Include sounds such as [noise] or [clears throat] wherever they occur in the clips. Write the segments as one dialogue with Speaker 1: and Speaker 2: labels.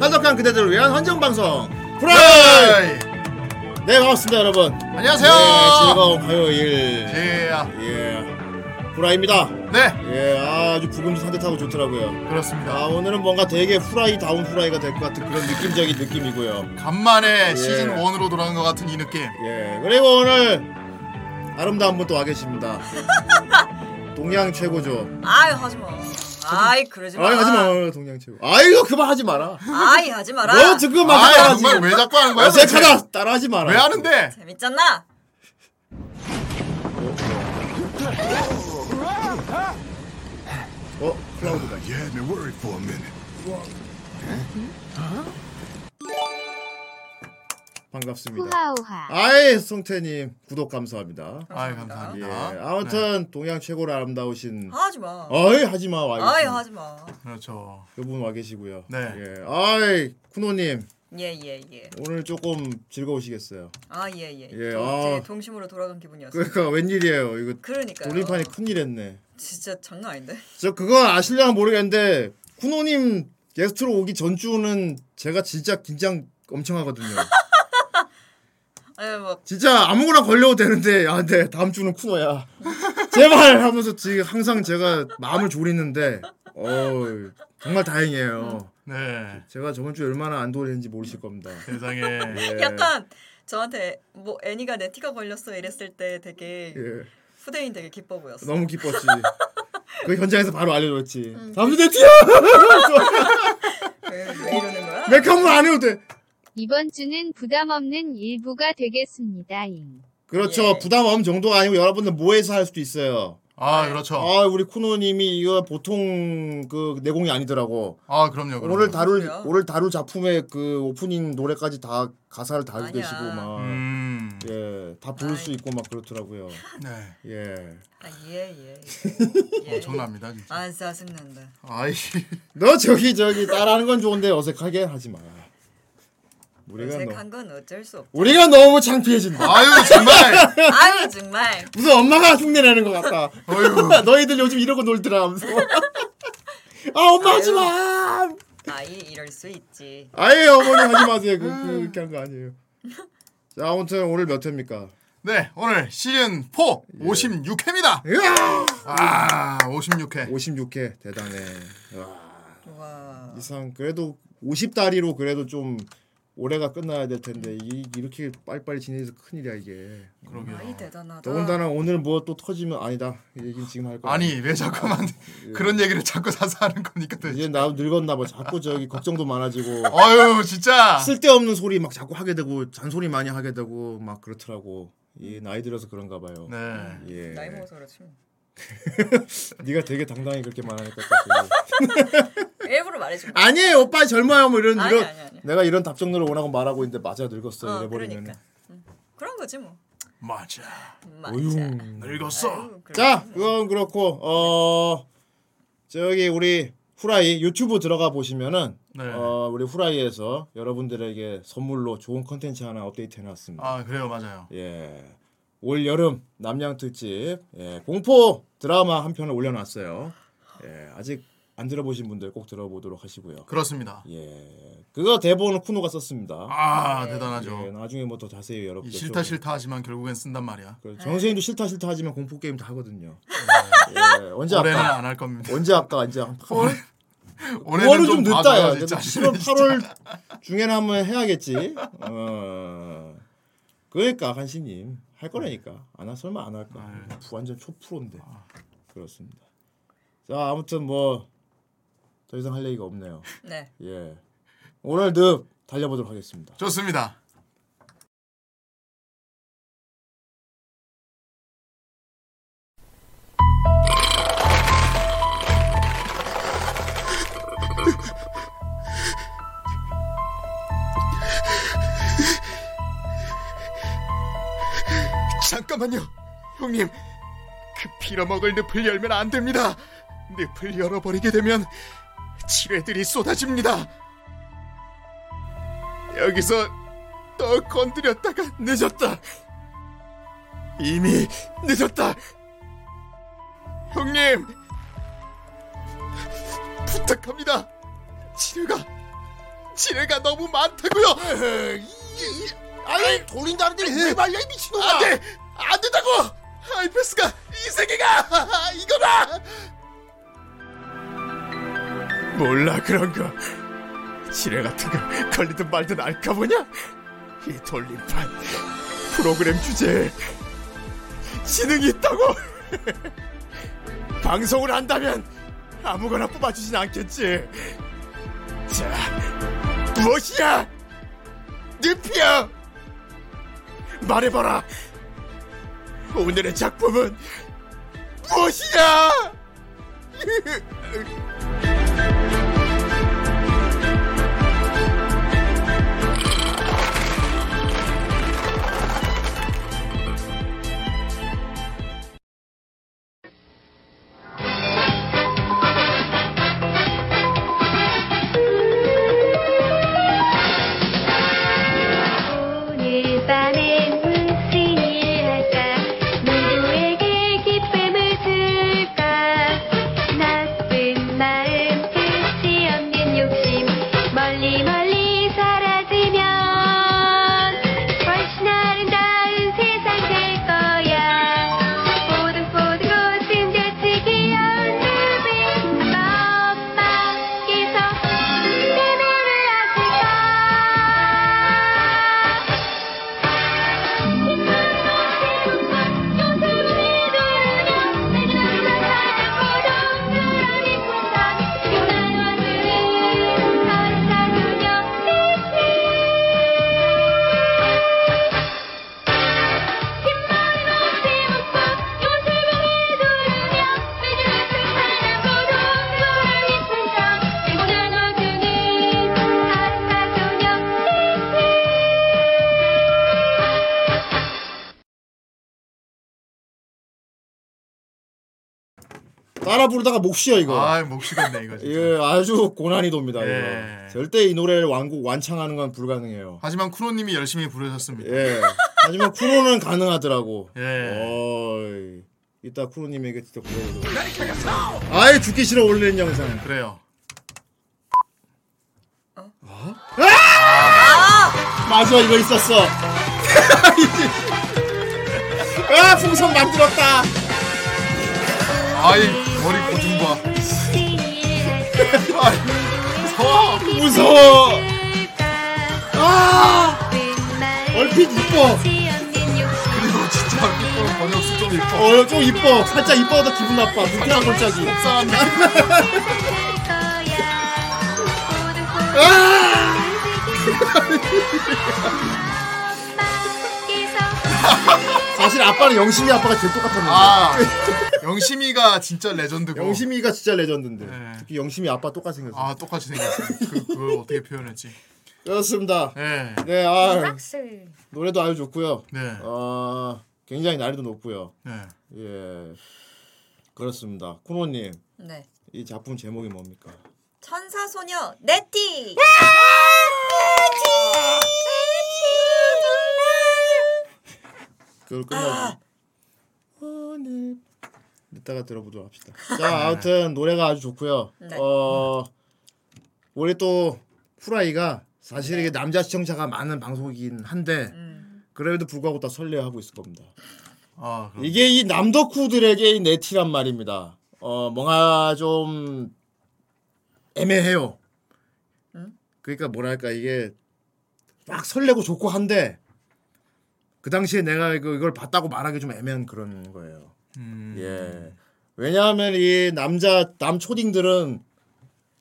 Speaker 1: 한적한 그대들을 위한 환정방송 프라이! 네 반갑습니다 여러분
Speaker 2: 안녕하세요.
Speaker 1: 네, 즐거운 화요일
Speaker 2: 예.
Speaker 1: 예 프라이입니다
Speaker 2: 네,
Speaker 1: 예 아주 부금도 산뜻하고 좋더라고요 아
Speaker 2: 그렇습니다.
Speaker 1: 오늘은 뭔가 되게 후라이 다운 후라이가 될 것 같은 그런 느낌적인 느낌이고요
Speaker 2: 간만에
Speaker 1: 예.
Speaker 2: 시즌 1으로 돌아온 것 같은 이 느낌.
Speaker 1: 예 그리고 오늘 아름다운 분 또 와 계십니다 [laughs] 동양 최고죠
Speaker 3: 아이 하지 마. 아이 그러지 마.
Speaker 1: 아이 하지마 동양 최고 아이고 그만 하지 마라
Speaker 3: 아이 하지 마라.
Speaker 1: 너 지금
Speaker 2: 아,
Speaker 1: 하지
Speaker 2: 정말 왜 자꾸 하는 거야?
Speaker 1: 어색하다 따라하지 마라
Speaker 2: 왜 하는데?
Speaker 3: 어, 재밌잖아.
Speaker 1: 어 클라우드다
Speaker 4: You had me worried for a minute.
Speaker 1: 네? 반갑습니다
Speaker 5: 후하우하
Speaker 1: 아이 송태님 구독 감사합니다.
Speaker 2: 아이
Speaker 1: 예
Speaker 2: 감사합니다. 네.
Speaker 1: 아무튼 동양 최고로 아름다우신
Speaker 3: 하지 마.
Speaker 1: 아이 하지마 와
Speaker 3: 아이
Speaker 1: 계신
Speaker 3: 하지 마.
Speaker 2: 그렇죠.
Speaker 1: 이분 와 계시고요.
Speaker 2: 네.
Speaker 1: 예 아이 쿠노님
Speaker 3: 예 예 예.
Speaker 1: 오늘 조금 즐거우시겠어요.
Speaker 3: 아 예 예.
Speaker 1: 예,
Speaker 3: 또
Speaker 1: 아.
Speaker 3: 제 동심으로 돌아간 기분이었어. 요
Speaker 1: 그러니까 웬일이에요 이거
Speaker 3: 그러니까요.
Speaker 1: 돌림판이 큰일 했네.
Speaker 3: 진짜 장난 아닌데.
Speaker 1: 저 그거 아실려나 모르겠는데 쿠노님 게스트로 오기 전주는 제가 진짜 긴장 엄청 하거든요.
Speaker 3: [laughs] 아니 막
Speaker 1: 진짜 아무거나 걸려도 되는데 아, 네 다음 주는 쿠노야. 제발 하면서 지금 항상 제가 마음을 졸이는데 어 정말 다행이에요.
Speaker 2: 네,
Speaker 1: 제가 저번 주에 얼마나 안도했는지 모르실 겁니다.
Speaker 2: 세상에.
Speaker 1: 예.
Speaker 3: [laughs] 약간 저한테 뭐 애니가 내 티가 걸렸어 이랬을 때 되게
Speaker 1: 예,
Speaker 3: 후대인 되게 기뻐 보였어.
Speaker 1: 너무
Speaker 3: [laughs]
Speaker 1: 기뻤지. 그 현장에서 바로 알려줬지.
Speaker 3: 음.
Speaker 1: 잠시 내 [laughs] 뒤야.
Speaker 3: [laughs] 왜, 왜 이러는 거야?
Speaker 1: 메카물 안 해도 돼.
Speaker 5: 이번 주는 부담 없는 일부가 되겠습니다. 잉.
Speaker 1: 그렇죠.
Speaker 3: 예.
Speaker 1: 부담 없는 정도가 아니고 여러분들 모여서 할 수도 있어요.
Speaker 2: 아 그렇죠.
Speaker 1: 아 우리 쿠노님이 이거 보통 그 내공이 아니더라고.
Speaker 2: 아 그럼요. 그럼요.
Speaker 1: 오늘 다룰
Speaker 3: 그래요?
Speaker 1: 오늘 다룰 작품의 그 오프닝 노래까지 다 가사를 다알고
Speaker 3: 아니야.
Speaker 1: 계시고 막
Speaker 2: 음.
Speaker 1: 예, 다 부를 수
Speaker 3: 아이.
Speaker 1: 있고 막 그렇더라고요.
Speaker 2: 네.
Speaker 1: 예.
Speaker 2: [laughs]
Speaker 3: 아예예 예.
Speaker 2: 엄청납니다 진짜.
Speaker 3: 아 짜증난다.
Speaker 2: 아이.
Speaker 1: 너 저기 저기 따라하는 건 좋은데 어색하게 하지 마. 우리가 너,
Speaker 3: 어색한 건 어쩔 수 없.
Speaker 1: 우리가 너무 창피해진다.
Speaker 2: 아유 정말.
Speaker 3: [laughs] 아유 정말.
Speaker 1: 무슨 엄마가 흉내내는 것 같다.
Speaker 2: 어휴.
Speaker 1: [laughs] 너희들 요즘 이러고 놀더라 하면서. [laughs] 아 엄마 하지 마.
Speaker 3: 아이 이럴 수 있지.
Speaker 1: 아예 어머니 하지 마세요. 그,
Speaker 2: 음.
Speaker 1: 그, 그렇게 한 거 아니에요.
Speaker 3: 음.
Speaker 1: 자 아무튼 오늘 몇 회입니까?
Speaker 2: 네, 오늘 시즌 4 56회입니다.
Speaker 1: 으아!
Speaker 2: 아 56회.
Speaker 1: 56회 대단해. 와.
Speaker 3: 와.
Speaker 1: 이상 그래도 50다리로 그래도 좀 올해가 끝나야 될 텐데 이, 이렇게 빨리빨리 진행해서 큰일이야 이게.
Speaker 3: 아이
Speaker 2: 그러게요.
Speaker 3: 대단하다.
Speaker 1: 더군다나 오늘 뭐 또 터지면 아니다. 이 얘기는 지금 할 거야.
Speaker 2: 아니 왜 자꾸만 그런 얘기를 자꾸 사서 하는 겁니까 도대체.
Speaker 1: 이제 나 늙었나 봐. 자꾸 저기 걱정도 많아지고
Speaker 2: 아유 진짜.
Speaker 1: 쓸데없는 소리 막 자꾸 하게 되고 잔소리 많이 하게 되고 막 그렇더라고. 이 나이 들어서 그런가 봐요.
Speaker 2: 네.
Speaker 1: 예.
Speaker 3: 나이 먹어서 그렇지. 뭐.
Speaker 1: [laughs] 네가 되게 당당히 그렇게 말하니까 또
Speaker 3: 일부러 말해준 거.
Speaker 1: 아니에요 오빠 젊어요 뭐 이런
Speaker 3: 아니,
Speaker 1: 이런
Speaker 3: 아니, 아니.
Speaker 1: 내가 이런 답정너를 원하고 말하고 있는데 맞아 늙었어
Speaker 3: 어,
Speaker 1: 이래버리면
Speaker 3: 그러니까. 그런 거지 뭐.
Speaker 2: 맞아.
Speaker 3: 맞아.
Speaker 1: 오용
Speaker 2: 늙었어.
Speaker 3: 아유, 그래.
Speaker 1: 자, 그건 그렇고 어 저기 우리 후라이 유튜브 들어가 보시면은
Speaker 2: 네.
Speaker 1: 어 우리 후라이에서 여러분들에게 선물로 좋은 컨텐츠 하나 업데이트 해놨습니다.
Speaker 2: 아 그래요 맞아요.
Speaker 1: 예, 올 여름 남양 특집 예, 공포 드라마 한 편을 올려놨어요. 예, 아직 안 들어보신 분들 꼭 들어보도록 하시고요.
Speaker 2: 그렇습니다.
Speaker 1: 예, 그거 대본은 쿠노가 썼습니다.
Speaker 2: 아
Speaker 1: 예,
Speaker 2: 대단하죠.
Speaker 1: 나중에 뭐 더 자세히
Speaker 2: 이
Speaker 1: 여러분들
Speaker 2: 싫다
Speaker 1: 좀-
Speaker 2: 싫다 하지만 결국엔 쓴단 말이야.
Speaker 1: 그 정세인도 싫다 싫다 하지만 공포 게임 다 하거든요. 예, 언제
Speaker 2: 올해는
Speaker 1: 아까
Speaker 2: 안 할 겁니다.
Speaker 1: 언제 아까 언제 아까 [laughs]
Speaker 2: 올해는
Speaker 1: 9월은
Speaker 2: 좀
Speaker 1: 좀
Speaker 2: 봐줘요,
Speaker 1: 늦다야.
Speaker 2: [laughs] 진짜.
Speaker 1: 7월 8월 중에는 한번 해야겠지. 어. 그러니까 간신님 할 거라니까 안 하 설마 안 할까.
Speaker 2: 네.
Speaker 1: 부완전 초프로인데
Speaker 2: 아.
Speaker 1: 그렇습니다. 자 아무튼 뭐 더 이상 할 얘기가 없네요.
Speaker 3: 네.
Speaker 1: 예 오늘 늪 달려보도록 하겠습니다.
Speaker 2: 좋습니다.
Speaker 4: 잠깐만요, 형님. 그 빌어먹을 늪을 열면 안 됩니다. 늪을 열어버리게 되면 지뢰들이 쏟아집니다. 여기서 또 건드렸다가 늦었다. 이미 늦었다. 형님,
Speaker 6: 부탁합니다. 지뢰가 지뢰가 너무 많다고요.
Speaker 2: 아니 돌린다는데 왜 말려 이 미친놈아
Speaker 6: 안돼 안 된다고. 알페스가 이 세계가 [laughs] 이거다. 몰라 그런 거. 지뢰 같은 거 걸리든 말든 알까 보냐? 이 돌림판 프로그램 주제에 지능이
Speaker 1: [laughs]
Speaker 6: 있다고. 방송을 한다면 아무거나 뽑아주진 않겠지. 자, 무엇이야? 늪이야! 말해봐라! 오늘의 작품은 무엇이야!
Speaker 7: 오늘 밤엔 무슨 일 할까 누구에게 기쁨을 줄까 나쁜 마음 끝이 없는 욕심 멀리 멀리 사라지면 훨씬 아름다운 세상 될 거야 모든 모든 것은 젖이 귀여운 눈빛 아빠께서 언제 나를 아실까
Speaker 1: 따라 부르다가 목 쉬어 이거.
Speaker 2: 아이 목 식었네 이거 진짜
Speaker 1: 예, 아주 고난이도입니다.
Speaker 2: 예.
Speaker 1: 이거. 절대 이 노래를 완곡 완창하는 건 불가능해요.
Speaker 2: 하지만 쿠노님이 열심히 부르셨습니다
Speaker 1: 예. 하지만 쿠로는 가능하더라고.
Speaker 2: 예.
Speaker 1: 어이. 이따 쿠로님에게 직접 불러보도록. 아예 죽기 싫어 올리는 영상.
Speaker 2: 그래요
Speaker 1: 어? 아! 맞아 이거 있었어. 아 풍선 만들었다.
Speaker 2: 아이 머리 고중 [laughs] 봐
Speaker 1: 무서워. 아 얼핏 이뻐.
Speaker 2: 그리고 진짜 이거 번역수 좀 이뻐
Speaker 1: 어좀 이뻐. 살짝 이뻐도 기분 나빠. 불쾌한 골짜기.
Speaker 2: 싸웠네
Speaker 1: [laughs] 아! 사실 아빠는 영심이 아빠가 제일 똑같았는데.
Speaker 2: 아 영심이가 진짜 레전드고
Speaker 1: 영심이가 진짜 레전드인데.
Speaker 2: 네.
Speaker 1: 특히 영심이 아빠 똑같이 생겼어.
Speaker 2: 아 똑같이 생겼어 그, 그걸 어떻게 표현했지
Speaker 1: [laughs] 그렇습니다.
Speaker 2: 예
Speaker 1: 네, 아, 노래도 아주 좋고요.
Speaker 2: 네.
Speaker 1: 어, 굉장히 난이도 높고요.
Speaker 2: 네.
Speaker 1: 예, 그렇습니다. 쿠노님,
Speaker 3: 네.
Speaker 1: 이 작품 제목이 뭡니까?
Speaker 3: 천사 소녀 네티.
Speaker 1: 그걸 끝나고 오늘 이따가 들어보도록 합시다. 자, 아무튼 노래가 아주 좋고요.
Speaker 3: 네.
Speaker 1: 어, 우리 또 후라이가 사실 이게 남자 시청자가 많은 방송이긴 한데 그럼에도 불구하고 다 설레하고 있을 겁니다.
Speaker 2: 아 그럼
Speaker 1: 이게 이 남덕후들에게 이 네티란 말입니다. 어 뭔가 좀 애매해요. 그러니까 뭐랄까 이게 막 설레고 좋고 한데 그 당시에 내가 이거- 이걸 봤다고 말하기 좀 애매한 그런 거예요.
Speaker 2: 음,
Speaker 1: 예. 왜냐하면 이 남자 남초딩들은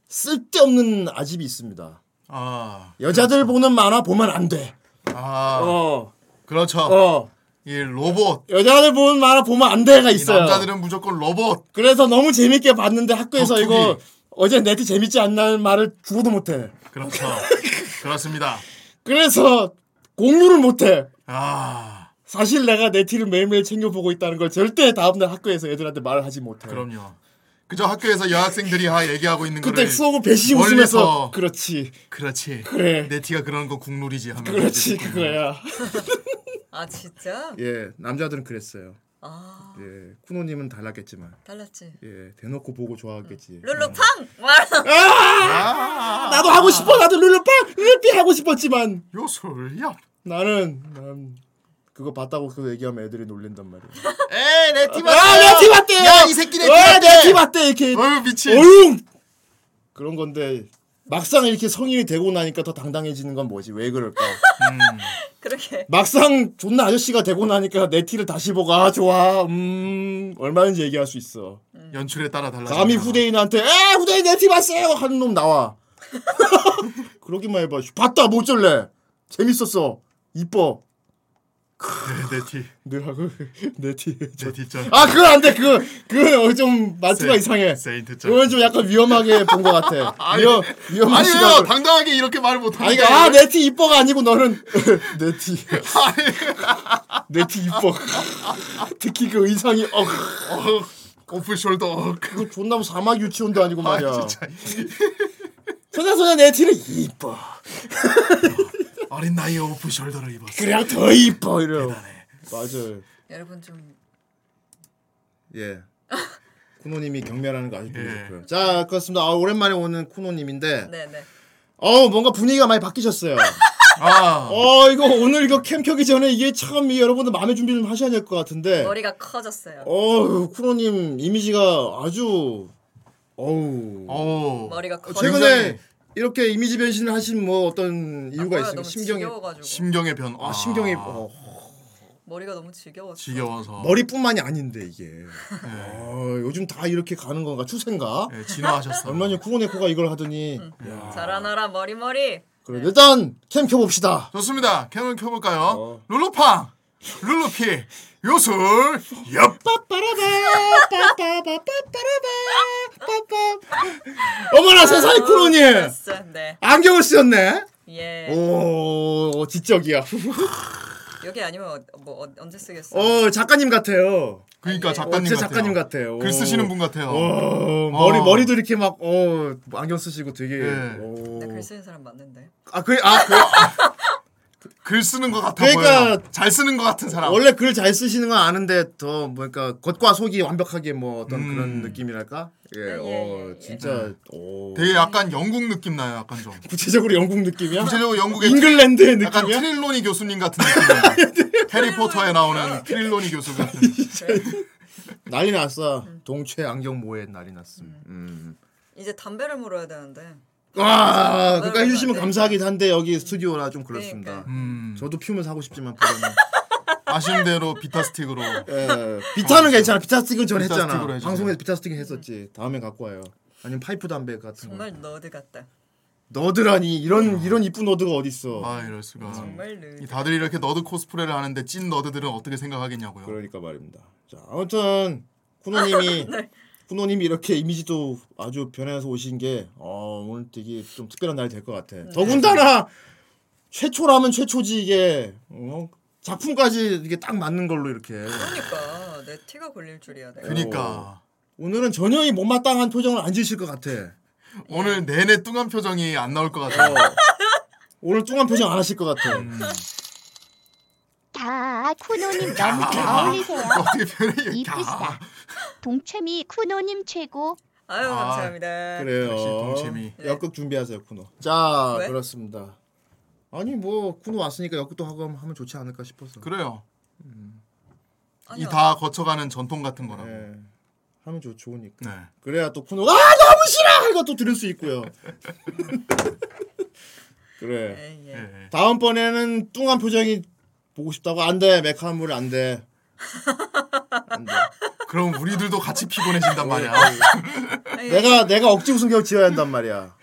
Speaker 1: 쓸데없는 아집이 있습니다.
Speaker 2: 아,
Speaker 1: 여자들 보는 만화 보면 안 돼.
Speaker 2: 아
Speaker 1: 어.
Speaker 2: 그렇죠
Speaker 1: 어.
Speaker 2: 이 로봇
Speaker 1: 여자들 보는 만화 보면 안 돼가
Speaker 2: 이
Speaker 1: 있어요.
Speaker 2: 남자들은 무조건 로봇
Speaker 1: 그래서 너무 재밌게 봤는데 학교에서
Speaker 2: 격투기.
Speaker 1: 이거 어제 네트 재밌지 않나는 말을 죽어도 못해.
Speaker 2: 그렇죠 그렇습니다
Speaker 1: 그래서 공유를 못해.
Speaker 2: 아
Speaker 1: 사실 내가 네티를 매일매일 챙겨보고 있다는 걸 절대 다음날 학교에서 애들한테 말을 하지 못해.
Speaker 2: 그럼요 그저 학교에서 여학생들이 다 얘기하고 있는
Speaker 1: 그때
Speaker 2: 거를
Speaker 1: 수업을 배신
Speaker 2: 멀리서-
Speaker 1: 웃으면서 그렇지
Speaker 2: 그렇지
Speaker 1: 그래
Speaker 2: 네티가 그런 거 국룰이지 하면
Speaker 1: 그렇지 그거야. [laughs]
Speaker 3: 아 진짜?
Speaker 1: 예 남자들은 예, 그랬어요.
Speaker 3: 아
Speaker 1: 예, 쿠노님은 달랐겠지만
Speaker 3: 달랐지.
Speaker 1: 예, 대놓고 보고 좋아하겠지.
Speaker 3: 룰루팡!
Speaker 1: 아, 나도 하고 싶어. 나도 룰루팡 룰피 하고 싶었지만
Speaker 2: 요술야.
Speaker 1: 나는 난 그거 봤다고 그 얘기하면 애들이 놀린단 말이야.
Speaker 4: 에이 내 팀 왔다.
Speaker 1: 네, 아내팀 왔대.
Speaker 4: 야이 새끼네 팀 왔대.
Speaker 1: 내팀 왔대 이렇게.
Speaker 2: 어유 미친.
Speaker 1: 어융 그런 건데 막상 이렇게 성인이 되고 나니까 더 당당해지는 건 뭐지? 왜 그럴까?
Speaker 3: 음. 그렇게
Speaker 1: 막상 존나 아저씨가 되고 나니까 내 티를 다시 보고 아 좋아 음 얼마든지 얘기할 수 있어.
Speaker 3: 음.
Speaker 2: 연출에 따라 달라.
Speaker 1: 감히 후대인한테 에 후대인 내 티 봤어요 하는
Speaker 3: [laughs]
Speaker 1: 놈 나와. 그러기만 해봐. 봤다 뭐 어쩔래? 재밌었어. 이뻐.
Speaker 2: 네, 내 뒤.
Speaker 1: 늘 하고 내 티.
Speaker 2: 내 뒷전.
Speaker 1: 아 그건 안돼 그거 그거 좀 말투가 이상해.
Speaker 2: 세인트 전.
Speaker 1: 그건 좀 약간 위험하게 본 것
Speaker 2: [laughs]
Speaker 1: 같아. 위험 위험한
Speaker 2: 아니 왜요?
Speaker 1: 시각으로.
Speaker 2: 당당하게 이렇게 말을 못하는
Speaker 1: 아니, 그러니까 아, 내 티 이뻐가 아니고
Speaker 2: [laughs]
Speaker 1: 너는 내 티. 내 티 이뻐. [laughs] 특히 그 의상이 어
Speaker 2: 오프 숄더.
Speaker 1: 그거 존나 뭐 사막 유치원도 아니고 말이야.
Speaker 2: 아 진짜.
Speaker 1: 소녀 소녀 내 티를
Speaker 2: [laughs]
Speaker 1: 이뻐.
Speaker 2: 어린 나이에 오프 숄더를 입었어.
Speaker 1: 그냥 더 이뻐 이래. 맞아요.
Speaker 3: 여러분 좀
Speaker 2: [laughs]
Speaker 1: 예. 쿠노님이 경멸하는 거 아주 보고
Speaker 2: 예.
Speaker 1: 싶어요. 자 그렇습니다. 아, 오랜만에 오는 쿠노님인데
Speaker 3: 네네
Speaker 1: 어 뭔가 분위기가 많이 바뀌셨어요.
Speaker 2: [laughs] 아.
Speaker 1: 어 이거 오늘 이거 캠 켜기 전에 이게 참이 여러분들 마음의 준비를 좀 하셔야 될 것 같은데.
Speaker 3: 머리가 커졌어요.
Speaker 1: 네. 어우 쿠노님 이미지가 아주 어우
Speaker 2: 오.
Speaker 3: 머리가 커.
Speaker 1: 최근에 이렇게 이미지 변신을 하신 뭐 어떤 이유가 있습니까? 심경이
Speaker 3: 아, 지겨워가지고
Speaker 2: 심경의 변.
Speaker 1: 아 심경이 어,
Speaker 3: 머리가 너무 지겨워.
Speaker 2: 지겨워서.
Speaker 1: 머리뿐만이 아닌데 이게
Speaker 2: 예.
Speaker 1: 어, 요즘 다 이렇게 가는 건가 추세인가?
Speaker 2: 예, 진화하셨어.
Speaker 1: 얼마 전에 쿠로네코가 이걸 하더니
Speaker 3: 음.
Speaker 2: 아.
Speaker 3: 자라나라 머리 머리.
Speaker 1: 그래 일단 캠 켜봅시다.
Speaker 2: 좋습니다. 캠을 켜볼까요?
Speaker 1: 어.
Speaker 2: 룰루팡, 룰루피, 요술, 엽.
Speaker 1: 빠빠라바 빠빠바 빠빠라바 빠빠 어머나 세상에 쿠로님
Speaker 3: 됐어. 네.
Speaker 1: 안경을 쓰셨네.
Speaker 3: 예.
Speaker 1: 오 어, 지적이야. [laughs]
Speaker 3: 여기 아니면 어, 뭐 어, 언제 쓰겠어?
Speaker 1: 어 작가님 같아요.
Speaker 3: 아,
Speaker 2: 그러니까
Speaker 3: 예.
Speaker 1: 어,
Speaker 2: 작가님
Speaker 1: 진짜
Speaker 2: 같아요.
Speaker 1: 작가님 같아요.
Speaker 2: 글
Speaker 1: 오.
Speaker 2: 쓰시는 분 같아요.
Speaker 1: 어, 머리
Speaker 2: 어.
Speaker 1: 머리도 이렇게 막 어 안경 쓰시고 되게
Speaker 2: 예.
Speaker 1: 오.
Speaker 3: 나 글 쓰는 사람 맞는데.
Speaker 1: 아 그래 아 그,
Speaker 2: [laughs] 글 쓰는 것 같아
Speaker 1: 그러니까-
Speaker 2: 보여. 잘 쓰는 것 같은 사람.
Speaker 1: 원래 글 잘 쓰시는 건 아는데 더 뭐랄까 겉과 속이 완벽하게 뭐 어떤
Speaker 2: 음.
Speaker 1: 그런 느낌이랄까 예,
Speaker 3: 예,
Speaker 1: 어
Speaker 3: 예, 예.
Speaker 2: 네.
Speaker 1: 진짜 오
Speaker 2: 되게 약간 영국 느낌 나요. 약간 좀.
Speaker 1: [laughs] 구체적으로 영국 느낌이야
Speaker 2: 구체적으로 영국의
Speaker 1: 잉글랜드의
Speaker 2: 트- 약간
Speaker 1: 느낌이야
Speaker 2: 트릴로니
Speaker 1: [laughs]
Speaker 2: 교수님 같은 느낌. 해리포터에 나오는 트릴로니 교수 같은.
Speaker 1: [laughs] 난리 났어 동체 안경 모에 난리 났음 음.
Speaker 3: 이제 담배를 물어야 되는데.
Speaker 1: 와 그러니까
Speaker 3: 음.
Speaker 1: 해주시면 감사하긴 한데 여기 스튜디오라 좀 그렇습니다
Speaker 3: 그러니까.
Speaker 2: 음,
Speaker 1: 저도 피우면 사고 싶지만 보다는
Speaker 2: 아쉬운 대로 비타스틱으로.
Speaker 1: 예, 비타는 괜찮아. 비타스틱은 전
Speaker 2: 비타스틱으로
Speaker 1: 했잖아.
Speaker 2: 해주세요.
Speaker 1: 방송에서 비타스틱 했었지. 다음에 갖고 와요. 아니면 파이프 담배 같은 거.
Speaker 3: 정말 너드 같다.
Speaker 1: 너드라니 이런 이런 이쁜 너드가 어디 있어?
Speaker 2: 음. 아 이럴 수가.
Speaker 3: 정말
Speaker 2: 이
Speaker 3: 너드.
Speaker 2: 다들 이렇게 너드 코스프레를 하는데 찐 너드들은 어떻게 생각하겠냐고요.
Speaker 1: 그러니까 말입니다. 자 아무튼 쿠노님이 쿠노님이 이렇게 이미지도 아주 변해서 오신 게 어, 오늘 되게 좀 특별한 날이 될 것 같아. 더군다나 최초라면 최초지 이게 어? 작품까지 이게 딱 맞는 걸로 이렇게.
Speaker 3: 그러니까 내 티가 걸릴 줄이야. 내가.
Speaker 2: 그니까
Speaker 1: 오늘은 전혀 이 못마땅한 표정을 안 지으실 것 같아. 어.
Speaker 2: 오늘 내내 뚱한 표정이 안 나올 것 같아요. 음.
Speaker 1: 오늘 뚱한 표정 안 하실 것 같아.
Speaker 8: 다 쿠노님 너무 잘
Speaker 1: [laughs]
Speaker 8: 어울리세요.
Speaker 2: 어떻게 표현해?
Speaker 8: 이쁘시다. 동채미 쿠노님 최고.
Speaker 3: 아유
Speaker 2: 아,
Speaker 3: 감사합니다. 네.
Speaker 1: 그래요.
Speaker 2: 역시 동치미.
Speaker 1: 역극 준비하세요, 쿠노. 자,
Speaker 3: 왜?
Speaker 1: 그렇습니다. 아니 뭐 쿠노 왔으니까 역극도 하고 하면 좋지 않을까 싶어서.
Speaker 2: 그래요.
Speaker 3: 아니야.
Speaker 2: 이 다 거쳐가는 전통 같은 거라고. 네.
Speaker 1: 예. 하면 좋 좋으니까. 그래야 또 쿠노 아 너무 싫어 이거 또 들을 수
Speaker 2: [laughs]
Speaker 1: 있고요. 그래.
Speaker 3: 예, 예.
Speaker 2: 예.
Speaker 1: 다음 번에는 뚱한 표정이 보고 싶다고 안 돼. 메카물 안 돼. 안 돼.
Speaker 2: 그럼 우리들도 같이
Speaker 3: [laughs]
Speaker 2: 피곤해진단 말이야.
Speaker 1: [laughs] 내가 내가 억지 웃음 겨우 지어야 한단
Speaker 2: [laughs]
Speaker 1: 말이야.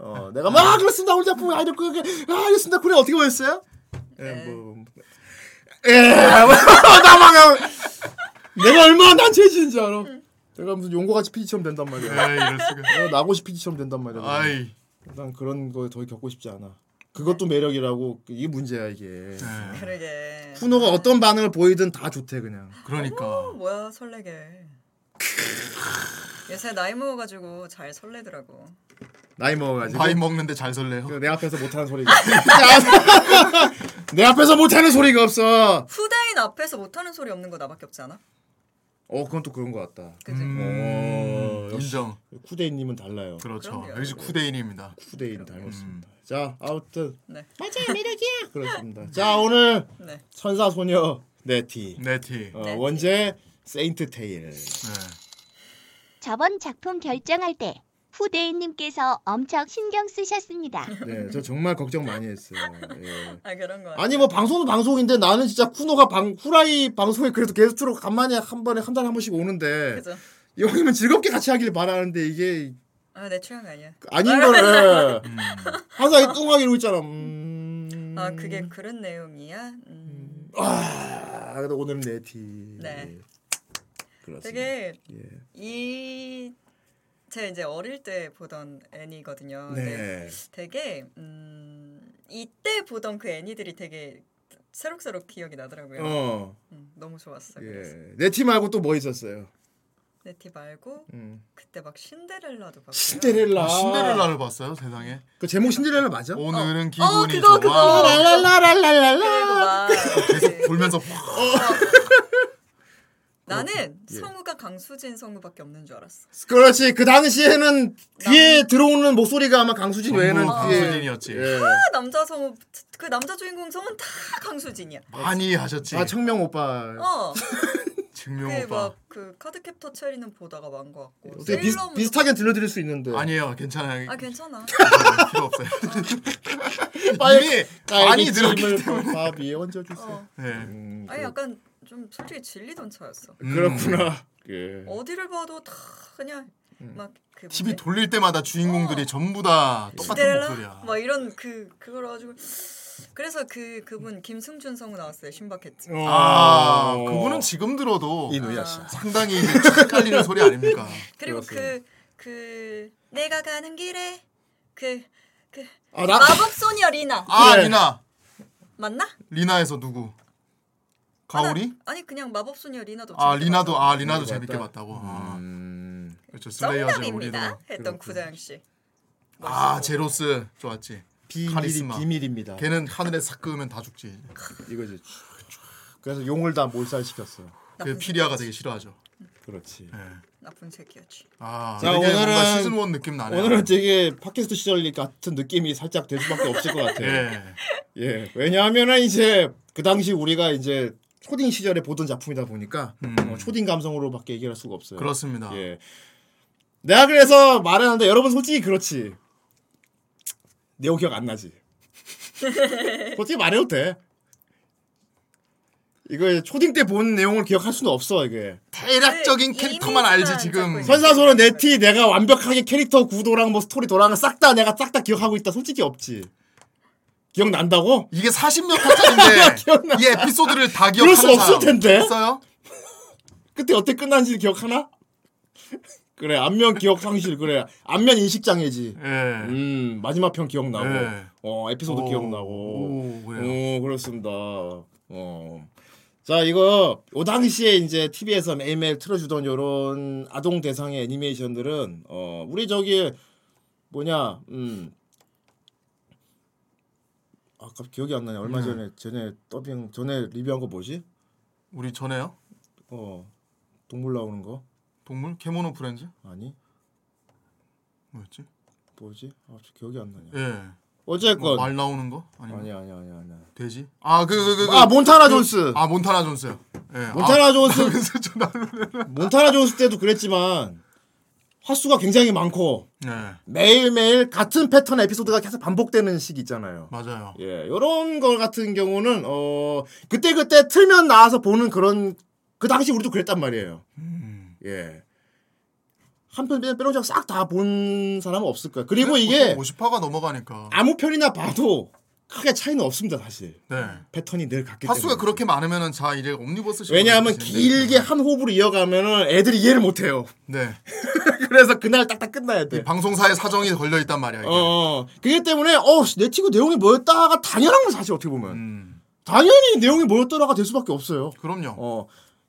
Speaker 1: 어, 내가 막 아, 그렇습니다. 오늘 작품 아이들 그게 아, 그렇습니다. 그래 어떻게 보셨어요? 예, 뭐
Speaker 2: [laughs]
Speaker 1: 예, 나만 내가 얼마나 난 죄지인지 알아. 내가 무슨 용고같이 피지처럼 된단
Speaker 2: 에이
Speaker 1: 말이야.
Speaker 2: 예, 이럴 수가.
Speaker 1: 내가 나고시 피지처럼 된단 말이야.
Speaker 2: 아이.
Speaker 1: 난 그런 거 더 겪고 싶지 않아. 그것도 매력이라고 이게 문제야 이게.
Speaker 2: 예.
Speaker 3: 그러게.
Speaker 1: 쿠노가 어떤 반응을 보이든 다 좋대 그냥.
Speaker 2: 그러니까.
Speaker 3: 어, 뭐야
Speaker 1: [laughs]
Speaker 3: 설레게. 요새 나이 먹어가지고 잘 설레더라고.
Speaker 1: 아, 나이 먹어가지고
Speaker 2: 나이 먹는데 잘 설레요.
Speaker 1: 그 내 앞에서 못하는 소리가 [laughs] 내 앞에서 못하는 소리가 없어
Speaker 3: 후대인 앞에서 못하는 소리 없는 거 나밖에 없지 않아?
Speaker 1: 어 그건 또 그런 것 같다 음.
Speaker 3: 그지?
Speaker 1: 어, 역시
Speaker 2: 음. 인정.
Speaker 1: 쿠데이님은 달라요
Speaker 2: 그렇죠.
Speaker 3: 그럼요.
Speaker 2: 역시 쿠데인입니다. 음.
Speaker 1: 쿠데이는 닮았습니다 자 아무튼
Speaker 3: 네.
Speaker 1: 맞아요 매력이야 [laughs] 그렇습니다 자 오늘
Speaker 3: 네.
Speaker 1: 천사소녀 네티
Speaker 2: 네티.
Speaker 1: 어,
Speaker 3: 네티.
Speaker 1: 원제 세인트 테일
Speaker 2: 네.
Speaker 8: 저번 작품 결정할 때 후대인님께서 엄청 신경 쓰셨습니다.
Speaker 1: 네저 정말 걱정 많이 했어요 예.
Speaker 3: 아 그런 거 아니야?
Speaker 1: 아니 뭐 방송도 방송인데 나는 진짜 쿠노가 방 후라이 방송에 그래도 게스트로 간만에 한 번에 한 달에 한 번씩 오는데
Speaker 3: 그죠?
Speaker 1: 이 형님은 즐겁게 같이 하길 바라는데 이게
Speaker 3: 아내 취향 아니야. [laughs]
Speaker 1: 아닌 거를
Speaker 2: 음.
Speaker 1: 항상 이렇게 뚱하게 이러고 있잖아. 음...
Speaker 3: 아 그게 그런 내용이야. 음.
Speaker 1: 아, 그래도 오늘은 네티.
Speaker 3: 네.
Speaker 1: 그렇습니다.
Speaker 3: 되게
Speaker 1: 예.
Speaker 3: 이. 제 이제 어릴 때 보던 애니거든요. 근데
Speaker 1: 네.
Speaker 3: 되게 음 이때 보던 그 애니들이 되게 새록새록 기억이 나더라고요.
Speaker 1: 어.
Speaker 3: 음, 너무 좋았어요. 그래서
Speaker 1: 예. 네티 말고 또 뭐 있었어요?
Speaker 3: 네티 말고
Speaker 1: 음.
Speaker 3: 그때 막 신데렐라도 봤고요.
Speaker 1: 신데렐라.
Speaker 2: 아, 신데렐라를 봤어요 세상에.
Speaker 1: 그 제목 신데렐라 맞아?
Speaker 2: 오늘은 기분이
Speaker 3: 어, 그거,
Speaker 2: 좋아.
Speaker 3: 그거. 그리고
Speaker 1: 랄랄랄랄랄라.
Speaker 3: 막
Speaker 2: 계속
Speaker 3: 그-
Speaker 1: [laughs]
Speaker 2: 돌면서 확.
Speaker 3: 나는
Speaker 1: 예.
Speaker 3: 성우가 강수진 성우밖에 없는 줄 알았어.
Speaker 1: 그렇지. 그 당시에는 귀에 들어오는 목소리가 아마 강수진 외에는
Speaker 2: 전부
Speaker 1: 귀에-
Speaker 2: 강수진이었지.
Speaker 1: 예.
Speaker 3: 아, 남자 성우 그 남자 주인공 성우는 다 강수진이야.
Speaker 2: 많이 하셨지.
Speaker 1: 아 청명 오빠.
Speaker 3: 어.
Speaker 2: 증명 오빠.
Speaker 3: 그막그 뭐 카드 캡터 체리는 보다가 만것 같고.
Speaker 1: 어떻게 비,
Speaker 3: 세일러문도-
Speaker 1: 비슷하게 들려드릴 수 있는데.
Speaker 2: 아니에요 [laughs] 괜찮아요.
Speaker 3: 아 괜찮아.
Speaker 2: 필요 없어요.
Speaker 1: [laughs] 빨리
Speaker 2: 많이
Speaker 1: 딸기
Speaker 2: 늘었기
Speaker 1: 찜을 밥 위에 얹어주세요.
Speaker 3: 어.
Speaker 2: 네.
Speaker 1: 음,
Speaker 3: 아니 약간 좀 솔직히 질리던 차였어.
Speaker 2: 음.
Speaker 1: 그렇구나. 그 음.
Speaker 3: 어디를 봐도 다 그냥 막그
Speaker 2: TV 돌릴 때마다 주인공들이 전부 다
Speaker 3: 어.
Speaker 2: 아, 똑같은 목소리야.
Speaker 3: 막 이런 그 그걸 가지고 그래서 그 그분 김승준 성우 나왔어요. 신박했지.
Speaker 2: 아 그분은 지금 들어도
Speaker 1: 이누야 씨.
Speaker 2: 상당히 이제 착 깔리는 소리 아닙니까?
Speaker 3: 그리고
Speaker 1: 그렇습니다.
Speaker 3: 그, 그 내가 가는 길에 그, 그
Speaker 1: 아, 나 예.
Speaker 3: 마법 소녀 리나
Speaker 2: 아
Speaker 1: 그래.
Speaker 2: 리나
Speaker 3: 맞나?
Speaker 2: 리나에서 누구? 가오리?
Speaker 3: 아니 그냥 마법 소녀 리나도
Speaker 2: 아
Speaker 3: 재밌게
Speaker 2: 리나도
Speaker 3: 봤어.
Speaker 2: 아 리나도 재밌게 봤다고. 아,
Speaker 1: 음,
Speaker 2: 그렇죠 슬레이어즈 우리도.
Speaker 3: 정답입니다 했던 구자영 씨.
Speaker 2: 아 제로스 좋았지.
Speaker 1: 비밀이
Speaker 2: 카리스마.
Speaker 1: 비밀입니다.
Speaker 2: 걔는 하늘에 싹 끄면 다 죽지.
Speaker 1: 이거지. 그래서 용을 다 몰살 시켰어.
Speaker 2: 그 피리아가 되게 싫어하죠.
Speaker 1: 그렇지.
Speaker 2: 예.
Speaker 3: 나쁜 새끼였지.
Speaker 2: 아,
Speaker 1: 자,
Speaker 2: 되게 뭔가
Speaker 1: 오늘은-
Speaker 2: 시즌 1 느낌 나네요.
Speaker 1: 오늘은 되게 팟캐스트 시절 같은 느낌이 살짝 될 수밖에 없을 것 같아요.
Speaker 2: 예.
Speaker 1: 예. 왜냐하면은 이제 그 당시 우리가 이제 초딩 시절에 보던 작품이다 보니까 어, 초딩 감성으로밖에 얘기할 수가 없어요.
Speaker 2: 음. 그렇습니다.
Speaker 1: 예. 내가 그래서 말하는데 여러분 솔직히 그렇지. 내용 기억 안 나지. 솔직히 말해도 돼. 이거 초딩 때 본 내용을 기억할 수는 없어 이게.
Speaker 2: 대략적인
Speaker 3: 그 이미지만
Speaker 2: 캐릭터만 알지 지금.
Speaker 3: 잡고
Speaker 1: 선사소는 내티 내가 완벽하게 캐릭터 구도랑 뭐 스토리 돌아가는 싹 다 내가 싹 다 기억하고 있다 솔직히 없지. 기억 난다고?
Speaker 2: 이게
Speaker 1: [laughs]
Speaker 2: 40몇 화짜리인데 이 에피소드를 다
Speaker 1: 그럴
Speaker 2: 기억하는
Speaker 1: 수 없을
Speaker 2: 사람
Speaker 1: 텐데.
Speaker 2: 있어요?
Speaker 1: 그때 어떻게 끝난지 기억하나? [laughs] 그래 안면 기억 상실 그래 안면 인식 장애지.
Speaker 2: 예.
Speaker 1: 음 마지막 편 기억나고
Speaker 2: 네.
Speaker 1: 어 에피소드
Speaker 2: 오,
Speaker 1: 기억나고
Speaker 2: 오, 그래요?
Speaker 1: 오, 그렇습니다 어. 어자 이거 요 당시에 이제 TV에서 매일매일 틀어주던 요런 아동 대상의 애니메이션들은 어 우리 저기 뭐냐 음 아까 기억이 안 나냐 얼마
Speaker 2: 네.
Speaker 1: 전에 전에 더빙 전에 리뷰한 거 뭐지
Speaker 2: 우리 전에요?
Speaker 1: 어 동물 나오는 거
Speaker 2: 동물 캐모노 프렌즈?
Speaker 1: 아니
Speaker 2: 뭐였지?
Speaker 1: 뭐지 아 기억이 안 나냐
Speaker 2: 예.
Speaker 1: 어쨌건
Speaker 2: 뭐말 나오는 거? 아니
Speaker 1: 아니 아니 아니 아니
Speaker 2: 돼지? 아, 그 그 그. 그,
Speaker 1: 아 몬타나 존스
Speaker 2: 아, 몬타나 존스요. 예.
Speaker 1: 몬타나
Speaker 2: 아,
Speaker 1: 존스
Speaker 2: [laughs] 그래서 전화를
Speaker 1: 몬타나 존스 때도 그랬지만 화수가 굉장히 많고
Speaker 2: 네.
Speaker 1: 매일매일 같은 패턴 에피소드가 계속 반복되는 시기 있잖아요.
Speaker 2: 맞아요.
Speaker 1: 예, 요런 걸 같은 경우는 어 그때 그때 틀면 나와서 보는 그런 그 당시 우리도 그랬단 말이에요. 예. 한편 빼놓자 싹다 본 사람은 없을 거야. 그리고 이게
Speaker 2: 50화가 넘어가니까.
Speaker 1: 아무 편이나 봐도 크게 차이는 없습니다, 사실.
Speaker 2: 네.
Speaker 1: 패턴이 늘 같기
Speaker 2: 화수가
Speaker 1: 때문에.
Speaker 2: 그렇게 많으면은 자, 이제 옴니버스 식으로
Speaker 1: 왜냐하면
Speaker 2: 되겠는데.
Speaker 1: 길게 한 호흡으로 이어가면은 애들이 이해를 못 해요. [laughs]
Speaker 2: 네.
Speaker 1: 그래서 그날 딱딱 끝나야 돼.
Speaker 2: 방송사의 사정이 걸려 있단 말이야, 이게.
Speaker 1: 어, 그게 때문에 어, 씨, 내 친구 내용이 뭐였다가 당연한 거 사실 어떻게 보면
Speaker 2: 음.
Speaker 1: 당연히 내용이 뭐였더라가 될 수밖에 없어요.
Speaker 2: 그럼요.
Speaker 1: 어,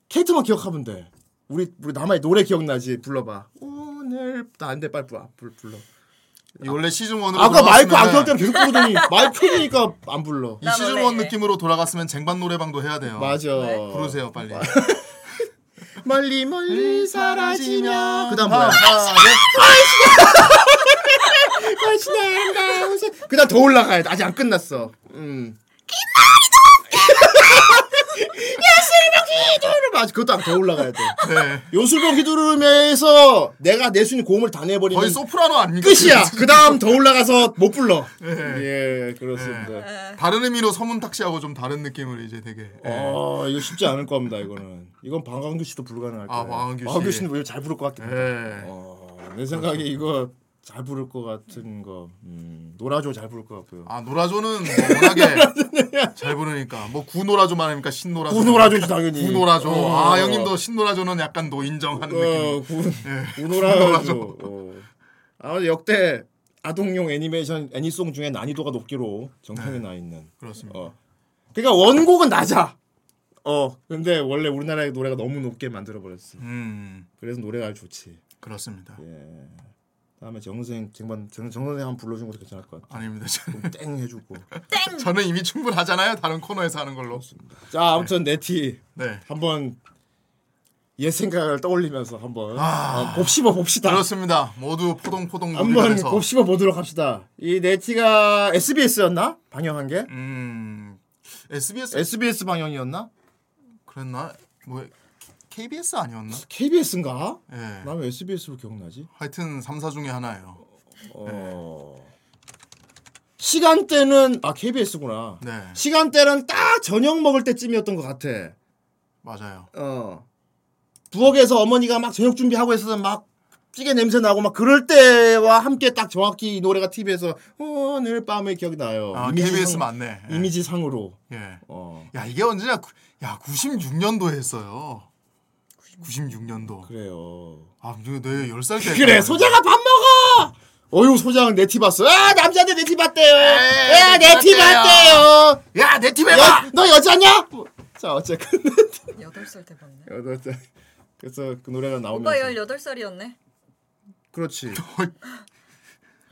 Speaker 1: 캐릭터만 기억하면 돼. 우리 우리 남아 노래 기억나지? 불러봐. 오늘 나 안돼 빨리 불러 불- 불러.
Speaker 2: 이 원래 시즌 1으로
Speaker 1: 아까 마이크 안 켜질 때는 계속 부르더니 마이크 켜지니까 안 불러.
Speaker 2: 이
Speaker 3: 나
Speaker 2: 시즌
Speaker 3: 원래
Speaker 2: 1
Speaker 3: 이래.
Speaker 2: 느낌으로 돌아갔으면 쟁반 노래방도 해야 돼요.
Speaker 1: 맞아.
Speaker 3: 네.
Speaker 2: 부르세요 빨리.
Speaker 1: 멀리 멀리 사라지면 그다음 뭐야? 훨씬 아름다운 세- 그다음 더 올라가야 돼. 아직 안 끝났어. 음. 기도를 맞아 그것도 더 올라가야 돼.
Speaker 2: 네.
Speaker 1: 요술봉 휘두르면서 내가 낼 수 있는 고음을 다 내버리면
Speaker 2: 거의 소프라노 아닙니까?
Speaker 1: 끝이야. 그 다음 더 올라가서 못 불러. 예, 그렇습니다.
Speaker 2: 다른 의미로 서문탁 씨하고 좀 다른 느낌을 이제 되게. 예.
Speaker 1: 아, 이거 쉽지 않을 겁니다. 이거는 이건 방광규 씨도 불가능할 거예요.
Speaker 2: 아, 방광규 씨.
Speaker 1: 는 네. 오히려 잘 부를 것 같긴 해.
Speaker 2: 예.
Speaker 1: 어, 내 생각에 이거 잘 부를 것 같은 거 음, 놀아줘 잘 부를 것 같고요.
Speaker 2: 아 노라조는 뭐
Speaker 1: [laughs]
Speaker 2: 워낙에 잘 부르니까 뭐 구노라조만 하니까 신노라조.
Speaker 1: 구노라조지 당연히.
Speaker 2: 구노라조.
Speaker 1: 어.
Speaker 2: 아 형님도 신노라조는 예. 약간 노인정한 느낌.
Speaker 1: 어, 구, 구노라조. 어. 아, 역대 아동용 애니메이션 애니송 중에 난이도가 높기로 정상에 나 있는.
Speaker 2: 네. 그렇습니다.
Speaker 1: 어. 그러니까 원곡은 낮아. 어. 근데 원래 우리나라의 노래가 너무 높게 만들어 버렸어.
Speaker 2: 음
Speaker 1: 그래서 노래가 아주 좋지.
Speaker 2: 그렇습니다.
Speaker 1: 예. 다음에 정생 쟁반 정, 정 선생 한번 불러준 것도 괜찮을 것 같아.
Speaker 2: 아닙니다. 저는,
Speaker 1: 땡 해주고.
Speaker 3: 땡.
Speaker 2: 저는 이미 충분하잖아요. 다른 코너에서 하는 걸로.
Speaker 1: 자 아무튼 네티
Speaker 2: 네.
Speaker 1: 한번 옛 생각을 떠올리면서 한번
Speaker 2: 아.
Speaker 1: 어, 곱씹어 봅시다.
Speaker 2: 그렇습니다. 모두 포동포동
Speaker 1: 한번
Speaker 2: 놀이에서
Speaker 1: 곱씹어 보도록 합시다. 이 네티가 SBS였나 방영한 게?
Speaker 2: 음 SBS
Speaker 1: SBS 방영이었나?
Speaker 2: 그랬나? 뭐 KBS 아니었나?
Speaker 1: KBS인가?
Speaker 2: 예.
Speaker 1: 나는 왜 SBS로 기억나지?
Speaker 2: 하여튼 3사 중에 하나예요. 네.
Speaker 1: 어. 시간대는 아 KBS구나.
Speaker 2: 네.
Speaker 1: 시간대는 딱 저녁 먹을 때쯤이었던 것 같아.
Speaker 2: 맞아요.
Speaker 1: 어. 부엌에서 어머니가 막 저녁 준비하고 있어서 막 찌개 냄새 나고 막 그럴 때와 함께 딱 정확히 이 노래가 TV에서 오늘 밤의 기억이 나요.
Speaker 2: 아,
Speaker 1: 어, 이미지
Speaker 2: KBS
Speaker 1: 상-
Speaker 2: 맞네. 예.
Speaker 1: 이미지 상으로.
Speaker 2: 예.
Speaker 1: 어.
Speaker 2: 야, 이게 언제냐? 구- 야, 96년도 했어요. 96년도.
Speaker 1: 그래요.
Speaker 2: 아, 근데 내 10살 때.
Speaker 1: 그래
Speaker 2: 했잖아요.
Speaker 1: 소장아 밥 먹어. 어휴 소장 내 티 봤어. 아 남자들 내 티 봤대요.
Speaker 6: 네,
Speaker 2: 네,
Speaker 1: 야내 티 봤대요.
Speaker 2: 야, 내 팀에 봐.
Speaker 1: 여, 너 여자냐? 뭐, 자 어쨌건
Speaker 3: 여덟 살
Speaker 1: 어,
Speaker 3: 때 봤네.
Speaker 1: 여덟 살. [laughs] 그래서 그 노래가 나오면서
Speaker 3: 오빠 열 여덟 살이었네.
Speaker 2: [laughs]
Speaker 1: 그렇지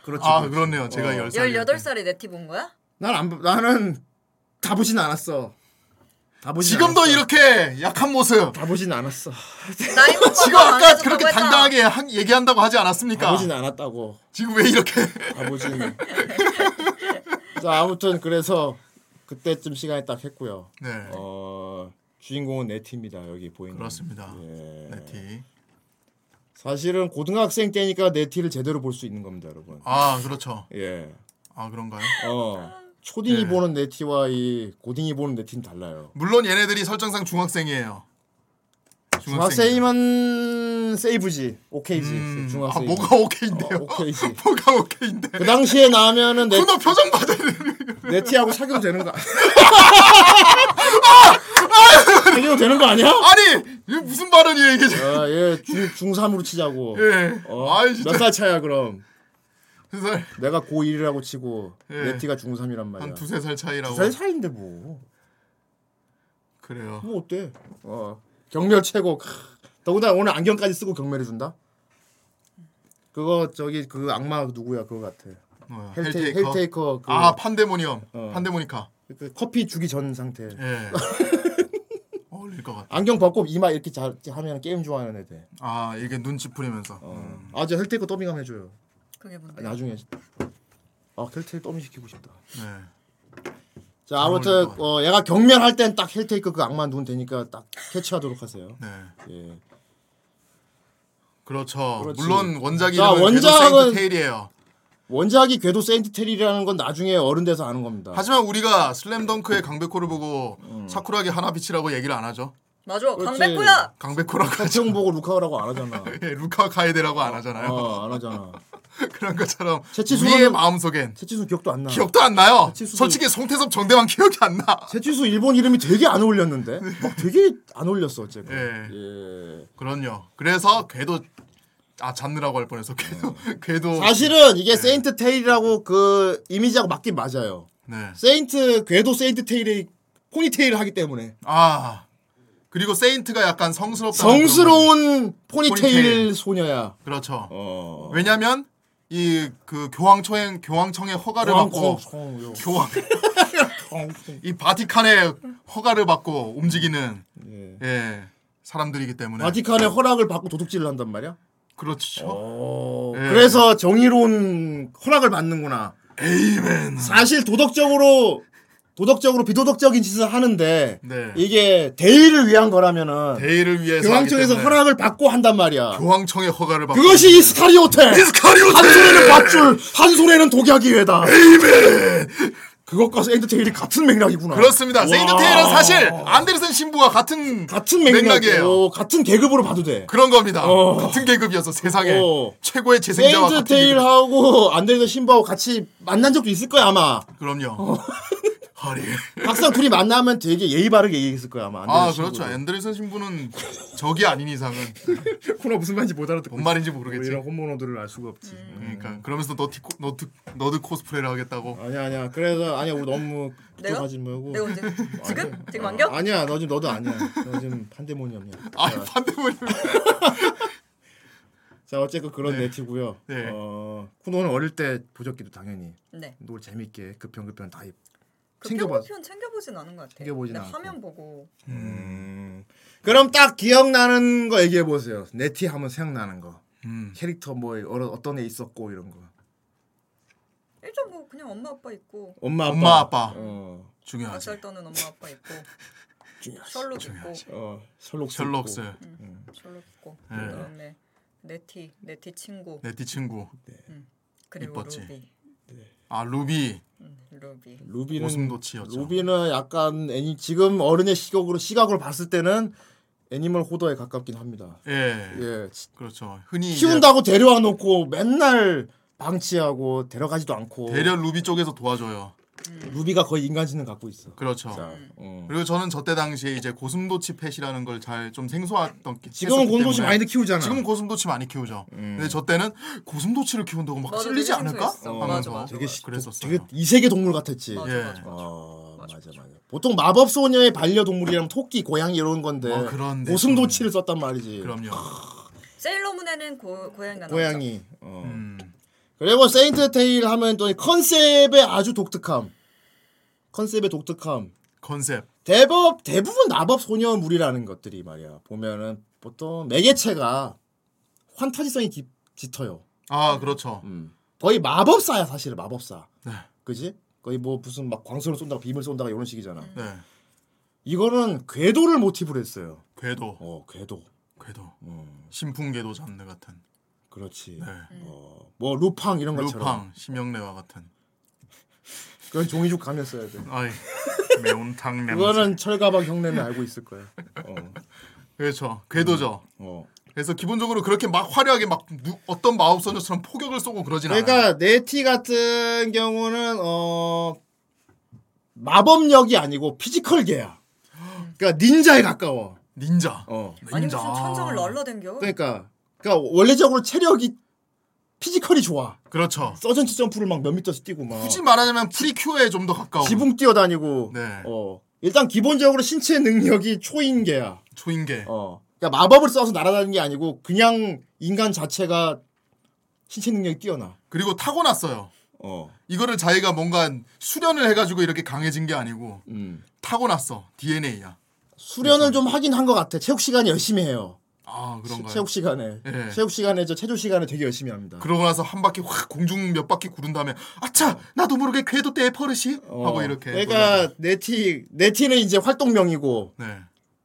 Speaker 1: 그렇지.
Speaker 2: 아, 그렇네요. 제가
Speaker 1: 어.
Speaker 2: 10살.
Speaker 3: 열 여덟 살에 네티 본 거야?
Speaker 1: 난안 나는 다 보진 않았어. 다 보진
Speaker 2: 지금도
Speaker 1: 않았어.
Speaker 2: 이렇게 네, 약한 모습.
Speaker 1: 다 보진 않았어.
Speaker 3: 나이 먹어서
Speaker 2: [laughs] 지금
Speaker 3: 안
Speaker 2: 아까
Speaker 3: 해줬다고
Speaker 2: 그렇게
Speaker 3: 했잖아.
Speaker 2: 당당하게 한- 얘기한다고 하지
Speaker 1: 다
Speaker 2: 않았습니까?
Speaker 1: 보진 않았다고.
Speaker 2: 지금 왜 이렇게
Speaker 1: [laughs] 다 보진. 자 아무튼 그래서 그때쯤 시간이 딱 했고요.
Speaker 2: 네.
Speaker 1: 어 주인공은 네티입니다. 여기 보이는.
Speaker 2: 그렇습니다.
Speaker 1: 예.
Speaker 2: 네티.
Speaker 1: 사실은 고등학생 때니까 네티를 제대로 볼 수 있는 겁니다, 여러분.
Speaker 2: 아, 그렇죠.
Speaker 1: 예.
Speaker 2: 아, 그런가요?
Speaker 1: 어. 초딩이
Speaker 2: 예.
Speaker 1: 보는 네티와 이 고딩이 보는 네티는 달라요.
Speaker 2: 물론 얘네들이 설정상 중학생이에요.
Speaker 1: 중학생이면 세이브지, 오케이지.
Speaker 2: 음, 아,
Speaker 1: 중학생.
Speaker 2: 뭐가 오케이인데요?
Speaker 1: 어, 오케이지.
Speaker 2: [laughs] 뭐가 오케이인데?
Speaker 1: 그 당시에 나면은 네,
Speaker 2: 너 표정 봐도
Speaker 1: 네티하고 사귀도 되는 거. 아니- 사귀도 되는 거 아니야?
Speaker 2: 아, 아니 이게 무슨 발언이에요 이게 지금?
Speaker 1: 아, 예, 중삼으로 치자고.
Speaker 2: 예.
Speaker 1: 어,
Speaker 2: 아이 진짜
Speaker 1: 몇살 차야 그럼?
Speaker 2: 두살한
Speaker 1: 내가 고1이라고 치고
Speaker 2: 예.
Speaker 1: 네티가 중삼이란 말이야.
Speaker 2: 두세 살 차이라고.
Speaker 1: 두살 차인데 뭐.
Speaker 2: 그래요.
Speaker 1: 뭐 어때? 어 경멸 최고. 크. 더군다나 오늘 안경까지 쓰고 경멸해 준다. 그거 저기 그 악마 누구야 그거 같아.
Speaker 2: 뭐야,
Speaker 1: 헬테이,
Speaker 2: 어, 헬테이커.
Speaker 1: 헬테이커 그,
Speaker 2: 아 판데모니엄.
Speaker 1: 어.
Speaker 2: 판데모니카.
Speaker 1: 그 커피 주기 전 상태.
Speaker 2: 예.
Speaker 1: [laughs]
Speaker 2: 어울릴 것 같아.
Speaker 1: 안경 벗고 이마 이렇게 자, 하면 게임 좋아하는 애들. 어.
Speaker 2: 아 이게 눈치 풀이면서. 음.
Speaker 1: 아저 헬테이커 더빙함 해줘요.
Speaker 3: 그게 뭔데?
Speaker 1: 나중에. 아 헬테이 더빙 시키고 싶다.
Speaker 2: 네.
Speaker 1: 자 아무튼 어, 얘가 경멸할 땐 딱 헬테이커 그 악마 눈 되니까 딱 캐치하도록 하세요.
Speaker 2: 네.
Speaker 1: 예.
Speaker 2: 그렇죠.
Speaker 1: 그렇지.
Speaker 2: 물론 원작
Speaker 1: 자,
Speaker 2: 이름은
Speaker 1: 원작은-
Speaker 2: 원작은 테일이에요.
Speaker 1: 원작이 궤도 세인트 테리라는 건 나중에 어른 돼서 아는 겁니다.
Speaker 2: 하지만 우리가 슬램덩크의 강백호를 보고
Speaker 1: 음.
Speaker 2: 사쿠라기 하나비치라고 얘기를 안 하죠.
Speaker 3: 맞아. 어,
Speaker 1: 그렇지.
Speaker 3: 강백호야.
Speaker 2: 강백호라고 하죠.
Speaker 1: 최종 보고 루카오라고 안 하잖아.
Speaker 2: [laughs] 예, 루카 가이데라고 안 하잖아요.
Speaker 1: 어, 안
Speaker 2: [laughs]
Speaker 1: 하잖아.
Speaker 2: 그런 것처럼
Speaker 1: 채치수는-
Speaker 2: 우리의 마음속엔
Speaker 1: 채치수 기억도 안 나.
Speaker 2: 기억도 안 나요.
Speaker 1: 채치수도-
Speaker 2: 솔직히 송태섭 정대만 기억이 안 나.
Speaker 1: 채치수 아, 일본 이름이 되게 안 어울렸는데. 막
Speaker 2: [laughs]
Speaker 1: 되게 안 어울렸어, 어쨌든.
Speaker 2: 예.
Speaker 1: 예.
Speaker 2: 그럼요. 그래서 궤도 아 잡느라고 할 뻔해서 궤도 [laughs] 궤도
Speaker 1: 음. 사실은 이게 세인트 테일이라고 그 이미지하고 맞긴 맞아요.
Speaker 2: 네.
Speaker 1: 세인트 궤도 세인트 테일이 포니테일을 하기 때문에
Speaker 2: 아 그리고 세인트가 약간 성스럽다.
Speaker 1: 정스러운 포니테일,
Speaker 2: 포니테일.
Speaker 1: 소녀야.
Speaker 2: 그렇죠.
Speaker 1: 어.
Speaker 2: 왜냐면 이 그 교황청에 교황청의 허가를 받고 교황 이 바티칸의 허가를 받고 움직이는
Speaker 1: 예.
Speaker 2: 예 사람들이기 때문에
Speaker 1: 바티칸의 허락을 받고 도둑질을 한단 말이야.
Speaker 2: 그렇죠.
Speaker 1: 어,
Speaker 2: 예.
Speaker 1: 그래서 정의로운 허락을 받는구나.
Speaker 2: 에이맨.
Speaker 1: 사실 도덕적으로 도덕적으로 비도덕적인 짓을 하는데
Speaker 2: 네.
Speaker 1: 이게 대의를 위한 거라면은
Speaker 2: 대의를 위해서
Speaker 1: 교황청에서
Speaker 2: 하기 때문에
Speaker 1: 허락을 받고 한단 말이야.
Speaker 2: 교황청의 허가를 받고
Speaker 1: 그것이 이스카리오테.
Speaker 2: 이스카리오테!
Speaker 1: 한 손에는 밧줄, 한 손에는 독약이 회다. 그것과 세인트테일이 같은 맥락이구나.
Speaker 2: 그렇습니다.
Speaker 1: 와.
Speaker 2: 세인트테일은 사실 안데르센 신부와 같은
Speaker 1: 같은
Speaker 2: 맥락이에요.
Speaker 1: 맥락이에요. 어, 같은 계급으로 봐도 돼.
Speaker 2: 그런 겁니다.
Speaker 1: 어.
Speaker 2: 같은 계급이어서 세상에
Speaker 1: 어.
Speaker 2: 최고의 재생자와 같은 계급.
Speaker 1: 세인트테일하고 [laughs] 안데르 신부하고 같이 만난 적도 있을 거야 아마. 어.
Speaker 2: 그럼요. 허리.
Speaker 1: 막상 둘이 만나면 되게 예의 바르게 얘기했을 거야 아마. 안데르
Speaker 2: 아
Speaker 1: 신부도.
Speaker 2: 그렇죠. 앤드레슨 신부는 적이 아닌 이상은
Speaker 1: [laughs] 코너 무슨 말인지 못 알아듣고.
Speaker 2: 뭔 말인지
Speaker 1: 뭐
Speaker 2: 모르겠지.
Speaker 1: 이런 혼모노들을 알 수가 없지. 음.
Speaker 2: 그러니까 그러면서 너티 코- 너드 너드 코스프레를 하겠다고.
Speaker 1: 아니야 아니야. 그래서 아니야
Speaker 3: [laughs]
Speaker 1: 우리 너무
Speaker 3: 내가?
Speaker 1: 그쪽하지 말고.
Speaker 3: 내가 언제 네? 지금 지금
Speaker 1: 어,
Speaker 3: 안경?
Speaker 1: 아니야 너 지금 너도 아니야. 너 지금 판데모니엄이야.
Speaker 2: 아 반대문.
Speaker 1: [laughs] 자 어쨌건 그런 네티고요.
Speaker 2: 네.
Speaker 1: 어, 쿠노는 어릴 때 보셨기도 당연히
Speaker 3: 네.
Speaker 1: 노래 재밌게 급편급편 다 입-
Speaker 3: 그
Speaker 1: 챙겨봤어.
Speaker 3: 편 챙겨보진 않은 것 같아요.
Speaker 1: 챙겨보진
Speaker 3: 근데
Speaker 1: 않고.
Speaker 3: 화면 보고
Speaker 1: 음. 그럼 딱 기억나는 거 얘기해 보세요. 네티 하면 생각나는 거.
Speaker 2: 음.
Speaker 1: 캐릭터 뭐 어려- 어떤 애 있었고 이런 거.
Speaker 3: 일단 뭐 그냥 엄마 아빠 있고
Speaker 1: 엄마 아빠.
Speaker 2: 엄마 아빠
Speaker 1: 어.
Speaker 2: 중요하지.
Speaker 3: 낯설 떠는 엄마 아빠
Speaker 2: [laughs]
Speaker 3: 있고 셜록 있고
Speaker 1: 어. 설록
Speaker 2: 셜록스
Speaker 3: 셜록 있고
Speaker 2: 네.
Speaker 3: 그다음에 네티 네티 친구
Speaker 2: 네티 친구.
Speaker 3: 그리고
Speaker 2: 이뻤지.
Speaker 3: 루비
Speaker 2: 아 루비
Speaker 3: 음, 루비
Speaker 1: 루비는
Speaker 2: 오슴도치였죠.
Speaker 1: 루비는 약간 애니 지금 어른의 시각으로 시각으로 봤을 때는 애니멀 호더에 가깝긴 합니다.
Speaker 2: [laughs] 예.
Speaker 1: 예.
Speaker 2: 그렇죠. 흔히 이제
Speaker 1: 키운다고 데려와 놓고 맨날 방치하고 데려가지도 않고
Speaker 2: 대련 루비 쪽에서 도와줘요.
Speaker 3: 음.
Speaker 1: 루비가 거의 인간신을 갖고 있어.
Speaker 2: 그렇죠.
Speaker 1: 자, 어.
Speaker 2: 그리고 저는 저때 당시에 이제 고슴도치 펫이라는 걸 잘 좀 생소했던 게
Speaker 1: 지금은
Speaker 2: 했었기
Speaker 1: 곤도시
Speaker 2: 때문에
Speaker 1: 많이들 키우잖아. 음.
Speaker 2: 지금은 고슴도치 많이 키우죠. 근데 저 때는 고슴도치를 키운다고 막
Speaker 3: 맞아,
Speaker 2: 찔리지
Speaker 3: 되게
Speaker 2: 않을까
Speaker 3: 생소했어.
Speaker 2: 하면서
Speaker 3: 맞아, 맞아,
Speaker 1: 되게
Speaker 3: 맞아.
Speaker 1: 시-
Speaker 2: 그랬었어요.
Speaker 1: 되게 이세계 동물 같았지.
Speaker 3: 맞아
Speaker 2: 예.
Speaker 3: 맞아 맞아.
Speaker 1: 어, 맞아
Speaker 3: 맞아,
Speaker 1: 맞아. 보통 마법 소녀의 반려 동물이라면 토끼, 고양이 이런 건데
Speaker 2: 어, 그런데
Speaker 1: 고슴도치를 썼단 말이지.
Speaker 2: 그럼요.
Speaker 3: 세일러문에는 고, 고양이가 나오죠.
Speaker 1: 고양이. 어.
Speaker 2: 음.
Speaker 1: 그리고 세인트 테일 하면 또이 컨셉의 아주 독특함. 컨셉의 독특함.
Speaker 2: 컨셉.
Speaker 1: 대법 대부분 마법 소녀물이라는 것들이 말이야. 보면은 보통 매개체가 환타지성이 깊, 짙어요. 음.
Speaker 2: 아 그렇죠.
Speaker 1: 거의 마법사야 사실 마법사.
Speaker 2: 네.
Speaker 1: 그지? 거의 뭐 무슨 막 광선을 쏜다가 빔을 쏜다가 이런 식이잖아.
Speaker 3: 음.
Speaker 2: 네.
Speaker 1: 이거는 궤도를 모티브로 했어요.
Speaker 2: 궤도.
Speaker 1: 어, 궤도.
Speaker 2: 궤도.
Speaker 1: 음,
Speaker 2: 신풍 궤도 장르 같은.
Speaker 1: 그렇지.
Speaker 2: 네.
Speaker 1: 어, 뭐 루팡 이런 것처럼.
Speaker 2: 루팡 심영래와 같은.
Speaker 1: 그건 종이죽 가면 써야 돼. [laughs]
Speaker 2: 아이 매운탕 냄새.
Speaker 1: 그거는 철가방 형네는 알고 있을 거야. 어,
Speaker 2: [laughs] 그렇죠. 궤도죠.
Speaker 1: 어.
Speaker 2: 그래서 기본적으로 그렇게 막 화려하게 막 누, 어떤 마법소녀처럼 포격을 쏘고 그러진 않아요.
Speaker 1: 그러니까 네티 같은 경우는 어 마법력이 아니고 피지컬계야. 그러니까 닌자에 가까워.
Speaker 2: 닌자.
Speaker 1: 어.
Speaker 3: 아니
Speaker 2: 닌자.
Speaker 3: 무슨 천장을
Speaker 1: [laughs]
Speaker 3: 날라댕겨?
Speaker 1: 그러니까 그러니까 원래적으로 체력이 피지컬이 좋아.
Speaker 2: 그렇죠.
Speaker 1: 서전치 점프를 막 몇 미터씩 뛰고 막
Speaker 2: 굳이 말하자면 프리큐어에 좀 더 가까운
Speaker 1: 지붕 뛰어다니고.
Speaker 2: 네.
Speaker 1: 어. 일단 기본적으로 신체 능력이 초인계야.
Speaker 2: 초인계.
Speaker 1: 어. 그러니까 마법을 써서 날아다니는 게 아니고 그냥 인간 자체가 신체 능력이 뛰어나.
Speaker 2: 그리고 타고났어요.
Speaker 1: 어.
Speaker 2: 이거를 자기가 뭔가 수련을 해가지고 이렇게 강해진 게 아니고
Speaker 1: 음.
Speaker 2: 타고났어. DNA야.
Speaker 1: 수련을 좀 하긴 한 것 같아. 체육 시간에 열심히 해요.
Speaker 2: 아 그런가요?
Speaker 1: 체육 시간에.
Speaker 2: 예.
Speaker 1: 체육 시간에 저 체조 시간에 되게 열심히 합니다.
Speaker 2: 그러고 나서 한 바퀴 확 공중 몇 바퀴 구른 다음에 아차 나도 모르게 궤도 때의 버릇이
Speaker 1: 어.
Speaker 2: 하고 이렇게
Speaker 1: 그러니까 네티 네티는 이제 활동명이고
Speaker 2: 돌아가. 네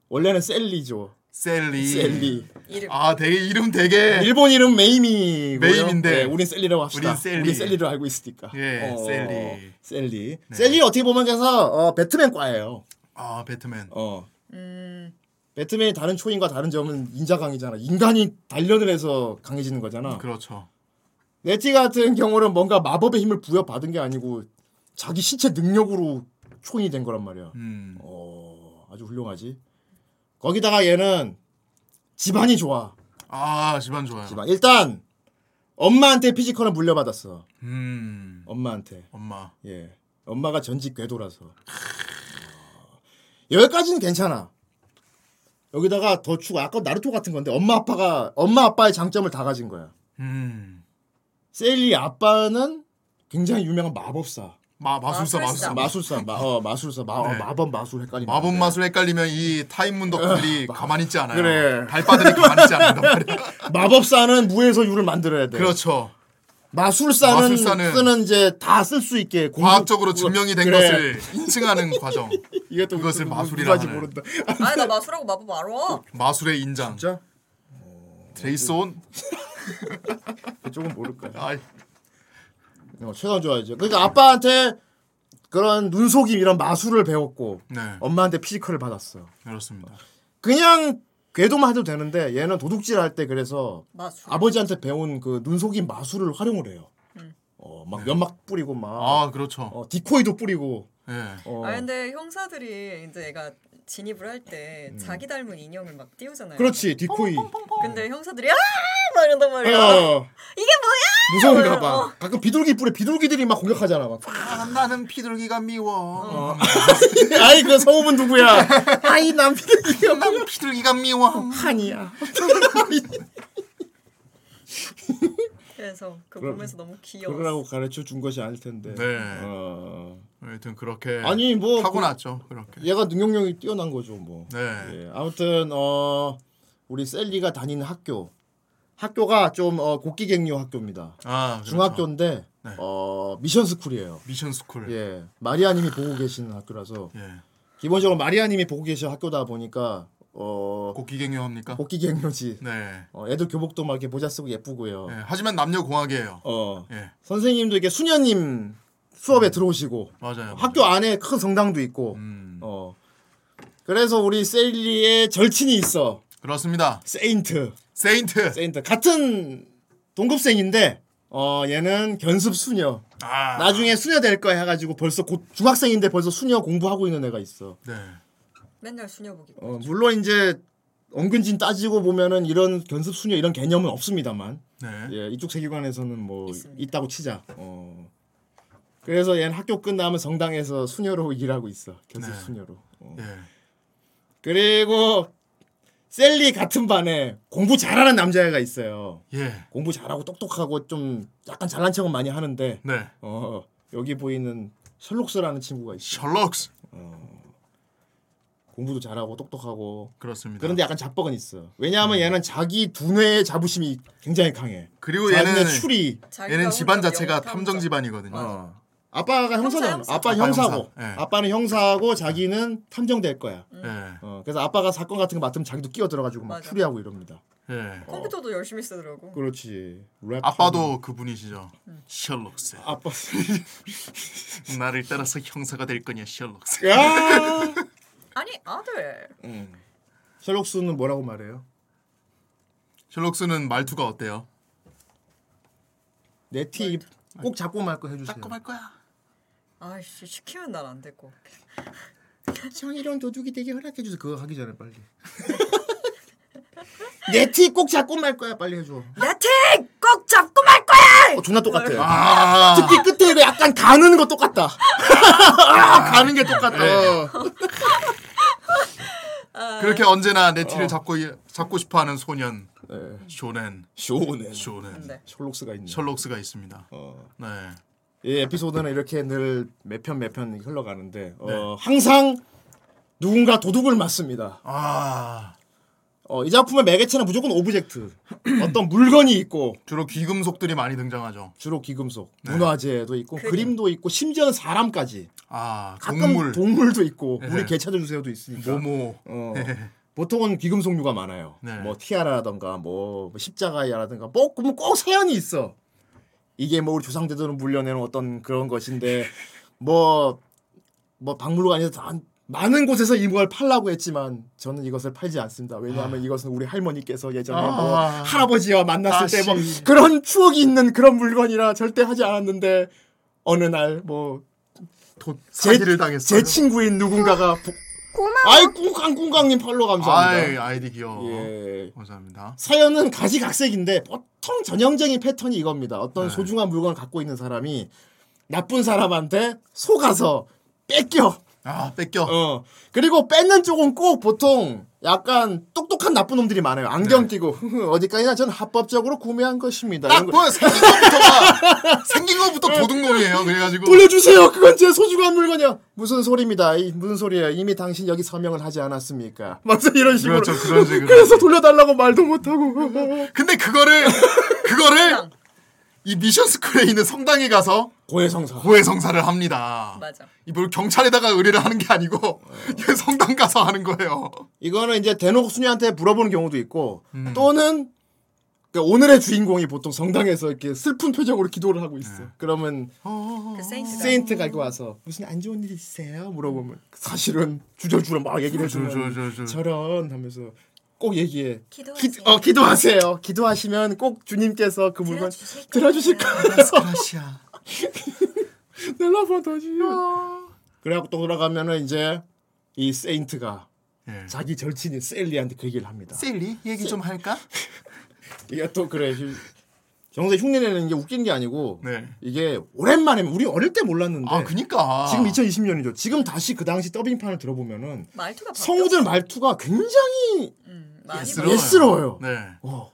Speaker 1: 원래는 셀리죠.
Speaker 2: 셀리
Speaker 1: 셀리.
Speaker 3: 이름
Speaker 2: 아 되게 이름 되게
Speaker 1: 일본 이름 메이미고요.
Speaker 2: 메이미인데.
Speaker 1: 네, 우린 셀리라고 합시다.
Speaker 2: 우린 셀리.
Speaker 1: 로 알고 있으니까. 어,
Speaker 2: 예, 셀리. 네.
Speaker 1: 셀리. 셀리 어떻게 보면 그래서 어, 배트맨과예요.
Speaker 2: 아 배트맨
Speaker 1: 어.
Speaker 3: 음
Speaker 1: 배트맨이 다른 초인과 다른 점은 인자강이잖아. 인간이 단련을 해서 강해지는 거잖아.
Speaker 2: 그렇죠
Speaker 1: 네티 같은 경우는 뭔가 마법의 힘을 부여받은 게 아니고 자기 신체 능력으로 초인이 된 거란 말이야.
Speaker 2: 음
Speaker 1: 어, 아주 훌륭하지. 거기다가 얘는 집안이 좋아.
Speaker 2: 아 집안 좋아요.
Speaker 1: 집안. 일단 엄마한테 피지컬을 물려받았어.
Speaker 2: 음
Speaker 1: 엄마한테.
Speaker 2: 엄마.
Speaker 1: 예. 엄마가 전직 궤도라서. 어, 여기까지는 괜찮아. 여기다가 더 추가. 아까 나루토 같은 건데 엄마 아빠가 엄마 아빠의 장점을 다 가진 거야.
Speaker 2: 음
Speaker 1: 셀리 아빠는 굉장히 유명한 마법사,
Speaker 2: 마 마술사
Speaker 3: 마술사.
Speaker 2: 마술사
Speaker 1: 마술사, 마, 어, 마술사, 마, 어,
Speaker 2: 네.
Speaker 1: 마법 마술 헷갈리면
Speaker 2: 마법
Speaker 1: 안 돼.
Speaker 2: 마술 헷갈리면 이 타임문덕들이 가만히 있지 않아요.
Speaker 1: 그래.
Speaker 2: 발바닥이 가만히 있지 않는단 말이야.
Speaker 1: [laughs] 마법사는 무에서 유를 만들어야 돼.
Speaker 2: 그렇죠.
Speaker 1: 마술사는,
Speaker 2: 마술사는
Speaker 1: 쓰는 이제 다 쓸 수 있게 공부-
Speaker 2: 과학적으로 증명이 된
Speaker 1: 그래.
Speaker 2: 것을 인증하는 과정.
Speaker 1: [laughs] 이것도
Speaker 2: 그것을
Speaker 1: 누-
Speaker 2: 마술이라
Speaker 1: 누가지
Speaker 2: 하네.
Speaker 1: 모른다.
Speaker 3: 아니 나 마술하고 마법 알아.
Speaker 2: 마술의 인장.
Speaker 1: 진짜?
Speaker 2: 드레이스온.
Speaker 1: 그쪽은 모를 거야.
Speaker 2: 아이,
Speaker 1: 어, 최강 좋아야죠. 그러니까 아빠한테 그런 눈속임 이런 마술을 배웠고
Speaker 2: 네.
Speaker 1: 엄마한테 피지컬을 받았어.
Speaker 2: 그렇습니다.
Speaker 1: 그냥 궤도만 해도 되는데 얘는 도둑질 할 때 그래서
Speaker 3: 마술.
Speaker 2: 뭐,
Speaker 1: 아버지한테 배운 그 눈속임 마술을 활용을 해요. 어, 막 연막 뿌리고 막
Speaker 2: 네. 아, 그렇죠.
Speaker 1: 어, 디코이도 뿌리고.
Speaker 2: 예.
Speaker 1: 어.
Speaker 3: 아 근데 형사들이 이제 얘가 진입을 할 때 자기 닮은 인형을 막 띄우잖아요.
Speaker 1: 음. 그렇지 디코이.
Speaker 3: 근데 형사들이 아막 이런단 말이야.
Speaker 1: 어,
Speaker 3: 이게 뭐야?
Speaker 1: 무서운가 봐.
Speaker 3: 어.
Speaker 1: 가끔 비둘기 뿔에 비둘기들이 막 공격하잖아. 막. [laughs]
Speaker 2: 아, 나는 피둘기가 미워.
Speaker 1: 아이 그 성우분 누구야? 어. [laughs] 아이 남 비둘기야.
Speaker 2: 난 피둘기가
Speaker 1: 어,
Speaker 2: 미워.
Speaker 1: 한이야.
Speaker 3: 그래서 그거
Speaker 1: 그럼-
Speaker 3: 보면서 너무 귀여워.
Speaker 1: 그러라고 가르쳐 준 것이 아닐 텐데.
Speaker 2: 네.
Speaker 1: 어.
Speaker 2: 하여튼 그렇게
Speaker 1: 아니 뭐
Speaker 2: 타고났죠. 그렇게.
Speaker 1: 그- 얘가 능력력이 뛰어난 거죠 뭐.
Speaker 2: 네.
Speaker 1: 예, 아무튼 어 우리 셀리가 다니는 학교 학교가 좀 어, 곡기갱료 학교입니다.
Speaker 2: 아, 그렇죠.
Speaker 1: 중학교인데
Speaker 2: 네.
Speaker 1: 어 미션 스쿨이에요.
Speaker 2: 미션 스쿨. 예.
Speaker 1: 예 마리아님이 보고 계시는 학교라서 기본적으로 마리아님이 보고 계시는 학교다 보니까 어
Speaker 2: 곡기갱요 합니까?
Speaker 1: 곡기갱료지.
Speaker 2: 네.
Speaker 1: 어, 애들 교복도 막 이렇게 모자 쓰고 예쁘고요.
Speaker 2: 예. 하지만 남녀 공학이에요.
Speaker 1: 어
Speaker 2: 예. 음.
Speaker 1: 선생님도 이렇게 수녀님 수업에 들어오시고
Speaker 2: 맞아요.
Speaker 1: 학교 안에 큰 성당도 있고
Speaker 2: 음.
Speaker 1: 어 그래서 우리 셀리의 절친이 있어
Speaker 2: 그렇습니다.
Speaker 1: 세인트
Speaker 2: 세인트.
Speaker 1: 세인트 같은 동급생인데 어 얘는 견습 수녀
Speaker 2: 아.
Speaker 1: 나중에 수녀 될 거야 해가지고 벌써 곧 중학생인데 벌써 수녀 공부하고 있는 애가 있어
Speaker 2: 네.
Speaker 3: 맨날 수녀복 입고.
Speaker 1: 어 물론 이제 은근진 따지고 보면은 이런 견습 수녀 이런 개념은 없습니다만
Speaker 2: 네.
Speaker 1: 예 이쪽 세계관에서는 뭐
Speaker 3: 있습니다.
Speaker 1: 있다고 치자 어 그래서 얘는 학교 끝나면 성당에서 수녀로 [laughs] 일하고 있어 견습
Speaker 2: 네.
Speaker 1: 수녀로 어.
Speaker 2: 예.
Speaker 1: 그리고 셀리 같은 반에 공부 잘하는 남자애가 있어요.
Speaker 2: 예.
Speaker 1: 공부 잘하고 똑똑하고 좀 약간 잘난 척은 많이 하는데
Speaker 2: 네.
Speaker 1: 어, 여기 보이는 셜록스라는 친구가 있어.
Speaker 2: 셜록스.
Speaker 1: 공부도 잘하고 똑똑하고
Speaker 2: 그렇습니다. 음.
Speaker 1: 그런데 약간 자뻑은 있어. 왜냐하면 얘는 자기 두뇌의 자부심이 굉장히 강해.
Speaker 2: 그리고
Speaker 1: 자기의
Speaker 2: 얘는
Speaker 1: 추리.
Speaker 3: 자기가
Speaker 2: 얘는 집안
Speaker 3: 혼자
Speaker 2: 자체가
Speaker 3: 영어
Speaker 2: 탐정 집안이거든요.
Speaker 1: 어. 아빠가
Speaker 3: 형사,
Speaker 1: 형사잖아.
Speaker 3: 형사.
Speaker 1: 아빠
Speaker 2: 아빠
Speaker 1: 형사고.
Speaker 2: 형사. 예.
Speaker 1: 아빠는 형사고 자기는 탐정 될 거야.
Speaker 2: 예.
Speaker 1: 어, 그래서 아빠가 사건 같은 거 맡으면 자기도 끼어들어가지고
Speaker 3: 음.
Speaker 1: 막
Speaker 3: 맞아.
Speaker 1: 추리하고 이럽니다.
Speaker 2: 예.
Speaker 3: 컴퓨터도 열심히 쓰더라고.
Speaker 1: 어. 그렇지. 랩
Speaker 2: 아빠도 그분이시죠. [laughs]
Speaker 3: 음.
Speaker 2: 셜록스.
Speaker 1: 아빠.
Speaker 2: 나를 따라서 형사가 될 거냐, 셜록스.
Speaker 1: 야.
Speaker 3: [laughs] 아니 아들.
Speaker 2: 음.
Speaker 1: 셜록스는 뭐라고 말해요?
Speaker 2: 셜록스는 말투가 어때요?
Speaker 1: 내티꼭 잡고 말 거 해주세요.
Speaker 2: 거야.
Speaker 3: 아이씨 시키면 난 안 되고.
Speaker 1: 성희롱 도둑이 되게 허락해 주세요. 그거 하기 전에 빨리. [laughs] 내티꼭 잡고 말 거야 빨리 해줘.
Speaker 3: 나팅 꼭 잡고 말 거야.
Speaker 1: 어, 존나 똑같아.
Speaker 2: 아.
Speaker 1: 특히 끝에 그 약간 가는 거 똑같다. 아, 가는 게 똑같다.
Speaker 2: 네.
Speaker 3: 아.
Speaker 2: 그렇게 언제나 내
Speaker 1: 어.
Speaker 2: 티를 잡고 잡고 싶어 하는 소년
Speaker 1: 네.
Speaker 2: 쇼넨
Speaker 1: 쇼네.
Speaker 2: 쇼넨
Speaker 3: 네.
Speaker 1: 셜록스가 있네.
Speaker 2: 셜록스가 있습니다.
Speaker 1: 어.
Speaker 2: 네.
Speaker 1: 이 에피소드는 이렇게 늘 몇 편 몇 편 흘러가는데
Speaker 2: 네.
Speaker 1: 어, 항상 누군가 도둑을 맞습니다.
Speaker 2: 아
Speaker 1: 어, 이 작품의 매개체는 무조건 오브젝트. [clears throat] 어떤 물건이 있고
Speaker 2: 주로 귀금속들이 많이 등장하죠. 네.
Speaker 1: 주로 귀금속, 문화재도 있고 그림. 도 있고 심지어는 사람까지.
Speaker 2: 아
Speaker 1: 가끔
Speaker 2: 동물
Speaker 1: 동물도 있고
Speaker 2: 예.
Speaker 1: 우리 개 찾아주세요도 있으니까.
Speaker 2: 모모 [laughs]
Speaker 1: 어, 보통은 귀금속류가 많아요.
Speaker 2: 네.
Speaker 1: 뭐 티아라라든가 뭐뭐 십자가야라든가 뭐 그러면 꼭 사연이 있어. 이게 뭐 우리 조상제도는 물려내는 어떤 그런
Speaker 2: [laughs]
Speaker 1: 것인데 뭐 뭐 박물관에서 다 많은 곳에서 이걸 팔라고 했지만 저는 이것을 팔지 않습니다. 왜냐하면 이것은 우리 할머니께서 예전에 뭐
Speaker 2: 아.
Speaker 1: 할아버지와 만났을 때 뭐
Speaker 2: 다시.
Speaker 1: 그런 추억이 있는 그런 물건이라 절대 하지 않았는데 어느 날뭐
Speaker 2: 도,
Speaker 1: 제-
Speaker 2: 사기를 당했어요.
Speaker 1: 제 친구인 누군가가 부...
Speaker 8: 고마워.
Speaker 1: 아이 꿍깡 꿍깡님 팔로
Speaker 2: 아이
Speaker 1: 감사합니다.
Speaker 2: 아이디 귀여워.
Speaker 1: 예.
Speaker 2: 감사합니다.
Speaker 1: 사연은 가지각색인데 보통 전형적인 패턴이 이겁니다. 어떤
Speaker 2: 네.
Speaker 1: 소중한 물건을 갖고 있는 사람이 나쁜 사람한테 속아서 뺏겨.
Speaker 2: 아 뺏겨.
Speaker 1: 어. 그리고 뺏는 쪽은 꼭 보통 약간 똑똑한 나쁜 놈들이 많아요. 안경 끼고 [laughs] "흐흐, 어디까지나 저는 합법적으로 구매한 것입니다.
Speaker 2: 네. 딱
Speaker 1: 이런 거
Speaker 2: 보여 생긴 것부터가 생긴 것부터 도둑놈이에요. 그래가지고
Speaker 1: 돌려주세요. 그건 제 소중한 물건이야. 무슨 소리입니다. 이, 무슨 소리예요? 이미 당신 여기 서명을 하지 않았습니까? 막 이런 식으로.
Speaker 2: 그렇죠 그런 식으로.
Speaker 1: 그래서 돌려달라고 말도 못하고
Speaker 2: 근데 그거를 그거를 이 미션 스쿨에 있는 성당에 가서
Speaker 1: 고해성사.
Speaker 2: 고해 성사를 합니다.
Speaker 3: 맞아.
Speaker 2: 이뭘 경찰에다가 의뢰를 하는 게 아니고 이거 성당 가서 하는 거예요.
Speaker 1: 어. 이거는 이제 대놓고 수녀한테 물어보는 경우도 있고
Speaker 2: 음.
Speaker 1: 또는 그 오늘의 주인공이 보통 성당에서 이렇게 슬픈 표정으로 기도를 하고 있어.
Speaker 2: 음.
Speaker 1: 그러면
Speaker 3: 그 세인트가
Speaker 1: 세인트 가고 와서 무슨 안 좋은 일 있으세요? 물어보면 사실은 주절주절 막 얘기를 해주면 저런 하면서 꼭 얘기해. 기,
Speaker 3: 기도하지.
Speaker 1: 어 기도하세요. 기도하시면 꼭 주님께서 그 물건
Speaker 3: 들어주실
Speaker 1: 들어주실 거라서. [laughs] 아, 넬라바다지. 그래갖고 또 돌아가면은 이제 이 세인트가
Speaker 2: 예.
Speaker 1: 자기 절친인 셀리한테 그 얘기를 합니다.
Speaker 2: 셀리 얘기 좀 할까?
Speaker 1: 이게 또 그래. 휴- 정세 흉내내는 게 웃긴 게 아니고
Speaker 2: 네.
Speaker 1: 이게 오랜만에 우리 어릴 때 몰랐는데
Speaker 2: 아 그니까
Speaker 1: 지금 2020년이죠. 지금 다시 그 당시 더빙판을 들어보면은
Speaker 3: 말투가 바뀌었어.
Speaker 1: 성우들 말투가 굉장히
Speaker 3: 음, 많이
Speaker 2: 예스러워요.
Speaker 1: 뭐 예스러워요.
Speaker 2: 네.
Speaker 1: 어.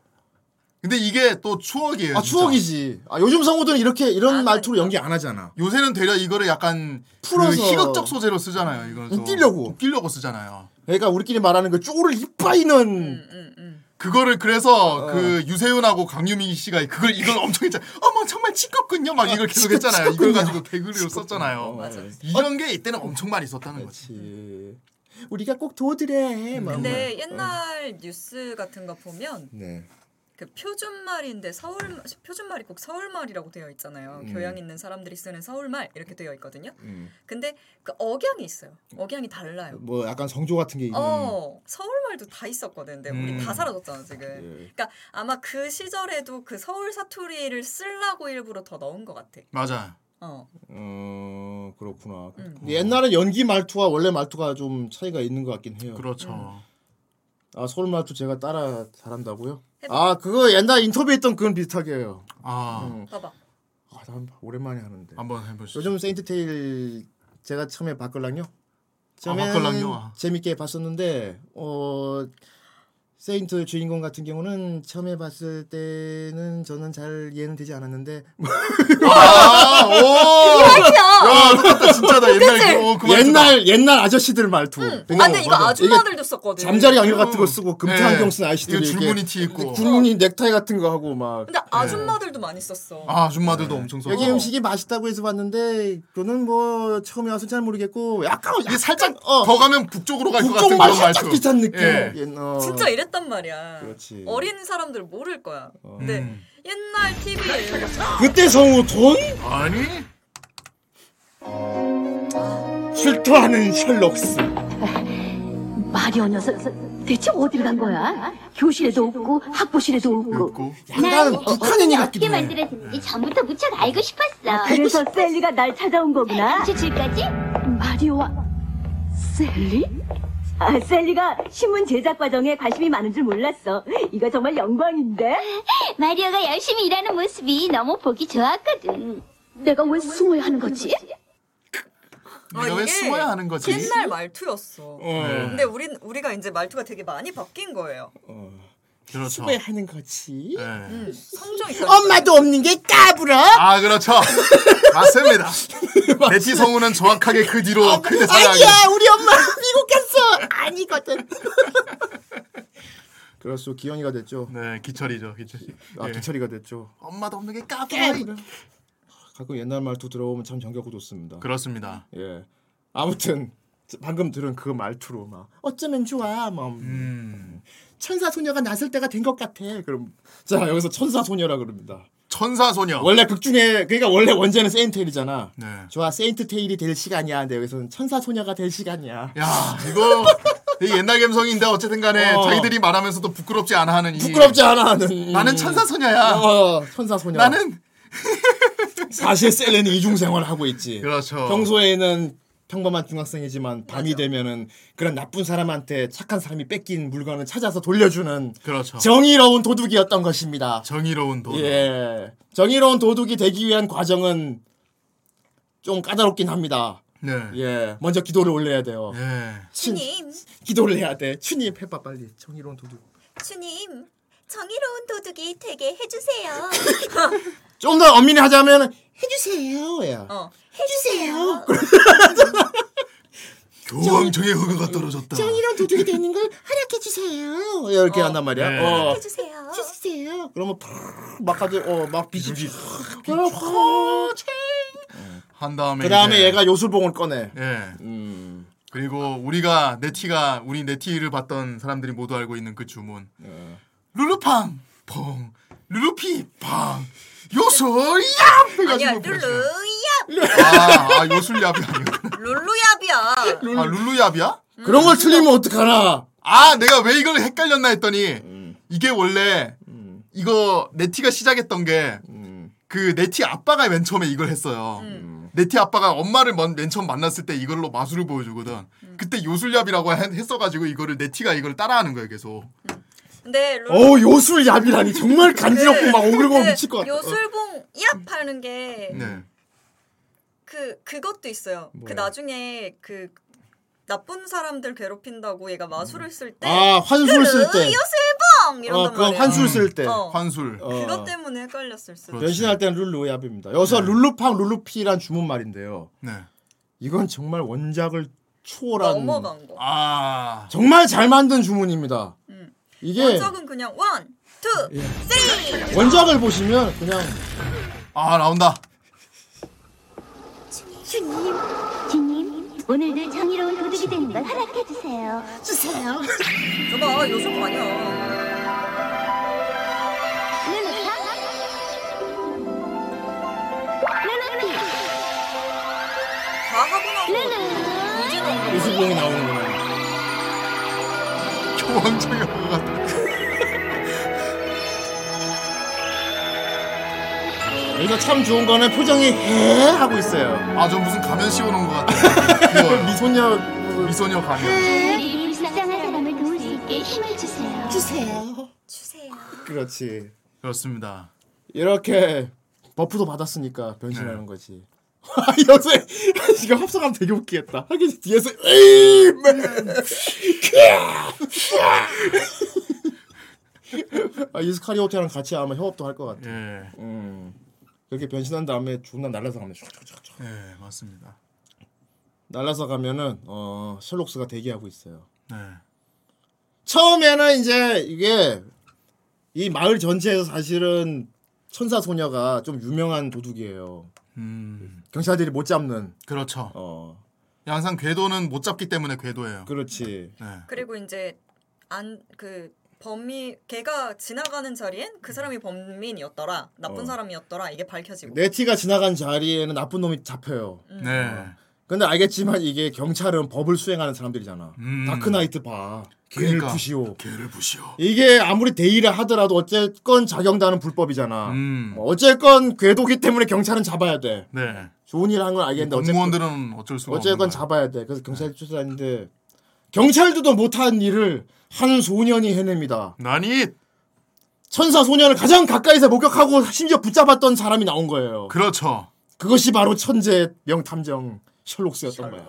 Speaker 2: 근데 이게 또 추억이에요.
Speaker 1: 아
Speaker 2: 진짜.
Speaker 1: 추억이지. 아 요즘 성우들은 이렇게 이런
Speaker 3: 안
Speaker 1: 말투로
Speaker 3: 하니까.
Speaker 1: 연기 안 하잖아.
Speaker 2: 요새는 되려 이거를 약간 풀어서
Speaker 1: 풀어서.
Speaker 2: 그 희극적 소재로 쓰잖아요. 이걸 또.
Speaker 1: 웃기려고.
Speaker 2: 웃기려고 쓰잖아요.
Speaker 1: 음. 그러니까 우리끼리 말하는 그 쪼를 이빠이는 어.
Speaker 3: 음, 음.
Speaker 2: 그거를 그래서 그 유세윤하고 강유미 씨가 그걸 이걸 엄청 했잖아요. 어머 정말 치겁군요. 막 이걸 계속 했잖아요.
Speaker 1: 치겁군요.
Speaker 2: 이걸 가지고 개그리로 썼잖아요. 이런 게 이때는 엄청 많이 있었다는 거지.
Speaker 1: 그렇지. 우리가 꼭 도와드려야 해. 뭐
Speaker 2: 음.
Speaker 1: 막.
Speaker 3: 근데 옛날 뉴스 같은 거 보면
Speaker 1: 어. 네.
Speaker 3: 그 표준말인데 서울 표준말이 꼭 서울말이라고 되어 있잖아요.
Speaker 1: 음.
Speaker 3: 교양 있는 사람들이 쓰는 서울말 이렇게 되어 있거든요. 근데 그 억양이 있어요. 억양이 달라요.
Speaker 1: 뭐 약간 성조 같은 게 있는.
Speaker 3: 어 서울말도 다 있었거든. 근데 우리
Speaker 1: 음.
Speaker 3: 다 사라졌잖아 지금.
Speaker 1: 예.
Speaker 3: 그러니까 아마 그 시절에도 그 서울 사투리를 쓰려고 일부러 더 넣은 것 같아.
Speaker 2: 맞아.
Speaker 3: 어
Speaker 1: 네. 어 그렇구나.
Speaker 3: 음.
Speaker 1: 근데 옛날에 연기 말투와 원래 말투가 좀 차이가 있는 것 같긴 해요. 음.
Speaker 2: 그렇죠.
Speaker 1: 아 서울 말투 제가 따라 잘한다고요? 아 그거 옛날 인터뷰했던 그건 비슷하게요.
Speaker 2: 아
Speaker 1: 음.
Speaker 3: 봐봐.
Speaker 1: 아, 난 오랜만에 하는데.
Speaker 2: 한번 해보시죠.
Speaker 1: 요즘 세인트테일 제가 처음에 봤걸랑요.
Speaker 2: 봤걸랑요? 아.
Speaker 1: 재밌게 봤었는데 어 세인트 주인공 같은 경우는 처음에 봤을 때는 저는 잘 이해는 되지 않았는데
Speaker 2: 아, 오! 야, 똑같다, 진짜다. 옛날, 그, 어, 그 말투다.
Speaker 1: 옛날 옛날 아저씨들 말투.
Speaker 3: 아
Speaker 2: 맞아,
Speaker 3: 근데 이거
Speaker 2: 맞아.
Speaker 3: 아줌마들도 썼거든.
Speaker 1: 잠자리 안경 같은 거 쓰고 금태
Speaker 2: 네.
Speaker 1: 안경 쓴
Speaker 2: 이거
Speaker 1: 아저씨들이
Speaker 2: 줄무늬 티 입고.
Speaker 1: 줄무늬 넥타이 같은 거 하고 막
Speaker 3: 근데 아줌마들도 많이 썼어.
Speaker 2: 아, 아줌마들도 엄청 써.
Speaker 1: 네. 여기 음식이 맛있다고 해서 봤는데 저는 뭐 처음에 와서 잘 모르겠고 약간
Speaker 2: 이게 살짝
Speaker 1: 어.
Speaker 2: 더 가면 북쪽으로 갈 것 같은
Speaker 1: 국종
Speaker 2: 그런
Speaker 1: 맛이
Speaker 2: 말투.
Speaker 1: 딱 비슷한 느낌.
Speaker 2: 예.
Speaker 1: 옛- 어.
Speaker 3: 진짜 이랬단 말이야.
Speaker 1: 그렇지. 어.
Speaker 3: 어린 사람들 모를 거야.
Speaker 2: 음.
Speaker 3: 근데 옛날 TV에
Speaker 1: 그때 성우 돈
Speaker 2: 아니?
Speaker 1: 출토하는 셜록스.
Speaker 9: 마리오 녀석 대체 어디로 간 거야? 교실에도 없고 학부실에도 없고
Speaker 2: 없고.
Speaker 1: 약간 북한인이
Speaker 6: 어떻게
Speaker 1: 같기도 해.
Speaker 6: 만들어졌는지 전부터 무척 알고 싶었어.
Speaker 9: 그래서 셀리가 날 찾아온 거구나
Speaker 6: 주칠까지?
Speaker 9: 마리오와 셀리? 아, 셀리가 신문 제작 과정에 관심이 많은 줄 몰랐어 이거 정말 영광인데
Speaker 6: 마리오가 열심히 일하는 모습이 너무 보기 좋았거든.
Speaker 9: 내가 왜 숨어야 하는 거지?
Speaker 2: 네가 왜 숨어야 하는 거지?
Speaker 3: 아, 옛날 말투였어.
Speaker 2: 네.
Speaker 3: 근데 우린 우리가 이제 말투가 되게 많이 바뀐 거예요.
Speaker 1: 어.
Speaker 2: 그렇죠.
Speaker 1: 왜 하는 거지?
Speaker 2: 네.
Speaker 3: 성정이
Speaker 1: 엄마도 없는 게 까불어.
Speaker 2: 아, 그렇죠.
Speaker 1: [laughs]
Speaker 2: 맞습니다. 베티 성우는 정확하게 그 뒤로 그 대사를 하게.
Speaker 1: 아, 아니야, 우리 엄마 미국 갔어. 아니거든. 그래서 기현이가 됐죠.
Speaker 2: 네, 기철이죠, 기철이.
Speaker 1: 아
Speaker 2: 예.
Speaker 1: 기철이가 됐죠.
Speaker 2: 엄마도 없는 게
Speaker 1: 아,
Speaker 2: 까불어.
Speaker 1: 가끔 옛날 말투 들어보면 참 정겹고 좋습니다.
Speaker 2: 그렇습니다.
Speaker 1: 예. 아무튼 방금 들은 그 말투로 막 어쩌면 좋아, 막
Speaker 2: 음.
Speaker 1: 천사 소녀가 나설 때가 된 것 같아. 그럼 자 여기서 천사 소녀라 그럽니다.
Speaker 2: 천사소녀.
Speaker 1: 원래 극 중에 그러니까 원래 원제는 세인테일이잖아.
Speaker 2: 네.
Speaker 1: 좋아 세인트 테일이 될 시간이야. 근데 여기서는 천사 소녀가 될 시간이야.
Speaker 2: 야, 이거 되게 옛날 감성인데 어쨌든 간에
Speaker 1: 어.
Speaker 2: 자기들이 말하면서도 부끄럽지 않아 하는 이
Speaker 1: 부끄럽지 않아. 는
Speaker 2: 예. 나는 천사소녀야.
Speaker 1: 어, 천사 소녀.
Speaker 2: 나는
Speaker 1: [laughs] 사실 셀레는 이중 생활을 하고 있지.
Speaker 2: 그렇죠.
Speaker 1: 평소에는 평범한 중학생이지만 밤이 되면은 그런 나쁜 사람한테 착한 사람이 뺏긴 물건을 찾아서 돌려주는
Speaker 2: 그렇죠.
Speaker 1: 정의로운 도둑이었던 것입니다.
Speaker 2: 정의로운 돈.
Speaker 1: 예. 정의로운 도둑이 되기 위한 과정은 좀 까다롭긴 합니다.
Speaker 2: 네.
Speaker 1: 예, 먼저 기도를 올려야 돼요.
Speaker 2: 예.
Speaker 1: 신-
Speaker 3: 주님,
Speaker 1: 기도를 해야 돼. 주님 해봐 빨리. 정의로운 도둑.
Speaker 3: 주님, 정의로운 도둑이 되게 해주세요.
Speaker 1: 좀 더 엄밀히 하자면 해주세요. 야.
Speaker 3: 어, 해주세요.
Speaker 2: 교황청의 허가가 떨어졌다.
Speaker 1: 정의로운 도둑이 되는 걸 허락해 주세요. 이렇게
Speaker 3: 어.
Speaker 1: 한단 말이야.
Speaker 2: 네.
Speaker 1: 어.
Speaker 3: 해주세요.
Speaker 1: 해주세요. 그러면 팍막 가지 어막 비집이. 그럼 확.
Speaker 2: 한 다음에
Speaker 1: 그다음에
Speaker 2: 이제-
Speaker 1: 얘가 요술봉을 꺼내.
Speaker 2: 예.
Speaker 1: 음.
Speaker 2: 그리고 우리가 네티가 우리 네티를 봤던 사람들이 모두 알고 있는 그 주문.
Speaker 1: 예.
Speaker 2: 룰루팡 펑 루루피 팡 요술야
Speaker 3: 아니야, 룰루야,
Speaker 2: 아, 아 요술야비 아니야
Speaker 3: 룰루야비야.
Speaker 2: 아 룰루야비야
Speaker 1: 그런 걸 틀리면 어떡하나?
Speaker 2: 아 내가 왜 이걸 헷갈렸나 했더니 이게 원래
Speaker 1: 음.
Speaker 2: 이거 네티가 시작했던 게 그
Speaker 1: 음.
Speaker 2: 네티 아빠가 맨 처음에 이걸 했어요 네티 아빠가 엄마를 먼- 맨 처음 만났을 때 이걸로 마술을 보여주거든 그때 요술야비라고 했- 했어가지고 이거를 네티가 이걸 따라하는 거예요 계속
Speaker 3: 근데 룰루
Speaker 1: 어 요술야비라니 정말 간지럽고 막 오글거리고
Speaker 3: 그
Speaker 1: 미칠 것 같아. 어.
Speaker 3: 요술봉 얍 하는 게
Speaker 2: 네
Speaker 3: 그 그것도 있어요. 그
Speaker 1: 뭐예요?
Speaker 3: 나중에 그 나쁜 사람들 괴롭힌다고 얘가 마술을 쓸 때
Speaker 1: 아 환술 쓸 때.
Speaker 3: 요술봉 이런단
Speaker 1: 어 그건
Speaker 3: 말이에요.
Speaker 1: 환술 쓸 때.
Speaker 3: 어.
Speaker 2: 환술
Speaker 1: 어.
Speaker 3: 그것 때문에 헷갈렸을 수도.
Speaker 2: 그렇지.
Speaker 1: 변신할 때는 룰루야비입니다. 여기서 룰루팡 룰루피란 주문말인데요.
Speaker 2: 네
Speaker 1: 이건 정말 원작을 초월한
Speaker 3: 넘어간 거.
Speaker 2: 아
Speaker 1: 정말 잘 만든 주문입니다.
Speaker 3: 음.
Speaker 1: 이게 예.
Speaker 3: 원작은 그냥 원, 투, 쓰리.
Speaker 1: 원작을 보시면 그냥
Speaker 2: 아, 나온다
Speaker 6: 주님, 주님, 오늘도 정의로운 도둑이 되는 걸 허락해 주세요.
Speaker 3: 저봐 요술봉 아니야. 다 하고 나서 이제 넘어.
Speaker 1: [laughs] 요술봉이 나오는 거예요.
Speaker 2: 교황청의 허가가
Speaker 1: 여기서 아, 참 좋은 거는 표정이 해 하고 있어요.
Speaker 2: 아, 저 무슨 가면 씌워놓은
Speaker 1: [laughs]
Speaker 2: 것 같아요.
Speaker 1: 미소녀
Speaker 2: 미소, 미소녀 가면.
Speaker 6: 우리 불쌍한 사람을 도울 수 있게 힘을 주세요.
Speaker 1: 주세요.
Speaker 3: 주세요.
Speaker 1: 그렇지.
Speaker 2: 그렇습니다.
Speaker 1: 이렇게 버프도 받았으니까 변신하는
Speaker 2: 네.
Speaker 1: 거지. [laughs] 요새 지금 합성하면 되게 웃기겠다. 하긴 뒤에서 에이 막
Speaker 2: 음.
Speaker 1: [laughs] 아, 이스카리오테랑 같이 아마 협업도 할 것 같아.
Speaker 2: 예,
Speaker 1: 음. 그렇게 변신한 다음에 존나 날라서 가면 촥촥촥촥.
Speaker 2: 예, 맞습니다.
Speaker 1: 날라서 가면은 어 셜록스가 대기하고 있어요.
Speaker 2: 네,
Speaker 1: 처음에는 이제 이게 이 마을 전체에서 사실은 천사 소녀가 좀 유명한 도둑이에요.
Speaker 2: 음,
Speaker 1: 경찰들이 못 잡는.
Speaker 2: 그렇죠.
Speaker 1: 어,
Speaker 2: 항상 궤도는 못 잡기 때문에 궤도예요.
Speaker 1: 그렇지.
Speaker 2: 네,
Speaker 3: 그리고 이제 안 그 범인 걔가 지나가는 자리엔 그 사람이 범인이었더라 나쁜
Speaker 1: 어.
Speaker 3: 사람이었더라 이게 밝혀지고
Speaker 1: 네티가 지나간 자리에는 나쁜 놈이 잡혀요.
Speaker 2: 네,
Speaker 1: 근데 알겠지만 이게 경찰은 법을 수행하는 사람들이잖아.
Speaker 2: 음.
Speaker 1: 다크나이트 봐. 개를
Speaker 2: 그러니까.
Speaker 1: 푸시오.
Speaker 2: 개를 부시오.
Speaker 1: 이게 아무리 대의를 하더라도 어쨌건 자경단은 불법이잖아.
Speaker 2: 음.
Speaker 1: 뭐 어쨌건 궤도기 때문에 경찰은 잡아야 돼.
Speaker 2: 네,
Speaker 1: 좋은 일 한 건 알겠는데 어쨌건
Speaker 2: 공무원들은 어쩔 수가 없는 네.
Speaker 1: 어쨌건 잡아야 돼. 그래서 경찰 조사했는데 경찰들도 못한 일을 한 소년이 해냅니다.
Speaker 2: 난이
Speaker 1: 천사 소년을 가장 가까이서 목격하고 심지어 붙잡았던 사람이 나온 거예요.
Speaker 2: 그렇죠.
Speaker 1: 그것이 바로 천재 명탐정 셜록스였던 거야.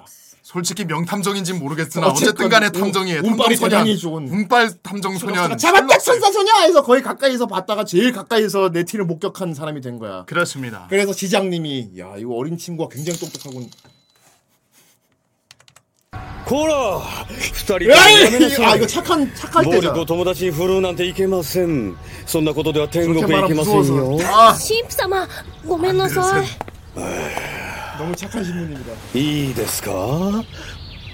Speaker 2: 솔직히 명탐정인지 모르겠으나 어쨌든
Speaker 1: 어쨌건
Speaker 2: 간에
Speaker 1: 운-
Speaker 2: 탐정이에요.
Speaker 1: 운빨이
Speaker 2: 탐정
Speaker 1: 대단히
Speaker 2: 소년.
Speaker 1: 좋은.
Speaker 2: 운빨 탐정 소년. 네.
Speaker 1: 잡았다
Speaker 2: 셜록스.
Speaker 1: 그렇죠. 천사 소년 해서 거의 가까이서 봤다가 제일 가까이서 내 티를 목격한 사람이 된 거야.
Speaker 2: 그렇습니다.
Speaker 1: 그래서 지장님이 야 이거 어린 친구가 굉장히 똑똑하군.
Speaker 10: こら二人ともやめなさい
Speaker 1: 아 이거 착한 착할
Speaker 10: 暴
Speaker 1: 때잖아.
Speaker 10: 力を友達に振るうなんていけませんそんなことでは天国へ行けませんよ
Speaker 2: 아,
Speaker 11: 神父様ごめんなさい
Speaker 1: 너무 착한 신문입니다.
Speaker 10: いいですか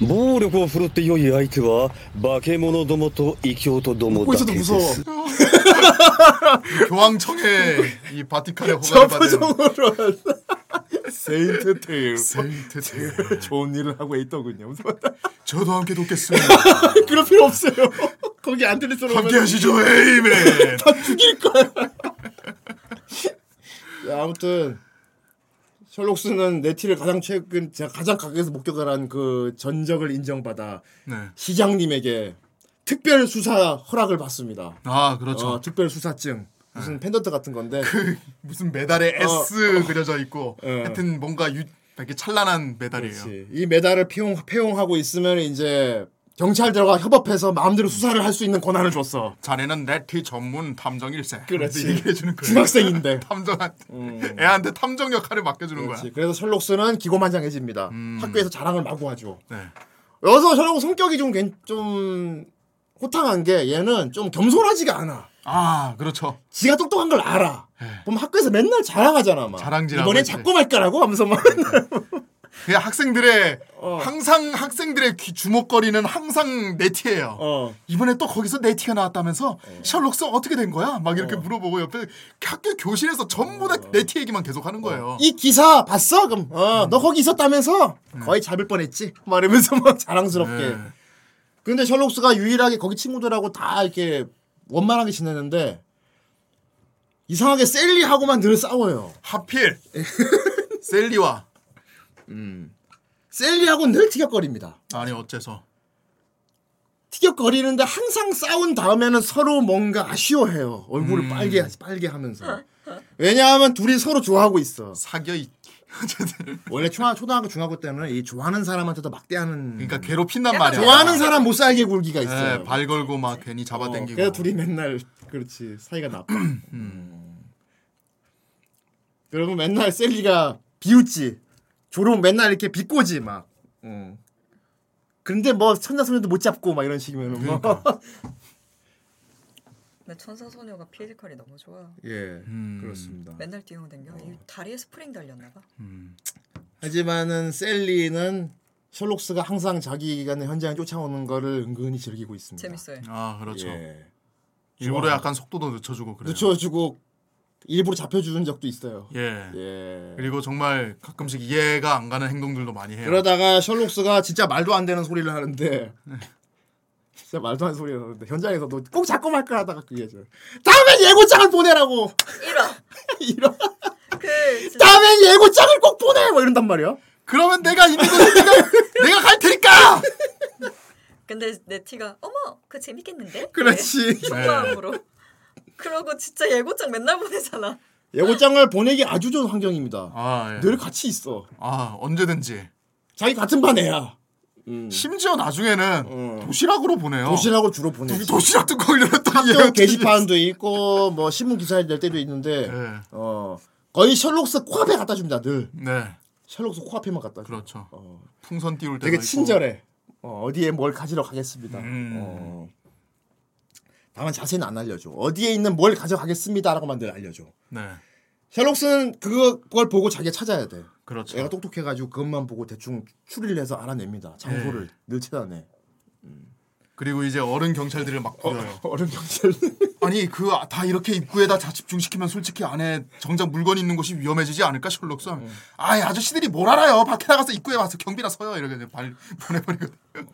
Speaker 10: 暴力を振るって良い相手は化け物どもと異教徒どもだ
Speaker 1: 거기서도
Speaker 10: けで
Speaker 1: 무서워.
Speaker 10: す
Speaker 1: [laughs]
Speaker 2: 교황청의 이 바티칸의
Speaker 1: 저
Speaker 2: 허가를 받은
Speaker 1: 표정으로 세인트 테일
Speaker 2: 세인트 테일.
Speaker 1: 좋은 일을 하고 있더군요. 무슨
Speaker 2: 저도 함께 돕겠습니다.
Speaker 1: [laughs] 그럴 필요 없어요. [laughs] 거기 안 들리도록
Speaker 2: 함께 하시죠,
Speaker 1: [laughs]
Speaker 2: 에이맨.
Speaker 1: 죽일 거야. 야, 아무튼 셜록스는 네티를 가장 최근 제가 가장 가까이서 목격을 한 그 전적을 인정받아
Speaker 2: 네.
Speaker 1: 시장님에게 특별 수사 허락을 받습니다.
Speaker 2: 아, 그렇죠. 네.
Speaker 1: 어, 특별 수사증 무슨 펜던트 같은 건데
Speaker 2: 무슨 메달에 S 그려져 있고
Speaker 1: 예.
Speaker 2: 하여튼 뭔가 유, 되게 찬란한 메달이에요.
Speaker 1: 그렇지. 이 메달을 폐용, 폐용하고 있으면 이제 경찰들과 협업해서 마음대로 수사를 할 수 있는 권한을 줬어.
Speaker 2: 자네는 레티 전문 탐정일세.
Speaker 1: 그렇지.
Speaker 2: 이렇게 얘기해 주는 거예요. [laughs]
Speaker 1: 중학생인데.
Speaker 2: 탐정한테 애한테 탐정 역할을 맡겨주는
Speaker 1: 음. 그렇지.
Speaker 2: 거야. 음.
Speaker 1: 그래서 셜록스는 기고만장해집니다. 학교에서 자랑을 마구 하죠.
Speaker 2: 네.
Speaker 1: 여기서 셜록 성격이 좀, 괜- 좀 호탕한 게 얘는 좀 겸손하지가 않아.
Speaker 2: 아 그렇죠.
Speaker 1: 지가 똑똑한 걸 알아. 그럼 학교에서 맨날 자랑하잖아. 막.
Speaker 2: 자랑질하고
Speaker 1: 이번에
Speaker 2: 이제.
Speaker 1: 잡고 말 거라고 하면서 막.
Speaker 2: 그러니까.
Speaker 1: 어.
Speaker 2: 그냥 학생들의 항상 학생들의 귀- 주목거리는 항상 네티예요.
Speaker 1: 어.
Speaker 2: 이번에 또 거기서 네티가 나왔다면서 셜록스 어떻게 된 거야? 막 이렇게 물어보고 옆에 학교 교실에서 전부 다 네티 얘기만 계속하는 거예요.
Speaker 1: 어. 이 기사 봤어? 그럼
Speaker 2: 음.
Speaker 1: 어, 너 거기 있었다면서 거의 잡을 뻔했지. 막 이러면서 막 [laughs] 자랑스럽게.
Speaker 2: 네.
Speaker 1: 근데 셜록스가 유일하게 거기 친구들하고 다 이렇게 원만하게 지내는데 이상하게 셀리하고만 늘 싸워요. 예.
Speaker 2: 하필 [laughs] 셀리와
Speaker 1: 음. 셀리하고 늘 티격거립니다.
Speaker 2: 아니 어째서
Speaker 1: 티격거리는데 항상 싸운 다음에는 서로 뭔가 아쉬워해요. 얼굴을
Speaker 2: 음.
Speaker 1: 빨개 빨개 하면서. 왜냐하면 둘이 서로 좋아하고 있어.
Speaker 2: 사겨 [laughs] 있
Speaker 1: 원래 초, 초등학교 중학교 때는 이 좋아하는 사람한테 더 막대하는
Speaker 2: 그러니까 괴롭힌단 말이야.
Speaker 1: 좋아하는 사람 못 살게 굴기가 있어요.
Speaker 2: 네, 발 걸고 막 괜히
Speaker 1: 어,
Speaker 2: 잡아당기고.
Speaker 1: 그래서 둘이 맨날 그렇지 사이가 나빠.
Speaker 2: 음.
Speaker 1: 그러면 맨날 셀리가 비웃지. 조롱 맨날 이렇게 비꼬지 막.
Speaker 2: 어.
Speaker 1: 음. 근데 뭐 천자 소녀도 못 잡고 막 이런 식이면 뭐.
Speaker 2: 그러니까.
Speaker 3: 나 천사 소녀가 피지컬이 너무 좋아.
Speaker 1: [laughs] 예
Speaker 2: 음.
Speaker 1: 그렇습니다.
Speaker 3: 맨날 뛰어댕겨이 다리에 스프링 달렸나 봐.
Speaker 1: 하지만은 셀리는 셜록스가 항상 자기가 있는 현장에 쫓아오는 거를 은근히 즐기고 있습니다.
Speaker 3: 재밌어요.
Speaker 2: 아 그렇죠.
Speaker 1: 예.
Speaker 2: 일부러
Speaker 1: 좋아요.
Speaker 2: 약간 속도도 늦춰주고 그래요.
Speaker 1: 뭐 늦춰주고 일부러 잡혀주는 적도 있어요.
Speaker 2: 예.
Speaker 1: 예.
Speaker 2: 그리고 정말 가끔씩 이해가 안 가는 행동들도 많이 해요.
Speaker 1: 그러다가 셜록스가 진짜 말도 안 되는 소리를 하는데 [laughs] 진짜 말도 안 되는 소리를 하는데 현장에서도 꼭 잡고 말까 하다가 그게 저 다음엔 예고장을 보내라고 [laughs]
Speaker 3: 1화.
Speaker 1: 이런
Speaker 3: 그 진짜
Speaker 1: 다음엔 예고장을 꼭 보내 뭐 이런단 말이야
Speaker 2: 그러면 내가 있는
Speaker 1: [laughs]
Speaker 2: 곳에 내가, 내가 갈 테니까.
Speaker 3: [laughs] 근데 네티가 어머 그거 재밌겠는데?
Speaker 1: 그렇지
Speaker 3: 마음으로. 그러고 진짜 예고장 맨날 보내잖아.
Speaker 1: 예고장을 보내기 아주 좋은 환경입니다
Speaker 2: 아, 예.
Speaker 1: 늘 같이 있어
Speaker 2: 아 언제든지.
Speaker 1: 자기 같은 반 애야
Speaker 2: 심지어 나중에는
Speaker 1: 어.
Speaker 2: 도시락으로 보내요.
Speaker 1: 도시락으로 주로 보내지
Speaker 2: 도시락 뚜껑
Speaker 1: 학교
Speaker 2: 열었더니 얘가
Speaker 1: 게시판도 있고 뭐 신문 기사에 낼 때도 있는데
Speaker 2: 예.
Speaker 1: 어 거의 셜록스 코앞에 갖다 줍니다 늘
Speaker 2: 네,
Speaker 1: 셜록스 코앞에만 갖다 줘
Speaker 2: 그렇죠.
Speaker 1: 어.
Speaker 2: 풍선 띄울 때
Speaker 1: 되게 친절해. 어, 어디에 뭘 가지러 가겠습니다.
Speaker 2: 음.
Speaker 1: 어. 다만 자세히는 안 알려줘. 어디에 있는 뭘 가져가겠습니다라고만 늘 알려줘.
Speaker 2: 네,
Speaker 1: 셜록스는 그거- 그걸 보고 자기가 찾아야 돼.
Speaker 2: 그렇죠.
Speaker 1: 얘가 똑똑해가지고 그것만 보고 대충 추리를 해서 알아냅니다. 장소를
Speaker 2: 네.
Speaker 1: 늘 찾아내.
Speaker 2: 그리고 이제 어른 경찰들을 막 부려요.
Speaker 1: 어른 경찰. [laughs]
Speaker 2: 아니 그 다 이렇게 입구에다 다 집중시키면 솔직히 안에 정작 물건 있는 곳이 위험해지지 않을까 셜록스 하면
Speaker 1: 어.
Speaker 2: 아이 아저씨들이 뭘 알아요 밖에 나가서 입구에 와서 경비나 서요 이렇게 이제 발 보내버리거든
Speaker 3: 에휴,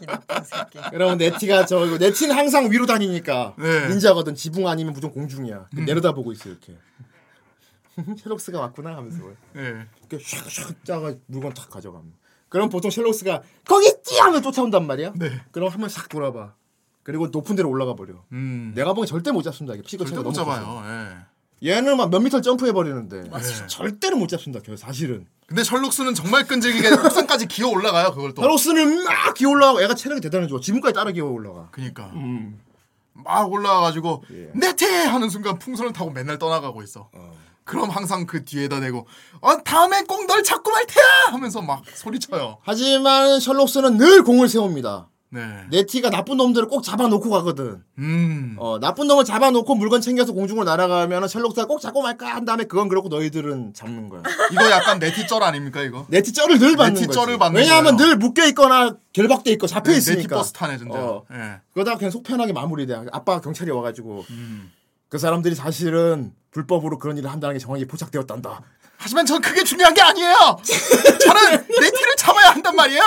Speaker 3: 이 나쁜 새끼.
Speaker 1: 여러분 네티가 저 이거 네티는 항상 위로 다니니까
Speaker 2: 네. 음.
Speaker 1: 닌자거든. 지붕 아니면 무조건 공중이야. 그 내려다 보고 [laughs] 있어 이렇게. 셜록스가 왔구나 하면서.
Speaker 2: 예.
Speaker 1: 이렇게 샥샥 짜가 물건 탁 가져가면 그럼 보통 셜록스가 거기 있지 하면 쫓아온단 말이야
Speaker 2: 네.
Speaker 1: 그럼 한번 싹 돌아봐 그리고 높은 데로 올라가 버려
Speaker 2: 음
Speaker 1: 내가 보기엔 절대 못 잡습니다 이게 피가
Speaker 2: 절대 못 잡아요 예.
Speaker 1: 얘는 막 몇 미터 점프해 버리는데
Speaker 2: 맞아요. 네.
Speaker 1: 절대로 못 잡습니다 걔 사실은
Speaker 2: 근데 셜록스는 정말 끈질기게 [laughs] 옥상까지 기어 올라가요 그걸 또
Speaker 1: 셜록스는 막 기어 올라가고 얘가 체력이 대단해 좋아 지금까지 따라 기어 올라가 음.
Speaker 2: 그니까 막 올라와가지고
Speaker 1: 예.
Speaker 2: 네테 하는 순간 풍선을 타고 맨날 떠나가고 있어 그럼 항상 그 뒤에다 대고 어 다음에 [laughs] 꼭 널 잡고 말 테야 하면서 막 소리쳐요
Speaker 1: 하지만 셜록스는 늘 공을 세웁니다
Speaker 2: 네
Speaker 1: 네티가 나쁜 놈들을 꼭 잡아놓고 가거든
Speaker 2: 음.
Speaker 1: 어, 나쁜 놈을 잡아놓고 물건 챙겨서 공중으로 날아가면 셜록스가 꼭 잡고 말까 한 다음에 그건 그렇고 너희들은 잡는
Speaker 2: [laughs]
Speaker 1: 거야
Speaker 2: 이거 약간 네티쩔 아닙니까 이거?
Speaker 1: 네티 쩔을 늘 받는
Speaker 2: 네티
Speaker 1: 거지.
Speaker 2: 쩔을 받는
Speaker 1: 왜냐하면
Speaker 2: 거예요.
Speaker 1: 늘 묶여 있거나 결박돼 있고 잡혀 있으니까.
Speaker 2: 네티 버스 타네 진짜.
Speaker 1: 어.
Speaker 2: 예.
Speaker 1: 그러다가 그냥 속편하게 마무리돼. 아빠가 경찰이 와가지고
Speaker 2: 음.
Speaker 1: 그 사람들이 사실은 불법으로 그런 일을 한다는 게 정확히 포착되었단다.
Speaker 2: 하지만 전 그게 중요한 게 아니에요. 저는 네티를 잡아야 한단 말이에요.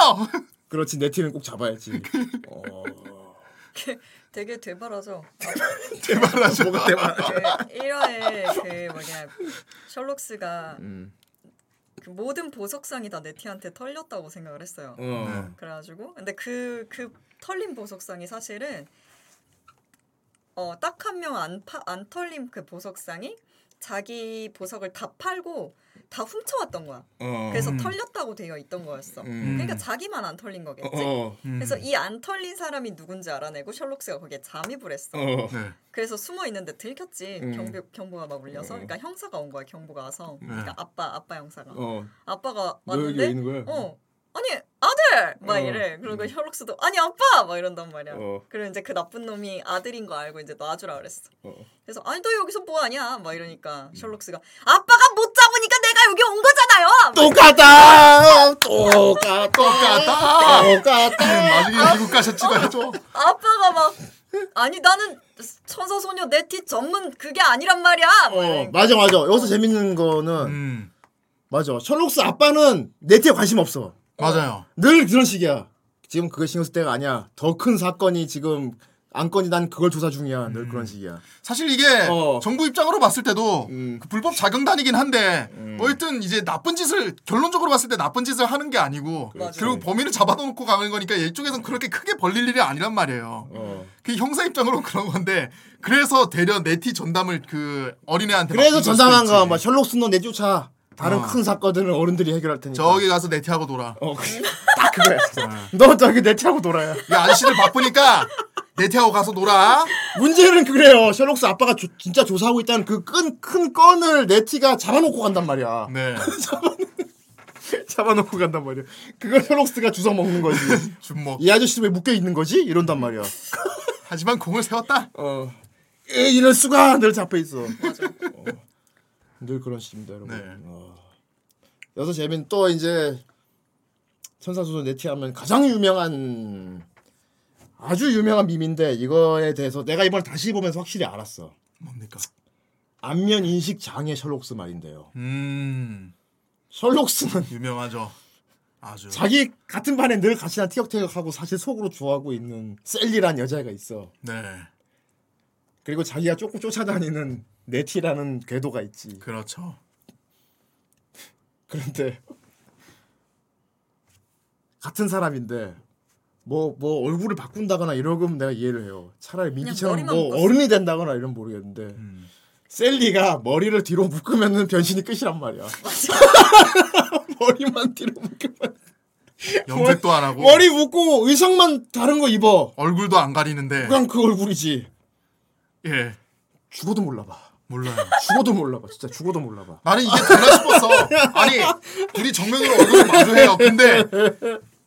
Speaker 1: 그렇지 네티는 꼭
Speaker 2: [laughs]
Speaker 1: 잡아야지. 어,
Speaker 3: 되게 되바라죠.
Speaker 2: 대발하죠.
Speaker 1: 뭐가 대박.
Speaker 3: 그 1화에 그 뭐냐 셜록스가 그 모든 보석상이 다 네티한테 털렸다고 생각을 했어요.
Speaker 1: 어.
Speaker 3: 그래가지고 근데 그 그 털린 보석상이 사실은 어, 어, 딱 한 명 안 안 털린 그 보석상이 자기 보석을 다 팔고 다 훔쳐왔던 거야.
Speaker 1: 어.
Speaker 3: 그래서
Speaker 1: 음.
Speaker 3: 털렸다고 되어 있던 거였어.
Speaker 1: 음.
Speaker 3: 그러니까 자기만 안 털린 거겠지.
Speaker 1: 어. 음.
Speaker 3: 그래서 이 안 털린 사람이 누군지 알아내고 셜록스가 거기에 잠입을 했어.
Speaker 1: 어. 네.
Speaker 3: 그래서 숨어 있는데 들켰지.
Speaker 1: 음. 어.
Speaker 3: 경보 경보가 막 울려서. 그러니까 형사가 온 거야. 경보가 와서. 그러니까 아빠 아빠 형사가.
Speaker 1: 어.
Speaker 3: 아빠가
Speaker 1: 너 여기
Speaker 3: 왔는데.
Speaker 1: 왜 있는 거야?
Speaker 3: 어. 아니 아들 막
Speaker 1: 어.
Speaker 3: 이래. 그리고 셜록스도 아니 아빠 막 이런단 말이야.
Speaker 1: 어.
Speaker 3: 그리고 이제 그 나쁜 놈이 아들인 거 알고 이제 놔주라 그랬어.
Speaker 1: 어.
Speaker 3: 그래서 아니 너 여기서 뭐 하냐 막
Speaker 1: 음.
Speaker 3: 이러니까 셜록스가 아빠가 못 잡으니까 내가 여기 온 거잖아요. 막
Speaker 1: 똑같다. 똑같다.
Speaker 2: 똑같다.
Speaker 1: 똑같다.
Speaker 2: [laughs] 나중에 미국 가서 찍어야죠.
Speaker 3: 아빠가 막 아니 나는 천사 소녀 네티 전문 그게 아니란 말이야. 뭐
Speaker 2: 네.
Speaker 1: 어,
Speaker 3: 이러니까.
Speaker 1: 맞아 맞아. 여기서 재밌는 거는
Speaker 2: 음.
Speaker 1: 맞아. 셜록스 아빠는 네트에 관심 없어.
Speaker 2: 맞아요.
Speaker 1: 늘 그런 식이야. 지금 그거 신경 쓸 때가 아니야. 더 큰 사건이 지금 안건이 난 그걸 조사 중이야. 늘 그런 식이야.
Speaker 2: 음.
Speaker 1: 어.
Speaker 2: 사실 이게 정부 입장으로 봤을 때도
Speaker 1: 음.
Speaker 2: 그 불법 자경단이긴 한데 어쨌든 이제 나쁜 짓을 결론적으로 봤을 때 나쁜 짓을 하는 게 아니고
Speaker 1: 그렇죠.
Speaker 2: 결국 범인을 잡아놓고 가는 거니까 이쪽에선 그렇게 크게 벌릴 일이 아니란 말이에요.
Speaker 1: 어.
Speaker 2: 그 형사 입장으로 그런 건데 그래서 되려 네티 전담을 그 어린애한테
Speaker 1: 그래서
Speaker 2: 맡긴 걸
Speaker 1: 전담한
Speaker 2: 수도 있지.
Speaker 1: 거야. 막 셜록스 너 내쫓아. 다른
Speaker 2: 어.
Speaker 1: 큰 사건들은 어른들이 해결할 테니까.
Speaker 2: 저기 가서 네티하고 놀아.
Speaker 1: 딱 그거야. 뭐.
Speaker 2: [laughs]
Speaker 1: 진짜. [laughs] 너 저기 네티하고 놀아요.
Speaker 2: 이 아저씨들 바쁘니까 네티하고 가서 놀아.
Speaker 1: 문제는 그래요. 셜록스 아빠가 조- 진짜 조사하고 있다는 그 큰 큰 건을 네티가 잡아놓고 간단 말이야. [laughs]
Speaker 2: 네.
Speaker 1: 잡아놓고 간단 말이야. 그걸 셜록스가 주워 먹는
Speaker 2: [laughs]
Speaker 1: 거지.
Speaker 2: 주먹.
Speaker 1: 이 아저씨 왜 묶여 있는 거지? 이런단 말이야.
Speaker 2: 하지만 공을 세웠다.
Speaker 1: 어. 에, 이럴 수가 늘 잡혀 있어. 어. 늘 그런 식입니다, 여러분.
Speaker 2: 네.
Speaker 1: 어. 여기서 재민 또 이제 천사소설 네티하면 가장 유명한 아주 유명한 밈인데 이거에 대해서 내가 이번에 다시 보면서 확실히 알았어.
Speaker 2: 뭡니까?
Speaker 1: 안면 인식 장애 셜록스 말인데요.
Speaker 2: 음.
Speaker 1: 셜록스는
Speaker 2: 유명하죠. 아주.
Speaker 1: 자기 같은 반에 늘 같이 난 티격태격하고 사실 속으로 좋아하고 있는 셀리란 여자애가 있어.
Speaker 2: 네.
Speaker 1: 그리고 자기가 조금 쫓아다니는 네티라는 궤도가 있지.
Speaker 2: 그렇죠.
Speaker 1: 그런데 같은 사람인데 뭐 뭐 얼굴을 바꾼다거나 이러면 내가 이해를 해요. 차라리 민기처럼
Speaker 3: 머리만
Speaker 1: 뭐
Speaker 3: 묶었어.
Speaker 1: 어른이 된다거나 이러면 모르겠는데
Speaker 2: 음.
Speaker 1: 셀리가 머리를 뒤로 묶으면은 변신이 끝이란 말이야. 머리만 뒤로 묶으면
Speaker 2: 염색도 안 하고
Speaker 1: 머리 묶고 의상만 다른 거 입어.
Speaker 2: 얼굴도 안 가리는데
Speaker 1: 그냥 그 얼굴이지.
Speaker 2: 예
Speaker 1: 죽어도 몰라봐.
Speaker 2: 몰라요.
Speaker 1: 죽어도 몰라봐. 진짜 죽어도 몰라봐.
Speaker 2: 나는 이게 되나 싶었어. 아니 둘이 정면으로 얼굴을 마주해요. 근데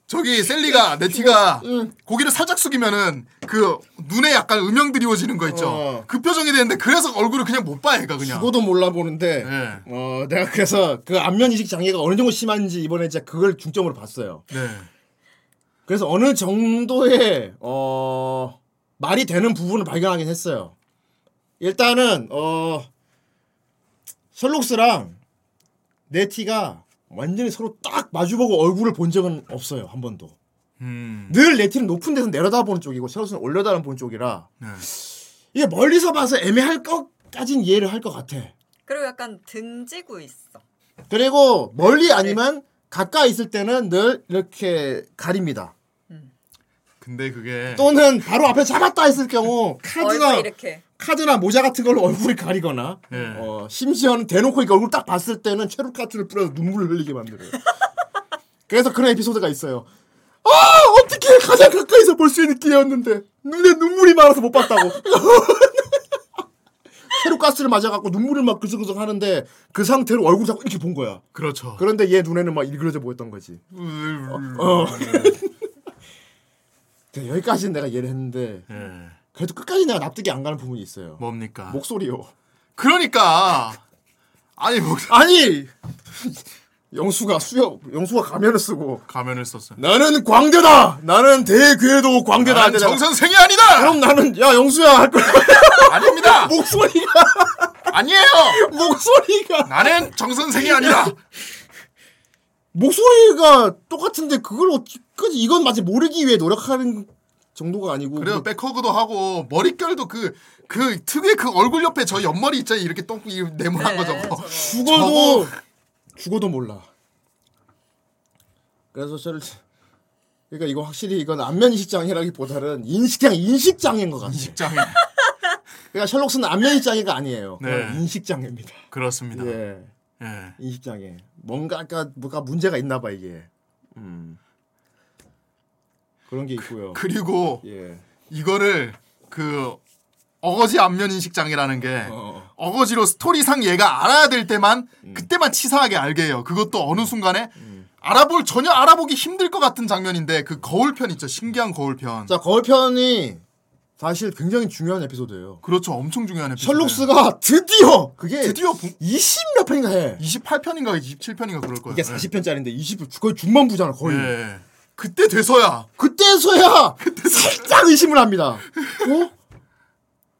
Speaker 2: 저기 셀리가 네티가 고개를 살짝 숙이면은 그 눈에 약간 음영들이 오지는 거 있죠.
Speaker 1: 어.
Speaker 2: 그 표정이 되는데 그래서 얼굴을 그냥 못 봐, 얘가 그냥.
Speaker 1: 죽어도 몰라보는데
Speaker 2: 네.
Speaker 1: 어 내가 그래서 그 안면 인식 장애가 어느 정도 심한지 이번에 진짜 그걸 중점으로 봤어요.
Speaker 2: 네.
Speaker 1: 그래서 어느 정도의 어 말이 되는 부분을 발견하긴 했어요. 일단은 어 셜록스랑 네티가 완전히 서로 딱 마주보고 얼굴을 본 적은 없어요 한 번도.
Speaker 2: 음.
Speaker 1: 늘 네티는 높은 데서 내려다보는 쪽이고 셜록스는 올려다보는 쪽이라
Speaker 2: 네.
Speaker 1: 이게 멀리서 봐서 애매할 것까진 이해를 할 것 같아.
Speaker 3: 그리고 약간 등지고 있어.
Speaker 1: 그리고
Speaker 3: 네.
Speaker 1: 멀리 아니면 가까이 있을 때는 늘 이렇게 가립니다.
Speaker 2: 근데 그게
Speaker 1: 또는 바로 앞에 잡았다 했을 경우 카드나
Speaker 3: 네. 얼굴 이렇게.
Speaker 1: 카드나 모자 같은 걸로 얼굴을 가리거나
Speaker 2: 예.
Speaker 1: 어, 심지어는 대놓고 이렇게 얼굴 딱 봤을 때는 체로 카트를 뿌려서 눈물을 흘리게 만들어요. [laughs] 그래서 그런 에피소드가 있어요. 아 어떻게 가장 가까이서 볼 수 있는 기회였는데 눈에 눈물이 많아서 못 봤다고. [laughs] 체로 가스를 맞아갖고 눈물을 막 글썽글썽 하는데 그 상태로 얼굴 자꾸 이렇게 본 거야.
Speaker 2: 그렇죠.
Speaker 1: 그런데 얘 눈에는 막 일그러져 보였던 거지. [laughs]
Speaker 2: 어.
Speaker 1: 근데 여기까지는 내가 이해를 했는데
Speaker 2: 예.
Speaker 1: 그래도 끝까지 내가 납득이 안 가는 부분이 있어요.
Speaker 2: 뭡니까?
Speaker 1: 목소리요.
Speaker 2: 그러니까 아니 목
Speaker 1: [laughs] 아니 영수가 수염 영수가 가면을 쓰고
Speaker 2: 가면을 썼어요.
Speaker 1: 나는 광대다. 나는 대궤도 광대다.
Speaker 2: 나는
Speaker 1: 안 되잖아.
Speaker 2: 정 선생이 아니다.
Speaker 1: 그럼 나는 야 영수야 할 거야.
Speaker 2: 아닙니다.
Speaker 1: [laughs] 목소리가
Speaker 2: 아니에요.
Speaker 1: 목소리가
Speaker 2: 나는 정 선생이 아니다.
Speaker 1: [laughs] 목소리가 똑같은데 그걸 어찌까지 이건 마치 모르기 위해 노력하는 정도가 아니고
Speaker 2: 그래요. 백허그도 하고 머릿결도 그 그 특유의 그 얼굴 옆에 저 옆머리 있잖아요. 이렇게 똥꾸 이 네모난 거 저거.
Speaker 1: 죽어도 죽어도 몰라. 그래서 저를 그러니까 이거 확실히 이건 안면 인식 장애라기보다는 인식 그냥 인식 장애인 것 같아.
Speaker 2: 직장에
Speaker 1: [laughs] 그러니까 셜록스는 안면이 장애가 아니에요.
Speaker 2: 네.
Speaker 1: 인식 장애입니다.
Speaker 2: 그렇습니다.
Speaker 1: 예. 인식 장애. 뭔가 아까 뭔가 문제가 있나 봐 이게. 음. 그런 게 있고요.
Speaker 2: 그리고
Speaker 1: 예.
Speaker 2: 이거를 그 어거지 안면 인식장애라는 게 어. 거지로 스토리상 얘가 알아야 될 때만
Speaker 1: 음.
Speaker 2: 그때만 치사하게 알게 해요. 그것도 어느 순간에 알아볼 전혀 알아보기 힘들 것 같은 장면인데 그 거울편 있죠. 신기한 거울편.
Speaker 1: 자 거울편이 사실 굉장히 중요한 에피소드예요.
Speaker 2: 그렇죠. 엄청 중요한 에피소드. 네.
Speaker 1: 셜록스가 드디어 그게
Speaker 2: 드디어
Speaker 1: 20몇 편인가 해.
Speaker 2: 28편인가 27편인가 그럴 거예요.
Speaker 1: 이게 40편짜리인데 20 거의 중반부잖아 거의.
Speaker 2: 예. 그때 돼서야 [laughs]
Speaker 1: 그때서야 살짝 의심을 합니다. 어?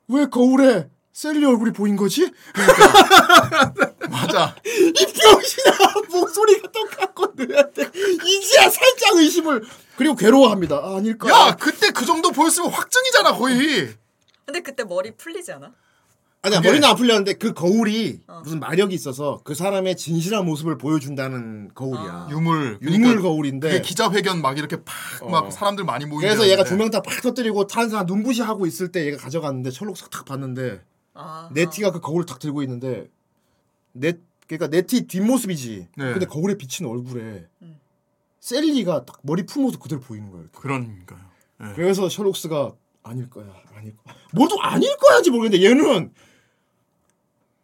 Speaker 1: 왜 거울에 셀리 얼굴이 보인 거지?
Speaker 2: 맞아.
Speaker 1: [laughs] 이 병신아 목소리가 똑같고 너한테 이제야 살짝 의심을 그리고 괴로워합니다. 아, 아닐까?
Speaker 2: 야 그때 그 정도 보였으면 확정이잖아 거의.
Speaker 3: 근데 그때 머리 풀리지 않아?
Speaker 1: 아니야
Speaker 2: 그게- 어.
Speaker 1: 머리는 안 풀렸는데 그 거울이 무슨 마력이 있어서 그 사람의 진실한 모습을 보여준다는 거울이야.
Speaker 2: 유물 그러니까
Speaker 1: 유물
Speaker 2: 그게
Speaker 1: 거울인데
Speaker 2: 기자회견 막 이렇게 팍 막
Speaker 1: 어.
Speaker 2: 사람들 많이 뭐 모이는.
Speaker 1: 그래서 얘가 두 명 다 팍 터뜨리고 다른 사람 눈부시 하고 있을 때 얘가 가져갔는데 철록석 탁 봤는데
Speaker 3: 아.
Speaker 1: 네티가 그 거울을 탁 들고 있는데 네 그러니까 네티 뒷모습이지.
Speaker 2: 네.
Speaker 1: 근데 거울에 비친 얼굴에 셀리가 딱 머리 푼 모습 그대로 보이는 거예요.
Speaker 2: 그런가요? 네.
Speaker 1: 그래서 셜록스가 아닐 거야, 아닐 거야. 모두 아닐 거야지 모르겠는데 얘는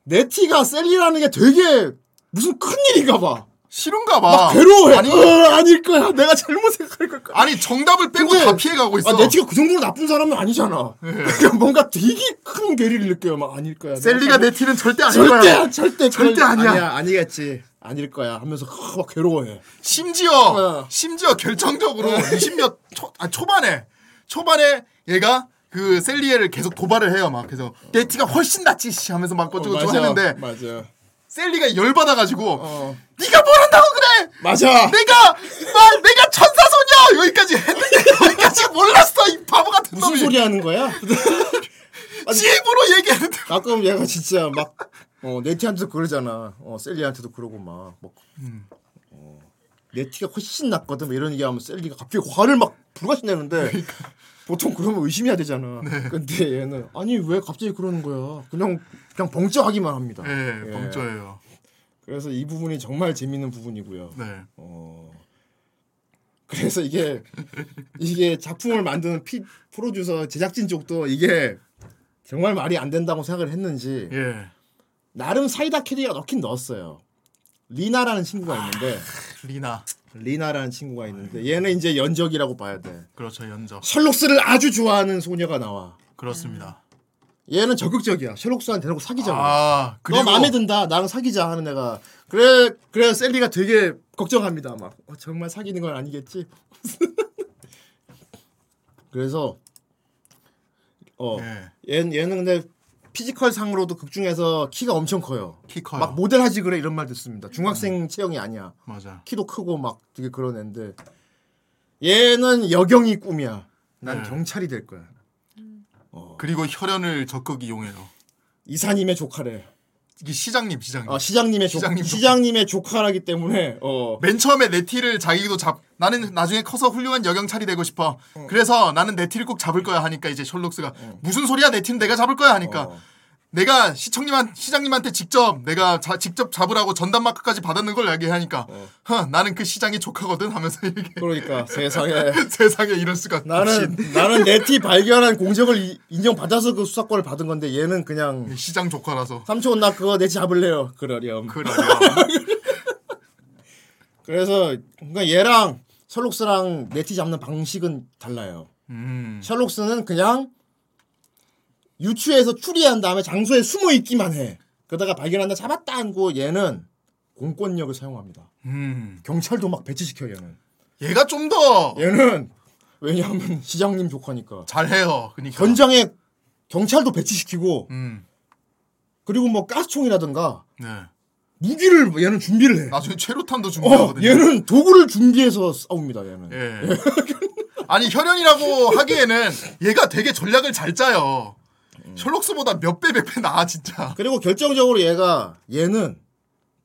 Speaker 1: 네티가 셀리라는 게 되게 무슨 큰 일인가 봐.
Speaker 2: 싫은가 봐.
Speaker 1: 막 괴로워해.
Speaker 2: 아니,
Speaker 1: 아니, 어, 아닐 거야. 내가 잘못 생각할 걸 거야.
Speaker 2: 아니 정답을 빼고
Speaker 1: 근데-
Speaker 2: 다 피해가고 있어.
Speaker 1: 아, 네티가 그 정도로 나쁜 사람은 아니잖아.
Speaker 2: 네.
Speaker 1: 그러니까 뭔가 되게 큰 괴리를 느껴요. 막 아닐 거야. 내가
Speaker 2: 셀리가
Speaker 1: 잘못-
Speaker 2: 네티는 절대 아닐
Speaker 1: 절대
Speaker 2: 거야.
Speaker 1: 절대
Speaker 2: 절대
Speaker 1: 그럴-
Speaker 2: 아니야.
Speaker 1: 아니야. 아니겠지. 아닐 거야 하면서 크, 막 괴로워해.
Speaker 2: 심지어 심지어 결정적으로 20몇 초, 아, 초반에 초반에 얘가 그 셀리에를 계속 도발을 해요 막 그래서 네티가 훨씬 낫지 씨 하면서 막 어쩌고 저쩌고 했는데
Speaker 1: 맞아.
Speaker 2: 셀리가 열받아가지고
Speaker 1: 어.
Speaker 2: 네가 뭘 한다고 그래
Speaker 1: 맞아.
Speaker 2: 내가 막 내가 천사소녀
Speaker 1: [laughs]
Speaker 2: 여기까지 했는데 거기까지 몰랐어 이 바보 같은
Speaker 1: 무슨
Speaker 2: 놈이
Speaker 1: 소리 하는
Speaker 2: [laughs]
Speaker 1: 거야?
Speaker 2: 지입으로 그 얘기했는데
Speaker 1: 가끔 얘가 진짜 막 어, 네티한테도 그러잖아. 어, 셀리한테도 그러고 막. 막 어, 네티가 훨씬 낫거든. 뭐 이런 얘기하면 셀리가 갑자기 화를 막 불같이 내는데
Speaker 2: 그러니까.
Speaker 1: 보통 그러면 의심해야 되잖아.
Speaker 2: 네.
Speaker 1: 근데 얘는 아니 왜 갑자기 그러는 거야? 그냥 그냥 벙쪄하기만 합니다.
Speaker 2: 예
Speaker 1: 예.
Speaker 2: 범죄예요
Speaker 1: 그래서 이 부분이 정말 재밌는 부분이고요.
Speaker 2: 네
Speaker 1: 어. 그래서 이게 이게 작품을 만드는 피 프로듀서 제작진 쪽도 이게 정말 말이 안 된다고 생각을 했는지
Speaker 2: 예.
Speaker 1: 나름 사이다 캐리가 넣긴 넣었어요. 리나라는 친구가 있는데
Speaker 2: 아, 리나
Speaker 1: 리나라는 친구가 있는데 얘는 이제 연적이라고 봐야 돼.
Speaker 2: 그렇죠 연적
Speaker 1: 셜록스를 아주 좋아하는 소녀가 나와.
Speaker 2: 그렇습니다
Speaker 1: 얘는 적극적이야. 셜록스한테 대놓고 사귀자고.
Speaker 2: 아 그리고
Speaker 1: 너 마음에 든다. 나랑 사귀자 하는 애가 그래 그래 셀리가 되게 걱정합니다. 막 어, 정말 사귀는 건 아니겠지. [laughs] 그래서 어
Speaker 2: 예.
Speaker 1: 얘는, 얘는 근데 피지컬 상으로도 극 중에서 키가 엄청 커요.
Speaker 2: 키 커요 음.
Speaker 1: 막 모델 하지 그래 이런 말 듣습니다. 중학생 체형이 아니야.
Speaker 2: 맞아
Speaker 1: 키도 크고 막 되게 그런 애인데 얘는 여경이 꿈이야. 난
Speaker 2: 네.
Speaker 1: 경찰이 될 거야. 어.
Speaker 2: 그리고 혈연을 적극 이용해요
Speaker 1: 이사님의 조카래.
Speaker 2: 이게 시장님 시장님
Speaker 1: 아 시장님의 조
Speaker 2: 시장님 조카.
Speaker 1: 시장님의 조카라기 때문에 어
Speaker 2: 맨 처음에 네티를 자기도 잡 나는 나중에 커서 훌륭한 여경찰이 되고 싶어 그래서 나는 네티를 꼭 잡을 거야 하니까 이제 셜록스가
Speaker 1: 어.
Speaker 2: 무슨 소리야 네티는 내가 잡을 거야 하니까 내가 시청님한 시장님한테 직접 내가 자- 직접 잡으라고 전담 마크까지 받았는 걸 알게 하니까 "허, 나는 그 시장의 조카거든 하면서 이렇게
Speaker 1: 어. 그러니까 세상에
Speaker 2: [laughs] 세상에 이럴 수가
Speaker 1: 나는
Speaker 2: 없지.
Speaker 1: [laughs] 나는 네티 발견한 공적을 이- 인정받아서 그 수사권을 받은 건데 얘는 그냥
Speaker 2: 시장 조카라서
Speaker 1: 삼촌 나 그거 네티 잡을래요. 그러렴.
Speaker 2: 그래
Speaker 1: [laughs] 그래서 그러니까 얘랑 셜록스랑 네티 잡는 방식은 달라요.
Speaker 2: 음
Speaker 1: 셜록스는 그냥 유추해서 추리한 다음에 장소에 숨어 있기만 해. 그러다가 발견한다 잡았다 안고 얘는 공권력을 사용합니다.
Speaker 2: 음.
Speaker 1: 경찰도 막 배치시켜 얘는.
Speaker 2: 얘가 좀 더
Speaker 1: 얘는 왜냐하면 [laughs] 시장님 조카니까.
Speaker 2: 잘해요 그러니까
Speaker 1: 현장에 경찰도 배치시키고
Speaker 2: 음.
Speaker 1: 그리고 뭐 가스총이라든가
Speaker 2: 네
Speaker 1: 무기를 얘는 준비를 해.
Speaker 2: 나중에 최루탄도
Speaker 1: 네. 어,
Speaker 2: 준비하거든요
Speaker 1: 얘는 도구를 준비해서 싸웁니다. 얘는.
Speaker 2: 예.
Speaker 1: [laughs]
Speaker 2: 아니 혈연이라고 하기에는 얘가 되게 전략을 잘 짜요. 셜록스보다 몇 배 몇 배 나아 진짜.
Speaker 1: 음. 그리고 결정적으로 얘가 얘는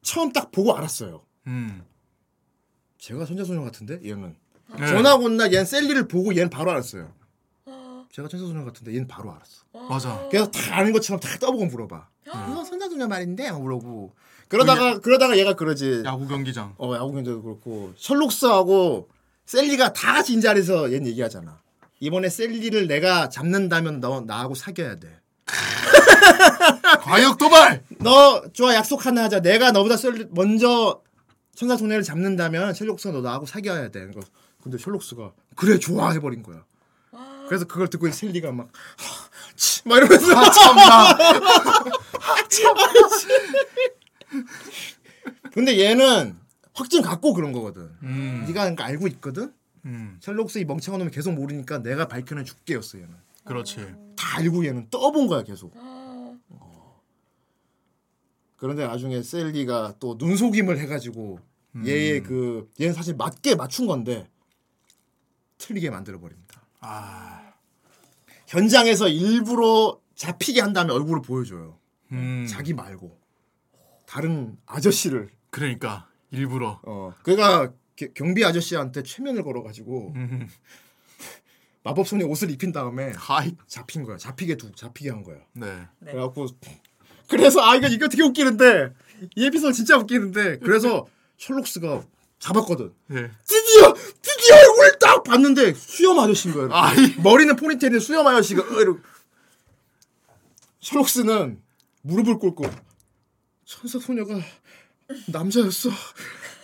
Speaker 1: 처음 딱 보고 알았어요.
Speaker 2: 음.
Speaker 1: 제가 선자소녀 같은데 얘는
Speaker 2: 네.
Speaker 1: 전학 온날 얘는 셀리를 보고 얘는 바로 알았어요. 제가 천사소년 같은데 얘는 바로 알았어.
Speaker 2: 맞아.
Speaker 1: 그래서 다 아는 것처럼 다 떠보고 물어봐. 이거 천사소년 말인데 막 물어보고 그러다가 그러다가 얘가 그러지.
Speaker 2: 야구 경기장.
Speaker 1: 어 야구 경기도 그렇고 셜록스하고 셀리가 다 같이 인자리에서 얘는 얘기하잖아. 이번에 셀리를 내가 잡는다면 너 나하고 사귀어야 돼.
Speaker 2: [laughs] 과역 도발.
Speaker 1: 너 좋아 약속 하나 하자. 내가 너보다 셀리 먼저 천사 소녀를 잡는다면 셜록스가 너 나하고 사귀어야 돼. 그거. 근데 셜록스가 그래 좋아 해버린 거야.
Speaker 3: 아.
Speaker 1: 그래서 그걸 듣고 있는 셀리가 막 치, 막 이러면서
Speaker 2: 아, 참나.
Speaker 1: 근데 얘는 확증 갖고 그런 거거든.
Speaker 2: 음.
Speaker 1: 네가 그러니까 알고 있거든. 셜록스 이 멍청한 놈이 계속 모르니까 내가 밝혀내 죽게였어 얘는.
Speaker 2: 그렇지.
Speaker 1: 다 알고 얘는 떠본 거야 계속. 어. 그런데 나중에 셀리가 또 눈속임을 해가지고
Speaker 2: 음.
Speaker 1: 얘의 그 얘는 사실 맞게 맞춘 건데 틀리게 만들어 버립니다.
Speaker 2: 아.
Speaker 1: 현장에서 일부러 잡히게 한 다음에 얼굴을 보여줘요.
Speaker 2: 음.
Speaker 1: 자기 말고 다른 아저씨를.
Speaker 2: 그러니까 일부러.
Speaker 1: 어. 그러니까 겨- 경비 아저씨한테 최면을 걸어가지고
Speaker 2: 음.
Speaker 1: 마법소녀 옷을 입힌 다음에 잡힌 거야. 잡히게 두 잡히게 한 거야.
Speaker 2: 네.
Speaker 1: 그래갖고 그래서 아 이거 이거 되게 웃기는데 이 에피소드 진짜 웃기는데 그래서 셜록스가 잡았거든.
Speaker 2: 예.
Speaker 1: 드디어 드디어 얼굴 딱 봤는데 수염 아저씨인 거예요. 머리는 포니테일인데 수염 아저씨가 어, 이러고 셜록스는 무릎을 꿇고 천사 소녀가 남자였어.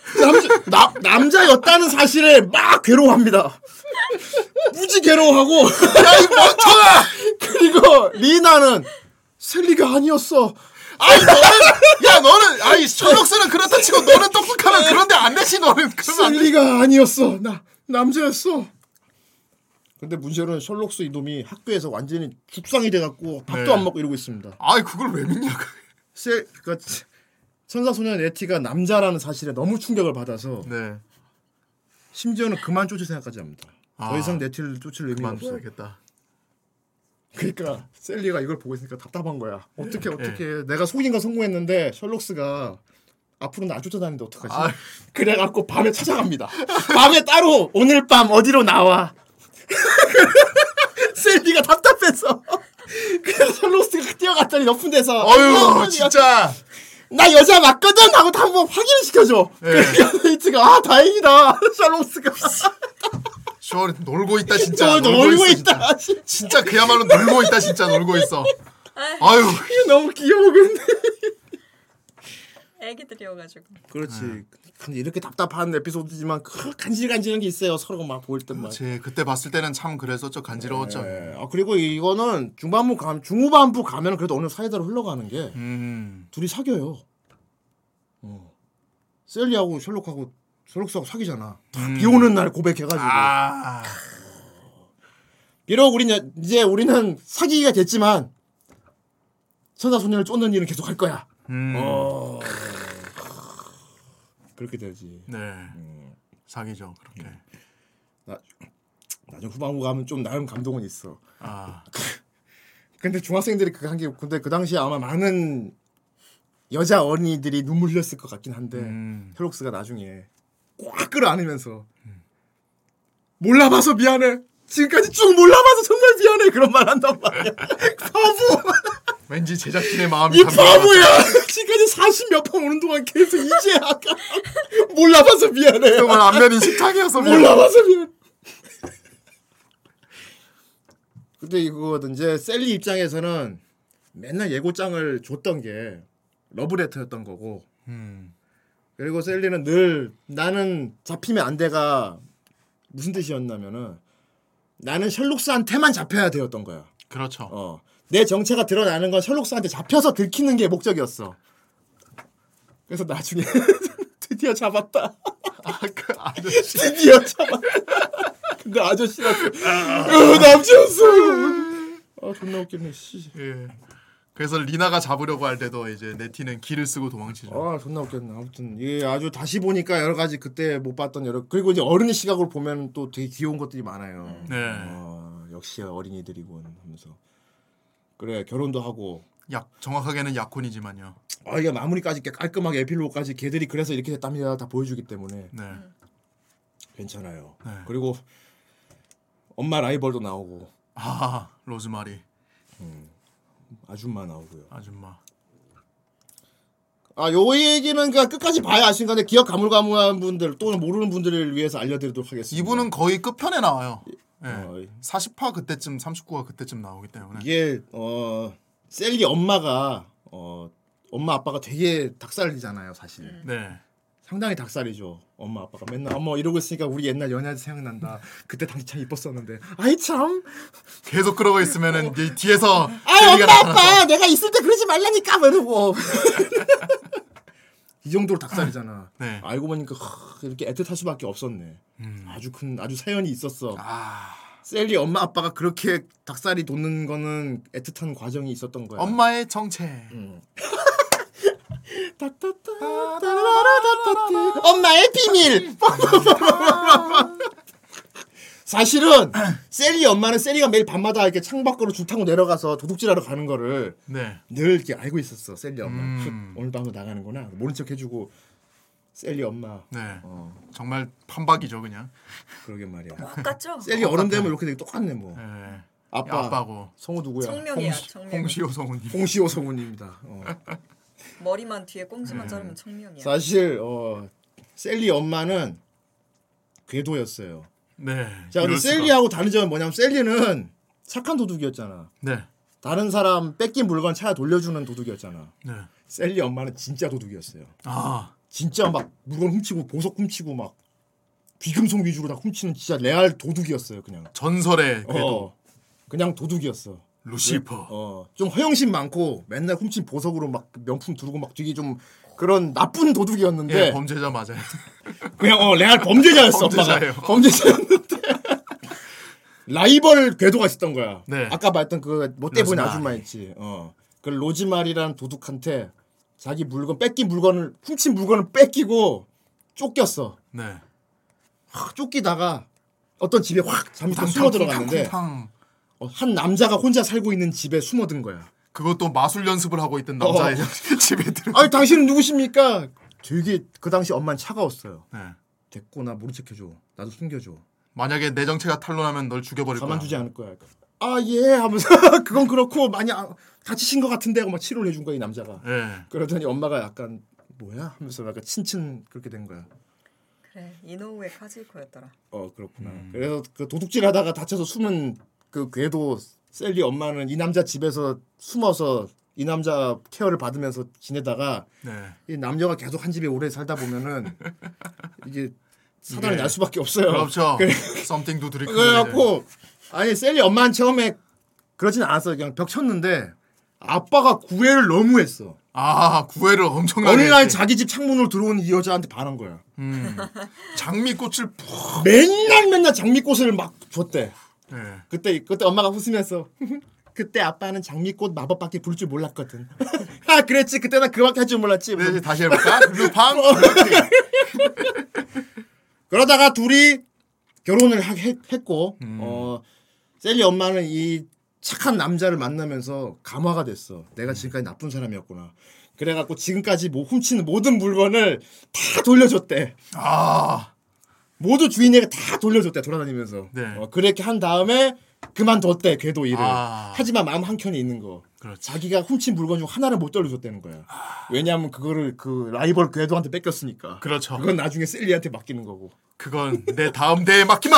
Speaker 1: [laughs] 남자 나, 남자였다는 사실에 막 괴로워합니다. 무지 괴로워하고 [laughs] 야이 멍청아! 그리고 리나는 셀리가 아니었어.
Speaker 2: 아이 너는 야 너는 아이 천옥스는 그렇다 치고 너는 똑똑하면 그런데 안 되지 너는 그러면 안 돼.
Speaker 1: 셀리가 아니었어. 나 남자였어. 근데 문제는 셜록스 이놈이 학교에서 완전히 죽상이 돼갖고 밥도
Speaker 2: 네.
Speaker 1: 안 먹고 이러고 있습니다.
Speaker 2: 아이 그걸 왜 믿냐고.
Speaker 1: 셀, 그러니까 천사소년 에티가 남자라는 사실에 너무 충격을 받아서
Speaker 2: 네.
Speaker 1: 심지어는 그만 쫓을 생각까지 합니다. 더
Speaker 2: 아.
Speaker 1: 이상 네티를 쫓을 의미가
Speaker 2: 그만
Speaker 1: 없어.
Speaker 2: 둬야겠다.
Speaker 1: 그러니까 셀리가 이걸 보고 있으니까 답답한 거야. 어떻게
Speaker 2: 예.
Speaker 1: 어떻게 내가 속인 건 성공했는데 셜록스가 앞으로 나 쫓아다니는데 어떡하지? 그래갖고 밤에 찾아갑니다. [laughs] 밤에 따로 오늘 밤 어디로 나와. 셀리가 답답해서 [laughs] 그래서 셜록스가 뛰어갔더니 높은 데서
Speaker 2: 어휴 진짜.
Speaker 1: 나 여자 맞거든 하고 다 한번 확인을 시켜줘.
Speaker 2: 네.
Speaker 1: 그래서 이트가 아 다행이다
Speaker 2: [laughs]
Speaker 1: 셜록스가
Speaker 2: 쇼리 놀고 있다 진짜.
Speaker 1: 놀고
Speaker 2: 있다.
Speaker 1: 진짜.
Speaker 2: 진짜 그야말로 놀고 있다 진짜 놀고 있어. 아유.
Speaker 1: 이게 너무 귀여워 근데.
Speaker 3: 애기들이어가지고.
Speaker 1: 그렇지. 네. 근데 이렇게 답답한 에피소드지만 그 간질간질한 게 있어요. 서로가 막 보일 때만.
Speaker 2: 제 그때 봤을 때는 참 그랬었죠 간지러웠죠.
Speaker 1: 예. 아 그리고 이거는 중반부 감 중후반부 가면 그래도 어느 사이다로 흘러가는 게
Speaker 2: 음.
Speaker 1: 둘이 사겨요. 어. 셀리하고 셜록하고 셜록스하고 사귀잖아. 비 오는 날 고백해가지고.
Speaker 2: 아.
Speaker 1: 비록 우리는 이제 우리는 사귀기가 됐지만 천사 소녀를 쫓는 일은 계속 할 거야.
Speaker 2: 음.
Speaker 1: 어. 그렇게 되지. 음.
Speaker 2: 네. 사기죠 그렇게.
Speaker 1: 나 나중 후반부 가면 좀 나름 감동은 있어.
Speaker 2: 아.
Speaker 1: [laughs] 근데 중학생들이 그한게 근데 그 당시에 아마 많은 여자 어린이들이 눈물 흘렸을 것 같긴 한데
Speaker 2: 음.
Speaker 1: 헬록스가 나중에 꽉 끌어안으면서 몰라봐서 미안해. 지금까지 쭉 몰라봐서 정말 미안해 그런 말 한단 말이야.
Speaker 2: [laughs]
Speaker 1: 바보.
Speaker 2: 왠지 제작진의 마음이
Speaker 1: 이
Speaker 2: 담겨
Speaker 1: 바보야. [laughs] 지금까지 40몇 번 오는 동안 계속 이제 아까 몰라봐서 미안해.
Speaker 2: 그동안 안면이 식탁이어서 미안해.
Speaker 1: 몰라봐서 미안해. 근데 이거거든 이제 셀리 입장에서는 맨날 예고장을 줬던 게 러브레터였던 거고
Speaker 2: 음.
Speaker 1: 그리고 셀리는 늘 나는 잡히면 안 돼가 무슨 뜻이었냐면은 나는 셜록스한테만 잡혀야 되었던 거야.
Speaker 2: 그렇죠.
Speaker 1: 어. 내 정체가 드러나는 건 셜록스한테 잡혀서 들키는 게 목적이었어. 그래서 나중에 [laughs] 드디어 잡았다. [laughs]
Speaker 2: 아저씨.
Speaker 1: 드디어 잡았다. [laughs] 근데 아저씨라서 어, 남자였어. 아 존나 웃기네. 씨.
Speaker 2: 예. 그래서 리나가 잡으려고 할 때도 이제 네티는 기를 쓰고 도망치죠.
Speaker 1: 아 존나 웃겼네. 아무튼 이게 아주 다시 보니까 여러 가지 그때 못 봤던 여러 그리고 이제 어른의 시각으로 보면 또 되게 귀여운 것들이 많아요.
Speaker 2: 네.
Speaker 1: 어, 역시 어린이들이군 하면서 그래 결혼도 하고
Speaker 2: 약 정확하게는 약혼이지만요.
Speaker 1: 아 이게 마무리까지 이렇게 깔끔하게 에필로그까지 걔들이 그래서 이렇게 됐답니다 다 보여주기 때문에
Speaker 2: 네.
Speaker 1: 괜찮아요.
Speaker 2: 네.
Speaker 1: 그리고 엄마 라이벌도 나오고
Speaker 2: 아 로즈마리.
Speaker 1: 아줌마 나오고요.
Speaker 2: 아줌마.
Speaker 1: 아, 요 얘기는 그냥 끝까지 봐야 아시는 건데 기억 가물가물한 분들 또는 모르는 분들을 위해서 알려드리도록 하겠습니다.
Speaker 2: 이분은 거의 끝편에 나와요. 예. 40화 그때쯤 39화 그때쯤 나오기 때문에.
Speaker 1: 이게 어 셀리 엄마가 어 엄마 아빠가 되게 닭살이잖아요, 사실.
Speaker 2: 네.
Speaker 1: 상당히 닭살이죠. 엄마 아빠가 맨날 어머 이러고 있으니까 우리 옛날 연애할 때 생각난다. 그때 당시 참 이뻤었는데. 아이 참.
Speaker 2: 계속 그러고 있으면은
Speaker 1: 어.
Speaker 2: 이제 뒤에서
Speaker 1: 아
Speaker 2: 셀리가
Speaker 1: 엄마 아빠 내가 있을 때 그러지 말라니까 뭐 이러고. 이 정도로 닭살이잖아. 네. 알고 보니까 하, 이렇게 애틋할 수밖에 없었네. 아주 큰 아주 사연이 있었어. 아. 셀리 엄마 아빠가 그렇게 닭살이 돋는 거는 애틋한 과정이 있었던 거야.
Speaker 2: 엄마의 정체.
Speaker 1: 음. 엄마의 비밀. 사실은 셀리 엄마는 셀리가 매일 밤마다 이렇게 창밖으로 줄 타고 내려가서 도둑질하러 가는 거를
Speaker 2: 네.
Speaker 1: 늘 이렇게 알고 있었어 셀리 엄마. 음. 오늘도 한번 나가는구나. 모른 척 해주고 셀리 엄마.
Speaker 2: 네. 정말 판박이죠 그냥.
Speaker 1: 어. 그러게 말이야.
Speaker 3: 똑같죠?
Speaker 1: 셀리 어, 어른 되면 이렇게 되게 똑같네 뭐. 아빠.
Speaker 2: 아빠고.
Speaker 1: 성우 누구야?
Speaker 3: 청명이야,
Speaker 1: 홍시-
Speaker 3: 청명.
Speaker 2: 홍시호 성우님.
Speaker 1: 홍시호 성우님입니다. 어.
Speaker 3: 머리만 뒤에 꽁지만
Speaker 2: 음.
Speaker 1: 네.
Speaker 3: 자르면 청명이야.
Speaker 1: 사실 어 셀리 엄마는 궤도였어요.
Speaker 2: 네.
Speaker 1: 자, 근데
Speaker 2: 이럴 수가.
Speaker 1: 셀리하고 다른 점은 뭐냐면 셀리는 착한 도둑이었잖아.
Speaker 2: 네.
Speaker 1: 다른 사람 뺏긴 물건 차에 돌려주는 도둑이었잖아.
Speaker 2: 네.
Speaker 1: 셀리 엄마는 진짜 도둑이었어요.
Speaker 2: 아.
Speaker 1: 진짜 막 물건 훔치고 보석 훔치고 막 귀금속 위주로 다 훔치는 진짜 레알 도둑이었어요, 그냥.
Speaker 2: 전설의 궤도.
Speaker 1: 어, 그냥 도둑이었어.
Speaker 2: 루시퍼.
Speaker 1: 어, 좀 허영심 많고 맨날 훔친 보석으로 막 명품 두르고 막 되게 좀 그런 나쁜 도둑이었는데
Speaker 2: 예, 범죄자 맞아요.
Speaker 1: 그냥 어 레알 [laughs] 범죄자였어
Speaker 2: 범죄자예요.
Speaker 1: 엄마가 범죄자였는데 라이벌 궤도가 있었던 거야.
Speaker 2: 네.
Speaker 1: 아까 말했던 그 못돼 보인
Speaker 2: 로즈마리.
Speaker 1: 아줌마 있지. 어. 그 로즈마리라는 도둑한테 자기 물건 뺏긴 물건을 훔친 물건을 뺏기고 쫓겼어.
Speaker 2: 네.
Speaker 1: 확 쫓기다가 어떤 집에 확 잠깐 숨어 들어갔는데
Speaker 2: 아, 탕탕탕탕탕.
Speaker 1: 어, 한 남자가 혼자 살고 있는 집에 숨어든 거야.
Speaker 2: 그것도 마술 연습을 하고 있던
Speaker 1: 어.
Speaker 2: 남자의
Speaker 1: [laughs]
Speaker 2: 집에 들어.
Speaker 1: 아니 당신은 누구십니까? 되게 그 당시 엄마는 차가웠어요.
Speaker 2: 네.
Speaker 1: 됐고 나 모른 척해줘. 나도 숨겨줘.
Speaker 2: 만약에 내 정체가 탄로나면 널 죽여버릴 거야.
Speaker 1: 가만두지 않을 거야. 아 예 하면서 [laughs] 그건 그렇고 많이 아- 다치신 것 같은데 하고 막 치료를 해준 거야 이 남자가.
Speaker 2: 예.
Speaker 1: 그러더니 엄마가 약간 뭐야 하면서 약간 친친 그렇게 된 거야.
Speaker 3: 그래 이노우의 카즈이코였더라.
Speaker 1: 어 그렇구나.
Speaker 2: 음.
Speaker 1: 그래서 그 도둑질하다가 다쳐서 숨은 그 궤도 셀리 엄마는 이 남자 집에서 숨어서 이 남자 케어를 받으면서 지내다가
Speaker 2: 네.
Speaker 1: 이 남녀가 계속 한 집에 오래 살다
Speaker 2: [laughs]
Speaker 1: 보면은 이게 사단이
Speaker 2: 예.
Speaker 1: 날 수밖에 없어요.
Speaker 2: 그렇죠.
Speaker 1: [laughs] 그래-
Speaker 2: Something to drink.
Speaker 1: 어, 그래갖고 아니 셀리 엄마는 처음에 그러진 않았어요. 그냥 벽 쳤는데 아빠가 구애를 너무 했어.
Speaker 2: 아 구애를 엄청나게.
Speaker 1: 어느 날
Speaker 2: 했지.
Speaker 1: 자기 집 창문으로 들어온 이 여자한테 반한 거야.
Speaker 2: 음. 장미꽃을 푹.
Speaker 1: 맨날 맨날 장미꽃을 막 줬대.
Speaker 2: 네.
Speaker 1: 그때 그때 엄마가 웃으면서 [laughs] 그때 아빠는 장미꽃 마법밖에 부를 줄 몰랐거든. [laughs] 아 그랬지 그때 나 그밖에 할 줄 몰랐지. 뭐.
Speaker 2: 네,
Speaker 1: [laughs]
Speaker 2: 다시 해볼까? 루팡.
Speaker 1: 그러다가 둘이 결혼을 하- 했, 했고
Speaker 2: 음.
Speaker 1: 어, 셀리 엄마는 이 착한 남자를 만나면서 감화가 됐어. 내가 지금까지 나쁜 사람이었구나. 그래갖고 지금까지 뭐 훔치는 모든 물건을 다 돌려줬대.
Speaker 2: 아.
Speaker 1: 모두 주인에게 다 돌려줬대 돌아다니면서.
Speaker 2: 네.
Speaker 1: 어, 그렇게 한 다음에 그만뒀대 궤도 일을.
Speaker 2: 아.
Speaker 1: 하지만 마음 한 켠에 있는 거.
Speaker 2: 그렇지. 아.
Speaker 1: 자기가 훔친 물건 중 하나를 못 돌려줬다는 거야. 왜냐하면 그거를 그 라이벌 궤도한테 뺏겼으니까.
Speaker 2: 그렇죠.
Speaker 1: 그건 나중에 셀리한테 맡기는 거고.
Speaker 2: 그건 내 다음 대에 맡기마.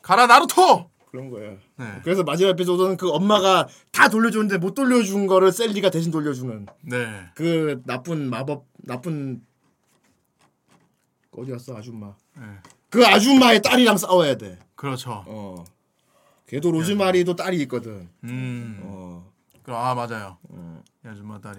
Speaker 2: 가라 나루토.
Speaker 1: 그런 거야.
Speaker 2: 네.
Speaker 1: 그래서 마지막 에피소드는 그 엄마가 다 돌려주는데 못 돌려준 거를 셀리가 대신 돌려주는
Speaker 2: 네.
Speaker 1: 그 나쁜 마법 나쁜 어디 갔어 아줌마.
Speaker 2: 네.
Speaker 1: 그 아줌마의 딸이랑 싸워야 돼.
Speaker 2: 그렇죠.
Speaker 1: 어. 걔도 로즈마리도 딸이 있거든.
Speaker 2: 음.
Speaker 1: 어.
Speaker 2: 그럼- 아 맞아요.
Speaker 1: 음.
Speaker 2: 이 아줌마 딸이.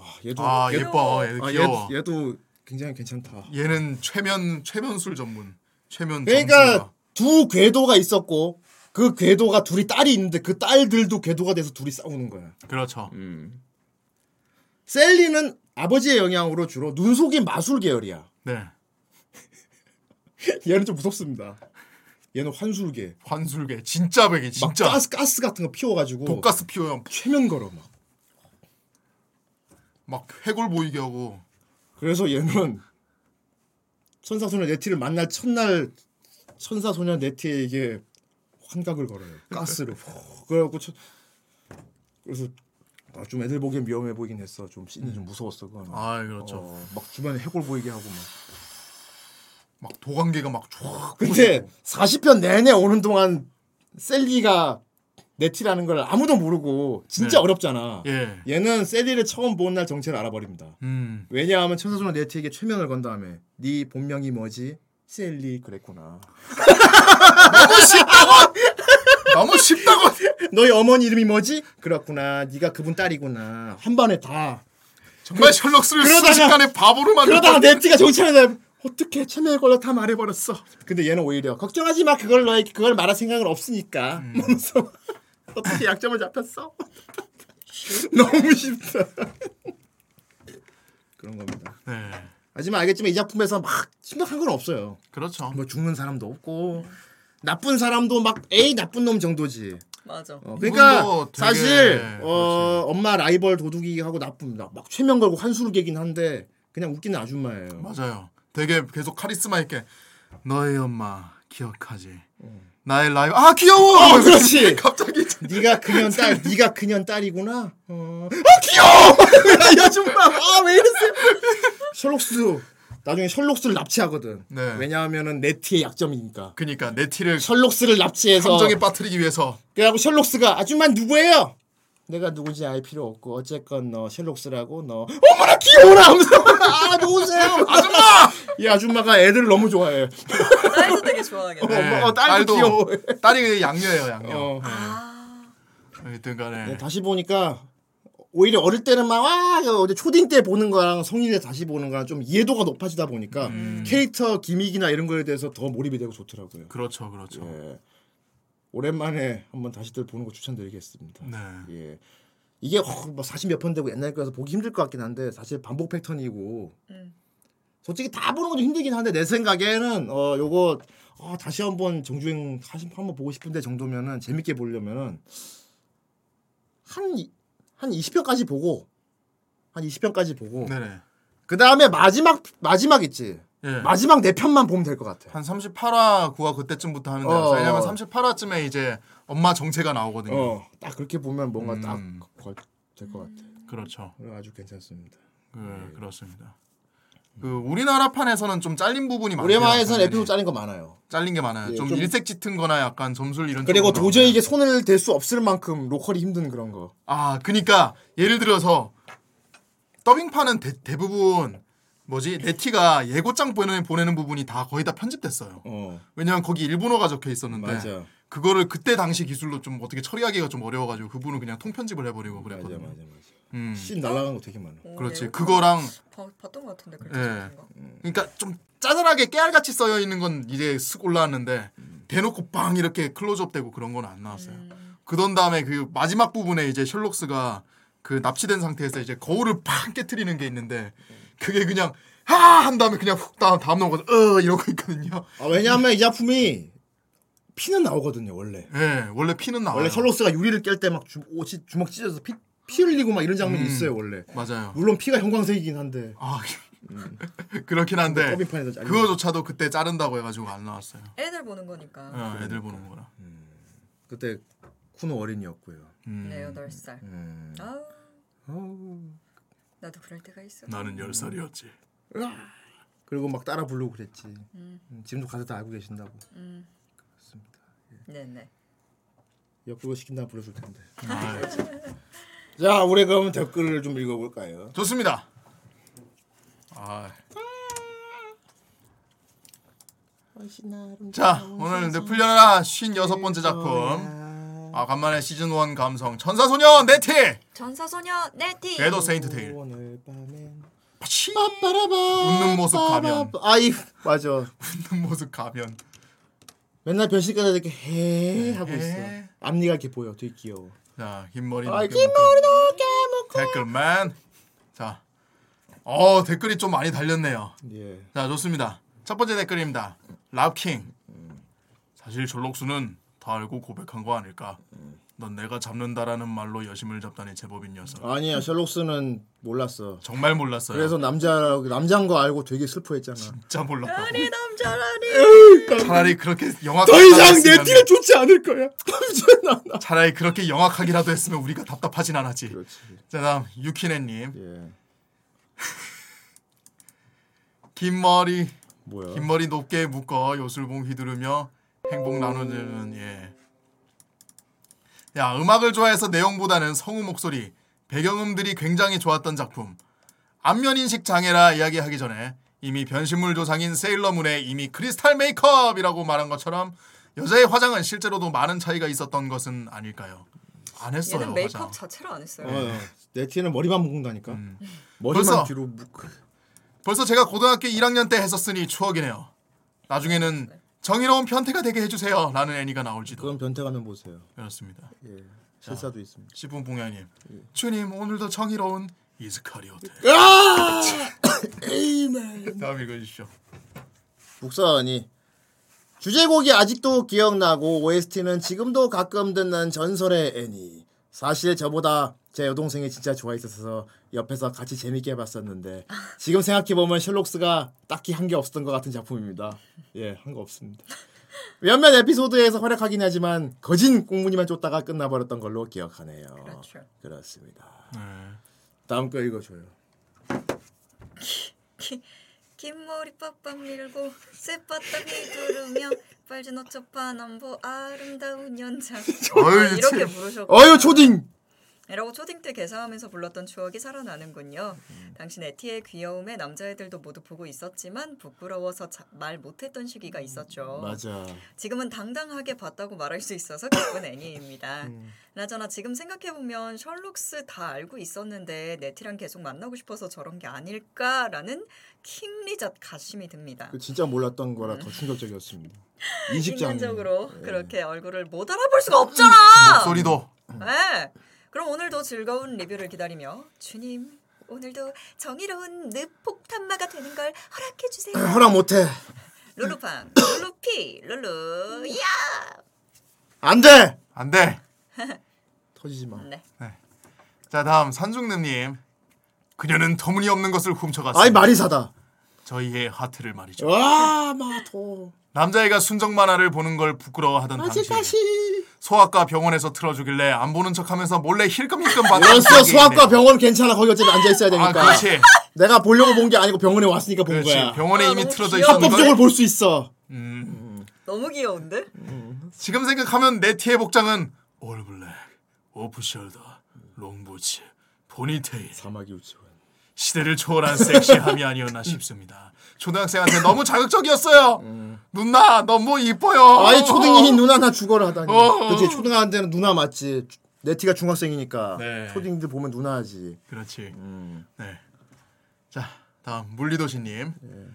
Speaker 1: 아, 얘도
Speaker 2: 아
Speaker 1: 얘도-
Speaker 2: 예뻐. 얘
Speaker 1: 아,
Speaker 2: 귀여워.
Speaker 1: 얘, 얘도 굉장히 괜찮다.
Speaker 2: 얘는 최면 최면술 전문. 최면.
Speaker 1: 그러니까
Speaker 2: 전문가.
Speaker 1: 두 궤도가 있었고 그 궤도가 둘이 딸이 있는데 그 딸들도 궤도가 돼서 둘이 싸우는 거야.
Speaker 2: 그렇죠.
Speaker 1: 셀리는 아버지의 영향으로 주로 눈 속이 마술 계열이야.
Speaker 2: 네.
Speaker 1: [laughs] 얘는 좀 무섭습니다. 얘는 환술계.
Speaker 2: 환술계 진짜 백이
Speaker 1: 막
Speaker 2: 진짜.
Speaker 1: 가스 가스 같은 거 피워가지고
Speaker 2: 독가스 피워요.
Speaker 1: 최면 걸어 막.
Speaker 2: 막 해골 보이게 하고.
Speaker 1: 그래서 얘는 천사소녀 네티를 만날 첫날 천사소녀 네티에게 환각을 걸어요. 가스로. 훅. 그래갖고 저- 그래서 아, 좀 애들 보기엔 위험해 보이긴 했어. 좀 씬이 좀 무서웠어 그거는.
Speaker 2: 아, 그렇죠.
Speaker 1: 어, 막 주변에 해골 보이게 하고 막.
Speaker 2: 막 도관계가 막쫙
Speaker 1: 근데
Speaker 2: 음.
Speaker 1: 40편 내내 오는 동안 셀리가 네티라는 걸 아무도 모르고 진짜
Speaker 2: 네.
Speaker 1: 어렵잖아.
Speaker 2: 예.
Speaker 1: 얘는 셀리를 처음 본 날 정체를 알아버립니다.
Speaker 2: 음.
Speaker 1: 왜냐하면 천사소년 네티에게 최면을 건 다음에 네 본명이 뭐지? 셀리 그랬구나.
Speaker 2: 너무 쉽다고. 너무 쉽다고.
Speaker 1: 너희 어머니 이름이 뭐지? 그렇구나. 네가 그분 딸이구나. 한 번에 다.
Speaker 2: 정말 셜록스를
Speaker 1: 그러다가-
Speaker 2: 순식간에 바보로 만들
Speaker 1: 그러다가 네티가 정체를 어떻게 최면에 걸려 다 말해버렸어. 근데 얘는 오히려 음. 걱정하지 마. 그걸 너의 그걸 말할 생각은 없으니까. 몸소 어떻게 약점을 잡혔어? [laughs] 너무 쉽다. 그런 겁니다.
Speaker 2: 네.
Speaker 1: 하지만 알겠지만 이 작품에서 막 심각한 건 없어요.
Speaker 2: 그렇죠.
Speaker 1: 뭐 죽는 사람도 없고 나쁜 사람도 막 에이 나쁜 놈 정도지.
Speaker 3: 맞아.
Speaker 1: 어, 그러니까
Speaker 2: 이분도 되게-
Speaker 1: 사실 어, 엄마 라이벌 도둑이하고 나쁩니다. 막 최면 걸고 환수르기긴 한데 그냥 웃기는 아줌마예요.
Speaker 2: 맞아요. 되게 계속 카리스마 있게 너의 엄마 기억하지. 나의 라이브 아 귀여워.
Speaker 1: 어,
Speaker 2: [laughs]
Speaker 1: 그렇지.
Speaker 2: 갑자기
Speaker 1: 네가 그년 딸, 네가 그년 딸이구나. 어. 아 귀여워.
Speaker 2: [laughs]
Speaker 1: 이 아줌마, 아왜 이랬어요? 셜록스 나중에 셜록스를 납치하거든.
Speaker 2: 네.
Speaker 1: 왜냐하면은 네티의 약점이니까.
Speaker 2: 그러니까 내 티를
Speaker 1: 셜록스를 납치해서
Speaker 2: 감정에 빠뜨리기 위해서
Speaker 1: 그래갖고 셜록스가 아줌마 누구예요? 내가 누군지 알 필요 없고 어쨌건 너 셜록스라고 너 어머나 귀여워라 하면서 아 누구세요? 아줌마 이 아줌마가 애들 너무 좋아해.
Speaker 3: 딸도 되게 좋아하겠네.
Speaker 1: 엄마, 어, 딸도 귀여워.
Speaker 2: 딸이 양녀예요 양녀.
Speaker 1: 어.
Speaker 2: 어쨌든간에
Speaker 1: 네, 다시 보니까 오히려 어릴 때는 막와 어제 초딩 때 보는 거랑 성인에 다시 보는 거랑 좀 이해도가 높아지다 보니까 캐릭터 기믹이나 이런 거에 대해서 더 몰입이 되고 좋더라고요.
Speaker 2: 음. 그렇죠 그렇죠.
Speaker 1: 예. 오랜만에 한번 다시들 보는 거 추천드리겠습니다.
Speaker 2: 네.
Speaker 1: 예. 이게 뭐 40몇 편 되고 옛날 거라서 보기 힘들 것 같긴 한데 사실 반복 패턴이고
Speaker 3: 음.
Speaker 1: 솔직히 다 보는 것도 힘들긴 한데 내 생각에는 어 요거 어, 다시 한번 정주행 다시 한번 보고 싶은데 정도면은 재밌게 보려면은 한한 20편까지 보고 한 20편까지 보고
Speaker 2: 네네.
Speaker 1: 그 다음에 마지막 마지막 있지
Speaker 2: 예.
Speaker 1: 마지막 네 편만 보면 될 것 같아.
Speaker 2: 한 38화 9화 그때쯤부터 하는데
Speaker 1: 어.
Speaker 2: 왜냐면 38화쯤에 이제 엄마 정체가 나오거든요.
Speaker 1: 어딱 그렇게 보면 뭔가
Speaker 2: 음.
Speaker 1: 딱될것 같아.
Speaker 2: 그렇죠.
Speaker 1: 그래 아주 괜찮습니다. 네.
Speaker 2: 그 그렇습니다. 그 우리나라 판에서는 좀 잘린 부분이 많아요.
Speaker 1: 우리마에서는
Speaker 2: 당연히.
Speaker 1: 에피소드 짜린 거 많아요.
Speaker 2: 잘린 게 많아요.
Speaker 1: 예,
Speaker 2: 좀,
Speaker 1: 좀-
Speaker 2: 일색 짙은거나 약간 점술 이런.
Speaker 1: 그리고
Speaker 2: 쪽으로
Speaker 1: 도저히
Speaker 2: 나오는.
Speaker 1: 이게 손을 댈 수 없을 만큼 로컬이 힘든 그런 거.
Speaker 2: 아 그니까 예를 들어서 더빙판은 대, 대부분 뭐지 네티가 예고장 보내는 보내는 부분이 다 거의 다 편집됐어요.
Speaker 1: 어
Speaker 2: 왜냐면 거기 일본어가 적혀 있었는데
Speaker 1: 맞아
Speaker 2: 그거를 그때 당시 기술로 좀 어떻게 처리하기가 좀 어려워가지고 그분은 그냥 통편집을 해버리고
Speaker 1: 맞아
Speaker 2: 그랬거든요.
Speaker 1: 맞아 맞아.
Speaker 2: 음.
Speaker 1: 씬 날라간 거 되게 많아.
Speaker 3: 오,
Speaker 2: 그렇지.
Speaker 3: 네.
Speaker 2: 그거랑
Speaker 3: 봐- 봤던 것 같은데
Speaker 2: 예.
Speaker 3: 그렇게 거.
Speaker 1: 음.
Speaker 2: 그러니까 좀 짜잘하게 깨알같이 써여 있는 건 이제 쓱 올라왔는데
Speaker 1: 음.
Speaker 2: 대놓고 빵 이렇게 클로즈업되고 그런 건 안 나왔어요. 그런 다음에 그 마지막 부분에 이제 셜록스가 그 납치된 상태에서 이제 거울을 팡 깨트리는 게 있는데 그게 그냥 하한 다음에 그냥 훅 다음 다음 넘어가서 어 이러고 있거든요.
Speaker 1: 아, 왜냐하면 이 작품이 피는 나오거든요 원래.
Speaker 2: 예, 원래 피는 나와요.
Speaker 1: 원래 셜록스가 유리를 깰 때 막 옷이 주먹 찢어서 피, 피 흘리고 막 이런 장면이
Speaker 2: 음.
Speaker 1: 있어요 원래.
Speaker 2: 맞아요.
Speaker 1: 물론 피가 형광색이긴 한데.
Speaker 2: 아 그렇긴 한데
Speaker 1: 더빙판에서 잘린
Speaker 2: 그거조차도 그때 자른다고 해가지고 안 나왔어요.
Speaker 3: 애들 보는 거니까.
Speaker 2: 어, 애들 보는 거라.
Speaker 1: 음. 그때 쿠노 어린이였고요.
Speaker 2: 음. 예.
Speaker 3: 네 여덟 살.
Speaker 1: 음.
Speaker 3: 아우
Speaker 1: 어우.
Speaker 3: 나도 그럴 때가 있어.
Speaker 2: 나는 열 살이었지.
Speaker 1: 그리고 막 따라 부르고 그랬지.
Speaker 3: 음,
Speaker 1: 음, 지금도 가서 다 알고 계신다고.
Speaker 3: 음.
Speaker 1: 그렇습니다.
Speaker 3: 네네.
Speaker 1: 옆으로 시킨다 불러줄 텐데.
Speaker 2: 아, 예.
Speaker 1: [laughs] 자, 우리 그럼 댓글을 좀 읽어볼까요?
Speaker 2: 좋습니다. 아. 자 오늘 이제 풀려라
Speaker 3: 네,
Speaker 2: 56번째 작품 아 간만에 시즌 1 감성 천사소녀 네티
Speaker 3: 전사소녀 네티.
Speaker 2: 궤도 세인트 테일
Speaker 1: 오늘 밤엔
Speaker 2: 파치!
Speaker 1: 웃는
Speaker 2: 웃는 모습 가면
Speaker 1: 아이 맞아.
Speaker 2: 웃는 모습 가면 네,
Speaker 1: 맨날 변신까지 이렇게 해 하고 있어.
Speaker 2: 해.
Speaker 1: 앞니가 이렇게 보여. 되게 귀여워.
Speaker 2: 자 긴머리
Speaker 1: 아,
Speaker 2: 넘게
Speaker 1: 긴머리 넘게 묶어.
Speaker 2: 묶고. 댓글맨 자어 댓글이 좀 많이 달렸네요
Speaker 1: 예.
Speaker 2: 자 좋습니다. 첫 번째 댓글입니다. 랍킹. 사실 졸록수는 다 알고 고백한 거 아닐까. 넌 내가 잡는다라는 말로 여심을 잡다니 제법인 녀석.
Speaker 1: 아니야 셜록스는 몰랐어.
Speaker 2: 정말 몰랐어요.
Speaker 1: 그래서 남자 남자인 거 알고 되게 슬퍼했잖아.
Speaker 2: 진짜 몰랐다.
Speaker 3: 아니 남자라니.
Speaker 2: 차라리 그렇게 영악하게
Speaker 1: 더 이상 내
Speaker 2: 했으면-
Speaker 1: 뒤를 쫓지 않을 거야.
Speaker 2: [laughs] 차라리 그렇게 영악하기라도 했으면 우리가 답답하진 않았지. 자 다음 유키네님.
Speaker 1: 예.
Speaker 2: [laughs] 긴 머리.
Speaker 1: 뭐야?
Speaker 2: 긴 머리 높게 묶어 요술봉 휘두르며 행복 나누는 예. 야 음악을 좋아해서 내용보다는 성우 목소리, 배경음들이 굉장히 좋았던 작품. 안면인식 장애라 이야기하기 전에 이미 변신물 조상인 세일러문의 이미 크리스탈 메이크업이라고 말한 것처럼 여자의 화장은 실제로도 많은 차이가 있었던 것은 아닐까요? 안 했어요.
Speaker 3: 얘는 메이크업
Speaker 2: 화장.
Speaker 3: 자체를 안 했어요.
Speaker 1: 어, 어. 내 뒤는 머리만 묶는다니까. 머리만
Speaker 2: 음. 벌써
Speaker 1: 뒤로 묶.
Speaker 2: 벌써 제가 고등학교 1학년 때 했었으니 추억이네요. 나중에는
Speaker 3: 네.
Speaker 2: 정의로운 변태가 되게 해주세요 라는 애니가 나올지도.
Speaker 1: 그럼 변태 가면 보세요.
Speaker 2: 그렇습니다.
Speaker 1: 예. 실사도 있습니다. 예.
Speaker 2: 시분 봉야님. 주님 오늘도 정의로운 이스카리오테.
Speaker 1: 아!
Speaker 2: 다음 읽어주시죠.
Speaker 1: 북선이 주제곡이 아직도 기억나고 OST는 지금도 가끔 듣는 전설의 애니. 사실 저보다 제 여동생이 진짜 좋아했어서 옆에서 같이 재밌게 봤었는데 지금 생각해 보면 셜록스가 딱히 한 게 없었던 것 같은 작품입니다. 예, 한 거 없습니다. 몇몇 에피소드에서 활약하긴 하지만 거진 꽁무니만 쫓다가 끝나버렸던 걸로 기억하네요.
Speaker 3: 그렇죠.
Speaker 1: 그렇습니다.
Speaker 2: 네.
Speaker 1: 다음 거 읽어줘요.
Speaker 3: 기- 긴 머리 빡빡 밀고 쇠바닥 휘두르며 빨진 어쩌파 남보 아름다운
Speaker 2: [laughs]
Speaker 3: 연장 이렇게 부르셨고
Speaker 1: 어유 초딩.
Speaker 3: 이라고 초딩 때 개사하면서 불렀던 추억이 살아나는군요.
Speaker 2: 음.
Speaker 3: 당신 에티의 귀여움에 남자애들도 모두 보고 있었지만 부끄러워서 자- 말 못했던 시기가 있었죠.
Speaker 1: 맞아.
Speaker 3: 지금은 당당하게 봤다고 말할 수 있어서 기쁜 애니입니다.
Speaker 1: 음.
Speaker 3: 나저나 지금 생각해보면 셜록스 다 알고 있었는데 네티랑 계속 만나고 싶어서 저런 게 아닐까라는 킹리잣 가심이 듭니다.
Speaker 1: 그 진짜 몰랐던 거라 더
Speaker 3: [laughs]
Speaker 1: 충격적이었습니다. 예. 네. 인식장.
Speaker 3: 음. 인간적으로 그렇게 얼굴을 못 알아볼 수가 없잖아.
Speaker 2: 목소리도.
Speaker 1: 음.
Speaker 3: 네. 그럼 오늘도 즐거운 리뷰를 기다리며 주님 오늘도 정의로운 늪폭탄마가 되는 걸 허락해 주세요.
Speaker 1: [clears throat] 허락 못해.
Speaker 3: 룰루팡, 룰루피, 룰루야. [laughs]
Speaker 1: 안 돼.
Speaker 2: 안 돼.
Speaker 1: 터지지 마.
Speaker 3: 네.
Speaker 2: 자 다음 산중님님. 그녀는 터무니없는 것을 훔쳐갔어.
Speaker 1: 아이 마리사다.
Speaker 2: 저희의 하트를 말이죠.
Speaker 1: 와 마토.
Speaker 2: 남자애가 순정 만화를 보는 걸
Speaker 3: 아,
Speaker 2: 부끄러워하던 당시
Speaker 1: 아직까지.
Speaker 2: 소아과 병원에서 틀어주길래 안 보는 척하면서 몰래 힐끔힐끔 봤던
Speaker 1: 그래서
Speaker 2: 기억이 있네.
Speaker 1: 소아과 병원 괜찮아. 거기 어차피 앉아 있어야 되니까.
Speaker 2: 아 그렇지.
Speaker 1: 내가 보려고 본 게 아니고 병원에 왔으니까 본
Speaker 2: 그렇지.
Speaker 1: 거야.
Speaker 2: 병원에
Speaker 3: 아,
Speaker 2: 이미 틀어져 있었는데.
Speaker 1: 합법적으로 볼 수 있어.
Speaker 3: 너무 귀여운데?
Speaker 2: 지금 생각하면 네티의 복장은 올블랙, 오프숄더, 롱부츠, 포니테일.
Speaker 1: 사마귀 우치원.
Speaker 2: 시대를 초월한 섹시함이 아니었나 싶습니다. 초등학생한테 너무 자극적이었어요. 누나 너무 뭐 이뻐요.
Speaker 1: 아이 초딩이 누나 나 죽어라 하다니.
Speaker 2: 어.
Speaker 1: 그렇지 초등한테는 누나 맞지. 네티가 중학생이니까 초딩들 보면 누나지. 음.
Speaker 2: 그렇지. 네. 자 다음 물리도시님.
Speaker 1: 예.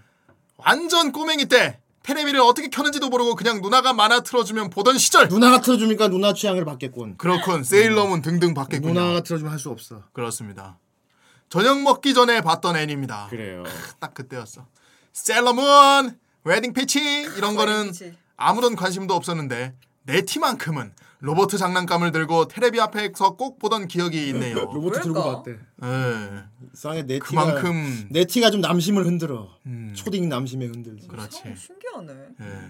Speaker 2: 완전 꼬맹이 때 테레비를 어떻게 켜는지도 모르고 그냥 누나가 만화 틀어주면 보던 시절.
Speaker 1: 누나가 틀어주니까 누나 취향을 받겠군.
Speaker 2: 그렇군. 세일러문 등등 받겠군요.
Speaker 1: 누나가 틀어주면 할 수 없어.
Speaker 2: 그렇습니다. 저녁 먹기 전에 봤던 애니입니다.
Speaker 1: 그래요.
Speaker 2: 딱 그때였어. 셀러문, 웨딩 피치 이런 거는 아무런 관심도 없었는데 네티만큼은 로버트 장난감을 들고 테레비 앞에서 꼭 보던 기억이 있네요.
Speaker 1: [laughs] 로봇 들고
Speaker 3: 그러니까.
Speaker 1: 봤대.
Speaker 2: 예.
Speaker 1: 이상하게 네티가
Speaker 2: 그만큼- 음.
Speaker 1: 네티가 좀 남심을 흔들어. 초딩 남심에 흔들지.
Speaker 2: 그렇지.
Speaker 3: 신기하네.
Speaker 2: 예.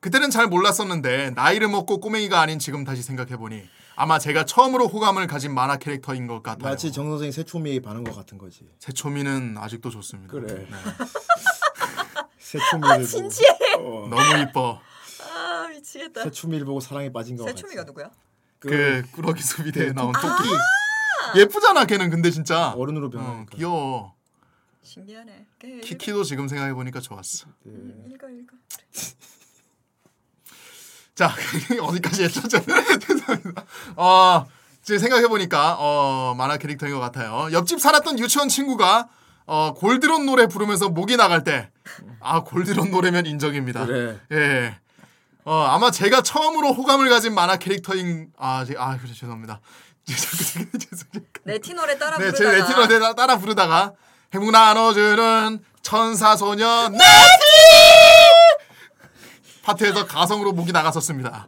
Speaker 2: 그때는 잘 몰랐었는데 나이를 먹고 꼬맹이가 아닌 지금 다시 생각해 보니 아마 제가 처음으로 호감을 가진 만화 캐릭터인 것 같아요.
Speaker 1: 마치 정 선생 새초미 반응 것 같은 거지.
Speaker 2: 새초미는 아직도 좋습니다.
Speaker 1: 그래.
Speaker 2: 네.
Speaker 1: 새초미를
Speaker 3: 아, 진지해.
Speaker 1: 보고, 어,
Speaker 2: 너무 이뻐.
Speaker 3: 아 미치겠다.
Speaker 1: 새초미를 보고 사랑에 빠진 것 같아.
Speaker 3: 새초미가 누구야?
Speaker 2: 그 꾸러기 수비대에 나온 토끼.
Speaker 1: 네, 토끼.
Speaker 2: 예쁘잖아 걔는 근데 진짜
Speaker 1: 어른으로
Speaker 2: 어, 귀여워
Speaker 3: 신기하네. 그
Speaker 2: 키키도 지금 생각해보니까
Speaker 1: [laughs]
Speaker 2: 좋았어 [laughs]
Speaker 1: 네.
Speaker 3: 읽어 읽어.
Speaker 2: 자 어디까지 [laughs] 했죠? 저- 죄송합니다 어, 지금 생각해보니까 어, 만화 캐릭터인 것 같아요 옆집 살았던 유치원 친구가 어, 골드론 노래 부르면서 목이 나갈 때아 골드론 노래면 인정입니다
Speaker 1: 그래.
Speaker 2: 예. 어, 아마 제가 처음으로 호감을 가진 만화 캐릭터인 아, 제- 아 그래 죄송합니다
Speaker 3: 네티 노래 따라
Speaker 2: 네, 제
Speaker 3: 부르다가
Speaker 2: 레티노 따라, 따라 부르다가 행복 나눠주는 천사
Speaker 3: 네,
Speaker 2: 소녀 네티 파트에서 가성으로 목이 나갔었습니다.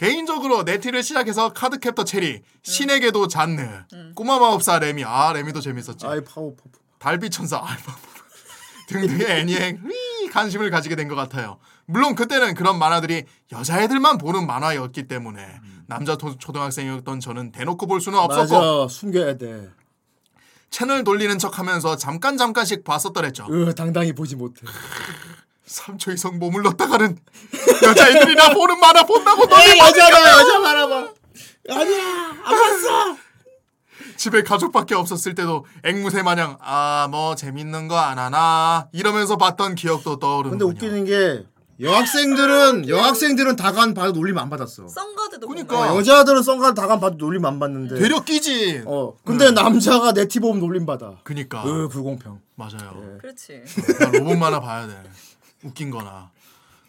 Speaker 2: 개인적으로 네티를 시작해서 카드캡터 체리, 신에게도 잔느,
Speaker 3: 음.
Speaker 2: 꼬마 마법사 레미, 아 레미도 재밌었지. 아이 파워퍼프. 달빛 천사 알파프 등등의 애니에 휘 관심을 가지게 된 것 같아요. 물론 그때는 그런 만화들이 여자애들만 보는 만화였기 때문에
Speaker 3: 음.
Speaker 2: 남자 도- 초등학생이었던 저는 대놓고 볼 수는 없었고
Speaker 1: 맞아 숨겨야 돼.
Speaker 2: 채널 돌리는 척하면서 잠깐 잠깐씩 봤었더랬죠.
Speaker 1: 으 당당히 보지
Speaker 2: [laughs]
Speaker 1: 못해.
Speaker 2: 3초 이상 머물렀다가는 여자애들이나 보는 만화 본다고
Speaker 1: 에이,
Speaker 2: 너네
Speaker 1: 여자다, 여자
Speaker 2: 만화 봐. 아니야 안 봤어. 집에 가족밖에 없었을 때도 앵무새 마냥 아 뭐 재밌는 거 안 하나 이러면서 봤던 기억도 떠오르는.
Speaker 1: 근데 웃기는 게 여학생들은 여학생들은 다간 봐도 놀림 안 받았어.
Speaker 3: 썬가드도
Speaker 1: 어, 여자들은 썬가드 다간 봐도 놀림 안 받는데.
Speaker 2: 되려 음. 끼지.
Speaker 1: 어. 근데 남자가 네티 보면 놀림 받아.
Speaker 2: 그니까.
Speaker 1: 으 불공평. 네.
Speaker 2: 맞아요.
Speaker 3: 그렇지.
Speaker 2: 그냥 로봇 만화 봐야 돼. 웃긴 거나.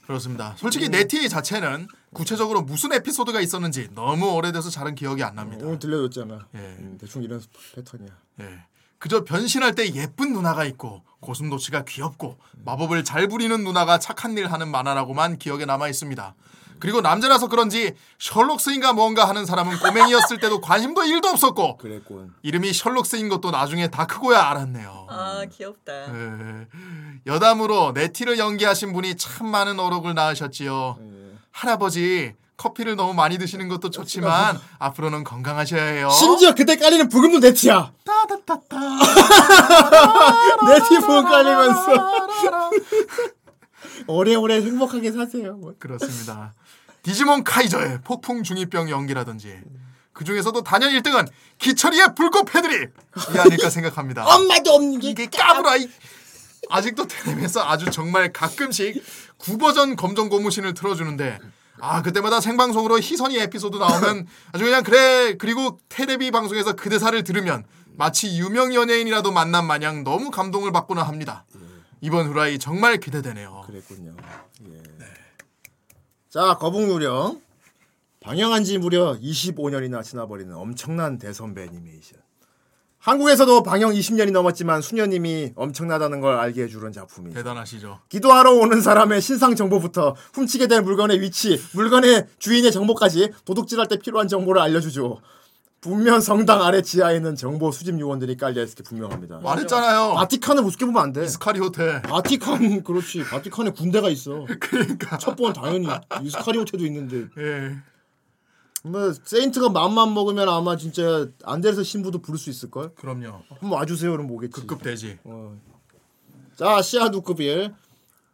Speaker 2: 그렇습니다. 솔직히
Speaker 1: 음.
Speaker 2: 네티 자체는 구체적으로 무슨 에피소드가 있었는지 너무 오래돼서 잘은 기억이 안 납니다.
Speaker 1: 오늘 들려줬잖아.
Speaker 2: 예.
Speaker 1: 음, 대충 이런 패턴이야.
Speaker 2: 예. 그저 변신할 때 예쁜 누나가 있고 고슴도치가 귀엽고
Speaker 1: 음.
Speaker 2: 마법을 잘 부리는 누나가 착한 일 하는 만화라고만 기억에 남아 있습니다. 그리고 남자라서 그런지 셜록스인가 뭔가 하는 사람은 꼬맹이였을 때도 관심도 일도
Speaker 1: [laughs]
Speaker 2: 없었고
Speaker 1: 그랬군.
Speaker 2: 이름이 셜록스인 것도 나중에 다 크고야 알았네요.
Speaker 3: 아 귀엽다.
Speaker 2: 예. 여담으로 네티를 연기하신 분이 참 많은 어록을 낳으셨지요.
Speaker 1: 예.
Speaker 2: 할아버지 커피를 너무 많이 드시는 것도
Speaker 1: 아,
Speaker 2: 좋지만 앞으로는 건강하셔야 해요.
Speaker 1: 심지어 그때 깔리는 부금도 네티야. [laughs] 네티 보고 깔리면서. [laughs] 오래오래 행복하게 사세요. 뭐.
Speaker 2: 그렇습니다. 디지몬 카이저의 폭풍 중이병 연기라든지
Speaker 1: 예.
Speaker 2: 그 중에서도 단연 1등은 기철이의 불꽃 패들이
Speaker 1: [laughs]
Speaker 2: 이 아닐까 생각합니다.
Speaker 1: 엄마도 없는 게
Speaker 2: 까불아. 이- 아직도 테레비에서 아주 정말 가끔씩 구버전 검정 고무신을 틀어주는데 아 그때마다 생방송으로 희선이 에피소드 나오면 아주 그냥 그래 그리고 테레비 방송에서 그 대사를 들으면 마치 유명 연예인이라도 만난 마냥 너무 감동을 받거나 합니다. 이번 후라이 정말 기대되네요.
Speaker 1: 그랬군요. 예. 자, 거북요령. 방영한 지 무려 25년이나 지나버리는 엄청난 대선배 애니메이션. 한국에서도 방영 20년이 넘었지만 수녀님이 엄청나다는 걸 알게 해주는 작품이죠.
Speaker 2: 대단하시죠.
Speaker 1: 기도하러 오는 사람의 신상 정보부터 훔치게 될 물건의 위치, 물건의 주인의 정보까지 도둑질할 때 필요한 정보를 알려주죠. 분명 성당 아래 지하에 있는 정보 수집 요원들이 깔려 있을 게 분명합니다.
Speaker 2: 말했잖아요.
Speaker 1: 바티칸을 우습게 보면 안 돼.
Speaker 2: 이스카리 호텔.
Speaker 1: 바티칸 그렇지. 바티칸에 군대가 있어.
Speaker 2: 그러니까
Speaker 1: 첫 번은 당연히 이스카리 호텔도 있는데.
Speaker 2: 예.
Speaker 1: 뭐 세인트가 마음만 먹으면 아마 진짜 안데르스 신부도 부를 수 있을 걸.
Speaker 2: 그럼요.
Speaker 1: 한번 와주세요는 뭐겠지.
Speaker 2: 급급 되지.
Speaker 1: 어. 자 시아두급일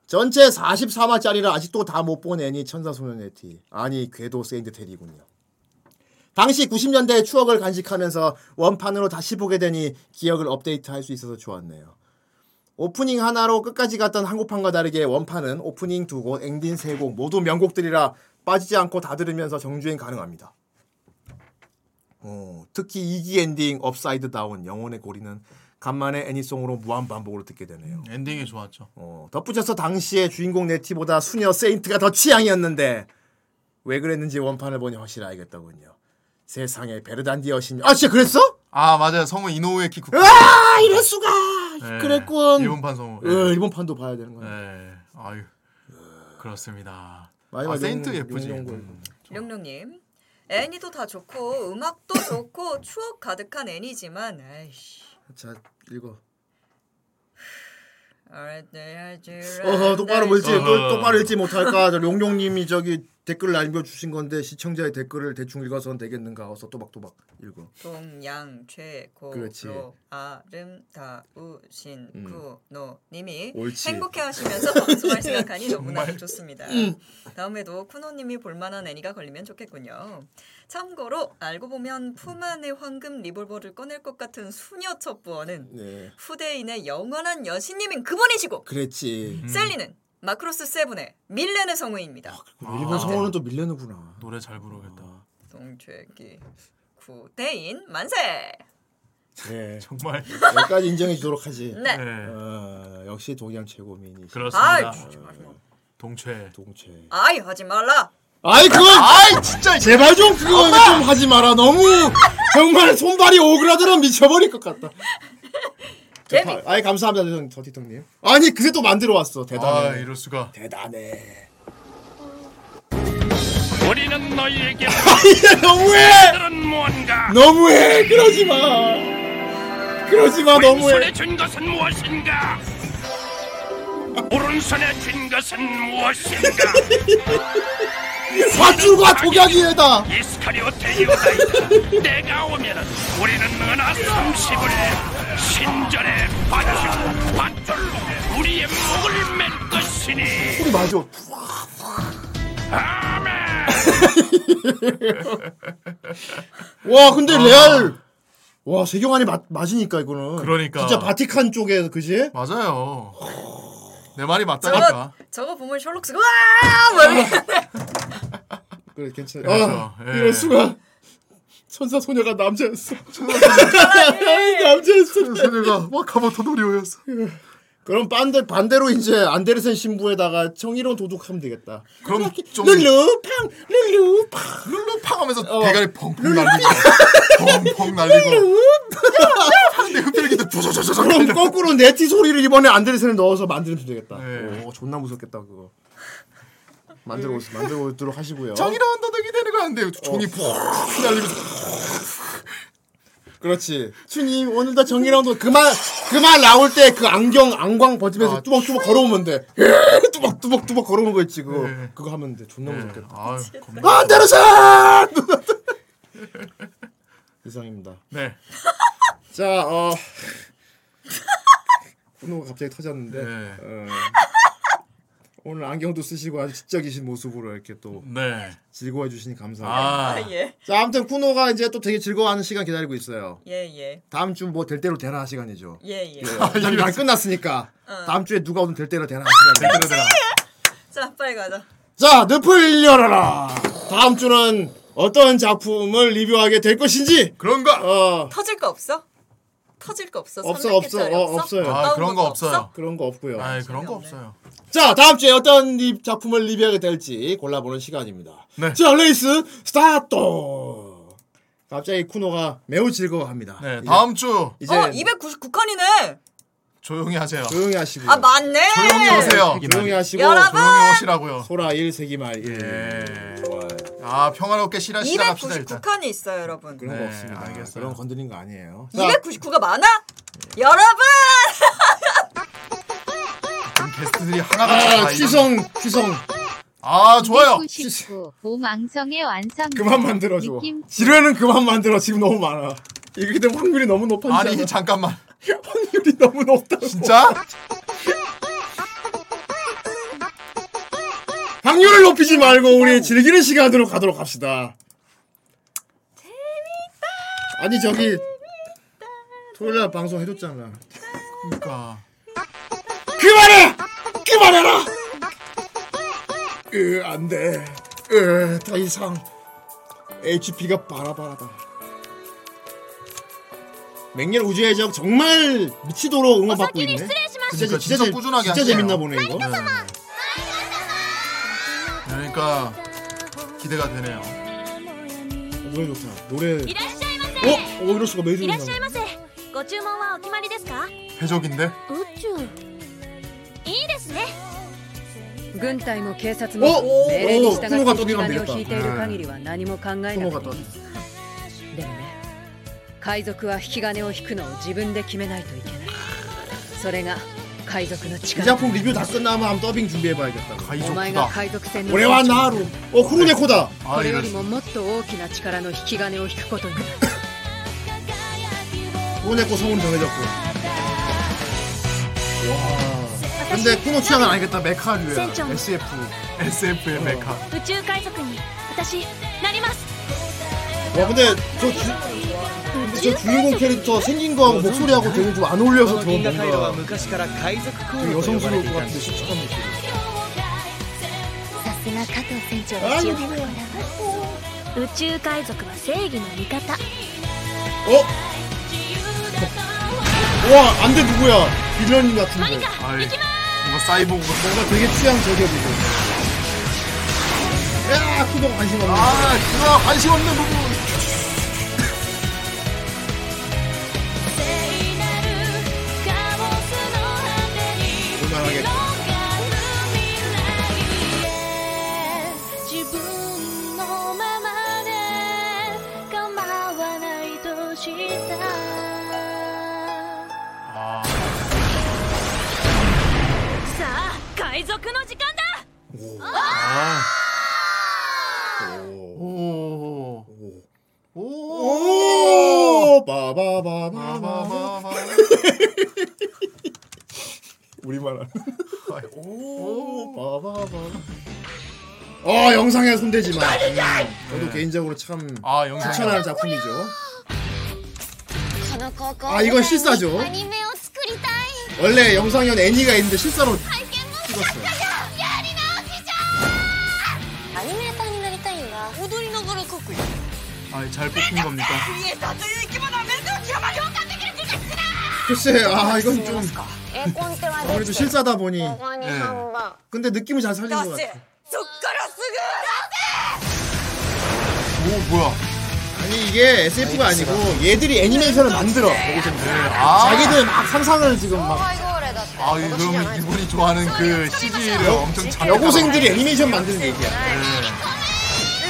Speaker 1: 전체 44화짜리를 아직도 다 못 본 애니 천사소년 네티 아니 궤도 세인트 테리군요 당시 90년대의 추억을 간직하면서 원판으로 다시 보게 되니 기억을 업데이트할 수 있어서 좋았네요 오프닝 하나로 끝까지 갔던 한국판과 다르게 원판은 오프닝 두곡 엔딩 세곡 모두 명곡들이라 빠지지 않고 다 들으면서 정주행 가능합니다 어, 특히 2기 엔딩 업사이드 다운 영혼의 고리는 간만에 애니송으로 무한 반복으로 듣게 되네요
Speaker 2: 음, 엔딩이 좋았죠.
Speaker 1: 어, 덧붙여서 당시의 주인공 네티보다 수녀 세인트가 더 취향이었는데 왜 그랬는지 원판을 보니 확실히 알겠더군요. 세상에 베르단디 여신 아 진짜 그랬어?
Speaker 2: 아 맞아요. 성우 이노우의 키쿠.
Speaker 1: 아 이럴 수가 그랬군.
Speaker 2: 예, 일본판 성우. 예.
Speaker 1: 어, 일본판도 봐야 되는 거야.
Speaker 2: 네. 아유. 그렇습니다.
Speaker 1: 마지막
Speaker 2: 아, 세인트
Speaker 1: 용-
Speaker 2: 예쁘지.
Speaker 1: 용용골.
Speaker 2: 음.
Speaker 3: 룡룡님. 애니도 다 좋고 음악도 좋고 추억 가득한 애니지만 아이씨
Speaker 1: 자 읽어.
Speaker 3: 어허
Speaker 1: 어허 똑바로 읽지
Speaker 2: 어허.
Speaker 1: 또, 똑바로 읽지 못할까? 저 용용님이 저기 댓글 남겨주신 건데 시청자의 댓글을 대충 읽어서는 되겠는가? 어서 또박또박 읽어.
Speaker 3: 동양 최고
Speaker 1: 그렇지.
Speaker 3: 로 아름다우신
Speaker 1: 음.
Speaker 3: 쿠노님이
Speaker 1: 옳지.
Speaker 3: 행복해하시면서 방송할
Speaker 1: [laughs]
Speaker 3: 생각하니 너무나
Speaker 1: 정말. 음.
Speaker 3: 좋습니다. 다음에도 쿠노님이 볼만한 애니가 걸리면 좋겠군요. 참고로 알고 보면 품 안의 황금 리볼버를 꺼낼 것 같은 수녀 첩부원은
Speaker 1: 네.
Speaker 3: 후대인의 영원한 여신님인 그분이시고
Speaker 1: 그랬지.
Speaker 2: 음.
Speaker 1: 음.
Speaker 3: 셀리는 마크로스 세븐의 밀레네 성우입니다.
Speaker 1: 아, 일본 성우는 또 밀레누구나.
Speaker 2: 아.
Speaker 1: 어.
Speaker 2: 노래 잘 부르겠다.
Speaker 3: 동죄기 네. 구대인 만세.
Speaker 1: 네.
Speaker 2: 정말. 예.
Speaker 1: 여기까지 인정해 주도록 하지.
Speaker 3: 네.
Speaker 1: 어, 역시 동양 최고민이.
Speaker 2: 그렇습니다.
Speaker 3: 아이, 진짜
Speaker 2: 동체.
Speaker 1: 동체.
Speaker 3: 아이 하지 말라.
Speaker 1: 아이 그건
Speaker 2: 아이 진짜
Speaker 1: 제발 좀 그거 좀 하지 마라. 너무 정말 손발이 오그라들어 미쳐버릴 것
Speaker 2: [laughs]
Speaker 1: 같다. 저 파- 아이 감사합니다, 저- 저 티통님. 아니 그새 또 만들어 왔어.
Speaker 2: 아
Speaker 1: 대단해.
Speaker 2: 이럴 수가.
Speaker 1: 대단해.
Speaker 7: 우리는
Speaker 1: [laughs]
Speaker 7: 너희에게
Speaker 1: 너무해!
Speaker 7: 그들은 무언가
Speaker 1: 너무해 그러지 마 그러지 마 너무해
Speaker 7: 왼손에 쥔 것은 무엇인가 오른손에 쥔 것은
Speaker 1: [laughs]
Speaker 7: 무엇인가
Speaker 2: 사주가 독약이에다
Speaker 7: 이스카리오테 요다이다 내가 오면은 우리는 은하 30을 신전에 바치고 밧줄로 우리의 목을 맬 것이니
Speaker 2: 소리 맞아
Speaker 1: 와
Speaker 2: 아.
Speaker 1: 근데 레알 와 세경안이 맞 맞으니까 이거는
Speaker 2: 그러니까.
Speaker 1: 진짜 바티칸 쪽에 그지
Speaker 2: 맞아요 내 말이
Speaker 3: 저거
Speaker 2: 맞다니까
Speaker 3: 저거 보면 셜록스가 와! 뭐
Speaker 2: 어.
Speaker 3: 이렇게
Speaker 1: 그래 괜찮아
Speaker 2: 그렇죠.
Speaker 1: 아,
Speaker 2: 예.
Speaker 1: 이럴 수가 천사 소녀가 남자였어 남자였어 소녀가 와카모토 도리오였어 그럼 반대, 반대로 이제 안데르센 신부에다가 정의로운 도둑하면 되겠다
Speaker 2: 그럼 좀
Speaker 1: 룰루팡 룰루팡 어.
Speaker 2: 룰루팡 하면서 대가리 펑펑 날리고 펑펑 날리고 근데 흡혈기도 조조조조조
Speaker 1: 그럼 거꾸로 네티 소리를 이번에 안데르센에 넣어서 만들면 되겠다
Speaker 2: 네.
Speaker 1: 오 존나 무섭겠다 그거 만들어 오시 만들어 오도록 하시고요
Speaker 2: 정의로운 도둑이 되는 거 하는데 종이
Speaker 1: 어.
Speaker 2: 푹 날리면서
Speaker 1: 그렇지. 주님 오늘도 정의랑도 그만 그만 나올 때 그 안경 안광 벗으면서 뚜벅뚜벅 걸어오면 돼. 예, 뚜벅뚜벅 뚜벅 걸어오는 거 있지 그거. 그거 하면 돼. 존나 무섭겠다. 아, 안데르센! [laughs] 이상입니다.
Speaker 2: 네.
Speaker 1: 자, 어 분노가 갑자기 터졌는데 어, 오늘 안경도 쓰시고 아주 지적이신 모습으로 이렇게 또
Speaker 2: 네.
Speaker 1: 즐거워해 주시니 감사합니다.
Speaker 3: 아, 예.
Speaker 1: 자, 아무튼 쿠노가 이제 또 되게 즐거워하는 시간 기다리고 있어요.
Speaker 3: [laughs] 예, 예.
Speaker 1: 다음 주 뭐 될 대로 되라 [laughs] 시간이죠.
Speaker 3: 예, 예.
Speaker 1: 난, 난 끝났으니까
Speaker 3: 어.
Speaker 1: 다음 주에 누가 오면 될 대로 되라
Speaker 2: 아,
Speaker 1: 시간. 될 대로 되라.
Speaker 3: 자, 빨리 가자.
Speaker 1: 자, 늪을 열어라. 다음 주는 어떤 작품을 리뷰하게 될 것인지
Speaker 2: 그런가?
Speaker 1: 어.
Speaker 3: 터질 거 없어? 터질 거 없어?
Speaker 1: 없어
Speaker 3: 300
Speaker 1: 없어
Speaker 3: 개짜리
Speaker 1: 어,
Speaker 3: 없어?
Speaker 1: 없어요.
Speaker 3: 나온 것도
Speaker 1: 그런 거 없고요.
Speaker 2: 아 그런 거 없어요.
Speaker 1: 자, 다음 주에 어떤 리- 작품을 리뷰하게 될지 골라보는 시간입니다.
Speaker 2: 네.
Speaker 1: 자, 레이스 스타트. 갑자기 쿠노가 매우 즐거워합니다.
Speaker 2: 네,
Speaker 1: 이제-
Speaker 2: 다음 주
Speaker 1: 이제
Speaker 3: 어, 299칸이네.
Speaker 2: 조용히 하세요.
Speaker 1: 조용히 하시고요.
Speaker 3: 아, 맞네.
Speaker 2: 예. 조용히 오세요.
Speaker 1: 조용히 하시고
Speaker 3: 여러분!
Speaker 2: 조용히 오시라고요.
Speaker 1: 소라 1 세기말 1. 좋아요.
Speaker 2: 아 평화롭게 시라 시작합시다 일단. 네,
Speaker 3: 299칸이 있어요, 여러분.
Speaker 1: 그런 거 없습니다. 그런 건드린 거 아니에요. 네.
Speaker 2: 예?
Speaker 1: 자,
Speaker 3: 299가 많아? 여러분!
Speaker 2: 게스트들이 하나같이
Speaker 1: 아,
Speaker 2: 다 있-
Speaker 1: 취성, 취성.
Speaker 2: 아 좋아요.
Speaker 5: 99, 오망성의 완성.
Speaker 1: 그만 만들어줘. 지뢰는 그만 만들어. 지금 너무 많아. 이게 근데 확률이 너무 높아지잖아.
Speaker 2: 아니 잠깐만.
Speaker 1: [laughs] 확률이 너무 높다고.
Speaker 2: 진짜?
Speaker 1: 확률을 높이지 말고 우리 즐기는 시간으로 가도록 합시다. 재밌다. 아니 저기 토요일날 방송 해줬잖아. [laughs]
Speaker 2: 그러니까.
Speaker 1: 그만해! 그만해라! 으, 안 돼. 으, 더 이상. HP가 바라바라다. 맹렬 우주의 적 정말 미치도록 응원받고 있네. 진짜,
Speaker 2: 그러니까 진짜
Speaker 1: 재-
Speaker 2: 꾸준하게
Speaker 1: 진짜
Speaker 2: 하시네요.
Speaker 1: 재밌나 보네, 이거.
Speaker 2: 그러니까 기대가 되네요.
Speaker 1: 어, 노래 좋다. 노래. 어? 어, 이럴 수가 매주 있나?
Speaker 8: ませご注文はお決まりですか
Speaker 2: 해적인데?
Speaker 8: 宇宙いいですね
Speaker 12: 軍隊も警察
Speaker 8: お
Speaker 12: も
Speaker 8: お
Speaker 12: 命令に従って
Speaker 8: おお雲が飛び
Speaker 12: 引
Speaker 8: 込ん
Speaker 12: き
Speaker 8: でき
Speaker 12: 金
Speaker 8: た
Speaker 12: を引いている限りは何も考えなくていいでもね海賊は引き金を引くのを自分で決めないといけないそれが海賊の
Speaker 1: 이
Speaker 12: 力
Speaker 1: 작품 리뷰 다 끝나면 한번 더빙 준비해봐야겠다.
Speaker 12: お前が海賊船の
Speaker 1: 올해와 나루. 어, 쿠로네코다.
Speaker 12: これよりももっと大きな力の引き金を引くことになる
Speaker 1: 쿠로네코 성운 정해졌고. 와. 근데 쿠노 취향은 알겠다. 메카류야.
Speaker 8: 센정.
Speaker 1: SF. 어.
Speaker 2: SF의 메카.
Speaker 8: 宇宙海賊に私なります
Speaker 1: 와 근데 저, 주, 근데 저 주인공 캐릭터 생긴 거하고 목소리하고 되게 좀 안 어울려서 더
Speaker 13: 銀河回路は
Speaker 1: 뭔가
Speaker 13: 昔から海賊航
Speaker 1: 되게
Speaker 13: 路と呼ばれ
Speaker 1: 여성스러울
Speaker 13: ていたん
Speaker 1: 것 같은데
Speaker 13: です
Speaker 1: 씩씩한 느낌.
Speaker 8: さすが加藤船長
Speaker 1: の知恵
Speaker 8: だ宇宙海賊は正義の味方
Speaker 1: 어? 와 안돼 누구야? 빌런 같은데.
Speaker 2: 그러니까, 아이, 뭔가 사이보그
Speaker 1: 뭔가 되게 취향 저격이고. 야 쿠노 관심 없네.
Speaker 2: 아, 그거 관심 없는 부분.
Speaker 1: 볼만하겠다.
Speaker 8: 自分の
Speaker 2: 아.
Speaker 14: 海賊の時間だ
Speaker 1: 오 바바바바바바 우리말 하는 오 바바바 아 영상에 손대지 마 음, 저도 개인적으로 참
Speaker 2: 영상에.
Speaker 1: 추천하는 작품이죠
Speaker 8: この高校
Speaker 1: あ이건실사죠
Speaker 8: アニメを作りたい
Speaker 1: 원래 영상에는 애니가 있는데 실사로
Speaker 8: 体験もしちゃったよやり直しじゃんアニメーターになりたいんだ踊りながら書くよ
Speaker 2: 아잘 뽑힌 겁니까?
Speaker 8: エーターという生き物は面倒極まり共感できる気がする
Speaker 1: 글쎄 아 이건 좀
Speaker 8: エコンテは
Speaker 1: 아무래도 실사다 보니 네.
Speaker 8: に半分
Speaker 1: 근데 느낌을 잘 살린 것 같아
Speaker 8: そっからす
Speaker 1: 오 뭐야 아니 이게 SF가 아니고 아. 얘들이 애니메이션을 만들어 자기들 막 상상을 지금 막
Speaker 8: ぐゴーレだって
Speaker 2: 아 그럼 이분이 좋아하는 그 CG를 엄청 잘 아, 네.
Speaker 1: 여고생들이 애니메이션 만드는 얘기야
Speaker 8: 映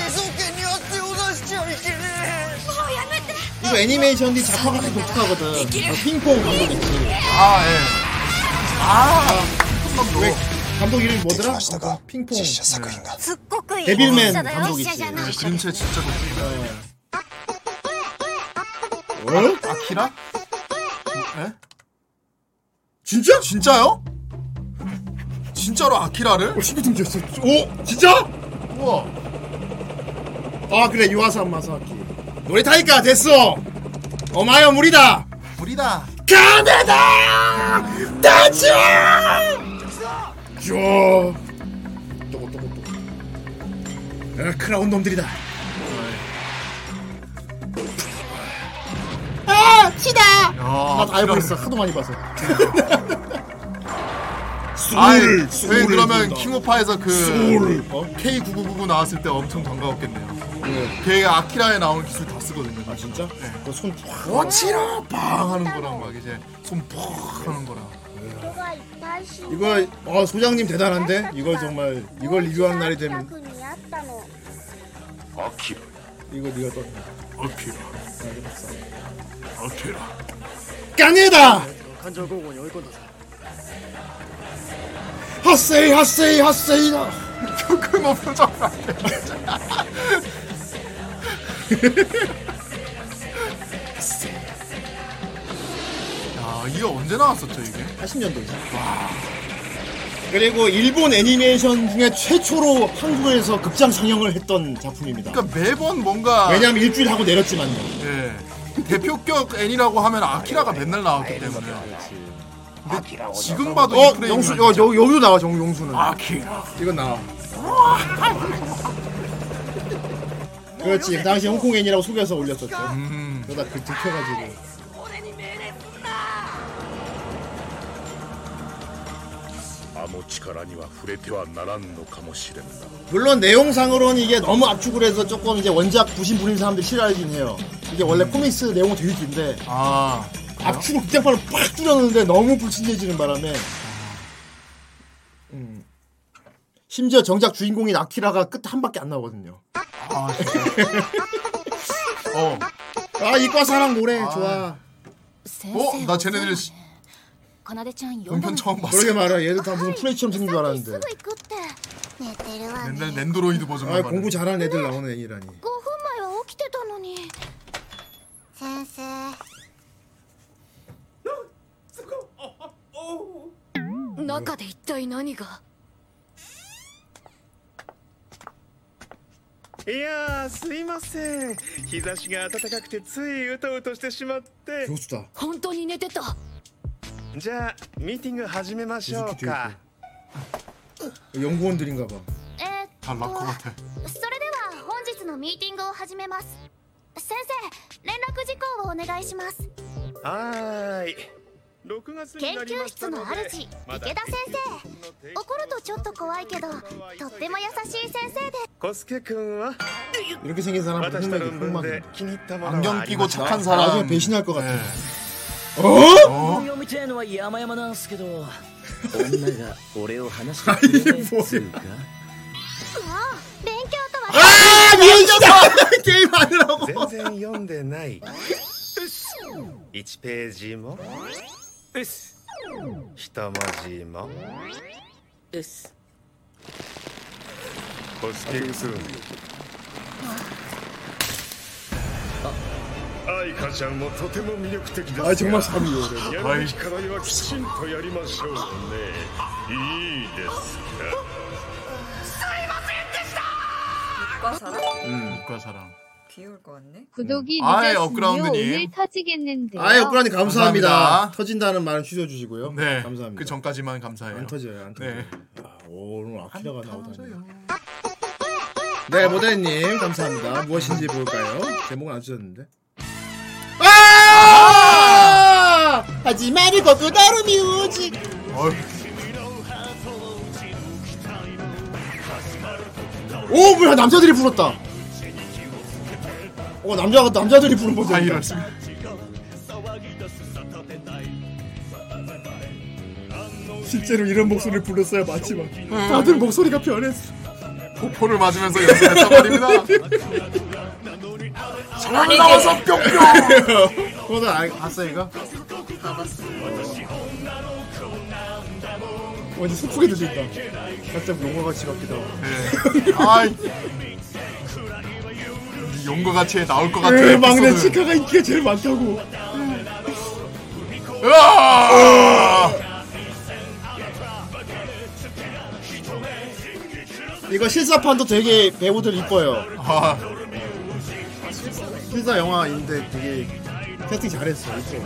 Speaker 8: 像権には手を出しちゃいけねえもうやめて
Speaker 1: 이거 애니메이션이 작화가 되게 독특하거든 어, 핑퐁 감독 있지 아, 예. 아예아 감독 이름이 뭐더라? 아, 핑퐁 네.
Speaker 8: すっごくいい
Speaker 1: 데빌맨 감독 있지
Speaker 2: 그림체 진짜 독특해
Speaker 1: 어?
Speaker 2: 아키라? 에?
Speaker 1: 진짜?
Speaker 2: 진짜요? 진짜로 아키라를?
Speaker 1: 어, 신비 등지였어. 오, 진짜?
Speaker 2: 우와.
Speaker 1: 아 그래 유아사 마사키 노래 타니까 됐어 어마요 무리다
Speaker 2: 무리다
Speaker 1: 가메다 다치 요 또고 또고 또고 아, 크라운 놈들이다 아 시다 나다 알고 있어 하도 많이
Speaker 2: [laughs]
Speaker 1: 봐서
Speaker 2: 아이,
Speaker 1: 소울,
Speaker 2: 왜
Speaker 1: 소울을
Speaker 2: 그러면
Speaker 1: 본다.
Speaker 2: 킹오파에서 그
Speaker 1: 소울.
Speaker 2: K9999 나왔을 때 엄청 반가웠겠네요. 걔 아키라에 나오는 기술 다 쓰거든요. 아
Speaker 1: 진짜? 네. 그손확
Speaker 2: 워치라 빵 하는 거랑 막 이제 손퍽 하는 거랑.
Speaker 1: 이거 어 소장님 대단한데 이걸 정말 이걸 리뷰하는 날이 되면
Speaker 8: 近くにあったの
Speaker 1: 아키라 이거 네가 떴다 아키라 아키라 깡이다
Speaker 7: 감정 공고 니 올건다.
Speaker 1: 핫세이 핫세이 핫세이다
Speaker 2: 조금만 표정 야 아, 이게 언제 나왔었죠 이게?
Speaker 1: 80년도죠. 그리고 일본 애니메이션 중에 최초로 한국에서 극장 상영을 했던 작품입니다
Speaker 2: 그러니까 매번 뭔가
Speaker 1: 왜냐면 일주일 하고 내렸지만요
Speaker 2: 예 대표격 애니라고 하면 아키라가 맨날 나왔기 때문에. 근데 지금 봐도
Speaker 1: 어
Speaker 2: 이 프레임이
Speaker 1: 영수 여,
Speaker 2: 완전-
Speaker 1: 여, 여기도 나와 정 용수는
Speaker 2: 아키라
Speaker 1: 이건 나와 그렇지 그 당시 홍콩 애니라고 속여서 올렸었죠
Speaker 2: 음.
Speaker 1: 그러다 그 들켜가지고
Speaker 8: 俺に命令すんな
Speaker 15: あの力には触れてはならんのかもしれんな
Speaker 1: 물론 내용상으로는 이게 너무 압축을 해서 조금 이제 원작 부심 부린 사람들 싫어하긴 해요. 이게 원래 코믹스 내용은 되게 긴데
Speaker 2: 아.
Speaker 1: 압축을 극장판으로 팍 줄였는데 너무 불친절해지는 바람에 음. 심지어 정작 주인공인 아키라가 끝 한 바퀴 안 나오거든요.
Speaker 2: 아,
Speaker 1: [laughs]
Speaker 2: 어.
Speaker 1: 아 이과 사랑 노래 좋아.
Speaker 2: 어? 나 쟤네들 시-
Speaker 8: かなでちゃん
Speaker 2: 본편 처음 봤어.
Speaker 1: 그러게 말이야. 얘들 다 무슨 플레이처럼 생긴 줄 알았는데.
Speaker 8: 寝てるわ5分
Speaker 2: 맨날 랜드로이드
Speaker 1: 아
Speaker 2: 버전만 봤는데.
Speaker 1: 공부 잘하는 애들 나오는 애니라니.
Speaker 8: 前は起きてたのに先生
Speaker 14: 中で一体何が
Speaker 7: いやーすいません日差しが暖かくてついうとうとしてしまって
Speaker 14: 本当に寝てた
Speaker 7: じゃあミーティング始めましょうか
Speaker 1: 연구원들인가 봐.
Speaker 8: えーっとそ
Speaker 1: 것 같아.
Speaker 8: れでは本日のミーティングを始めます先生連絡事項をお願いします
Speaker 7: はーい6月に
Speaker 8: 研
Speaker 7: なりま
Speaker 8: 究
Speaker 7: した
Speaker 8: 室
Speaker 7: の
Speaker 8: の
Speaker 7: で
Speaker 8: 主池
Speaker 7: ま
Speaker 8: 田
Speaker 7: だ
Speaker 8: 先生怒るとちょっと怖いけどとっても優しい先生で
Speaker 7: コスケ君は
Speaker 1: 이렇게 생긴 사람은
Speaker 7: 私と論文
Speaker 1: 흥망이
Speaker 7: で気に入ったものは
Speaker 1: 안경
Speaker 7: ありま
Speaker 1: 끼고
Speaker 7: す
Speaker 1: 착한 사람 나중에 배신할 것 같아. 어? [laughs]
Speaker 16: 本読みたいのは山々なんすけど
Speaker 17: 女が俺を話してくれるっつうか
Speaker 1: 아, 미안하다. 게임 하느라고.
Speaker 7: 全然読んでない1ページも一文字も
Speaker 18: です
Speaker 13: 助けするアイカちゃんもとても魅力的ですが
Speaker 1: あ정말사미워요
Speaker 13: やるべきからにはきちんとやりましょうねいいですか
Speaker 3: 이과 사람?
Speaker 2: 음, 이과 사람.
Speaker 3: 귀여울 것 같네.
Speaker 1: 음.
Speaker 5: 구독이
Speaker 2: 아이,
Speaker 5: 늦었으며
Speaker 2: 업그라운드님.
Speaker 5: 오늘 터지겠는데요.
Speaker 1: 아예 억울하니 감사합니다.
Speaker 2: 감사합니다.
Speaker 1: 터진다는 말은 쉬어주시고요.
Speaker 2: 네.
Speaker 1: 감사합니다.
Speaker 2: 그 전까지만 감사해요. 네. 안
Speaker 1: 터져요. 안
Speaker 2: 터져요.
Speaker 1: 오, 오늘 아키라가 나오다니. 네 모델님 감사합니다. 무엇인지 볼까요? 제목은 안 주셨는데. 아! 하지 말고 그대로 미우지. 오 뭐야 남자들이 불었다. 어 남자가 남자들이 부른 버전. 아 이럴 수가. 실제로 이런 목소리를 불렀어요 마지막. 다들 목소리가 변했어.
Speaker 2: 폭포를 맞으면서 연습했단
Speaker 1: [laughs]
Speaker 2: 말입니다. 전이 나와서 뿅뿅.
Speaker 1: 그거는 알, 봤어 이거?
Speaker 3: 다 봤어.
Speaker 1: 완전 슬프게 들린다. 살짝 용어같이 같기도 하고. 그
Speaker 2: 아이. 용과 같이 나올 것 같은
Speaker 1: 그 막내
Speaker 2: 에피소드.
Speaker 1: 치카가 인기가 제일 많다고.
Speaker 2: 으아!
Speaker 1: 이거 실사판도 되게 배우들 이뻐요.
Speaker 2: 아.
Speaker 1: 실사 영화인데 되게 캐스팅 잘했어. 이렇게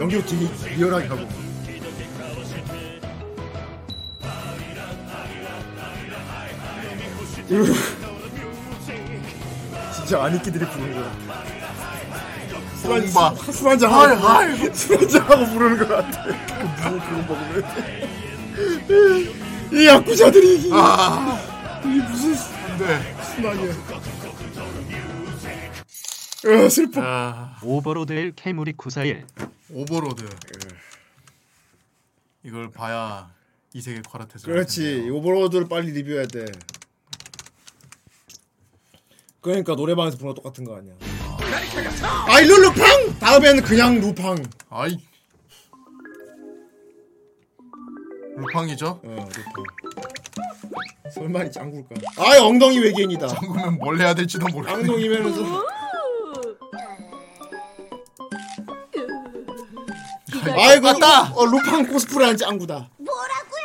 Speaker 1: 연기도 되게 리얼하게 하고. 진짜 아니끼들이 부르는 거야. 술 한-
Speaker 2: 홍바.
Speaker 1: 술 한잔
Speaker 2: 헐,
Speaker 1: 하고 술 한잔 하고 부르는 것 같아. 그 무슨 그거 먹으면 이 야쿠자들이 이게
Speaker 2: 아.
Speaker 1: 이게 무슨
Speaker 2: 네.
Speaker 1: 순환이야. 으 아, 슬퍼.
Speaker 19: 오버로드 1 캐무리 941
Speaker 2: 아. 오버로드.
Speaker 1: 예.
Speaker 2: 이걸 봐야 이 세계 퀄라테스.
Speaker 1: 그렇지 오버로드를 빨리 리뷰해야 돼. 그러니까 노래방에서 부른 거 똑같은 거 아니야. 아이 룰루팡 다음에는 그냥 루팡.
Speaker 2: 아이. 루팡이죠?
Speaker 1: 어, 루팡. 설마 이 짱구일까? 아이 엉덩이 외계인이다.
Speaker 2: 짱구면 뭘 해야 될지도 모르겠네. 어?
Speaker 1: 엉덩이면은 좀- 아이고 맞다. 어, 루팡 코스프레 한 짱구다.
Speaker 20: 뭐라고요?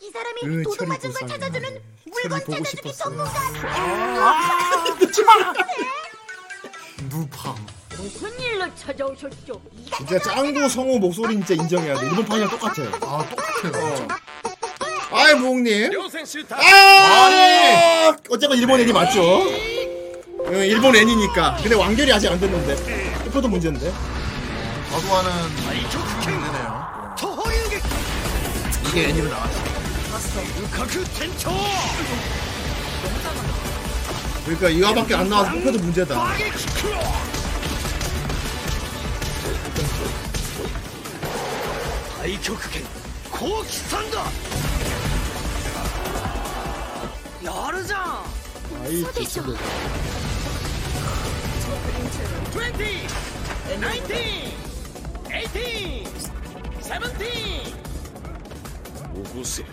Speaker 20: 이 사람이
Speaker 1: 으,
Speaker 20: 도둑
Speaker 1: 철이
Speaker 20: 맞은 걸
Speaker 1: 불쌍해.
Speaker 20: 찾아주는
Speaker 1: 철이
Speaker 20: 물건
Speaker 1: 보고
Speaker 20: 찾아주기
Speaker 1: 싶었어.
Speaker 20: 전문가
Speaker 2: 듣지 마. 루팡.
Speaker 20: 무슨 일로 찾아오셨죠?
Speaker 1: 진짜 짱구 성우 목소리 진짜 인정해야 돼. 일본 판이랑 똑같아. 어.
Speaker 2: 아 똑같아요.
Speaker 1: 아이 무웅님.
Speaker 2: 아니!
Speaker 1: 아! 어쨌건 일본 애니 맞죠? 응, 일본 애니니까. 근데 완결이 아직 안 됐는데. 스포도 문제인데.
Speaker 2: 과거와는 힘드네요.
Speaker 1: 이게 애니로 나왔어. 그러니까 이화밖에 안 나와서 뽑혀도 문제다. 아이 기초들.
Speaker 21: 오고세.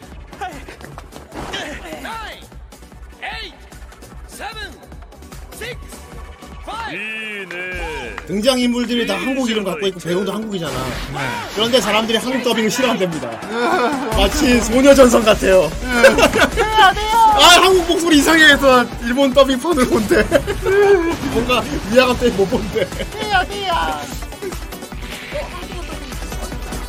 Speaker 1: 등장 인물들이 다 한국 이름 갖고 있고 배우도 한국이잖아. 그런데 사람들이 한국 더빙을 싫어한답니다. 마치 소녀전선 같아요. 아 한국 목소리 이상해서 일본 더빙판을 본대. 뭔가 미아가 때못 본대.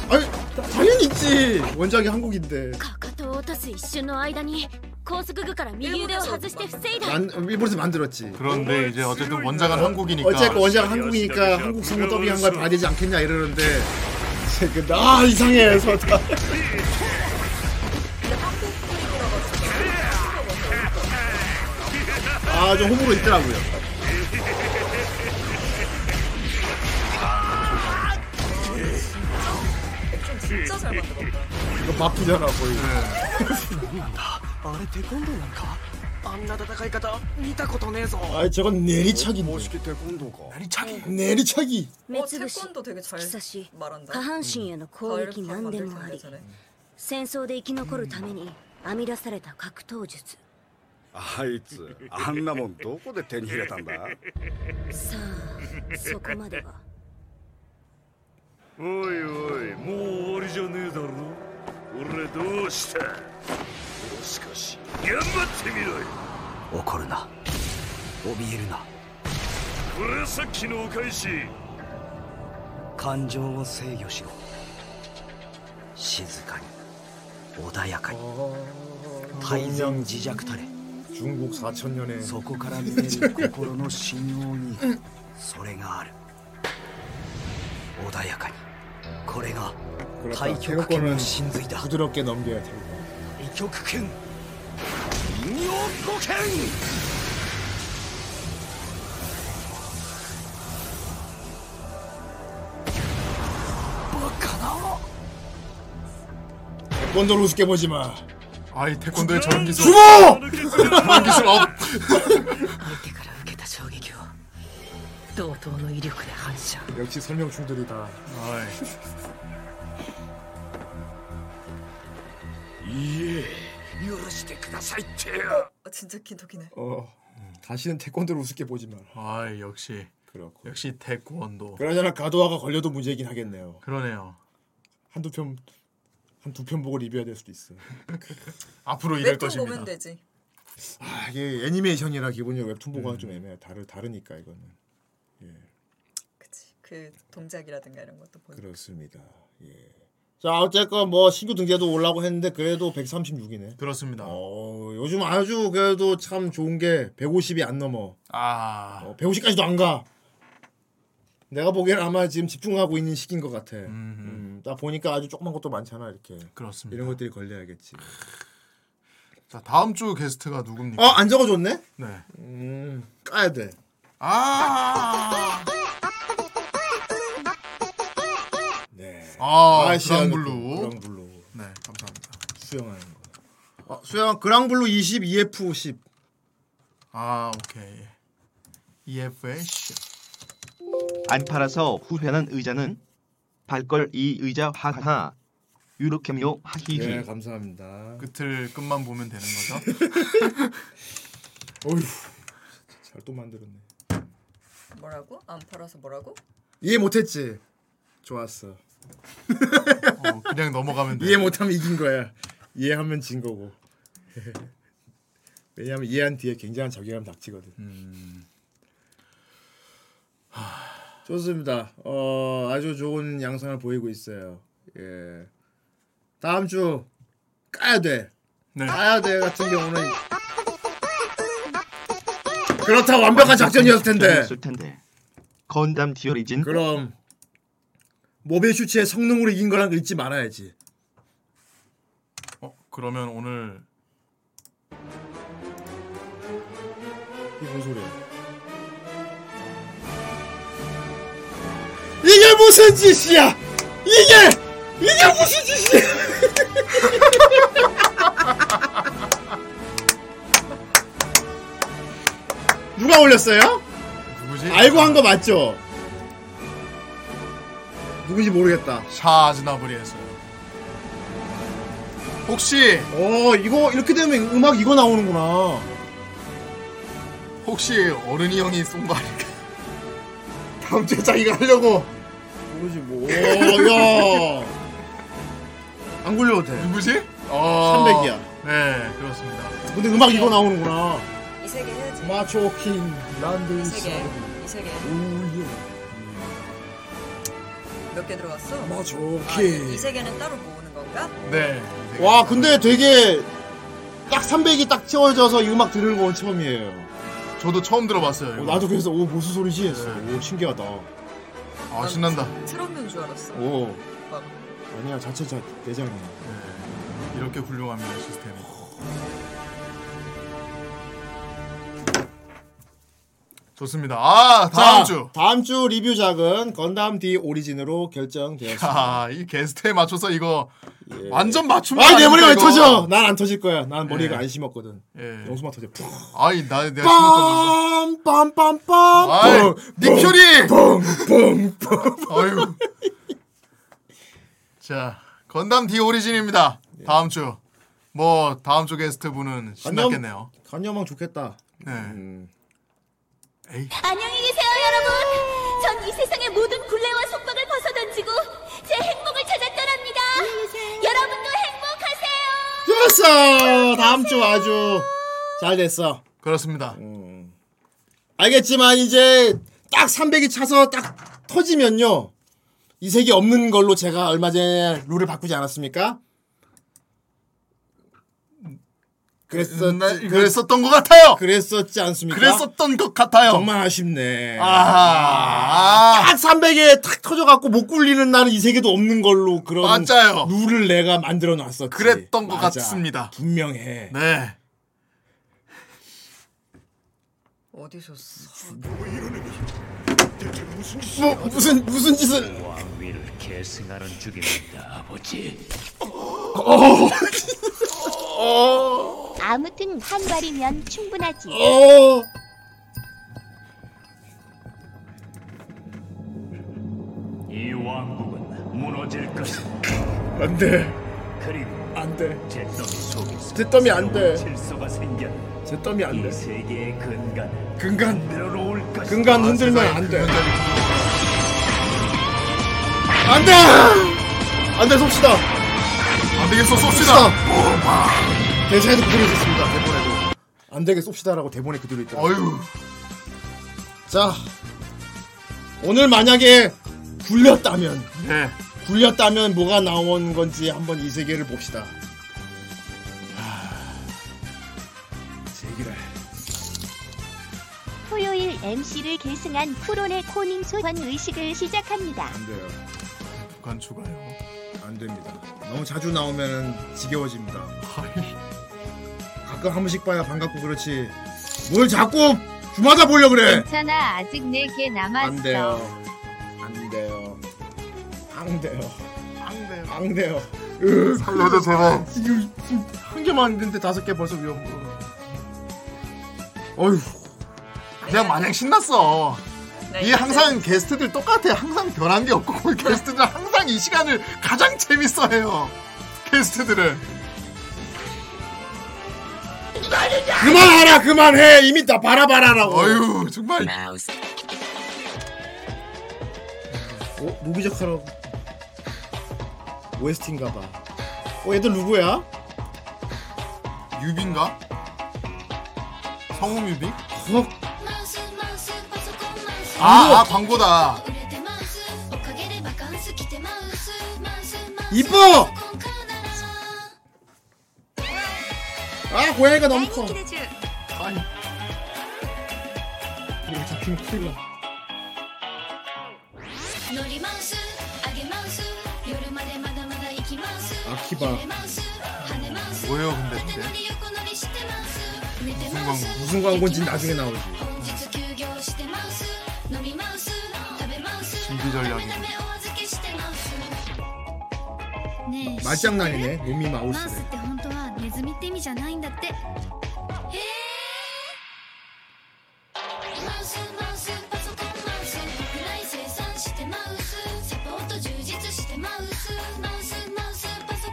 Speaker 1: 아니 당연히 있지. 원작이 한국인데.
Speaker 11: かかとを落とす一瞬の間に高速具から右腕を外して防いだ
Speaker 1: 만, 일본에서 만들었지.
Speaker 2: 그런데 이제 어쨌든 원작은 한국이니까.
Speaker 1: 어쨌든 원작 한국이니까 한국 성우 더빙한 걸 봐야 되지 않겠냐 이러는데. 지금 아 이상해 서다. 아좀 호불호 있더라고요.
Speaker 3: 진짜 잘 만들었다.
Speaker 1: 이거 바쁘잖아 거의.
Speaker 12: あれテコンドーなんかあんな戦い方見たことねえぞ
Speaker 1: 아 저건 내리차기인데.
Speaker 12: 내리차기.
Speaker 1: 내리차기.
Speaker 3: 어, 태권도 되게 잘 말한다.
Speaker 11: 下半身への攻撃何でもあり戦争で生き残るために編み出された格闘術
Speaker 18: あいつあんなもんどこで手に入れたんだ
Speaker 11: さあそこまでは
Speaker 21: おいおいもう終わりじゃねえだろ俺どうしたもしかし頑張ってみろよ
Speaker 22: 怒るな怯えるな
Speaker 21: これはさっきのお返し
Speaker 22: 感情を制御しろ静かに穏やかに泰然自弱たれ
Speaker 1: 중국4 0 0 0년에
Speaker 22: そこから見える心の信用にそれがある穏やかにこれが太
Speaker 1: 그렇다.
Speaker 22: 極拳
Speaker 1: 태국권은
Speaker 22: の真髄だ
Speaker 1: 부드럽게 넘겨야 태국권.
Speaker 22: 太極拳陰陽五拳
Speaker 21: バカな
Speaker 1: 태권도를 우습게 보지 마.
Speaker 2: 아이 태권도의 저런 기술.
Speaker 1: 죽어!
Speaker 2: 저런 기술 업.
Speaker 23: 受けた衝撃を同等の威力で反射
Speaker 1: 역시 설명충들이다.
Speaker 21: 예許してくださいって
Speaker 2: 네.
Speaker 21: よ
Speaker 3: 어, 진짜 기독이네.
Speaker 1: 어 다시는 태권도를 우습게 보지
Speaker 2: 어.
Speaker 1: 마.
Speaker 2: 아이 역시.
Speaker 1: 그렇고.
Speaker 2: 역시 태권도.
Speaker 1: 그러잖아 가도화가 걸려도 문제이긴 하겠네요.
Speaker 2: 그러네요.
Speaker 1: 한두 편 한두 편복을 입어야 될 수도 있어.
Speaker 2: 앞으로
Speaker 3: 웹툰 보면 되지.
Speaker 1: 아, 이게 애니메이션이라 기본적으로 웹툰 보가
Speaker 2: 음.
Speaker 1: 좀 애매해. 다르 다르니까 이거는.
Speaker 3: 그 동작이라든가 이런 것도 보고.
Speaker 1: 그렇습니다. 예. 자 어쨌건 뭐 신규 등재도 올라고 했는데 그래도 136이네.
Speaker 2: 그렇습니다.
Speaker 1: 어, 요즘 아주 그래도 참 좋은 게 150이 안 넘어.
Speaker 2: 아.
Speaker 1: 150까지도 안 가. 내가 보기엔 아마 지금 집중하고 있는 시기인 것 같아. 음, 나 보니까 아주 조그만 것도 많잖아 이렇게.
Speaker 2: 그렇습니다.
Speaker 1: 이런 것들이 걸려야겠지.
Speaker 2: 자 다음 주 게스트가 누굽니까?
Speaker 1: 어 안 적어줬네?
Speaker 2: 네.
Speaker 1: 음 까야 돼.
Speaker 2: 아.
Speaker 1: 네.
Speaker 2: 아,
Speaker 1: 아이씨,
Speaker 2: 그랑블루.
Speaker 1: 그랑블루.
Speaker 2: 네, 감사합니다.
Speaker 1: 수영하는 거. 어, 수영 그랑블루 20 EF 10.
Speaker 2: 아, 오케이. EFA 씨.
Speaker 24: 안 팔아서 후회하는 의자는 발걸 이 의자 하하 유로캠요 하히히
Speaker 1: 네, 감사합니다.
Speaker 2: 끝을 끝만 보면 되는 거죠?
Speaker 1: 어휴. 잘 또 만들었네.
Speaker 3: 뭐라고? 안 팔아서 뭐라고?
Speaker 1: 이해 못했지. 좋았어.
Speaker 2: 그냥 넘어가면
Speaker 1: [laughs]
Speaker 2: 돼.
Speaker 1: 이해 못하면 이긴 거야. 이해하면 진 거고. 왜냐하면 이해한 뒤에 굉장한 자괴감 닥치거든.
Speaker 2: 음.
Speaker 1: 하, 좋습니다. 어, 아주 좋은 양상을 보이고 있어요. 예. 다음 주 까야 돼.
Speaker 2: 네.
Speaker 1: 까야 돼 같은 경우는 그렇다 완벽한 작전이었을 텐데.
Speaker 24: 작전이었을 텐데. 건담 디오리진
Speaker 1: 그럼 모빌 슈츠의 성능으로 이긴 거란 걸 잊지 말아야지.
Speaker 2: 어, 그러면 오늘
Speaker 1: [laughs] 이게 뭔 소리야? 이게 무슨 짓이야? 이게 이게 무슨 짓이야? 누가 올렸어요?
Speaker 2: 누구지?
Speaker 1: 알고 한 거 맞죠? 누군지 모르겠다.
Speaker 2: 샤즈나브리에서. 혹시
Speaker 1: 어 이거 이렇게 되면 음악 이거 나오는구나.
Speaker 2: 혹시 어른이 형이 쏜 거 아닐까?
Speaker 1: [laughs] 다음 주에 자기가 하려고. 모르지 뭐. 오,
Speaker 2: 어.
Speaker 1: 야. [laughs] 안 굴려도 돼.
Speaker 2: 누구지? 아.
Speaker 1: 300이야.
Speaker 2: 네, 그렇습니다.
Speaker 1: 근데 음악 이거 나오는구나.
Speaker 3: 이 세계 해야지.
Speaker 1: 마초킹 란드
Speaker 3: 이 세계. 이 세계.
Speaker 2: 음,
Speaker 1: 오예.
Speaker 3: 몇 개 들어왔어?
Speaker 1: 마초킹.
Speaker 3: 아, 이, 이 세계는 따로 모으는 건가?
Speaker 2: 네.
Speaker 1: 와 근데 되게 딱 300이 딱 채워져서 이 음악 들은 건 처음이에요.
Speaker 2: 저도 처음 들어봤어요. 네.
Speaker 1: 어, 나도 그래서 오 무슨 소리지 했어. 오 신기하다.
Speaker 2: 아 신난다.
Speaker 3: 틀었는 줄 알았어.
Speaker 1: 오
Speaker 3: 막
Speaker 1: 아니야 자체 자 대장이야.
Speaker 2: 네. 이렇게 훌륭합니다 시스템이. 좋습니다. 아 다음 주.
Speaker 1: 다음 주 리뷰작은 건담 D 오리진으로 결정되었습니다.
Speaker 2: 아, 이 게스트에 맞춰서 이거 완전 맞춤. 네.
Speaker 1: 아 내 머리 왜 터져? 난 안 터질 거야. 난 머리가 안 심었거든.
Speaker 2: 예.
Speaker 1: 영수만 터져. 푹.
Speaker 2: 아이 나 내가 심었던
Speaker 1: 빰빰빰빰. 어, 네
Speaker 2: 아이, 뭐. 니네 표리!
Speaker 1: 뻥뻥뻥.
Speaker 2: 아유. 자 건담 디 오리진입니다.
Speaker 1: 예.
Speaker 2: 다음 주. 뭐 다음 주 게스트 분은 신났겠네요.
Speaker 1: 간여망 좋겠다.
Speaker 2: 네.
Speaker 1: 음.
Speaker 2: 에이.
Speaker 20: 안녕히 계세요, 여러분. 전 이 세상의 모든 굴레와 속박을 벗어던지고 제 행복을 찾아 떠납니다. 여러분도 행복하세요.
Speaker 1: 좋았어. 다음 주 아주 잘 됐어. 음.
Speaker 2: 그렇습니다.
Speaker 1: 알겠지만 이제 딱 300이 차서 딱 터지면요. 이색이 없는 걸로 제가 얼마 전에 룰을 바꾸지 않았습니까? 그랬었,
Speaker 2: 음, 네, 그랬었던 것 같아요.
Speaker 1: 그랬었지 않습니까?
Speaker 2: 그랬었던 것 같아요.
Speaker 1: 정말 아쉽네.
Speaker 2: 아하.
Speaker 1: 딱 300에 탁 터져갖고 못 굴리는 날은 이 세계도 없는 걸로 그런
Speaker 2: 맞아요.
Speaker 1: 룰을 내가 만들어 놨었지.
Speaker 2: 그랬던 것 같습니다.
Speaker 1: 분명해.
Speaker 2: 네.
Speaker 3: 어디서 써?
Speaker 1: 뭐 무슨 무슨 짓을?
Speaker 21: 왕위를 계승하는 중입니다, 아버지.
Speaker 1: 어.
Speaker 8: 아무튼 한 발이면 충분하지.
Speaker 1: 어.
Speaker 21: 이 왕국은 무너질 것이다.
Speaker 1: 안 돼.
Speaker 21: 그리고
Speaker 1: 안 돼.
Speaker 21: 잿더미 속에서
Speaker 1: 잿더미 안
Speaker 21: 새로운
Speaker 1: 돼.
Speaker 21: 질서가 생겨
Speaker 1: 잿더미 안 돼.
Speaker 21: 이 세계의 근간을
Speaker 1: 근간.
Speaker 21: 흔들어놓을 것이다.
Speaker 1: 근간 흔들면 안 돼. 안 돼! 안 돼, 쏩시다.
Speaker 2: 안 되겠어, 쏩시다.
Speaker 1: 대사에도 그대로 있었습니다, 대본에도. 안 되게 쏩시다라고 대본에 그대로 있다.
Speaker 2: 어휴.
Speaker 1: 자, 오늘 만약에 굴렸다면,
Speaker 2: 네.
Speaker 1: 굴렸다면 뭐가 나온 건지 한번 이 세계를 봅시다. 세계를.
Speaker 8: 토요일 MC를 계승한 쿠론의 코닝 소원 의식을 시작합니다.
Speaker 1: 안 돼요.
Speaker 2: 북한 추가요.
Speaker 1: 안 됩니다. 너무 자주 나오면 지겨워집니다. 가끔 한 번씩 봐야 반갑고 그렇지. 뭘 자꾸 주마다 보려 그래.
Speaker 5: 괜찮아 아직 내게
Speaker 1: 안
Speaker 5: 남았어.
Speaker 1: 돼요. 안 돼요. 안 돼요.
Speaker 2: 안 돼요.
Speaker 1: 안 돼요.
Speaker 2: 살려줘, 제발.
Speaker 1: 지금 지금 한 개만 있는데 다섯 개 벌써 위험. 어휴.
Speaker 2: 내가 마냥 신났어.
Speaker 3: 네,
Speaker 2: 이게 항상 게스트들 똑같아. 항상 변한 게 없고 거의 게스트들은 항상 이 시간을 가장 재밌어해요. 게스트들은
Speaker 1: 그만하라 그만해 이미 다 바라바라라고.
Speaker 2: 어휴 정말
Speaker 1: 어? 무비적하러 OST인가봐. 어 얘들 누구야?
Speaker 2: 유빈가? 성우 어? 뮤비? 아, 아 광고다.
Speaker 1: 이뻐. 아 고양이가 너무 커. 아니. 이거 잡히면 큰일 나. 아키바.
Speaker 2: 뭐예요 근데 그게? 무슨 광고?
Speaker 1: 무슨 광고인지 나중에 나오지.
Speaker 2: 준비 전략이.
Speaker 1: 말장난이네. 놈이 네, 마우스래.
Speaker 11: て本当はネズミって意味じゃないんだってへ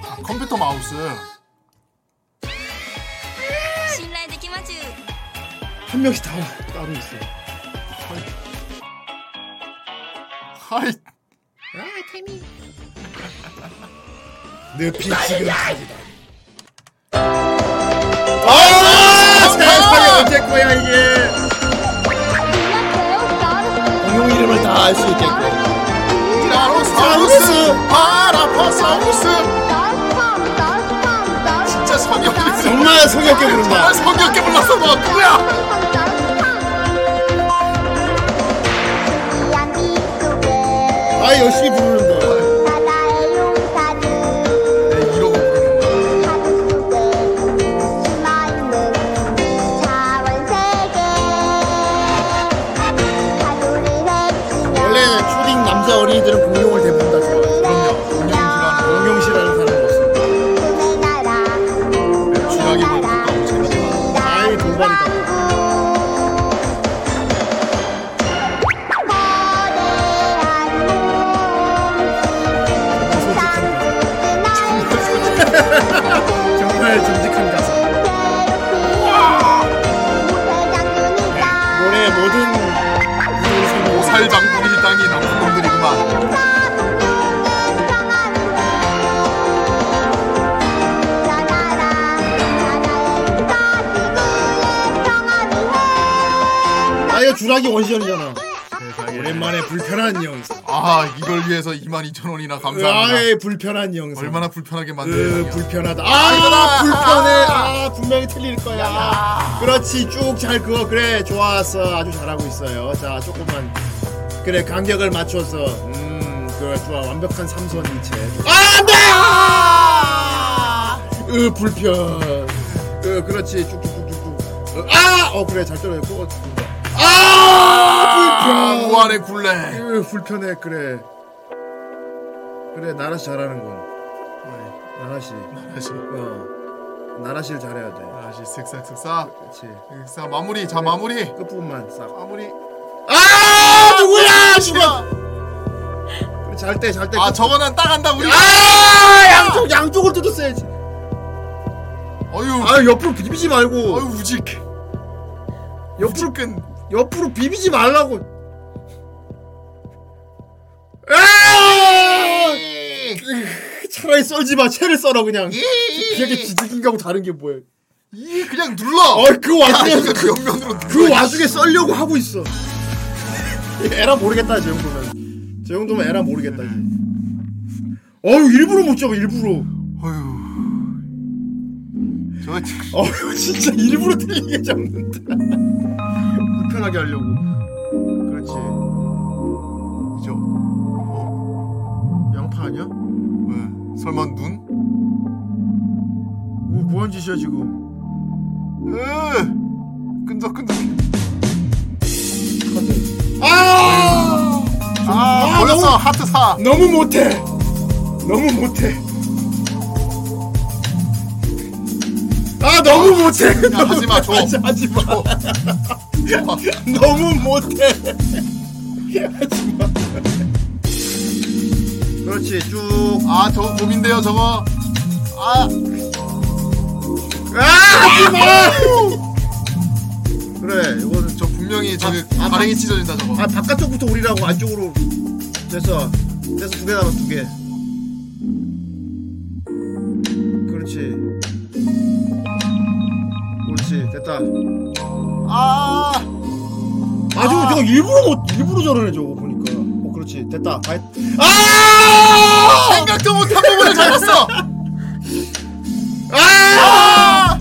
Speaker 2: 아 컴퓨터 마우스.
Speaker 20: 信頼できまちゅ
Speaker 1: 한 명씩 다 따로 있어.
Speaker 2: 하이.
Speaker 1: 아 타이밍. 늪이 지금. 아 세상에 언제
Speaker 2: 아.
Speaker 1: 거야 이게. 공용 이름을 다 알 수 있겠고.
Speaker 2: 디라노사우스 파라파사우스. 진짜 성역.
Speaker 1: 정말 성역게 부른다.
Speaker 2: 정말 성역게 불렀어 너 누구야?
Speaker 1: 아 열심히 부르는데. 원래 초딩 남자 어린이들은 공룡을 대부분 다 좋아해요. 공룡 싫어하는 사람 없어.
Speaker 2: 쥐약이 뭐 가까운 재밌지만.
Speaker 1: 아이 동반이다.
Speaker 2: 네,
Speaker 1: 주라기 원시전이잖아. 오랜만에 불편한 영상.
Speaker 2: 아 이걸 위해서 22,000원이나 감사합니다.
Speaker 1: 아이 불편한 영상.
Speaker 2: 얼마나 불편하게
Speaker 1: 으,
Speaker 2: 만드냐.
Speaker 1: 불편하다. 아, 이거 나 불편해. 아, 분명히 틀릴 거야. 그렇지, 쭉 잘 그어. 그래, 좋았어. 아주 잘하고 있어요. 자, 조금만. 그래, 간격을 맞춰서. 음, 그래, 좋아. 완벽한 삼선 일체. 아, 안 돼! 아! 으, 불편. 으, 그렇지. 쭉쭉쭉쭉쭉. 으, 아! 어, 그래, 잘 떨어졌고. 아! 불편.
Speaker 2: 무한의 굴레.
Speaker 1: 으, 불편해. 그래. 그래, 나라 씨 잘하는 건. 나라씨.
Speaker 2: 나라씨.
Speaker 1: 어. 나라씨를 잘해야 돼.
Speaker 2: 나라씨 쓱싹 쓱싹.
Speaker 1: 그렇지.
Speaker 2: 쓱싹 마무리. 자 마무리.
Speaker 1: 네, 끝부분만 싹.
Speaker 2: 마무리.
Speaker 1: 아 누구야 누가? 그래, 잘 때, 잘 때.
Speaker 2: 아 저거는 딱 한다 우리.
Speaker 1: 아 양쪽 양쪽을 뜯었어야지.
Speaker 2: 어유.
Speaker 1: 아 옆으로 비비지 말고.
Speaker 2: 어유 우직.
Speaker 1: 옆으로 끈. 옆으로 비비지 말라고.
Speaker 2: 예!
Speaker 1: 아! 으, 차라리 썰지 마. 채를 썰어 그냥. 되게 지지긴가고 다른 게 뭐야?
Speaker 2: 이 그냥 예! 눌러.
Speaker 1: 어그 와중에
Speaker 2: 야, 그 옆면으로.
Speaker 1: 그 와중에 썰려고 하고 있어. [laughs] 에라 모르겠다 저 정도면. 저 정도면 에라 모르겠다. 이제. 어유 일부러 못 잡아 일부러.
Speaker 2: 저
Speaker 1: [laughs] 어유 진짜 일부러 틀리게 잡는다. 불편하게 하려고. 그렇지.
Speaker 2: 저.
Speaker 1: 어. 양파 아니야?
Speaker 2: 왜? 설마 눈?
Speaker 1: 오 뭐한 짓이야 지금.
Speaker 2: 으. 끈적끈적.
Speaker 1: 아!
Speaker 2: 아, 걸렸어.
Speaker 1: 너무-
Speaker 2: 하트 사.
Speaker 1: 너무 못해. 너무 못해. 아 너무 못해.
Speaker 2: 야, 하지 마, 줘.
Speaker 1: [laughs] 하지, 하지 마. 너무 못해. 하지 마. 그렇지 쭉.
Speaker 2: 아, 저거 고민돼요, 저거. 아,
Speaker 1: 아 하지 마. 그래 이거는
Speaker 2: 저 분명히 저기
Speaker 1: 아,
Speaker 2: 가랭이 찢어진다, 저거.
Speaker 1: 아 바깥쪽부터 우리라고 안쪽으로 됐어 됐어 두 개 남았어 두개 그렇지 그렇지 됐다
Speaker 2: 아,
Speaker 1: 아 저거 저거 일부러 못 일부러 저러네 저거 보니까 어 그렇지 됐다 아, 아!
Speaker 2: 생각도 못한 부분을 잡았어.
Speaker 1: [laughs] 아!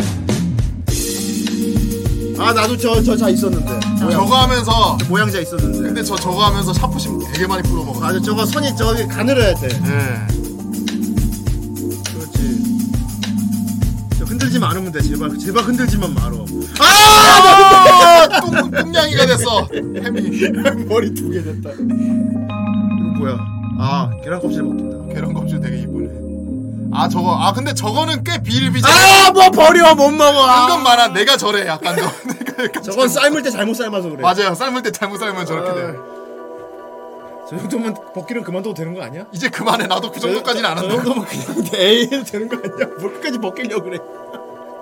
Speaker 1: 아 나도 저 저 자 있었는데 모양,
Speaker 2: 저거 하면서,
Speaker 1: 아. 모양자 있었는데
Speaker 2: 근데 저 저거 하면서 샤프심 되게 많이 풀어먹어.
Speaker 1: 아 저거 선이 저기 가늘어야 돼
Speaker 2: 네.
Speaker 1: 그렇지. 저 흔들지 않으면 돼. 제발 제발 흔들지만 말어.
Speaker 2: 아! 똥, 똥냥이가 됐어. 햄이.
Speaker 1: [laughs] 머리 두 개 됐다. 이거 뭐야? 아 계란 껍질 먹긴다.
Speaker 2: 계란 껍질 되게 이쁘네. 아, 저거. 아, 근데 저거는 꽤 비일비재.
Speaker 1: 아뭐 버려 못 먹어. 아.
Speaker 2: 한건 많아. 내가 저래, 약간 더. 내가 약간
Speaker 1: 저건 삶을 때 잘못 삶아서 그래. 아.
Speaker 2: 맞아요. 삶을 때 잘못 삶으면 저렇게 돼.
Speaker 1: 저 정도면 벗기는 그만둬도 되는 거 아니야?
Speaker 2: 이제 그만해. 나도 그 정도까지는 안
Speaker 1: 저
Speaker 2: 한다.
Speaker 1: 정도면 그냥 [laughs] 돼. 에이 해도 되는 거 아니야? 뭘 끝까지 벗기려고 그래?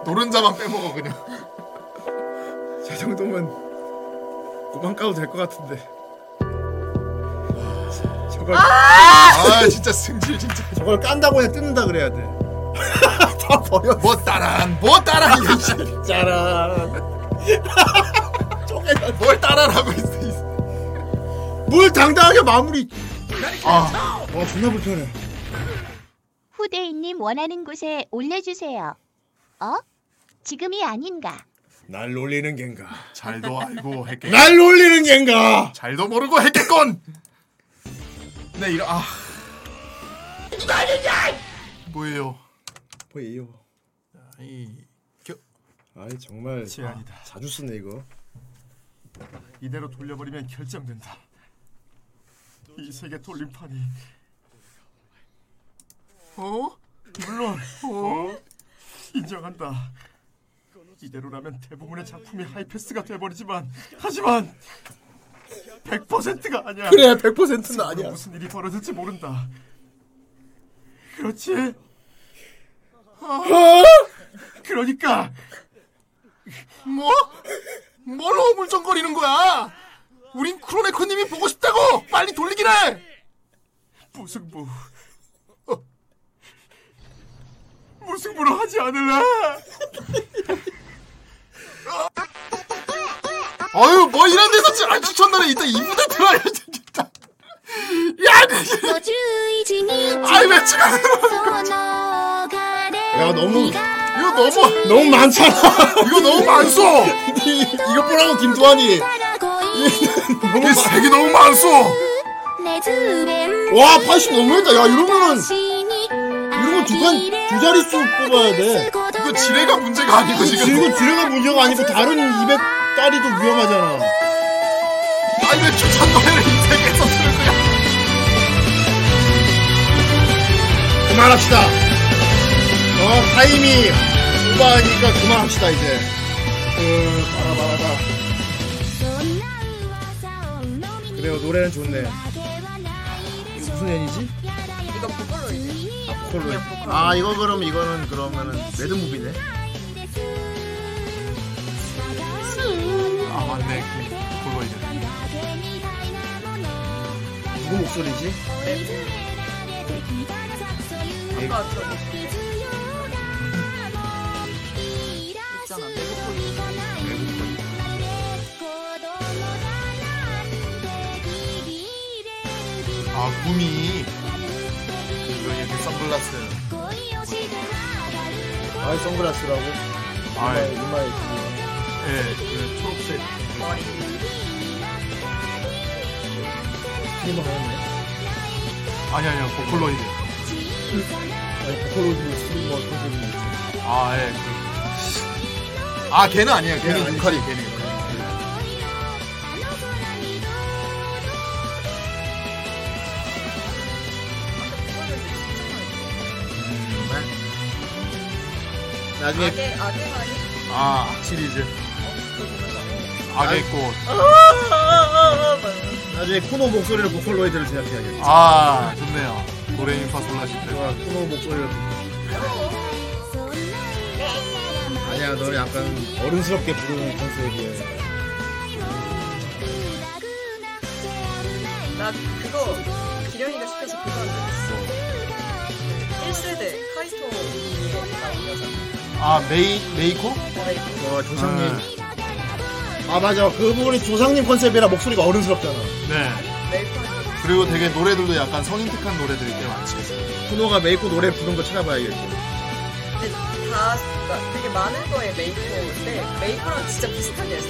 Speaker 2: 노른자만 빼먹어, 그냥.
Speaker 1: 저 정도면 그만 까도 될 것 같은데. 저걸
Speaker 2: 아, 진짜 승질, 진짜.
Speaker 1: 저걸 깐다고 그냥 뜯는다 그래야 돼. [laughs] 다 버려.
Speaker 2: 뭐 따란, 뭐 따란, 이거 진짜.
Speaker 1: [laughs] 짜란.
Speaker 2: 뭘 따라라고 있어. 이
Speaker 1: 뭘 당당하게 마무리.
Speaker 2: 아,
Speaker 1: 와 존나 불편해.
Speaker 8: 후대인님 원하는 곳에 올려주세요. 어? 지금이 아닌가?
Speaker 1: 날 놀리는 겐가?
Speaker 2: 잘도 알고 했겠.
Speaker 1: 날 놀리는 겐가?
Speaker 2: 잘도 모르고 했겠건. 네 이런 아. 뭐예요?
Speaker 1: 보이요.
Speaker 2: 이 겨,
Speaker 1: 아이 정말
Speaker 2: 제안이다.
Speaker 1: 아, 자주 쓰네 이거.
Speaker 2: 이대로 돌려버리면 결정된다. 이 세계 돌림판이. 어? 물론. 어? 인정한다. 이대로라면 대부분의 작품이 하이패스가 돼버리지만 하지만 100%가 아니야.
Speaker 1: 그래 100%는
Speaker 2: 앞으로
Speaker 1: 아니야.
Speaker 2: 무슨 일이 벌어질지 모른다. 그렇지.
Speaker 1: 어. 아.
Speaker 2: 그러니까 뭐? 뭘 허물쩡거리는 거야? 우린 크로네코님이 보고 싶다고 빨리 돌리긴 해. 무승부. 어. 무승부로 하지 않을래? 아유 뭐 이런 데서 지- 아, 추천노래 이따 2부대 들어야 진짜. 야, 아이 왜 지금?
Speaker 1: 야 너무
Speaker 2: 이거 너무
Speaker 1: 너무 많잖아.
Speaker 2: 이거 너무 많소.
Speaker 1: 이거 보라고 김도환이.
Speaker 2: 이 색이 너무 많소.
Speaker 1: 와, 80 너무했다. 야, 이러면은 이런 거두칸두 자릿수 뽑아야 돼.
Speaker 2: 이거 지뢰가 문제가 아니고 지금.
Speaker 1: 이거 지뢰가 문제가 아니고 다른 200 딸이도 위험하잖아.
Speaker 2: 아니 왜 추천 노래를 인생에서 들을 거야?
Speaker 1: 그만합시다. 어, 타임이 오버하니까 그만합시다 이제. 그 바라바라가. 그래요, 노래는 좋네. 이거 무슨 애니지?
Speaker 3: 이거 보컬로이드.
Speaker 1: 아, 콜로. 아, 이거 그럼 이거는 그러면은 매드무비네.
Speaker 2: 아 맞네. 그거 이제.
Speaker 1: 누구 목소리지? 네.
Speaker 2: 네.
Speaker 3: 아까 저기 있잖아.
Speaker 2: 아 구미. 이거 이렇게 선글라스.
Speaker 1: 아이 선글라스라고. 이마에
Speaker 2: 아이.
Speaker 1: 이마에.
Speaker 2: 예, 그 초록색.
Speaker 1: 이거 하였네.
Speaker 2: 아니 아니요 그 보컬로이드.
Speaker 1: 아니 네, 그 보컬로이드 스트리머 선생님.
Speaker 2: 아 예. 그. 아 걔는 아니야.
Speaker 1: 걔는
Speaker 2: 걔는
Speaker 1: 아니지.
Speaker 2: 유카리 걔는. 유카리.
Speaker 1: 나중에
Speaker 3: 아게 아게 많이.
Speaker 2: 아 확실히 이제. 악의 꽃.
Speaker 1: 나중에 쿠노 목소리를 보컬로이드를 제작해야겠다.
Speaker 2: 아 좋네요. 도레미파솔라시 때.
Speaker 1: 와, 쿠노 목소리를. 아니야, 너는 약간 어른스럽게 부르는 컨셉이야.
Speaker 3: 나 그거 기련이가 시켜서 그거 한 적 있어. 1세대 카이토 이거 나온 여자.
Speaker 2: 아 메이 메이코?
Speaker 1: 와, 어, 조상님. 아, 맞아. 그 부분이 조상님 컨셉이라 목소리가 어른스럽잖아.
Speaker 2: 네. 그리고 되게 노래들도 약간 성인특한 노래들이 꽤 많지.
Speaker 1: 쿠노가 메이코 노래 부른 거 찾아봐야겠고.
Speaker 3: 근데 다 그러니까 되게 많은 거에 메이커인데 메이커랑 진짜 비슷하게 했어.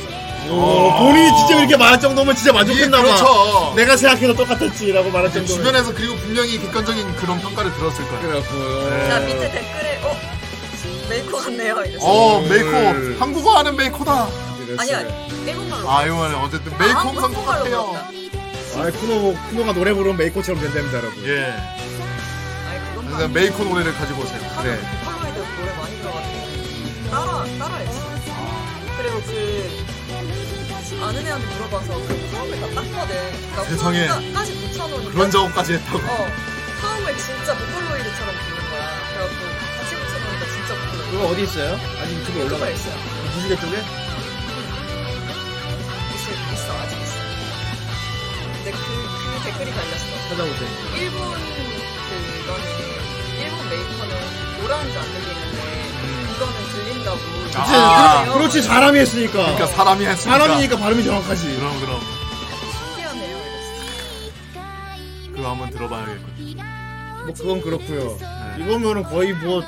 Speaker 1: 오, 본인이 진짜 그렇게 말할 정도면 진짜 만족했나봐.
Speaker 2: 그렇죠.
Speaker 1: 내가 생각해도 똑같았지라고 말할 정도면.
Speaker 2: 주변에서 그리고 분명히 객관적인 그런 평가를 들었을 거예요.
Speaker 1: 그렇고요.
Speaker 3: 나 밑에 댓글에 어 메이커 같네요. 이랬어.
Speaker 2: 어 메이코 한국어 하는 메이코다.
Speaker 3: 아니야 일본말로.
Speaker 2: 아 이번에 어쨌든 메이코
Speaker 3: 아,
Speaker 2: 항상
Speaker 3: 한국말로
Speaker 2: 똑같아요.
Speaker 3: 그런가?
Speaker 1: 아, 쿠노, 쿠노가 노래 부르면 메이코처럼 된답니다, 여러분.
Speaker 2: 예. 그래서 메이코 노래를 가지고 오세요. 네.
Speaker 3: 컬러에도 그 노래 많이 들어가지고 따라 따라했어. 그리고 그 아는 애한테 물어봐서 그 처음에 다 땄거든. 그러니까
Speaker 2: 세상에.
Speaker 3: 까지 붙여놓으니까.
Speaker 2: 그런 작업까지 했다고.
Speaker 3: 어. 처음에 진짜 보컬로이드처럼 부르는 거야. 그래갖고 같이 붙여놓으니까 진짜 보컬로이드.
Speaker 1: 그거 어디 있어요? 아직 유튜브에 올라가
Speaker 3: 유튜브에 있어요.
Speaker 1: 무지개 쪽에?
Speaker 3: 있어 있어 아직 있어. 근데 그, 그 댓글이 달렸어.
Speaker 1: 찾아보세요.
Speaker 3: 일본 그거는 일본 메이커는 뭐라는지 안 들리는데 이거는 들린다고.
Speaker 1: 아, 그치,
Speaker 2: 아,
Speaker 3: 아,
Speaker 1: 그러- 그렇지 사람이 했으니까.
Speaker 2: 그러니까 사람이 했으니까.
Speaker 1: 사람이니까 발음이 정확하지.
Speaker 2: 그럼 그럼
Speaker 3: 신기하네요. 이랬어.
Speaker 2: 그거 한번 들어봐야겠군.
Speaker 1: 뭐 그건 그렇고요. 이거면은 거의 뭐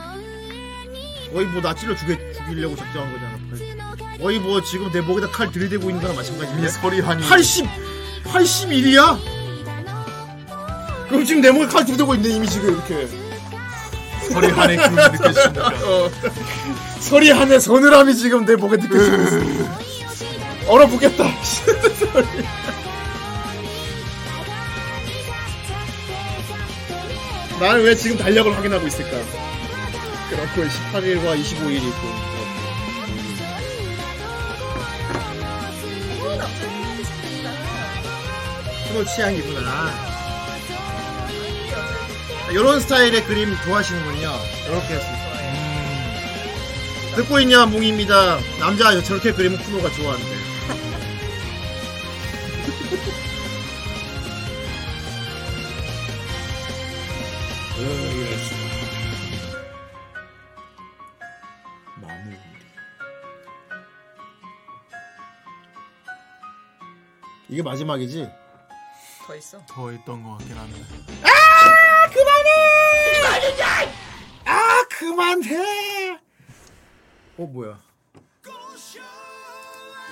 Speaker 1: 거의 뭐 나치를 죽여 죽이려고 작정한 거잖아. 거의. 거의 뭐 지금 내 목에다 칼 들이대고 있는 거랑 마찬가지야.
Speaker 2: 미스코리하니.
Speaker 1: 80 81이야? 그럼 지금 내 목에 칼 들이대고 있네 이미 지금 이렇게.
Speaker 2: 허리
Speaker 1: [laughs]
Speaker 2: 한의 기운이 느껴지십니까?
Speaker 1: 어. 서리 한의 서늘함이 지금 내 목에 느껴지고 있어. 얼어붙겠다. [laughs] 나는 왜 지금 달력을 확인하고 있을까? 그렇고 18일과 25일이 있고. 어, 프로 취향이구나. 이런 스타일의 그림 좋아하시는군요. 이렇게 했습니다. 듣고 있냐 뭉입니다. 남자 저렇게 그리면 쿠노가 좋아한대.
Speaker 2: 어,
Speaker 1: 이게 마지막이지?
Speaker 3: 더 있어.
Speaker 2: 더 있던 것 같긴 한데.
Speaker 1: 아 그만해! 아 그만해! 어 뭐야?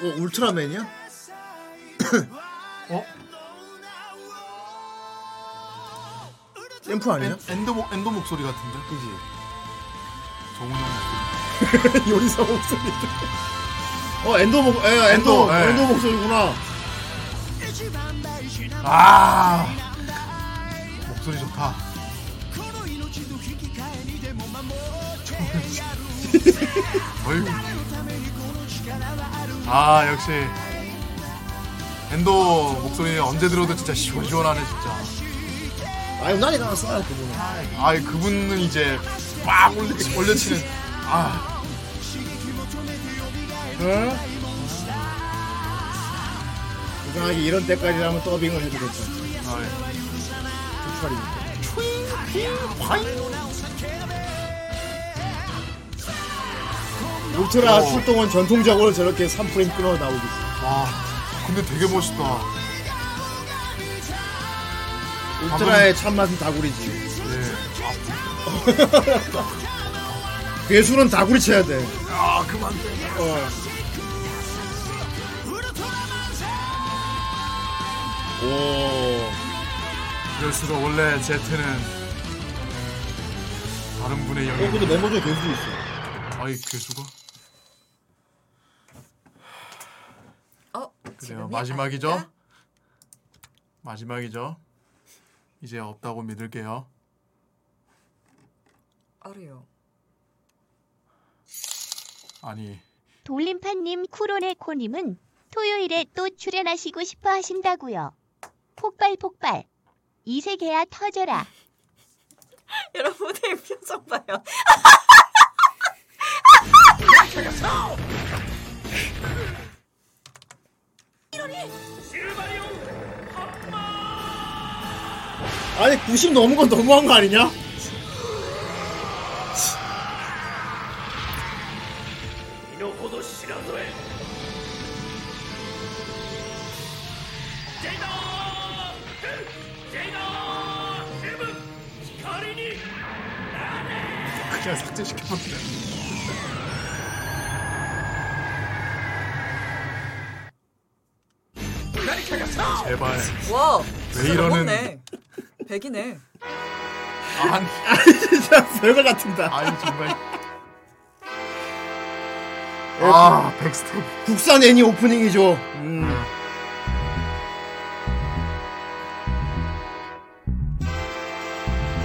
Speaker 1: 어 울트라맨이야?
Speaker 2: [coughs] 어?
Speaker 1: 샘프 아니야?
Speaker 2: 엔, 엔더, 목- 엔더 목소리 같은데? 그지? 정훈형
Speaker 1: [laughs] 요리사 목소리. 어 엔도 목, 에 엔도
Speaker 2: 엔도, 예.
Speaker 1: 엔도 목소리구나.
Speaker 2: 아 목소리 좋다. 어휴. 아 역시 엔도 목소리 언제 들어도 진짜 시원시원하네 진짜.
Speaker 1: 아유 난리 났어 그분은.
Speaker 2: 아 그분은 이제 막 올려치, 올려치는 아. 네?
Speaker 1: 응? 이상하게 이런 때까지라면 더빙을 해주겠죠.
Speaker 2: 아, 예.
Speaker 1: 예. 울트라 출동은 전통적으로 저렇게 3프레임 끊어 나오고 있어.
Speaker 2: 어. 와 근데 되게 멋있다.
Speaker 1: 울트라의 참맛은 다구리지.
Speaker 2: 네.
Speaker 1: [laughs] 괴수는 다구리 쳐야 돼.
Speaker 2: 아 그만.
Speaker 1: 어. 오.
Speaker 2: 그럴수록 원래 제트는 다른 분의 영향.
Speaker 1: 어, 근데 멤버 중에 괴수 있어.
Speaker 2: 아이 괴수가?
Speaker 3: 어
Speaker 2: 그래요.
Speaker 3: 지금이
Speaker 2: 마지막이죠?
Speaker 3: 아닐까?
Speaker 2: 마지막이죠. 이제 없다고 믿을게요.
Speaker 3: 알아요.
Speaker 2: 아니
Speaker 8: 돌림판님 쿠로네코님은 토요일에 또 출연하시고 싶어 하신다고요. 폭발 폭발. 이세계야 터져라.
Speaker 3: [laughs] 여러분의 표정 봐요.
Speaker 1: 아니 90 넘은 건 너무한 거 아니냐?
Speaker 2: 그냥 삭제시켜버려. 제발.
Speaker 3: 와.
Speaker 2: 왜 이러는-
Speaker 3: 네 백이네.
Speaker 2: 아니
Speaker 1: 진짜 별거 같은다.
Speaker 2: 아니 정말.
Speaker 1: 아,
Speaker 2: 백스텝.
Speaker 1: 국산 애니 오프닝이죠. 음.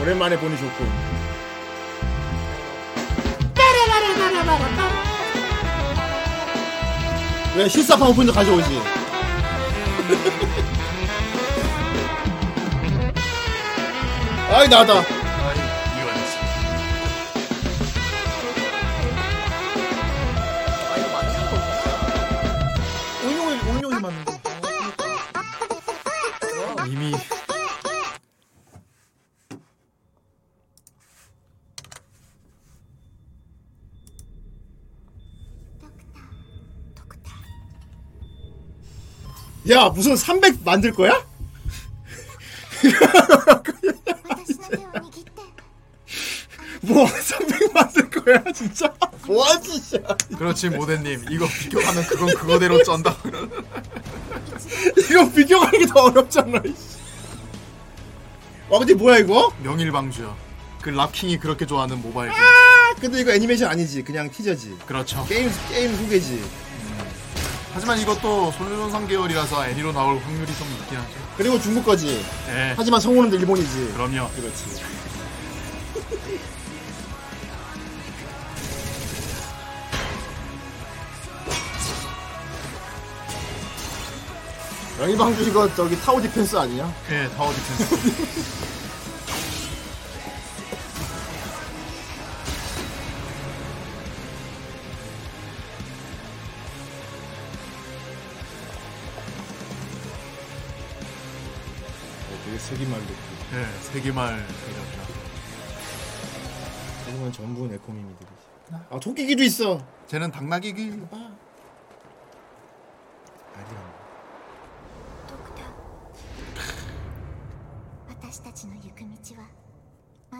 Speaker 1: 오랜만에 보니 좋고. 왜 실사판 오프닝도 가져오지? [laughs] 아이 나다. 온용이 온용이 맞는 거.
Speaker 2: 이미
Speaker 1: 야 무슨 300 만들 거야? 뭐 300 만들 거야 진짜? 뭐야 진짜?
Speaker 2: 그렇지 모델님 이거 비교하면 그건 그거대로 쩐다.
Speaker 1: 이거 비교하기 더 어렵잖아. 이씨. 와 근데 뭐야 이거?
Speaker 2: 명일방주야. 그 랍킹이 그렇게 좋아하는 모바일. 게임.
Speaker 1: 아 근데 이거 애니메이션 아니지 그냥 티저지.
Speaker 2: 그렇죠. 음.
Speaker 1: 게임 게임 후계지.
Speaker 2: 하지만 이것도 소년선 계열이라서 애니로 나올 확률이 좀 있긴 하죠.
Speaker 1: 그리고 중국 거지.
Speaker 2: 네.
Speaker 1: 하지만 성우는 일본이지. 그렇죠.
Speaker 2: 그럼요.
Speaker 1: 그렇지. 명희방주 이거 저기 타워 디펜스 아니냐?
Speaker 2: 예, 타워 디펜스.
Speaker 1: 네, 되게 세기말도
Speaker 2: 예, 세기말 대결이라.
Speaker 1: 하지만 전부 네코미미들이지. 아 토끼기도 있어. 아.
Speaker 2: 쟤는 당나귀기.
Speaker 1: 아니야.
Speaker 3: 또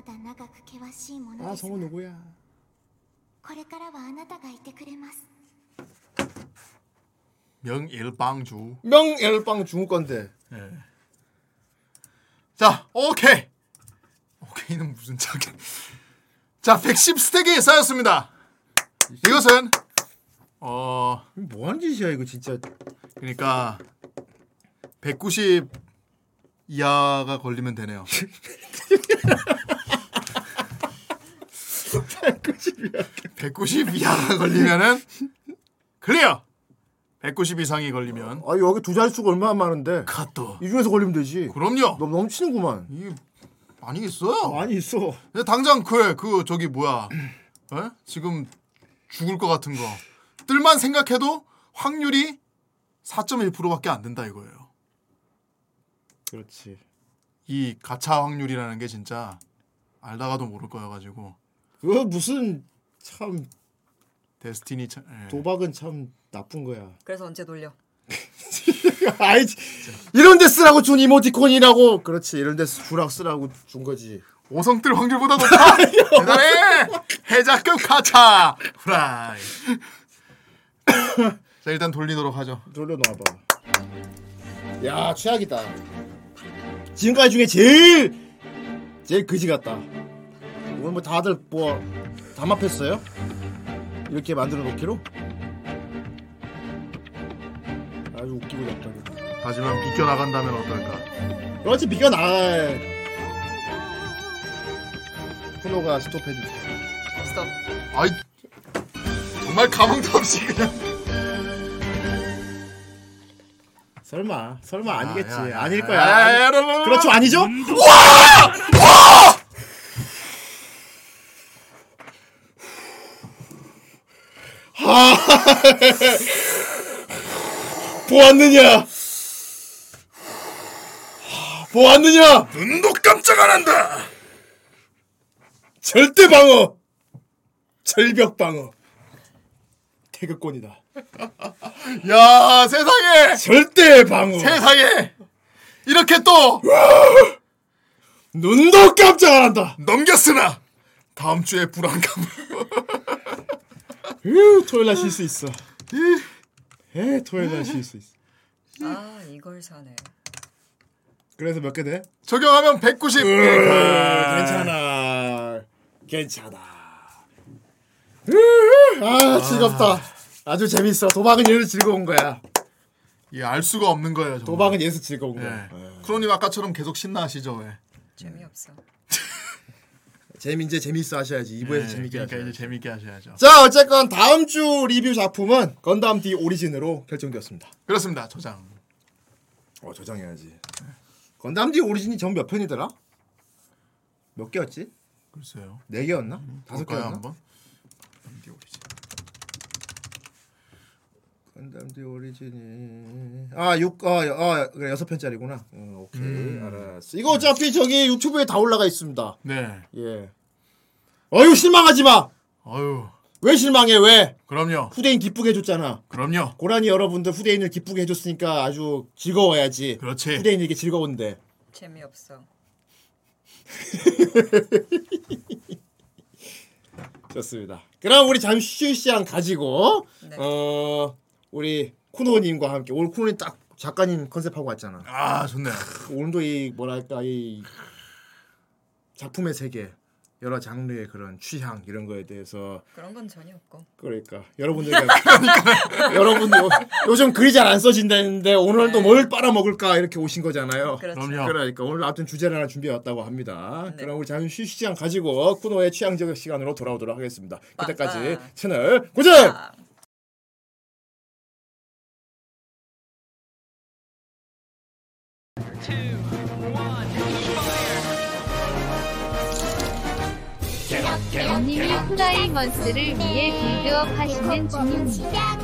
Speaker 8: だ長く険しいもの
Speaker 1: 아
Speaker 8: ですが
Speaker 1: 성우 누구야?
Speaker 8: これからはあなたがいてくれます。
Speaker 2: 명일방주.
Speaker 1: 명일방 중국 건데.
Speaker 2: 예. 자, 오케이. 오케이는 무슨 자기. 자, 110 스택이 쌓였습니다. 이것은 어,
Speaker 1: 뭐 하는 짓이야 이거 진짜.
Speaker 2: 그러니까 190 이하가 걸리면 되네요. 190 이하가 걸리면은 클리어. 190 이상이 걸리면
Speaker 1: 아 여기 두 자릿수가 얼마나 많은데.
Speaker 2: 카또.
Speaker 1: 이 중에서 걸리면 되지.
Speaker 2: 그럼요.
Speaker 1: 너무 넘치는구만.
Speaker 2: 이 많이 있어요.
Speaker 1: 많이 있어.
Speaker 2: 근데 당장 그래 그 저기 뭐야 에? 지금 죽을 것 같은 거 뜰만 생각해도 확률이 4.1%밖에 안 된다 이거예요.
Speaker 1: 그렇지.
Speaker 2: 이 가차 확률이라는 게 진짜 알다가도 모를 거여가지고
Speaker 1: 그거 무슨 참
Speaker 2: 데스티니 참 예.
Speaker 1: 도박은 참 나쁜 거야.
Speaker 3: 그래서 언제 돌려?
Speaker 1: [laughs] 아이 이런 데 쓰라고 준 이모티콘이라고. 그렇지 이런 데 주락 쓰라고 준 거지.
Speaker 2: 오성뜰
Speaker 1: [laughs]
Speaker 2: 확률보다 높다. 대단해. 해자급 가차. 후라이. [laughs] 자 일단 돌리도록 하죠.
Speaker 1: 돌려 놓아봐. 야 최악이다. 지금까지 중에 제일 제일 그지 같다. 오늘 뭐 다들 뭐 담합했어요? 이렇게 만들어 놓기로? 아주 웃기고 약간.
Speaker 2: 하지만 비껴 나간다면 어떨까?
Speaker 1: 그렇지 비겨 나가. 쿠노가 스톱해 주세요.
Speaker 3: 스톱.
Speaker 2: 아이 정말 가망도 없이 그냥.
Speaker 1: 설마 설마 아니겠지
Speaker 2: 야, 야,
Speaker 1: 아닐
Speaker 2: 야,
Speaker 1: 거야.
Speaker 2: 야, 야, 야,
Speaker 1: 아니-
Speaker 2: 야, 야,
Speaker 1: 그렇죠
Speaker 2: 야,
Speaker 1: 아니죠?
Speaker 2: 야,
Speaker 1: 와! 와! 아, [laughs] 뭐 보았느냐? 뭐 보았느냐?
Speaker 21: 눈도 깜짝 안 한다.
Speaker 1: 절대 방어, 절벽 방어, 태극권이다.
Speaker 2: [laughs] 야 세상에
Speaker 1: 절대 방어.
Speaker 2: 세상에 이렇게 또
Speaker 1: [laughs] 눈도 깜짝 안 한다.
Speaker 2: 넘겼으나 다음 주에 불안감을 [laughs]
Speaker 1: 휴, 토요일 날 쉴 수 있어. 에 토요일 날 쉴 수 있어.
Speaker 3: 아 이걸 사네.
Speaker 1: 그래서 몇 개 돼?
Speaker 2: 적용하면 아. 190
Speaker 1: 괜찮아. 괜찮아. 으흐, 아 즐겁다. 아주 재밌어. 도박은 얘로 즐거운 거야.
Speaker 2: 이알 수가 없는 거예요 정말.
Speaker 1: 도박은 얘에서 즐거운 거야.
Speaker 2: 예. 크로님 아까처럼 계속 신나하시죠 왜?
Speaker 3: 재미없어.
Speaker 1: 재미 이제 재밌어 하셔야지. 2부에서
Speaker 2: 예,
Speaker 1: 재밌게
Speaker 2: 그러니까
Speaker 1: 하셔야지.
Speaker 2: 이제 재밌게 하셔야죠.
Speaker 1: 자 어쨌건 다음 주 리뷰 작품은 건담 D 오리진으로 결정되었습니다.
Speaker 2: 그렇습니다 저장.
Speaker 1: 어 저장해야지. 건담 D 오리진이 전 몇 편이더라? 몇 개였지?
Speaker 2: 글쎄요.
Speaker 1: 네 개였나? 다섯
Speaker 2: 음, 볼까요,
Speaker 1: 개였나?
Speaker 2: 한번?
Speaker 1: 건담 D 오리진이 아 6, 아, 아 그래 여섯 편짜리구나. 음, 오케이 알았어. 이거 어차피 저기 유튜브에 다 올라가 있습니다.
Speaker 2: 네.
Speaker 1: 예. 어휴 실망하지 마.
Speaker 2: 어유
Speaker 1: 왜 실망해 왜?
Speaker 2: 그럼요.
Speaker 1: 후대인 기쁘게 해줬잖아.
Speaker 2: 그럼요.
Speaker 1: 고라니 여러분들 후대인을 기쁘게 해줬으니까 아주 즐거워야지.
Speaker 2: 그렇지.
Speaker 1: 후대인 이게 즐거운데.
Speaker 3: 재미없어.
Speaker 1: 좋습니다. 그럼 우리 잠시 휴식 시간 가지고 어 우리 쿠노님과 함께 오늘 쿠노님 딱 작가님 컨셉하고 왔잖아.
Speaker 2: 아 좋네요.
Speaker 1: 오늘도 이 뭐랄까 이 작품의 세계 여러 장르의 그런 취향 이런 거에 대해서
Speaker 3: 그런 건 전혀 없고.
Speaker 1: [laughs] 그러니까 여러분들과 여러분 요- 요즘 글이 잘 안 써진다는데 오늘도 뭘 빨아먹을까 이렇게 오신 거잖아요.
Speaker 3: 네. 그렇죠. 네.
Speaker 2: 그럼요.
Speaker 1: 러니까 오늘 아무튼 주제를 하나 준비해 왔다고 합니다. 그럼 우리 잠시 휴식 시간 가지고 쿠노의 취향 저격 시간으로 돌아오도록 하겠습니다. 그때까지 채널 고정.
Speaker 5: 님이 프라이먼스를 위해 빌드업 하시는 중입니다.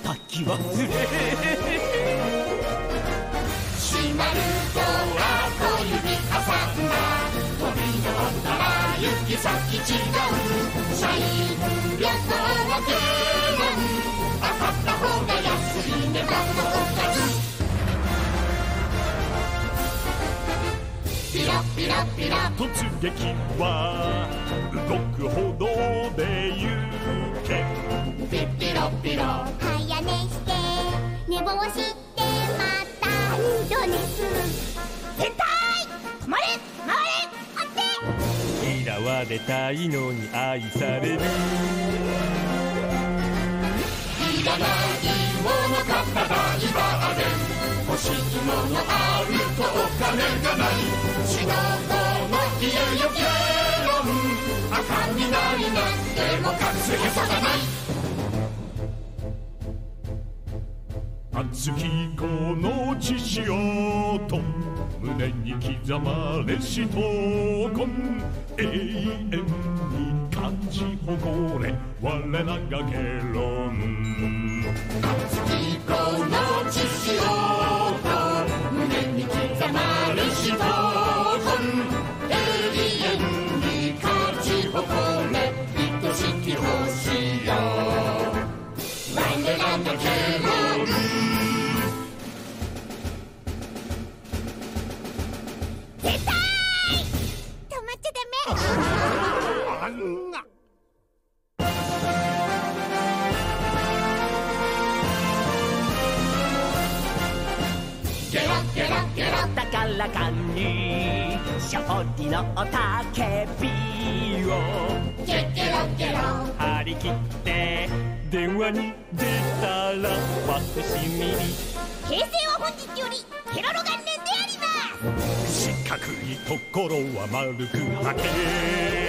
Speaker 4: 라
Speaker 13: 飛んだら行き先違う社員旅行の提案当たった方が安い値段のおかずピラピラピラ突撃は動く歩道で行けピピロピロ
Speaker 25: 早寝して寝坊してまた二度寝す絶対止まれ
Speaker 26: 嫌われたいのに愛される
Speaker 13: いらないもの買ったら今あれ欲しいものあるとお金がない仕事のいよいよゲロン赤になりなんでも隠すへそがない熱きこの血潮と胸に刻まれし闘魂永遠に感じ誇れ我ながゲロン熱きこの血潮と胸に刻まれし闘魂永遠に感じ誇れ愛しき星よ我らがゲロン
Speaker 25: 絶対止まっちゃダメ
Speaker 13: ゲロゲロゲロ
Speaker 7: 高らかに勝利のたけびを
Speaker 13: ゲゲロゲロ
Speaker 7: 張り切って電話に出たら私ミリ
Speaker 25: 形勢は本日よりケロロ元年であります
Speaker 13: 四角いところは丸くはけ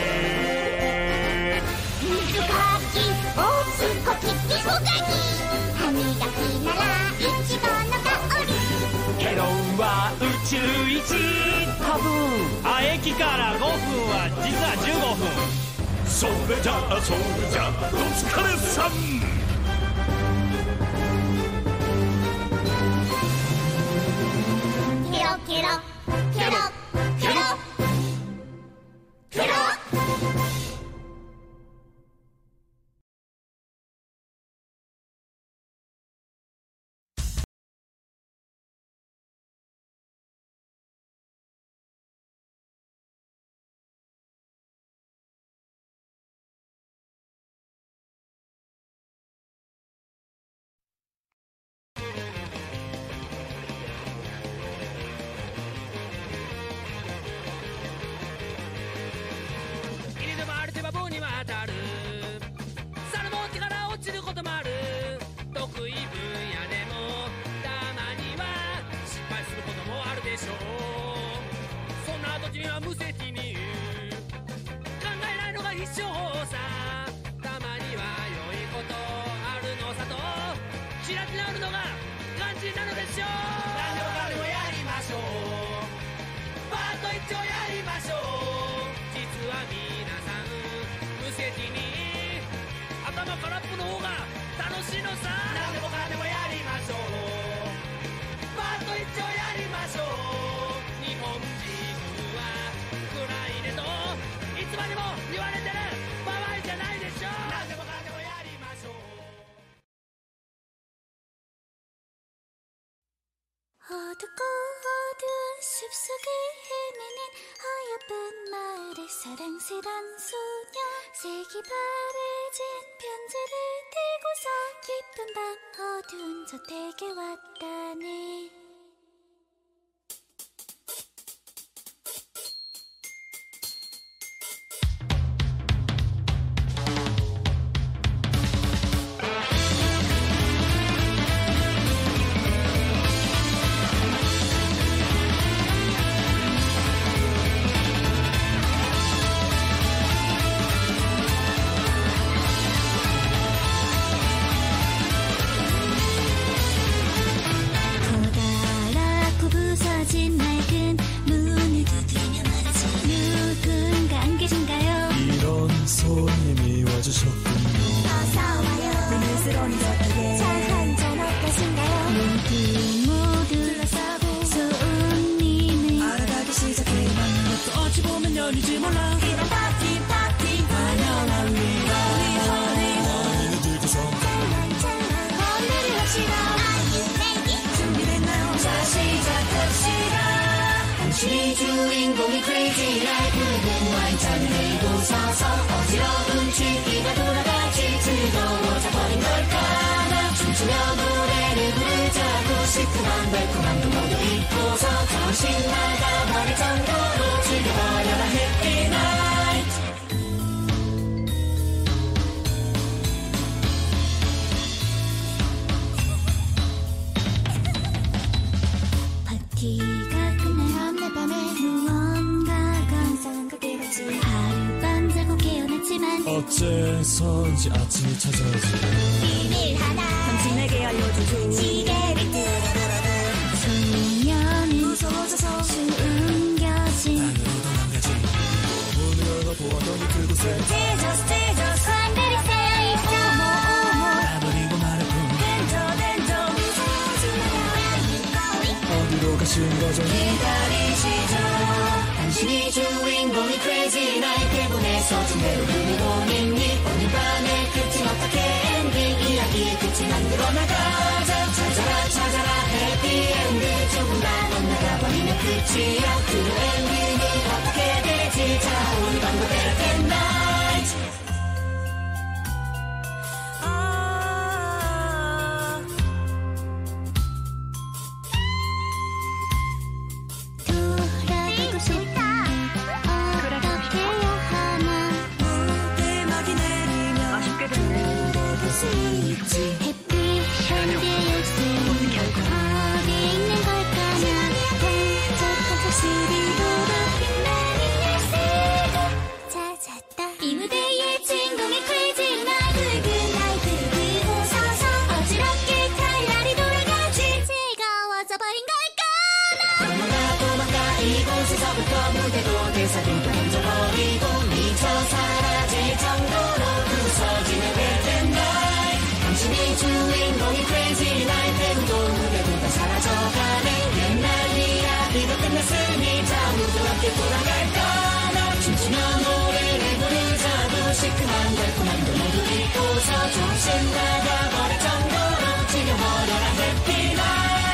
Speaker 25: 水かき大津こききもがき歯磨きならいちごの香り
Speaker 7: ケロンは宇宙一多分あ駅から5分は実は15分
Speaker 13: それじゃあそれじゃあお疲れさん
Speaker 25: ケロケロケロケロケロ
Speaker 7: 入れでもある手は棒には当たる猿も手から落ちることもある得意分野でもたまには失敗することもあるでしょうそんな時には無責任考えないのが必勝法さたまには良いことあるのさと開き直るのが肝心なのでしょう何でもかんでもやりましょうパート一丁やりましょう実は皆さん無責任頭空っぽの方が楽しいのさ何でもかんでもやりましょうパート一丁やりましょう日本人は暗いねといつまでも言われてる場合じゃないでしょ何でもかんでもやりましょう
Speaker 8: 어둡고 어두운 그 숲속의 헤매는 하얀 마을의 사랑스런 소녀 색이 바래진 편지를 들고서 깊은 밤 어두운 저택에 왔다네 고달아고 부서진 맑은 문을 두드리며 말하지 누군가 안 계신가요?
Speaker 12: 이런 손님이 와주셨군요.
Speaker 8: 어서 와요 미스러운 저에게 차 한잔 어떠신가요? 눈빛 모두 둘러싸고 손님을 알아가기 시작해 맞는 것도 어찌 보면 연이지 몰라
Speaker 7: 당신이 주인공인 Crazy Life는 와인잔을 들고 서서 어지러운 취기가 돌아가지 즐거워져 버린 걸까 나 춤추며 노래를 부르자고 시큼한 달콤함도 모두 잊고서 정신 나가버릴 정도로 즐겨버려라 Happy Night
Speaker 8: 파티가 끝난 다음날 밤에 무언가가 이상한 것 같았지 하룻밤 자고 깨어났지만
Speaker 27: 어째서인지 아침이 찾아오지
Speaker 8: 비밀 하나 당신에게 알려주죠 지게를 뚫어 돌아도 소년이 무서워져서 숨겨진 안으로도 남겨진 문을 열어 보았더니 그곳에 Jesus Jesus 사람들이 새어있어 어머 어머 나버리고 말아뿐 덴저 덴저 무서워하지 마라
Speaker 7: 어디로 가신 거죠? 기다리시죠. 당신이 주인공이 Crazy Night 대본에서 진대로 주인공이니 오늘 밤의 끝은 어떻게 엔딩 이야기 끝을 만들어 나가자 찾아라 찾아라 해피 엔딩 조금만 엇나가버리면 끝이야 그 엔딩이 어떻게 되지 자 오늘 밤도 Happy Night
Speaker 8: 돌아가고 싶다 어떻게 해야 하나 무대막이 내리면 아쉽게 됐네 돌아수 있지 햇빛 향기의 어떻게 할까 어디 있는 걸까 난 대접한 색실이 돌아 빛나는 열쇠가 찾았다 이 무대의 주인공의 크레이지 나이 붉은 나이 붉은 서서 어지럽게 칼날이 돌아가지 즐거워져 버린 걸까 나
Speaker 7: 도망가 도망가 이곳에서부터 무대도 대사들도 던져버리고 미쳐 사라질 정도로 부서지는 Happy Night 당신이 주인공이 Crazy Night 대구도 무대도 다 사라져가네 옛날 이야기도 끝났으니 자 모두 함께 돌아갈까 나 춤추며 노래를 부르자고 시큼한 달콤함도 모두 잊고서 정신 나가버릴 정도로 즐겨버려라 Happy Night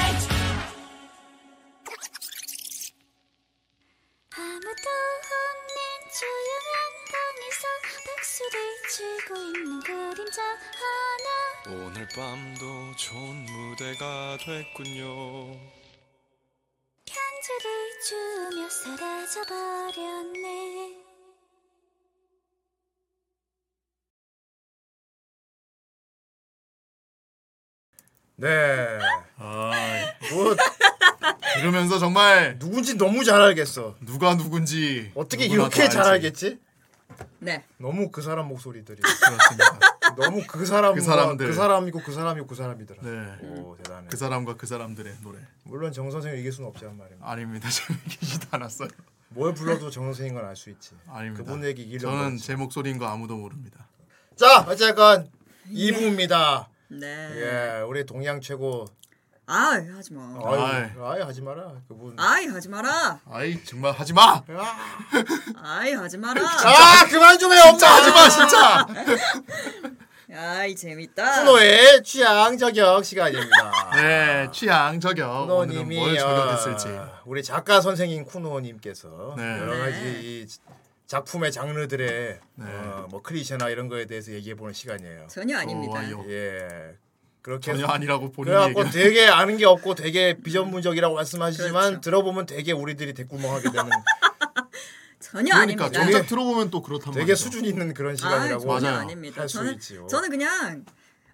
Speaker 8: 아무도 없는 조용한 방에서 박수를 치고 있는 그림자 하나
Speaker 13: 오늘 밤도 좋은 무대가 됐군요.
Speaker 8: 편지를 주며 사라져버렸네
Speaker 1: 네.
Speaker 3: 아.
Speaker 1: 뭐
Speaker 2: 이러면서 정말
Speaker 1: 누군지 너무 잘 알겠어.
Speaker 2: 누가 누군지
Speaker 1: 어떻게
Speaker 2: 누구나
Speaker 1: 이렇게
Speaker 2: 다
Speaker 1: 잘
Speaker 2: 알지.
Speaker 1: 알겠지?
Speaker 3: 네.
Speaker 1: 너무 그 사람 목소리들이
Speaker 2: 그렇습니다.
Speaker 1: 너무 그 사람
Speaker 2: 그 사람들.
Speaker 1: 그 사람이고 그 사람이고 그 사람이더라.
Speaker 2: 네.
Speaker 1: 오 대단해.
Speaker 2: 그 사람과 그 사람들의 노래
Speaker 1: 물론 정 선생 이길 수는 없지 한 말입니다.
Speaker 2: 아닙니다. [laughs] 저는 이기지도 않았어요.
Speaker 1: 뭘 불러도 정 선생인 건 알 수 있지.
Speaker 2: 아닙니다.
Speaker 1: 그분에게 이기려고
Speaker 2: 저는
Speaker 1: 하지.
Speaker 2: 제 목소리인 거 아무도 모릅니다.
Speaker 1: 자 어쨌건 2부입니다.
Speaker 3: 네.
Speaker 1: 예, 우리 동양 최고.
Speaker 3: 아 하지 마.
Speaker 1: 아이, 아이 하지 마라. 그분.
Speaker 3: 아이 하지 마라.
Speaker 2: 아이 정말 하지 마.
Speaker 3: 아이 하지 마라.
Speaker 1: 아 그만 좀 해.
Speaker 2: 진짜 하지 마 진짜.
Speaker 3: [laughs] 아이 재밌다.
Speaker 1: 쿠노의 취향 저격 시간입니다.
Speaker 2: [laughs] 네 취향 저격. 오늘은
Speaker 1: 쿠노님이
Speaker 2: 뭘 저격했을지.
Speaker 1: 어, 우리 작가 선생인 쿠노님께서
Speaker 2: 네.
Speaker 1: 여러 가지
Speaker 2: 네.
Speaker 1: 이 작품의 장르들의 어, 뭐 클리셰나 이런 거에 대해서 얘기해 보는 시간이에요.
Speaker 3: 전혀 아닙니다. 좋아요.
Speaker 1: 예. 그렇게
Speaker 2: 전혀
Speaker 1: 해서-
Speaker 2: 아니라고 본인이
Speaker 1: 그래갖고
Speaker 2: 얘기하는-
Speaker 1: 되게 아는 게 없고 되게 비전문적이라고 말씀하시지만
Speaker 3: 그렇죠.
Speaker 1: 들어보면 되게 우리들이 대꾸멍하게 되는
Speaker 3: [laughs] 전혀
Speaker 2: 그러니까
Speaker 3: 아닙니다.
Speaker 2: 정작 들어보면 또 그렇단
Speaker 1: 되게
Speaker 2: 말이죠.
Speaker 1: 수준 있는 그런
Speaker 3: 아,
Speaker 1: 시간이라고
Speaker 3: 전혀
Speaker 1: 할
Speaker 3: 아닙니다.
Speaker 1: 수
Speaker 3: 저는
Speaker 1: 있지요.
Speaker 3: 저는 그냥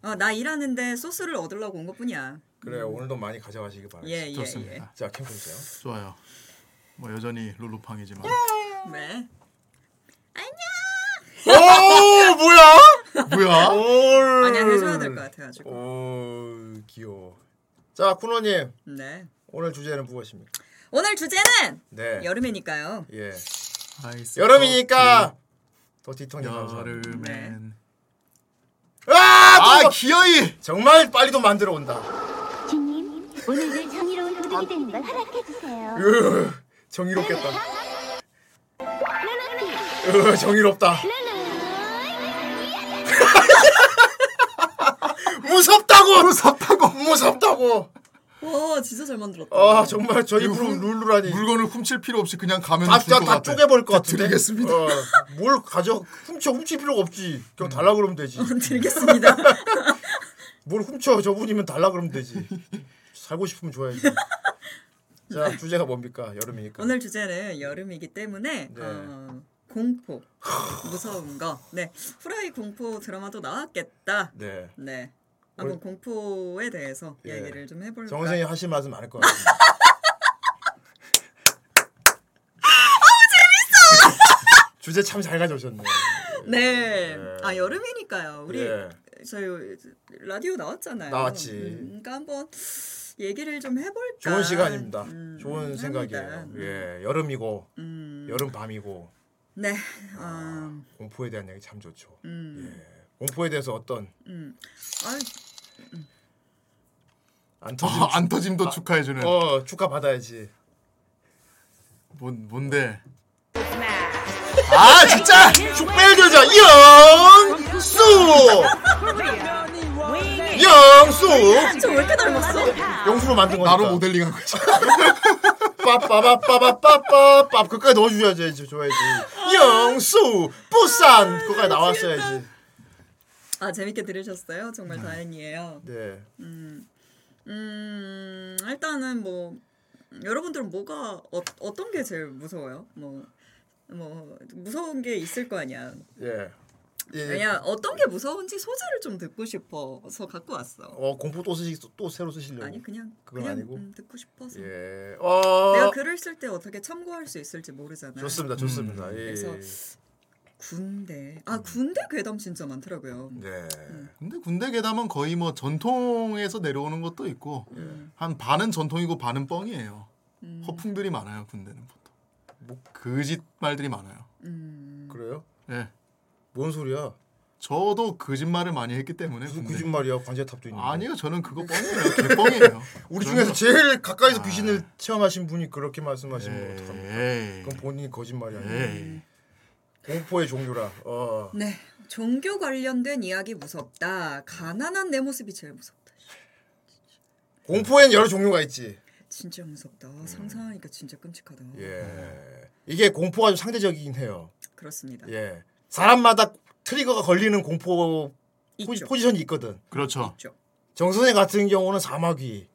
Speaker 3: 어, 나 일하는데 소스를 얻으려고 온 것뿐이야.
Speaker 1: 그래요. 오늘도 많이 가져가시기 바랍니다.
Speaker 3: 예, 예, 좋습니다. 예.
Speaker 1: 자, 캠프 주세요.
Speaker 2: 좋아요. 뭐 여전히
Speaker 3: 음!
Speaker 2: 룰루팡이지만.
Speaker 3: 네.
Speaker 1: 오 뭐야?
Speaker 2: 뭐야?
Speaker 3: 아니 안 해줘야 될 것 같아가지고.
Speaker 1: 오 귀여워. 자 쿠노님
Speaker 3: 네.
Speaker 1: 오늘 주제는 무엇입니까?
Speaker 3: 오늘 주제는
Speaker 1: 네.
Speaker 3: 여름이니까요.
Speaker 1: 예.
Speaker 2: 아이스
Speaker 1: 여름이니까 더 뒤통이
Speaker 2: 여름엔
Speaker 1: 아,
Speaker 2: 아, 기어이
Speaker 1: 정말 빨리도 만들어 온다.
Speaker 8: 주님 오늘은 정의로운 도둑이 되는 걸 허락해주세요
Speaker 1: 으, 정의롭겠다. 으, 정의롭다. 무섭다고.
Speaker 2: 무섭다고.
Speaker 1: 무섭다고.
Speaker 3: 와 진짜 잘 만들었다.
Speaker 1: 아 정말 저희 부름 룰루라니
Speaker 2: 물건을 훔칠 필요 없이 그냥 가면
Speaker 1: 다, 다, 다 쪼개버릴 것 같은데
Speaker 2: 드리겠습니다.
Speaker 1: 어, 뭘 가져 훔쳐 훔칠 필요가 없지
Speaker 2: 음.
Speaker 1: 그냥 달라 그러면 되지
Speaker 2: 어,
Speaker 3: 드리겠습니다
Speaker 1: [laughs] 뭘 훔쳐 저분이면 달라 그러면 되지 살고 싶으면 줘야지 자 주제가 뭡니까 여름이니까
Speaker 3: 오늘 주제는 여름이기 때문에
Speaker 1: 네.
Speaker 3: 어, 공포 무서운 거. 네 후라이 공포 드라마도 나왔겠다.
Speaker 1: 네
Speaker 3: 네. 한번
Speaker 1: 올-
Speaker 3: 공포에 대해서
Speaker 1: 예.
Speaker 3: 얘기를 좀 해볼까.
Speaker 1: 정 선생님 하실 말씀 많을
Speaker 3: [laughs]
Speaker 1: 것 같아요
Speaker 3: 아,
Speaker 1: 주제 참 잘 가져오셨네요
Speaker 3: 네. 아 여름이니까요. 우리
Speaker 1: 예.
Speaker 3: 저희 라디오 나왔잖아요.
Speaker 1: 나왔지.
Speaker 3: 그러니까 한번 얘기를 좀 해볼까.
Speaker 1: 좋은 시간입니다
Speaker 3: 음,
Speaker 1: 좋은 생각이에요
Speaker 3: 합니다.
Speaker 1: 예 여름이고
Speaker 3: 음.
Speaker 1: 여름 밤이고
Speaker 3: 네. 아,
Speaker 1: 공포에 대한 얘기 참 좋죠
Speaker 3: 음.
Speaker 1: 공포에 대해서 어떤
Speaker 3: [laughs] 음. 아,
Speaker 1: 안
Speaker 2: 아, [laughs] 안 터짐도 축하해주는.
Speaker 1: 어 축하 받아야지
Speaker 2: 뭔 뭔데?
Speaker 1: 아 진짜 축배교자 영수 영수
Speaker 3: 저왜 이렇게 닮았어?
Speaker 1: 영수로 만든 거니까
Speaker 2: 나로 모델링한
Speaker 1: [laughs]
Speaker 2: 거지.
Speaker 1: 빠빠빠빠빠빠빠 그까지 넣어줘야지 이제 줘야지 영수 부산 그까지 나왔어야지
Speaker 3: 아 재밌게 들으셨어요. 정말 다행이에요.
Speaker 1: 네
Speaker 3: 음, 음 일단은 뭐 여러분들은 뭐가 어, 어떤 게 제일 무서워요? 뭐, 뭐 무서운 게 있을 거 아니야.
Speaker 1: 예.
Speaker 3: 그냥 어떤 게 무서운지 소재를 좀 듣고 싶어서 갖고 왔어.
Speaker 1: 어 공포 또 쓰시 또 새로 쓰시려고
Speaker 3: 아니 그냥
Speaker 1: 그건
Speaker 3: 그냥
Speaker 1: 아니고?
Speaker 3: 음, 듣고 싶어서.
Speaker 1: 예. 어
Speaker 3: 내가 글을 쓸 때 어떻게 참고할 수 있을지 모르잖아.
Speaker 1: 좋습니다 좋습니다 예.
Speaker 3: 그래서 군대 아 군대 괴담 진짜 많더라고요. 음.
Speaker 1: 네.
Speaker 2: 예. 근데 군대 괴담은 거의 뭐 전통에서 내려오는 것도 있고
Speaker 1: 예.
Speaker 2: 한 반은 전통이고 반은 뻥이에요. 허풍들이 많아요 군대는 보통.
Speaker 1: 뭐
Speaker 2: 거짓말들이 많아요.
Speaker 3: 음.
Speaker 1: 그래요?
Speaker 2: 예.
Speaker 1: 뭔 소리야?
Speaker 2: 저도 거짓말을 많이 했기 때문에 무슨
Speaker 1: 거짓말이야 관제탑도 있는
Speaker 2: 아니요 저는 그거 뻥이에요 개뻥이에요
Speaker 1: [laughs] 우리 중에서 제일 가까이서 귀신을 체험하신 분이 그렇게 말씀하시면 어떡합니까? 그럼 본인이 거짓말이 아니에요. 공포의 종류라. 어.
Speaker 3: 네 종교 관련된 이야기 무섭다. 가난한 내 모습이 제일 무섭다.
Speaker 1: 공포엔 여러 종류가 있지. 음.
Speaker 3: 진짜 무섭다. 상상하니까 진짜 끔찍하다.
Speaker 1: 예. 이게 공포가 좀 상대적이긴 해요.
Speaker 3: 그렇습니다.
Speaker 1: 예. 사람마다 트리거가 걸리는 공포 포지,
Speaker 3: 있죠.
Speaker 1: 포지션이 있거든.
Speaker 2: 그렇죠.
Speaker 1: 정선생 같은 경우는 [laughs] 사마귀.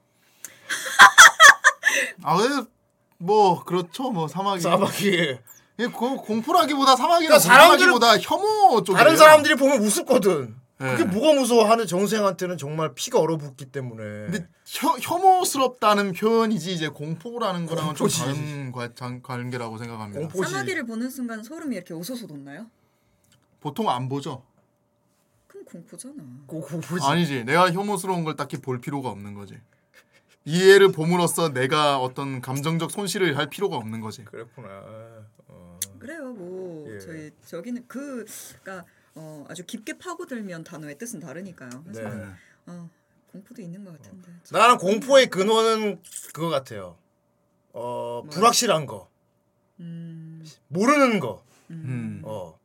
Speaker 2: 아, 아뭐 그렇죠 뭐 사마귀
Speaker 1: 사마귀.
Speaker 2: 예, 그 공포라기보다
Speaker 1: 그러니까
Speaker 2: 사마귀라
Speaker 1: 사람들-
Speaker 2: 사마귀보다 혐오 예. 쪽이
Speaker 1: 다른 사람들이 보면 우습거든. 그게 뭐가 무서워하는 정생한테는 정말 피가 얼어붙기 때문에.
Speaker 2: 근데 혐, 혐오스럽다는 표현이지 이제 공포라는 거랑은 좀
Speaker 1: 공포지.
Speaker 2: 다른 관- 장- 관계라고 생각합니다.
Speaker 3: 사마귀를 보는 순간 소름이 이렇게 오소소 돋나요?
Speaker 2: 보통 안 보죠.
Speaker 3: 그럼 공포잖아.
Speaker 1: 음.
Speaker 2: 아니지 내가 혐오스러운 걸 딱히 볼 필요가 없는 거지. 이해를 봄으로써 내가 어떤 감정적 손실을 할 필요가 없는 거지.
Speaker 1: 그랬구나. 어.
Speaker 3: 그래요, 뭐
Speaker 2: 예.
Speaker 3: 저희 저기는 그 그러니까 어, 아주 깊게 파고들면 단어의 뜻은 다르니까요. 그래서
Speaker 1: 네.
Speaker 3: 어, 공포도 있는 것 같은데.
Speaker 1: 나는 공포의 그 근원은 그거 같아요. 어 불확실한 거, 모르는 거,
Speaker 3: 음.
Speaker 2: 음.
Speaker 1: 어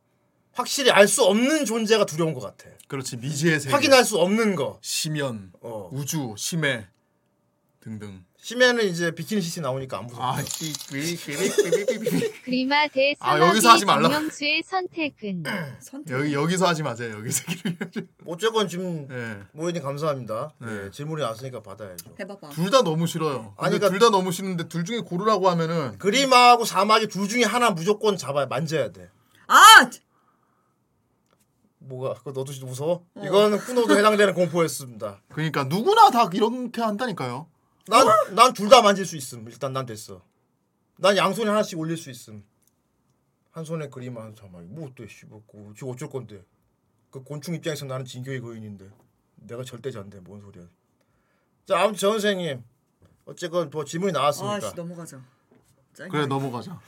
Speaker 1: 확실히 알 수 없는 존재가 두려운 것 같아.
Speaker 2: 그렇지 미지의 세계.
Speaker 1: 확인할 수 없는 거. 어.
Speaker 2: 심연, 우주, 심해 등등.
Speaker 1: 심해는 이제 비키니 시티 나오니까 안 무서워.
Speaker 5: 그리마 대
Speaker 2: 아,
Speaker 5: 사마귀
Speaker 2: 여기서 하지 말라고.
Speaker 5: 김영수의
Speaker 2: [clears throat]
Speaker 5: 선택은
Speaker 2: 여기 여기서 하지 마세요. 여기서
Speaker 1: [laughs] 어쨌건 지금 모이님 감사합니다.
Speaker 2: 네.
Speaker 1: 예, 질문이 왔으니까 받아야죠.
Speaker 3: 해봐봐.
Speaker 2: 둘 다 너무 싫어요.
Speaker 1: 아니,
Speaker 2: 아니
Speaker 1: 그러니까-
Speaker 2: 둘다 너무 싫은데 둘 중에 고르라고 하면은
Speaker 1: 그림하고 사막이 둘 중에 하나 무조건 잡아야 만져야 돼.
Speaker 3: 아
Speaker 1: 뭐가 그거 너도 무서워?
Speaker 3: 어.
Speaker 1: 네. 이건 쿠노도 해당되는 공포였습니다.
Speaker 2: 그러니까 누구나 다 이렇게 한다니까요.
Speaker 1: 난 난 둘 다 만질 수 있음. 일단 난 됐어. 난 양손에 하나씩 올릴 수 있음. 한 손에 그림 한 사마귀. 뭐 어때? 씨발 그거 지금 어쩔 건데? 그 곤충 입장에서 나는 진교의 거인인데 내가 절대자인데 뭔 소리야? 자 아무튼 전 선생님 어쨌건 뭐 질문이 나왔으니까.
Speaker 3: 아씨 넘어가자. 짜증나.
Speaker 2: 넘어가자.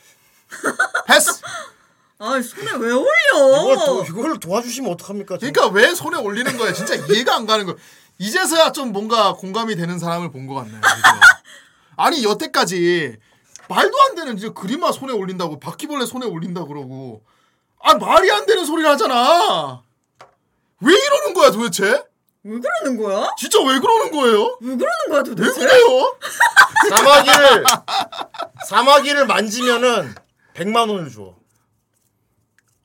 Speaker 3: 아 손에 왜 올려?
Speaker 1: 이걸, 도, 이걸 도와주시면 어떡합니까? 저-
Speaker 2: 그러니까 왜 손에 올리는 거야? 진짜 이해가 안 가는 거야. 이제서야 좀 뭔가 공감이 되는 사람을 본 것 같네. 이제야. 아니 여태까지 말도 안 되는 이제 그림아 손에 올린다고 바퀴벌레 손에 올린다 그러고 아 말이 안 되는 소리를 하잖아. 왜 이러는 거야 도대체?
Speaker 3: 왜 그러는 거야?
Speaker 2: 진짜 왜 그러는 거예요?
Speaker 3: 왜 그러는 거야 도대체?
Speaker 2: 왜 그래요?
Speaker 1: [laughs] 사마귀를 사마귀를 만지면은 100만 원을 줘.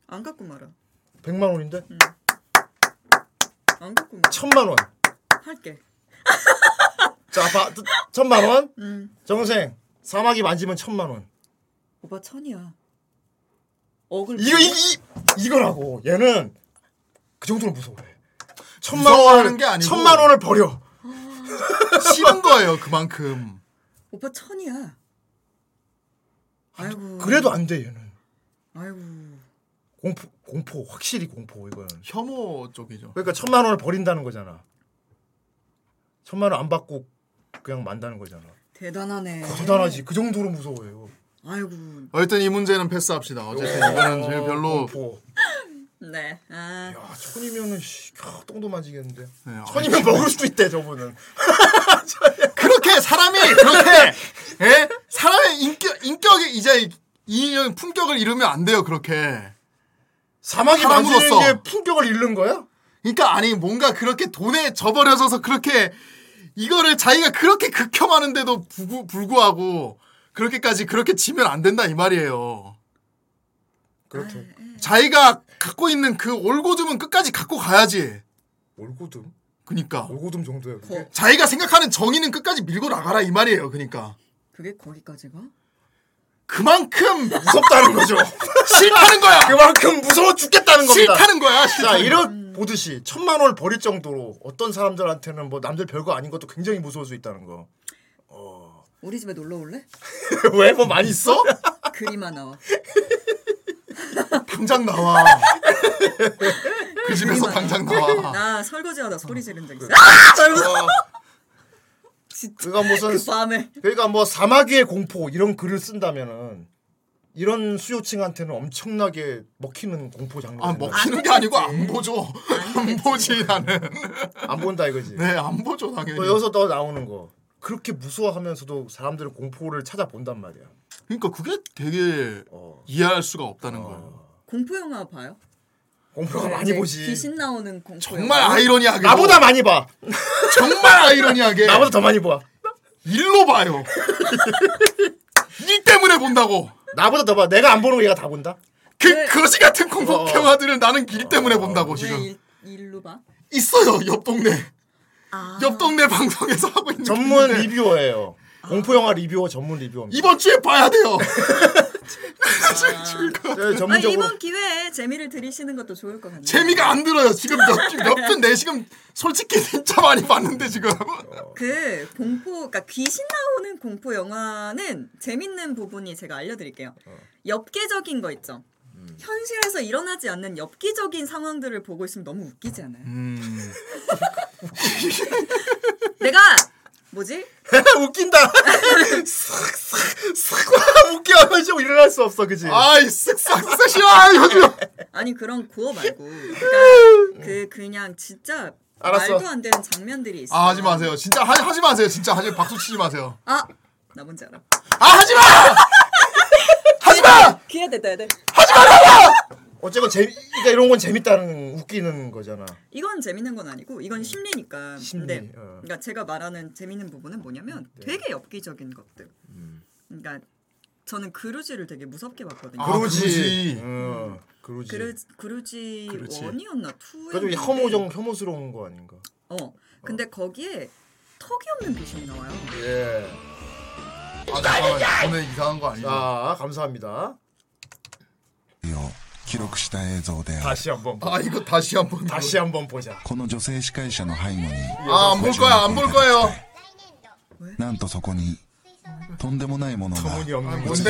Speaker 3: 안 갖고 말아.
Speaker 1: 100만 원인데?
Speaker 3: 안 갖고 말아.
Speaker 1: 천만 원.
Speaker 3: 할게.
Speaker 1: 자, 봐. 또 천만 원? 정생. 사마귀 만지면 천만 원.
Speaker 3: 오빠 천이야. 억을.
Speaker 1: 이거 이, 이 이거라고. 어, 얘는 그 정도로 무서워해. 천만
Speaker 2: 무서워하는
Speaker 1: 원을
Speaker 2: 게 아니고
Speaker 1: 천만 원을 버려.
Speaker 2: [laughs] 싫은 거예요 그만큼.
Speaker 3: 아. 오빠 천이야. 아이고.
Speaker 1: 그래도 안 돼 얘는.
Speaker 3: 아이고.
Speaker 1: 공포 공포 확실히 공포 이거는.
Speaker 2: 혐오 쪽이죠.
Speaker 1: 그러니까 천만 원을 버린다는 거잖아. 천만 원 안 받고 그냥 만다는 거잖아.
Speaker 3: 대단하네.
Speaker 1: 대단하지. 그 정도로 무서워해요.
Speaker 3: 아이고.
Speaker 2: 어쨌든 이 문제는 패스합시다. 어쨌든 뭐, 이거는 제일 별로.
Speaker 3: 네. 아.
Speaker 1: 아. 야, 천이면은 씨, 캬, 똥도 만지겠는데.
Speaker 2: 네,
Speaker 1: 천이면 먹을 수도 있대 저분은.
Speaker 2: 그렇게 사람이 그렇게 예? 사람의 인격 인격이 이제 이 품격을 잃으면 안 돼요 그렇게.
Speaker 1: 사막이 만지는 게 품격을 잃는 거야?
Speaker 2: 그러니까 아니 뭔가 그렇게 돈에 저버려져서 그렇게 이거를 자기가 그렇게 극혐하는데도 부구- 불구하고 그렇게까지 그렇게 지면 안 된다 이 말이에요.
Speaker 1: 그렇죠.
Speaker 2: 음. 자기가 갖고 있는 그 올고듬은 끝까지 갖고 가야지.
Speaker 1: 올고듬?
Speaker 2: 그니까.
Speaker 1: 올고듬 정도야.
Speaker 3: 그게.
Speaker 2: 자기가 생각하는 정의는 끝까지 밀고 나가라 이 말이에요. 그니까.
Speaker 3: 그게 거기까지가?
Speaker 2: 그만큼
Speaker 1: 무섭다는 [laughs] 거죠.
Speaker 2: 싫다는 거야.
Speaker 1: 그만큼 무서워 죽겠다는 겁니다.
Speaker 2: 싫다는 거야. 싫다는
Speaker 1: 자,
Speaker 2: 거야.
Speaker 1: 이런 보듯이 천만 원을 버릴 정도로 어떤 사람들한테는 뭐 남들 별거 아닌 것도 굉장히 무서울 수 있다는
Speaker 2: [laughs]
Speaker 1: 거.
Speaker 3: 우리 집에 놀러 올래?
Speaker 1: 왜 뭐 많이 써?
Speaker 3: [laughs] 그림 하나 와.
Speaker 2: 당장 나와. 그 집에서 당장 나와.
Speaker 3: 나 설거지하다 소리 지른 적 있어. 아!
Speaker 1: 그가 무슨
Speaker 3: 그 밤에.
Speaker 1: 그러니까 뭐 사마귀의 공포 이런 글을 쓴다면은 이런 수요층한테는 엄청나게 먹히는 공포 장르.
Speaker 2: 아 먹히는 게 아니고 안 보죠. [laughs] 안 보지 나는.
Speaker 1: 음. 안 본다 이거지.
Speaker 2: 네, 안 보죠 당연히.
Speaker 1: 또 여기서 또 나오는 거. 그렇게 무서워하면서도 사람들은 공포를 찾아본단 말이야.
Speaker 2: 그러니까 그게 되게 이해할 수가 없다는 거예요.
Speaker 3: 공포 영화 봐요?
Speaker 1: 공포가
Speaker 3: 네,
Speaker 1: 많이
Speaker 3: 이제
Speaker 1: 보지.
Speaker 3: 귀신 나오는 공포.
Speaker 2: 정말
Speaker 3: 영화.
Speaker 2: 아이러니하게.
Speaker 1: 어?
Speaker 2: 뭐.
Speaker 1: 나보다 많이 봐.
Speaker 2: 정말 아이러니하게.
Speaker 1: 나보다 더 많이 봐.
Speaker 2: 일로 봐요. 일 때문에 본다고.
Speaker 1: 나보다 더 봐. 내가 안 보는 거 얘가 다 어. 본다.
Speaker 2: 그 거지 같은 공포 영화들은 나는 일
Speaker 1: 어.
Speaker 2: 때문에 본다고 지금.
Speaker 3: 일, 일로 봐.
Speaker 2: 있어요 옆 동네.
Speaker 3: 아.
Speaker 2: 옆 동네 방송에서 하고 있는.
Speaker 1: 전문
Speaker 2: 게 있는데
Speaker 1: 리뷰어예요.
Speaker 3: 아.
Speaker 1: 공포 영화 리뷰어 전문 리뷰어입니다.
Speaker 2: 이번 주에 봐야
Speaker 3: [laughs]
Speaker 2: 돼요. [laughs]
Speaker 1: 네,
Speaker 3: 아,
Speaker 1: 전문적으로
Speaker 3: 이번 기회에 재미를 들이시는 것도 좋을 것 같네요.
Speaker 2: 재미가 안 들어요. 지금 몇몇분내 지금 솔직히 진짜 많이 봤는데 지금.
Speaker 3: 그 공포, 그러니까 귀신 나오는 공포 영화는 재밌는 부분이 제가 알려드릴게요.
Speaker 2: 어.
Speaker 3: 엽기적인 거 있죠.
Speaker 2: 음.
Speaker 3: 현실에서 일어나지 않는 엽기적인 상황들을 보고 있으면 너무 웃기지 않아요?
Speaker 2: 음.
Speaker 3: [laughs] 내가 뭐지?
Speaker 1: [laughs] 웃긴다. 싹싹싹 웃겨 하시고 일어날 수 없어 그지?
Speaker 2: 아이 쓱싹싹 싫어 이거
Speaker 3: 아니 그런 구호 말고 그러니까 그 그냥 진짜
Speaker 2: 알았어.
Speaker 3: 말도 안 되는 장면들이 있어.
Speaker 2: 아 하지 마세요. 진짜 하, 하지 마세요. 진짜 하지 박수 치지 마세요.
Speaker 3: 아, 나 뭔지 알아.
Speaker 2: 아
Speaker 3: [laughs]
Speaker 2: 하지 마. 하지 마.
Speaker 3: 귀에 대야 돼.
Speaker 1: 어쨌건 재미 그러니까 이런 건 재밌다는 웃기는 거잖아.
Speaker 3: 이건 재밌는 건 아니고 이건 심리니까.
Speaker 1: 심리,
Speaker 3: 근데
Speaker 1: 어.
Speaker 3: 그러니까 제가 말하는 재밌는 부분은 뭐냐면 되게 엽기적인 것들. 그러니까 저는 그루지를 되게 무섭게 봤거든요.
Speaker 2: 아,
Speaker 1: 그러지. 응. 아, 그러지.
Speaker 3: 그루 그루지
Speaker 1: 그루지.
Speaker 3: 원이었나 투.
Speaker 1: 그러니까 좀 혐오정 혐오스러운 거 아닌가?
Speaker 3: 어. 근데 거기에 턱이 없는 귀신이 나와요.
Speaker 1: 예.
Speaker 2: 아 잠깐만 오늘 이상한 거 아니죠?
Speaker 1: 자 감사합니다.
Speaker 10: を記録した映像である
Speaker 1: 다시 한번.
Speaker 2: 아 이거 다시 한번
Speaker 10: この女性司会者の背後に
Speaker 2: 아 안 볼 거야 안 볼 거예요.
Speaker 10: なんとそこにとんでもないものが
Speaker 2: 뭔데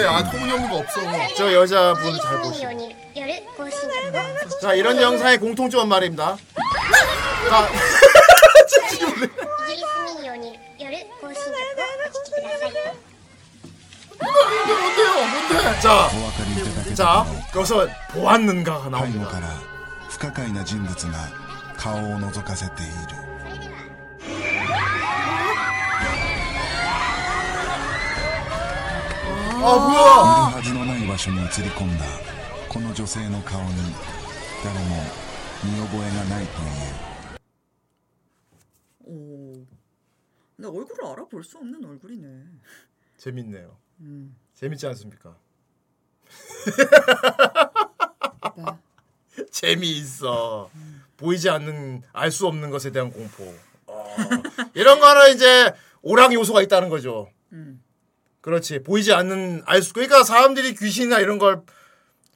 Speaker 2: 아 토문이 없는 거 없어.
Speaker 1: 저 여자분 잘 보시.
Speaker 8: ようにやる更新
Speaker 1: 자 이런 영상의 공통점은 말입니다. 자
Speaker 8: イギリス民謡による更新曲をお聴きください。
Speaker 1: 자,
Speaker 10: お分かりいただけた
Speaker 1: 자 여기서 보았는가가
Speaker 10: 背後
Speaker 1: 나옵니다.
Speaker 10: から不可解な人物が顔を覗かせている
Speaker 2: 아
Speaker 10: いる
Speaker 2: 뭐야?
Speaker 10: はずのない場所に映り込んだこの女性の顔に誰も見覚えがないという
Speaker 3: 오. 나 얼굴을 알아볼 수 없는 얼굴이네.
Speaker 1: 재밌네요.
Speaker 3: 음.
Speaker 1: 재밌지 않습니까? [laughs] 재미있어. 보이지 않는 알 수 없는 것에 대한 공포. 어, 이런 거는 이제 오락 요소가 있다는 거죠.
Speaker 3: 음.
Speaker 1: 그렇지 보이지 않는 알 수. 그러니까 사람들이 귀신이나 이런 걸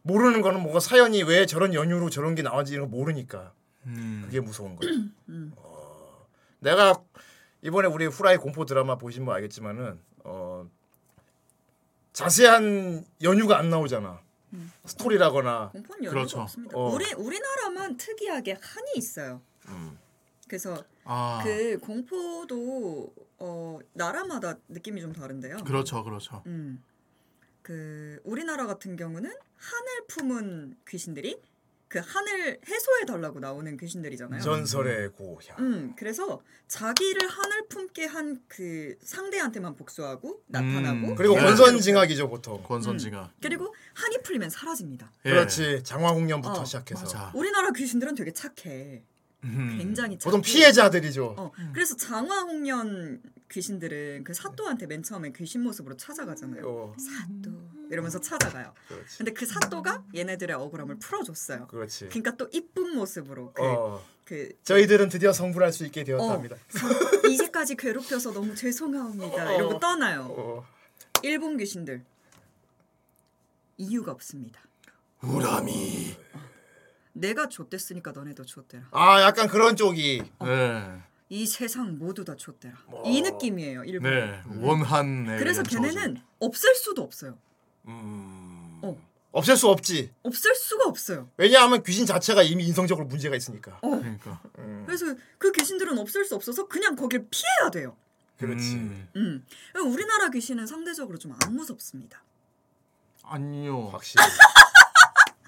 Speaker 1: 모르는 거는 뭔가 사연이 왜 저런 연유로 저런 게 나왔지 이런 거 모르니까 그게 무서운
Speaker 3: [clears throat]
Speaker 1: 거야. 어,
Speaker 3: 음.
Speaker 1: 내가 이번에 우리 후라이 공포 드라마 보시면 알겠지만은 어, 자세한 연유가 안 나오잖아.
Speaker 3: 음.
Speaker 1: 스토리라거나 어,
Speaker 3: 공포는 연유가
Speaker 2: 그렇죠.
Speaker 3: 없습니다.
Speaker 2: 어.
Speaker 3: 우리 우리나라만 특이하게 한이 있어요.
Speaker 1: 음.
Speaker 3: 그래서
Speaker 2: 아.
Speaker 3: 그 공포도 어 나라마다 느낌이 좀 다른데요.
Speaker 2: 그렇죠, 그렇죠.
Speaker 3: 음. 그 우리나라 같은 경우는 한을 품은 귀신들이 그 한을 해소해 달라고 나오는 귀신들이잖아요.
Speaker 1: 전설의 고향.
Speaker 3: 음, 그래서 자기를 한을 품게 한 그 상대한테만 복수하고 나타나고 음.
Speaker 1: 그리고 권선징악이죠 보통.
Speaker 2: 음. 권선징악. 예.
Speaker 3: 그리고 한이 풀리면 사라집니다.
Speaker 1: 그렇지 장화홍련부터
Speaker 3: 어,
Speaker 1: 시작해서
Speaker 3: 우리나라 귀신들은 되게 착해.
Speaker 2: 음.
Speaker 3: 굉장히
Speaker 1: 음. 보통
Speaker 3: 착해.
Speaker 1: 피해자들이죠. 음.
Speaker 3: 어, 그래서 장화홍련 귀신들은 그 사또한테 맨 처음에 귀신 모습으로 찾아가잖아요. 사또 이러면서 찾아가요.
Speaker 1: 어. 그렇지.
Speaker 3: 근데 그 사또가 얘네들의 억울함을 풀어줬어요.
Speaker 1: 그렇지.
Speaker 3: 그러니까 또 이쁜 모습으로 그,
Speaker 1: 어.
Speaker 3: 그
Speaker 1: 저희들은 드디어 성불할 수 있게 되었답니다.
Speaker 3: 어, 사- 이제까지 괴롭혀서 너무 죄송합니다.
Speaker 1: 어.
Speaker 3: 이러고 떠나요.
Speaker 1: 어.
Speaker 3: 일본 귀신들 이유가 없습니다. 어.
Speaker 1: 우람이.
Speaker 3: 내가 좆됐으니까 너네도 좆대라.
Speaker 1: 아 약간 그런 쪽이.
Speaker 3: 어.
Speaker 2: 네.
Speaker 3: 이 세상 모두 다 좆대라. 이 느낌이에요. 일본.
Speaker 2: 뭐. 네. 원한에
Speaker 3: 그래서 걔네는 없앨 수도 없어요.
Speaker 2: 음.
Speaker 3: 어.
Speaker 1: 없앨 수 없지.
Speaker 3: 없앨 수가 없어요.
Speaker 1: 왜냐하면 귀신 자체가 이미 인성적으로 문제가 있으니까.
Speaker 3: 어.
Speaker 2: 그러니까.
Speaker 3: 그래서 그 귀신들은 없앨 수 없어서 그냥 거길 피해야 돼요.
Speaker 1: 그렇지.
Speaker 3: 음. 우리나라 귀신은 상대적으로 좀 안 무섭습니다.
Speaker 2: [laughs] 아니요.
Speaker 1: [laughs]
Speaker 2: 확실히.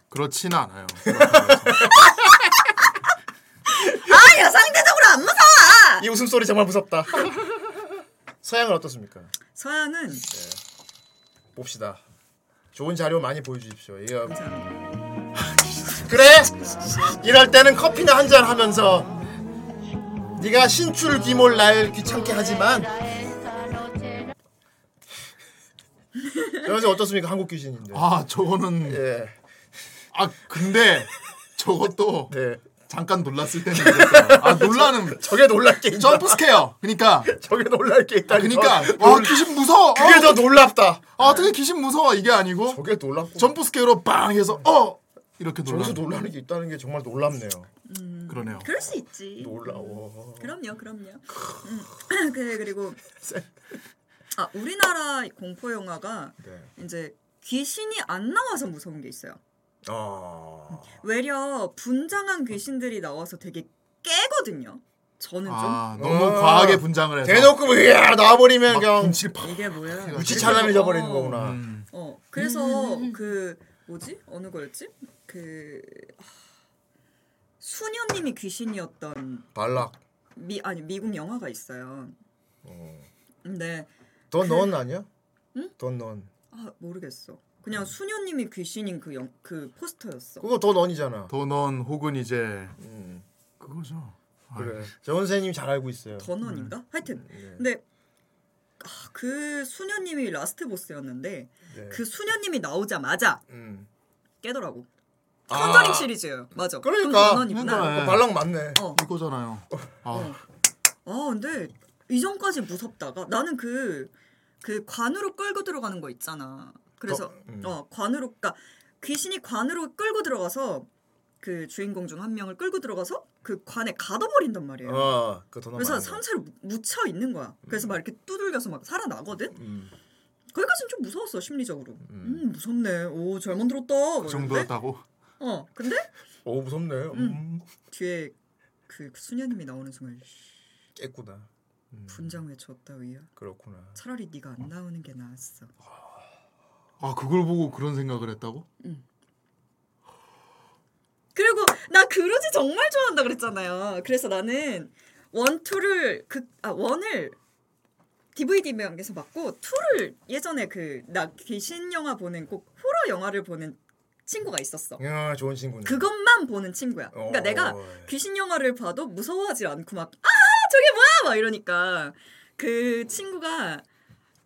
Speaker 2: 그렇진 않아요.
Speaker 3: 아, 야 상대적으로 안 무서워. [laughs]
Speaker 1: 이 웃음소리 정말 무섭다. 서양은 어떻습니까?
Speaker 3: 서양은
Speaker 1: 봅시다. 좋은 자료 많이 보여주십시오. 이거. 그래. 이럴 때는 커피나 한 잔 하면서 네가 신출 귀몰 날 귀찮게 하지만. 여러분 어떻습니까? 한국 귀신인데. 예.
Speaker 2: 아 저거는. 아 근데 저것도 잠깐 놀랐을 때는 그랬어요. 아 놀라는
Speaker 1: 네. [laughs] 저게 놀랄 게 있다.
Speaker 2: 점프 스케어. 그러니까
Speaker 1: 저게 놀랄 게 있다.
Speaker 2: 그러니까
Speaker 1: 저-
Speaker 2: 와
Speaker 1: 놀-
Speaker 2: 귀신 무서워.
Speaker 1: 그게 더 놀랍다.
Speaker 2: 아 어떻게 귀신 무서워 이게 아니고
Speaker 1: 저게 놀랍고
Speaker 2: 점프 스케어로 빵 해서 어 이렇게 놀라.
Speaker 1: 저기서 놀라는 게 있다는 게 정말 놀랍네요.
Speaker 2: 그러네요.
Speaker 3: 음, 그럴 수 있지.
Speaker 1: 놀라워.
Speaker 3: 그럼요, 그럼요. 음. [laughs] 그 그리고 아 우리나라 공포 영화가
Speaker 1: 네.
Speaker 3: 이제 귀신이 안 나와서 무서운 게 있어요.
Speaker 1: 아.
Speaker 3: 외려 분장한 귀신들이 나와서 되게 깨거든요. 저는 좀
Speaker 2: 아, 너무 과하게 분장을
Speaker 1: 음.
Speaker 2: 해서
Speaker 1: 어. 대놓고 뭐 으야 나와버리면 그냥
Speaker 3: 이게 뭐야?
Speaker 1: 유치찬란을 져버리는
Speaker 3: 어.
Speaker 1: 거구나.
Speaker 2: 음.
Speaker 3: 어 그래서 그 뭐지 어느 거였지 그 하, 수녀님이 귀신이었던
Speaker 1: 발락.
Speaker 3: 미 아니 미국 영화가 있어요. 근데
Speaker 1: 돈 넣은 아니야?
Speaker 3: 응?
Speaker 1: 돈 넣은.
Speaker 3: 아 모르겠어. 그냥 수녀님이 귀신인 그 영 그 포스터였어.
Speaker 1: 그거 돈 넣은이잖아.
Speaker 2: 돈원 혹은 이제
Speaker 1: 그거죠. 그래. 저 선생님 잘 알고 있어요. 음.
Speaker 3: 전원인가? 하여튼
Speaker 1: 네.
Speaker 3: 근데 아, 그 수녀님이 라스트 보스였는데
Speaker 1: 네.
Speaker 3: 그 수녀님이 나오자마자
Speaker 1: 음.
Speaker 3: 깨더라고.
Speaker 1: 아.
Speaker 3: 컨저링 시리즈예요. 맞아.
Speaker 1: 그러니까.
Speaker 3: 그럼 전원이구나. 어.
Speaker 1: 그러니까. 발랑 맞네.
Speaker 2: 이거잖아요. 아,
Speaker 3: 아 근데 이전까지 무섭다가 나는 그 그 관으로 끌고 들어가는 거 있잖아. 그래서 어,
Speaker 23: 어, 음.
Speaker 3: 관으로 그러니까 귀신이 관으로 끌고 들어가서 그 주인공 중 한 명을 끌고 들어가서 그 관에 가둬버린단 말이에요.
Speaker 1: 어, 그돈
Speaker 3: 네.
Speaker 1: 음.
Speaker 3: 그래서 상체로 묻혀 있는 거야. 그래서 막 이렇게 두들겨서 막 살아나거든. 거기까지는 좀 무서웠어 심리적으로. 음, 무섭네. 오 잘 만들었다.
Speaker 2: 그 정도였다고.
Speaker 3: 어 근데
Speaker 1: 오 무섭네. 음.
Speaker 3: 뒤에 그 수녀님이 나오는 순간
Speaker 1: 깼구나. 음.
Speaker 3: 분장 외쳤다 위야.
Speaker 1: 그렇구나.
Speaker 3: 차라리 네가 안 나오는 게 나았어.
Speaker 2: 아 그걸 보고 그런 생각을 했다고?
Speaker 3: 그리고 나 그루지 정말 좋아한다 그랬잖아요. 그래서 나는 원 투를 그아 원을 DVD 명에서 봤고 투를 예전에 그 나 귀신 영화 보는 꼭 호러 영화를 보는 친구가 있었어.
Speaker 1: 야 좋은
Speaker 3: 그
Speaker 1: 친구네.
Speaker 3: 그것만 보는 친구야. 그러니까
Speaker 1: 예, 어.
Speaker 3: 내가 귀신 영화를 봐도 무서워하지 않고 막 아 저게 뭐야 막 이러니까 그 친구가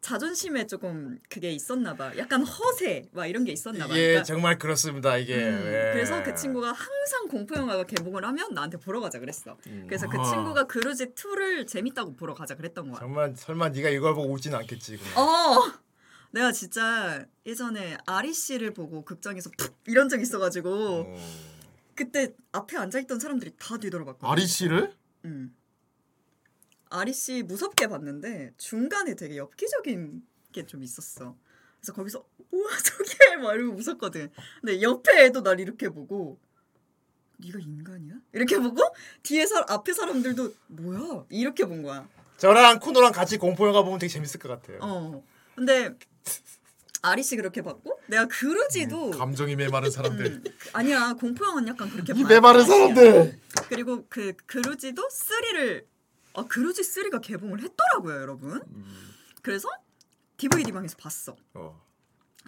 Speaker 3: 자존심에 조금 그게 있었나 봐. 약간 허세 막 이런 게 있었나 봐.
Speaker 1: 예,
Speaker 3: 그러니까
Speaker 1: 정말 그렇습니다. 이게. 예.
Speaker 3: 그래서 그 친구가 항상 공포 영화가 개봉을 하면 나한테 보러 가자 그랬어. 그래서 그
Speaker 1: 아.
Speaker 3: 친구가 그루지 2를 재밌다고 보러 가자 그랬던 거야.
Speaker 1: 정말 설마 네가 이걸 보고 울진 않겠지. 그럼.
Speaker 3: 어. 내가 진짜 예전에 아리 씨를 보고 극장에서 푹 이런 적 있어가지고 그때 앞에 앉아 있던 사람들이 다 뒤돌아봤거든.
Speaker 2: 아리 씨를?
Speaker 3: 응. 음. 아리 씨 무섭게 봤는데 중간에 되게 엽기적인 게 좀 있었어. 그래서 거기서 우와 저게 막 이러고 웃었거든. 근데 옆에 애도 날 이렇게 보고 네가 인간이야? 이렇게 보고 뒤에 사 앞에 사람들도 뭐야 이렇게 본 거야.
Speaker 1: 저랑 쿠노랑 같이 공포 영화 보면 되게 재밌을 것 같아요.
Speaker 3: 어. 근데 아리 씨 그렇게 봤고 내가
Speaker 1: 네.
Speaker 3: 그러지도
Speaker 2: 감정이 메마른
Speaker 3: 음.
Speaker 2: 사람들.
Speaker 3: 그, 아니야 공포 영화는 약간 그렇게
Speaker 2: 이
Speaker 3: 봐요.
Speaker 2: 메마른 사람들.
Speaker 3: 그리고 그 그루지도 3를 아 그루지 3가 개봉을 했더라고요 여러분 그래서 DVD 방에서 봤어
Speaker 1: 음. 어.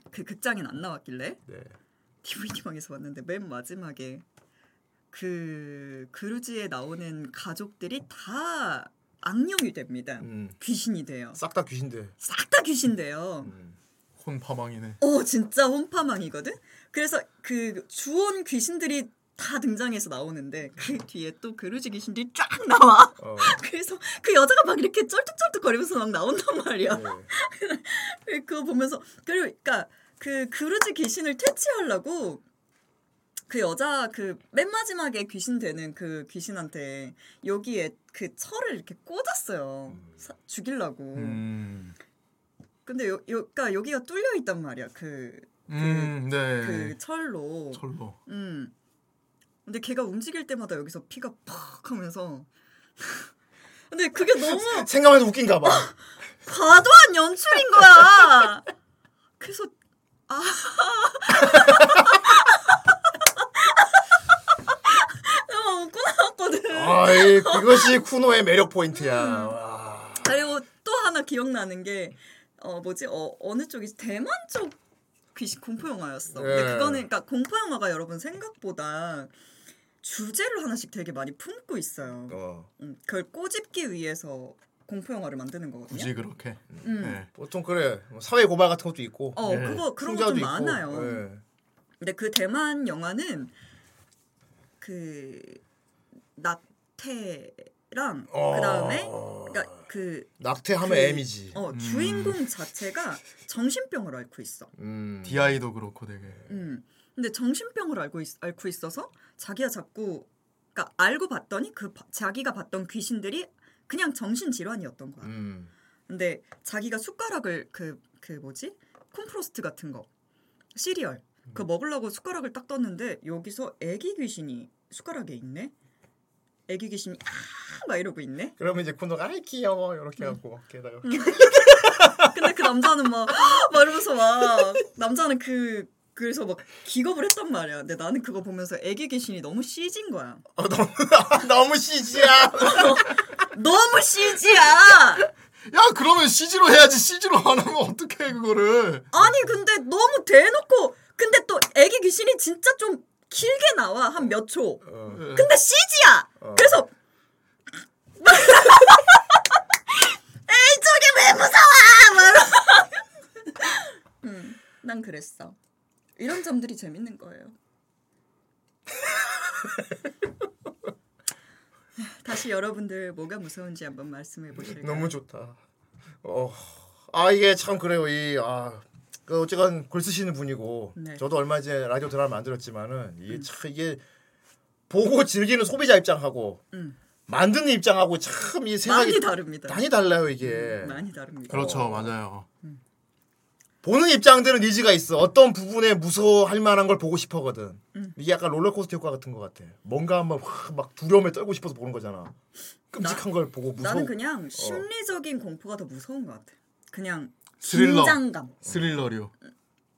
Speaker 3: 그 극장엔 안 나왔길래
Speaker 1: 네.
Speaker 3: DVD 방에서 봤는데 맨 마지막에 그 그루지에 나오는 가족들이 다 악령이 됩니다 귀신이 돼요
Speaker 1: 음. 싹 다 귀신들. 음.
Speaker 3: 싹 다 귀신돼요
Speaker 2: 혼 파망이네.
Speaker 3: 어 진짜 혼파망이거든. 그래서 그 주온 귀신들이 다 등장해서 나오는데 그 뒤에 또 그루지 귀신들이 쫙 나와. [laughs] 그래서 그 여자가 막 이렇게 쩔뚝쩔뚝거리면서 막 나온단 말이야. [laughs] 그거 보면서 그리고 그러니까 그 그루지 귀신을 퇴치하려고 그 여자 그 맨 마지막에 귀신 되는 그 귀신한테 여기에 그 철을 이렇게 꽂았어요. 사- 죽이려고.
Speaker 2: 음.
Speaker 3: 음. 근데 여, 여, 그러니까 여기가 뚫려 있단 말이야. 그,
Speaker 2: 음, 네.
Speaker 3: 그 철로.
Speaker 2: 철로.
Speaker 3: 음. 근데 걔가 움직일 때마다 여기서 피가 팍 하면서. [laughs] 근데 그게 너무
Speaker 1: [laughs] 생각만 해도 웃긴가
Speaker 3: [laughs]
Speaker 1: 봐.
Speaker 3: 과도한 연출인 거야. [laughs] 그래서 아. [laughs] 내가 어, 웃고 나왔거든.
Speaker 1: 아이 그것이 쿠노의 매력
Speaker 3: 음.
Speaker 1: 포인트야. 아, 와.
Speaker 3: 그리고 또 하나 기억나는 게, 어, 뭐지, 어, 어느 쪽이지? 대만 쪽 귀신 공포 영화였어.
Speaker 1: 예.
Speaker 3: 근데 그거는, 그러니까 공포 영화가 여러분 생각보다 주제를 하나씩 되게 많이 품고 있어요. 음, 그걸 꼬집기 위해서 공포 영화를 만드는 거거든요.
Speaker 1: 굳이 그렇게.
Speaker 3: 음.
Speaker 1: 보통 그래. 뭐 사회 고발 같은 것도 있고.
Speaker 3: 어, 그거- 그런 거
Speaker 1: 풍자도
Speaker 3: 좀
Speaker 1: 있고.
Speaker 3: 많아요.
Speaker 1: 예.
Speaker 3: 근데 그 대만 영화는 그 낙태랑
Speaker 1: 어.
Speaker 3: 그다음에 그러니까 그
Speaker 1: 낙태하면
Speaker 3: 그-
Speaker 1: M이지.
Speaker 3: 어
Speaker 1: 음.
Speaker 3: 주인공 자체가 정신병을 앓고 있어.
Speaker 1: 음.
Speaker 2: DI도 그렇고 되게.
Speaker 3: 음. 근데 정신병을 알고 있, 앓고 있어서 자기가 자꾸 그러니까 알고 봤더니 그 바- 자기가 봤던 귀신들이 그냥 정신 질환이었던 거야.
Speaker 1: 음.
Speaker 3: 근데 자기가 숟가락을 그 그 뭐지 콤프로스트 같은 거 시리얼
Speaker 1: 음.
Speaker 3: 그거 먹으려고 숟가락을 딱 떴는데 여기서 애기 귀신이 숟가락에 있네. 애기 귀신이 아막 이러고 있네.
Speaker 1: 그러면 이제 쿠노가 아이 귀여워 이렇게 하고 게다가
Speaker 3: 음. 근데 그 남자는 막, [gasps] 막 이러면서 막, 남자는 그, 그래서 막 기겁을 했단 말이야. 근데 나는 그거 보면서 애기 귀신이 너무 CG인 거야.
Speaker 1: 어, [laughs] 너무 CG야.
Speaker 3: [laughs] 너무 CG야!
Speaker 2: 야 그러면 CG로 해야지 CG로 안 하면 어떻게 해 그거를?
Speaker 3: 아니, 근데 너무 대놓고, 근데 또 애기 귀신이 진짜 좀 길게 나와. 한 몇 초.
Speaker 1: 어.
Speaker 3: 근데 CG야! 그래서, [laughs] 에이, 저게 왜 무서워! 막 이러고. [laughs] 음, 난 그랬어. 이런 점들이 재밌는 거예요. [laughs] 다시 여러분들 뭐가 무서운지 한번 말씀해 보실까요?
Speaker 1: [laughs] 너무 좋다. 어, 아 이게 참 그래요. 이 아, 그 어쨌건 글 쓰시는 분이고
Speaker 3: 네. 음.
Speaker 1: 저도 얼마 전에 라디오 드라마 만들었지만은 이게 참 이게 보고 즐기는 소비자 입장하고
Speaker 3: 음.
Speaker 1: 만드는 입장하고 참 이 세상이
Speaker 3: 많이 다릅니다. 음,
Speaker 1: 많이 달라요 이게.
Speaker 3: 많이 다릅니다. 어. 음.
Speaker 2: 그렇죠 맞아요.
Speaker 1: 보는 입장들은 니즈가 있어. 어떤 부분에 무서워할 만한 걸 보고 싶어거든.
Speaker 3: 음.
Speaker 1: 이게 약간 롤러코스터 효과 같은 것 같아. 뭔가 한번 확, 막 두려움에 떨고 싶어서 보는 거잖아. 끔찍한 걸 보고 무서워.
Speaker 3: 나는 그냥
Speaker 1: 어.
Speaker 3: 심리적인 공포가 더 무서운 것 같아. 그냥
Speaker 2: 스릴러.
Speaker 3: 긴장감.
Speaker 2: 스릴러류.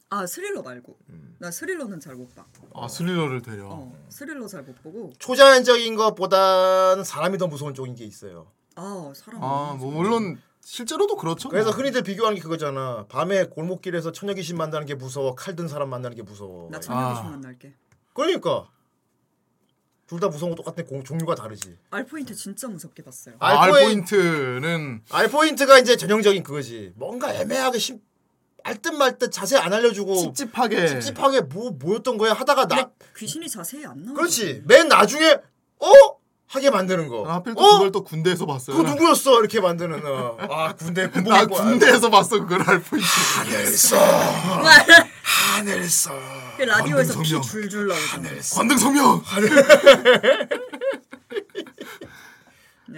Speaker 3: 아 스릴러 말고
Speaker 2: 음.
Speaker 3: 나 스릴러는 잘 못 봐.
Speaker 2: 아 스릴러를 데려.
Speaker 3: 어. 스릴러 잘 못 보고
Speaker 1: 초자연적인 것보단 사람이 더 무서운 쪽인 게 있어요.
Speaker 3: 아 사람.
Speaker 1: 뭐 물론 실제로도 그렇죠. 그래서 흔히들 비교하는 게 그거잖아. 밤에 골목길에서 처녀 귀신 만나는
Speaker 2: 아.
Speaker 1: 아. 게 무서워. 칼 든 사람 만나는 게 무서워.
Speaker 3: 나 천녀 귀신 만날게.
Speaker 1: 그러니까 둘 다 무서운 거 똑같은 공, 종류가 다르지.
Speaker 3: 알포인트 진짜 무섭게 봤어요.
Speaker 2: 아,
Speaker 1: 알포인트는 알포인트가 이제 전형적인 그거지. 뭔가 애매하게 심 알듯말듯 자세히 안 알려주고
Speaker 2: 찝찝하게.
Speaker 1: 찝찝하게 뭐 뭐였던 거야 하다가 나
Speaker 3: 귀신이 자세히 안 나와.
Speaker 1: 그렇지 맨 나중에 어 하게 만드는 거.
Speaker 2: 아, 하필 또
Speaker 1: 어?
Speaker 2: 그걸 또 군대에서 봤어요.
Speaker 1: 그거 누구였어 이렇게 만드는 어. 아 군대 군복
Speaker 2: [laughs] 나
Speaker 1: 입고 와.
Speaker 2: 군대에서 봤어 그걸
Speaker 3: [laughs]
Speaker 2: 알포인트.
Speaker 1: 하늘서 하늘서
Speaker 3: 그 라디오에서 피
Speaker 2: 권등성명.
Speaker 3: 줄줄 나오잖아.
Speaker 1: [laughs]
Speaker 2: 관등성명.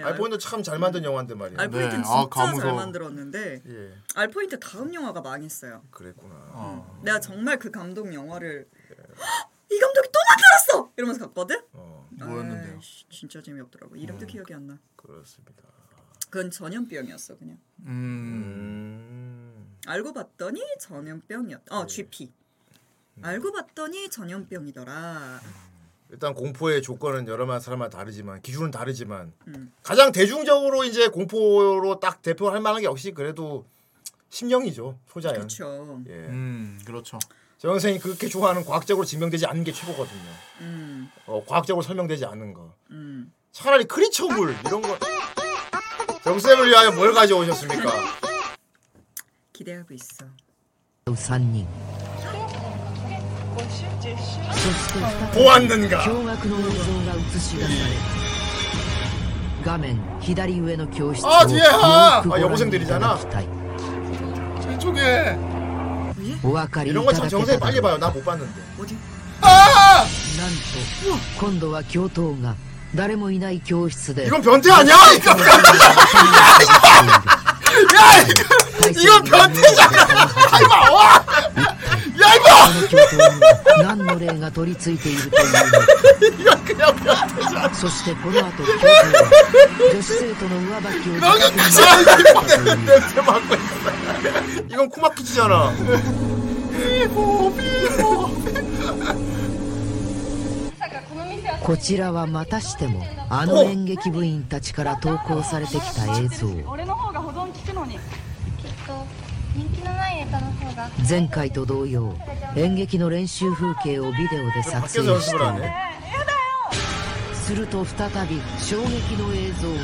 Speaker 1: 알포인트 참 잘 만든 영화인데 말이야.
Speaker 3: 예.
Speaker 2: 네,
Speaker 3: 알포인트 는
Speaker 1: 아,
Speaker 2: 아,
Speaker 3: 진짜 잘 만들었는데
Speaker 1: 예.
Speaker 3: 알포인트 다음 영화가 망했어요.
Speaker 1: 그랬구나.
Speaker 3: 내가 정말 그 감독 영화를 "헉! 이 감독이 또 나타났어 이러면서 갔거든.
Speaker 1: 뭐였는데요? 음.
Speaker 3: 아이씨, 진짜 재미없더라고. 이름도 기억이 안 나.
Speaker 1: 그렇습니다.
Speaker 3: 그건 전염병이었어 그냥. 음.
Speaker 1: 음,
Speaker 3: 알고 봤더니 전염병이었.
Speaker 1: 예.
Speaker 3: 어 GP. 알고 봤더니 전염병이더라.
Speaker 1: 일단 공포의 조건은 여러 사람마다 다르지만 기준은 다르지만
Speaker 3: 음.
Speaker 1: 가장 대중적으로 이제 공포로 딱 대표할 만한 게 역시 그래도 심령이죠 소자연.
Speaker 3: 그렇죠.
Speaker 1: 예.
Speaker 2: 음 그렇죠.
Speaker 1: 정 선생이 그렇게 좋아하는 과학적으로 증명되지 않은 게 최고거든요.
Speaker 3: 음.
Speaker 1: 어, 과학적으로 설명되지 않은 거.
Speaker 3: 음.
Speaker 1: 차라리 크리처물 이런 거. 정쌤을 위하여 뭘 가져오셨습니까?
Speaker 3: 기대하고 있어.
Speaker 12: 우산님
Speaker 1: 보았는가?
Speaker 12: 驚愕の映像が映し出された画面左上の教室を
Speaker 1: あ違う
Speaker 12: よくご
Speaker 1: あ
Speaker 12: 覧
Speaker 1: 横線
Speaker 12: い
Speaker 1: 出るじ
Speaker 12: た
Speaker 1: ゃな
Speaker 12: だきたい
Speaker 2: 이쪽에.
Speaker 12: お分かりいた
Speaker 1: 이런
Speaker 12: だ
Speaker 1: 건
Speaker 12: けた
Speaker 1: 정쌤
Speaker 12: だろ
Speaker 1: 빨리
Speaker 12: うな
Speaker 1: 봐요. 나 못 봤는데. [laughs]
Speaker 3: 어디?
Speaker 12: んと今度は教頭が誰もいない教室で
Speaker 1: 이건 변태 아니야? 이거 야 이거 이건 변태잖아. 이봐 와. 야 이봐.
Speaker 12: この教頭には何の霊が取り付いているというのかそしてこの後教頭は女子生徒の上履きを自
Speaker 1: 나
Speaker 12: 宅に
Speaker 1: 지 [laughs] 네, 냄새 맡고 있어. 이건 코마키치잖아.
Speaker 12: 비보,
Speaker 8: 어
Speaker 12: こちらはまたしてもあの演劇部員たちから投稿されてきた映像
Speaker 8: 俺の方が保存聞くのにきっと人気のないネタの方が
Speaker 12: 前回と同様演劇の練習風景をビデオで撮影しているすると再び衝撃の映像が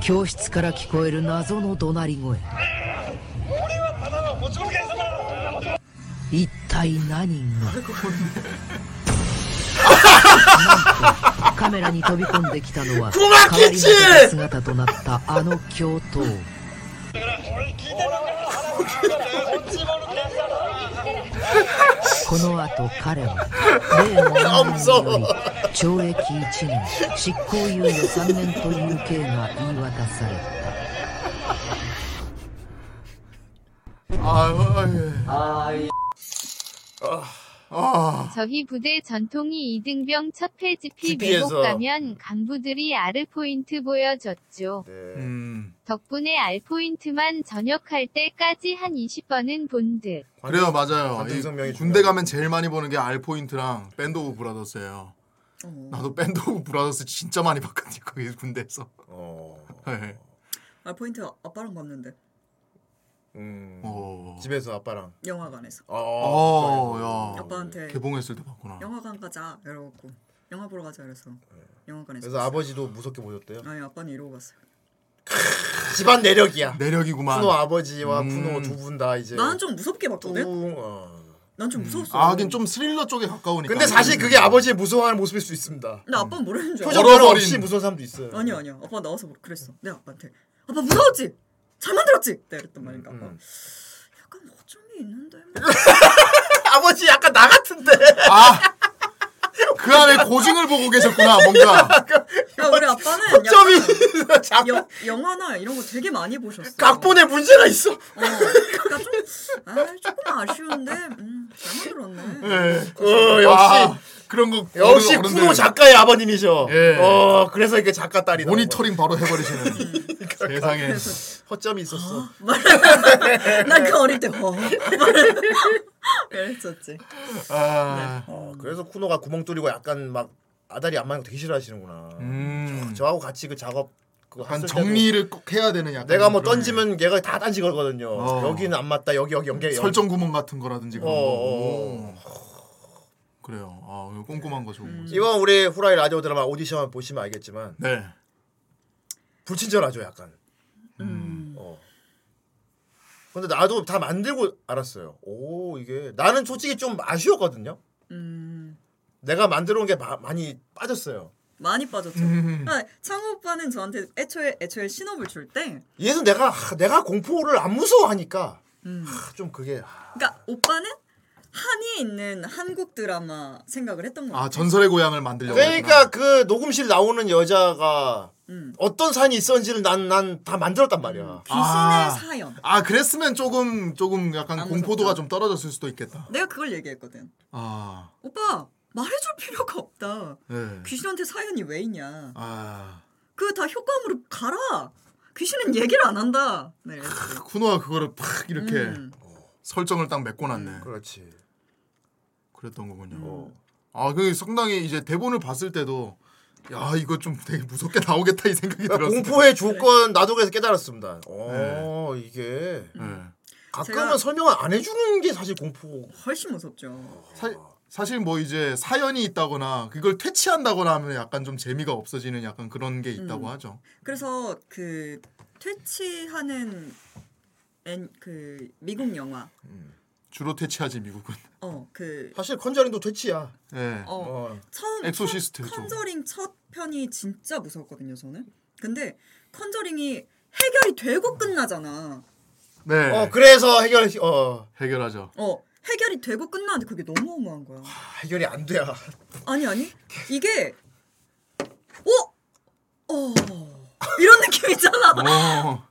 Speaker 12: 教室から聞こえる謎の怒鳴り声一体何がなんとカメラに飛び込んできたのは
Speaker 8: 熊吉
Speaker 12: 変わり果てた姿となったあの教頭この後彼は例の案内により懲役1年執行猶予3年という刑が言い渡された
Speaker 2: 아 예. 아.
Speaker 5: 저희 부대 전통이 이등병 첫 페이지피
Speaker 2: GP에서.
Speaker 5: 매복 가면 간부들이 아르포인트 보여줬죠.
Speaker 2: 음.
Speaker 5: 덕분에 알포인트만 전역할 때까지 한 20번은 본듯.
Speaker 2: 그래요 맞아요. 이
Speaker 1: 관등성명이
Speaker 2: 군대 가면 제일 많이 보는 게 알포인트랑 밴드 오브 브라더스예요.
Speaker 1: 어.
Speaker 2: 나도 밴드 오브 브라더스 진짜 많이 봤거든요. 거기 군대에서.
Speaker 1: 어.
Speaker 2: [laughs] 네.
Speaker 3: 알포인트 아빠랑 봤는데
Speaker 1: 음. 집에서 아빠랑.
Speaker 3: 영화관에서.
Speaker 2: 어, 야.
Speaker 3: 아빠한테
Speaker 2: 개봉했을 때 봤구나.
Speaker 3: 영화관 가자 이러고 영화 보러 가자 그래서 영화관에서.
Speaker 1: 네. 그래서 아버지도 무섭게 보셨대요.
Speaker 3: 아니 아빠는 이러고 갔어요.
Speaker 1: 집안 내력이야.
Speaker 2: 내력이구만.
Speaker 1: 분호 아버지와
Speaker 2: 음.
Speaker 1: 분호 두 분 다 이제. 어.
Speaker 3: 나는 좀 무섭게 봤거든. 난 좀 무서웠어.
Speaker 2: 아, 하긴 좀 스릴러 쪽에 가까우니까.
Speaker 1: 근데 사실 그게 아버지의 무서워하는 모습일 수 있습니다.
Speaker 3: 근데 아빠는 모르는 줄
Speaker 1: 표정 변화 없이 무서운 사람도 있어요.
Speaker 3: 아니야 아니야. 아빠 나와서 뭐 그랬어. 내가 아빠한테 아빠 무서웠지? 잘 만들었지? 내가
Speaker 1: 음,
Speaker 3: 그랬단 말인가. 아빠. 약간 어점이 있는데.
Speaker 1: 아버지 약간 나
Speaker 2: [laughs]
Speaker 1: 같은데.
Speaker 2: 아. 그 안에 고증을 보고 계셨구나
Speaker 1: [laughs]
Speaker 2: 뭔가.
Speaker 3: 야 우리 아빠는
Speaker 2: [laughs]
Speaker 1: 허점이
Speaker 3: 여, 영화나 이런 거 되게 많이 보셨어.
Speaker 1: 각본에 문제가 있어.
Speaker 3: 그러니까 좀, 아, 조금 아쉬운데 음, 잘 만들었네.
Speaker 1: 어, 역시
Speaker 2: 아, 그런 거
Speaker 1: 역시
Speaker 2: 어른들-
Speaker 1: 쿠노 작가의 아버님이셔.
Speaker 2: 예.
Speaker 1: 어 그래서 이게 작가 딸이
Speaker 2: 모니터링
Speaker 1: [laughs]
Speaker 2: 바로 해버리시는.
Speaker 3: [laughs]
Speaker 2: 세상에.
Speaker 1: 허점이 있었어.
Speaker 3: 난그 어릴 때 어. [laughs] 그랬었지. 네. 음.
Speaker 2: 아.
Speaker 1: 어, 그래서 쿠노가 구멍 뚫리고 약간 막 아다리 안 맞는 거 되게 싫어하시는구나. 저, 하고 같이 그 작업 그거
Speaker 2: 약간
Speaker 1: 했을 때도
Speaker 2: 음. 정리를 꼭 해야 되는 약간
Speaker 1: 내가 뭐
Speaker 2: 그런
Speaker 1: 던지면 얘가 다 던지거든요.
Speaker 2: 어.
Speaker 1: 여기는 안 맞다. 여기 여기 연계. 연-
Speaker 2: 설정 구멍 같은 거라든지 그런
Speaker 1: 어,
Speaker 2: 거.
Speaker 1: 어,
Speaker 2: 오. 그래요. 아, 이거 꼼꼼한 거 좋은 거지.
Speaker 1: 음. 이번 우리 후라이 라디오 드라마 오디션 보시면 알겠지만
Speaker 2: 네.
Speaker 1: 불친절하죠 약간.
Speaker 3: 음.
Speaker 1: 어. 근데 나도 다 만들고 알았어요. 오 이게 나는 솔직히 좀 아쉬웠거든요. 내가 만들어온 게 마- 많이 빠졌어요.
Speaker 3: 음, 많이 빠졌죠.
Speaker 1: 음.
Speaker 3: 아, 창호 오빠는 저한테 애초에 애초에 신업을 줄 때
Speaker 1: 얘는 내가 하, 내가 공포를 안 무서워하니까 하, 좀 그게
Speaker 3: 그러니까 오빠는 한이 있는 한국 드라마 생각을 했던
Speaker 1: 아,
Speaker 3: 거예요.
Speaker 2: 고향을 만들려고
Speaker 1: 그러니까 그 녹음실 나오는 여자가 어떤 산이 있었는지를 난 난 다 만들었단 말이야.
Speaker 2: 아.
Speaker 3: 사연.
Speaker 2: 아, 그랬으면 조금 조금 약간 공포도가 좀 떨어졌을 수도 있겠다.
Speaker 3: 내가 그걸 얘기했거든.
Speaker 2: 아.
Speaker 3: 오빠 말해줄 필요가 없다.
Speaker 2: 네.
Speaker 3: 귀신한테 사연이 왜 있냐.
Speaker 2: 아.
Speaker 3: 그거 다 효과음으로 가라. 귀신은 얘기를 안 한다. 네.
Speaker 2: 쿠노가 그거를 팍 이렇게
Speaker 3: 음.
Speaker 2: 설정을 딱 메꿔 놨네.
Speaker 1: 음, 그렇지. 어.
Speaker 2: 그랬던 거군요. 아, 그 상당히 이제 대본을 봤을 때도 야, 이거 좀 되게 무섭게 나오겠다 이 생각이
Speaker 1: 그러니까
Speaker 2: 들었어요.
Speaker 1: 공포의 조건 나도 그래서 깨달았습니다. 어
Speaker 2: 네.
Speaker 1: 이게 가끔은
Speaker 2: 제가-
Speaker 1: 설명을 안 해주는 게 사실 공포.
Speaker 3: 훨씬 무섭죠.
Speaker 2: 사, 사실 뭐 이제 사연이 있다거나 그걸 퇴치한다거나 하면 약간 좀 재미가 없어지는 약간 그런 게 있다고
Speaker 3: 음.
Speaker 2: 하죠.
Speaker 3: 그래서 그 퇴치하는 엔, 그 미국 영화
Speaker 2: 주로 퇴치하지 미국은.
Speaker 3: 어그
Speaker 1: 사실 컨저링도 퇴치야.
Speaker 2: 네.
Speaker 3: 어, 처음
Speaker 2: 엑소시스트
Speaker 3: 첫
Speaker 2: 좀.
Speaker 3: 컨저링 첫 편이 진짜 무서웠거든요 저는 근데 컨저링이 해결이 되고 끝나잖아
Speaker 2: 네.
Speaker 1: 어 그래서 해결 어
Speaker 2: 해결하죠.
Speaker 3: 어 해결이 되고 끝나는데 그게 너무 어마한 거야
Speaker 1: 해결이 안 돼야.
Speaker 3: 아니 아니 이게 어? 어 이런
Speaker 2: 어.
Speaker 3: 느낌이잖아 음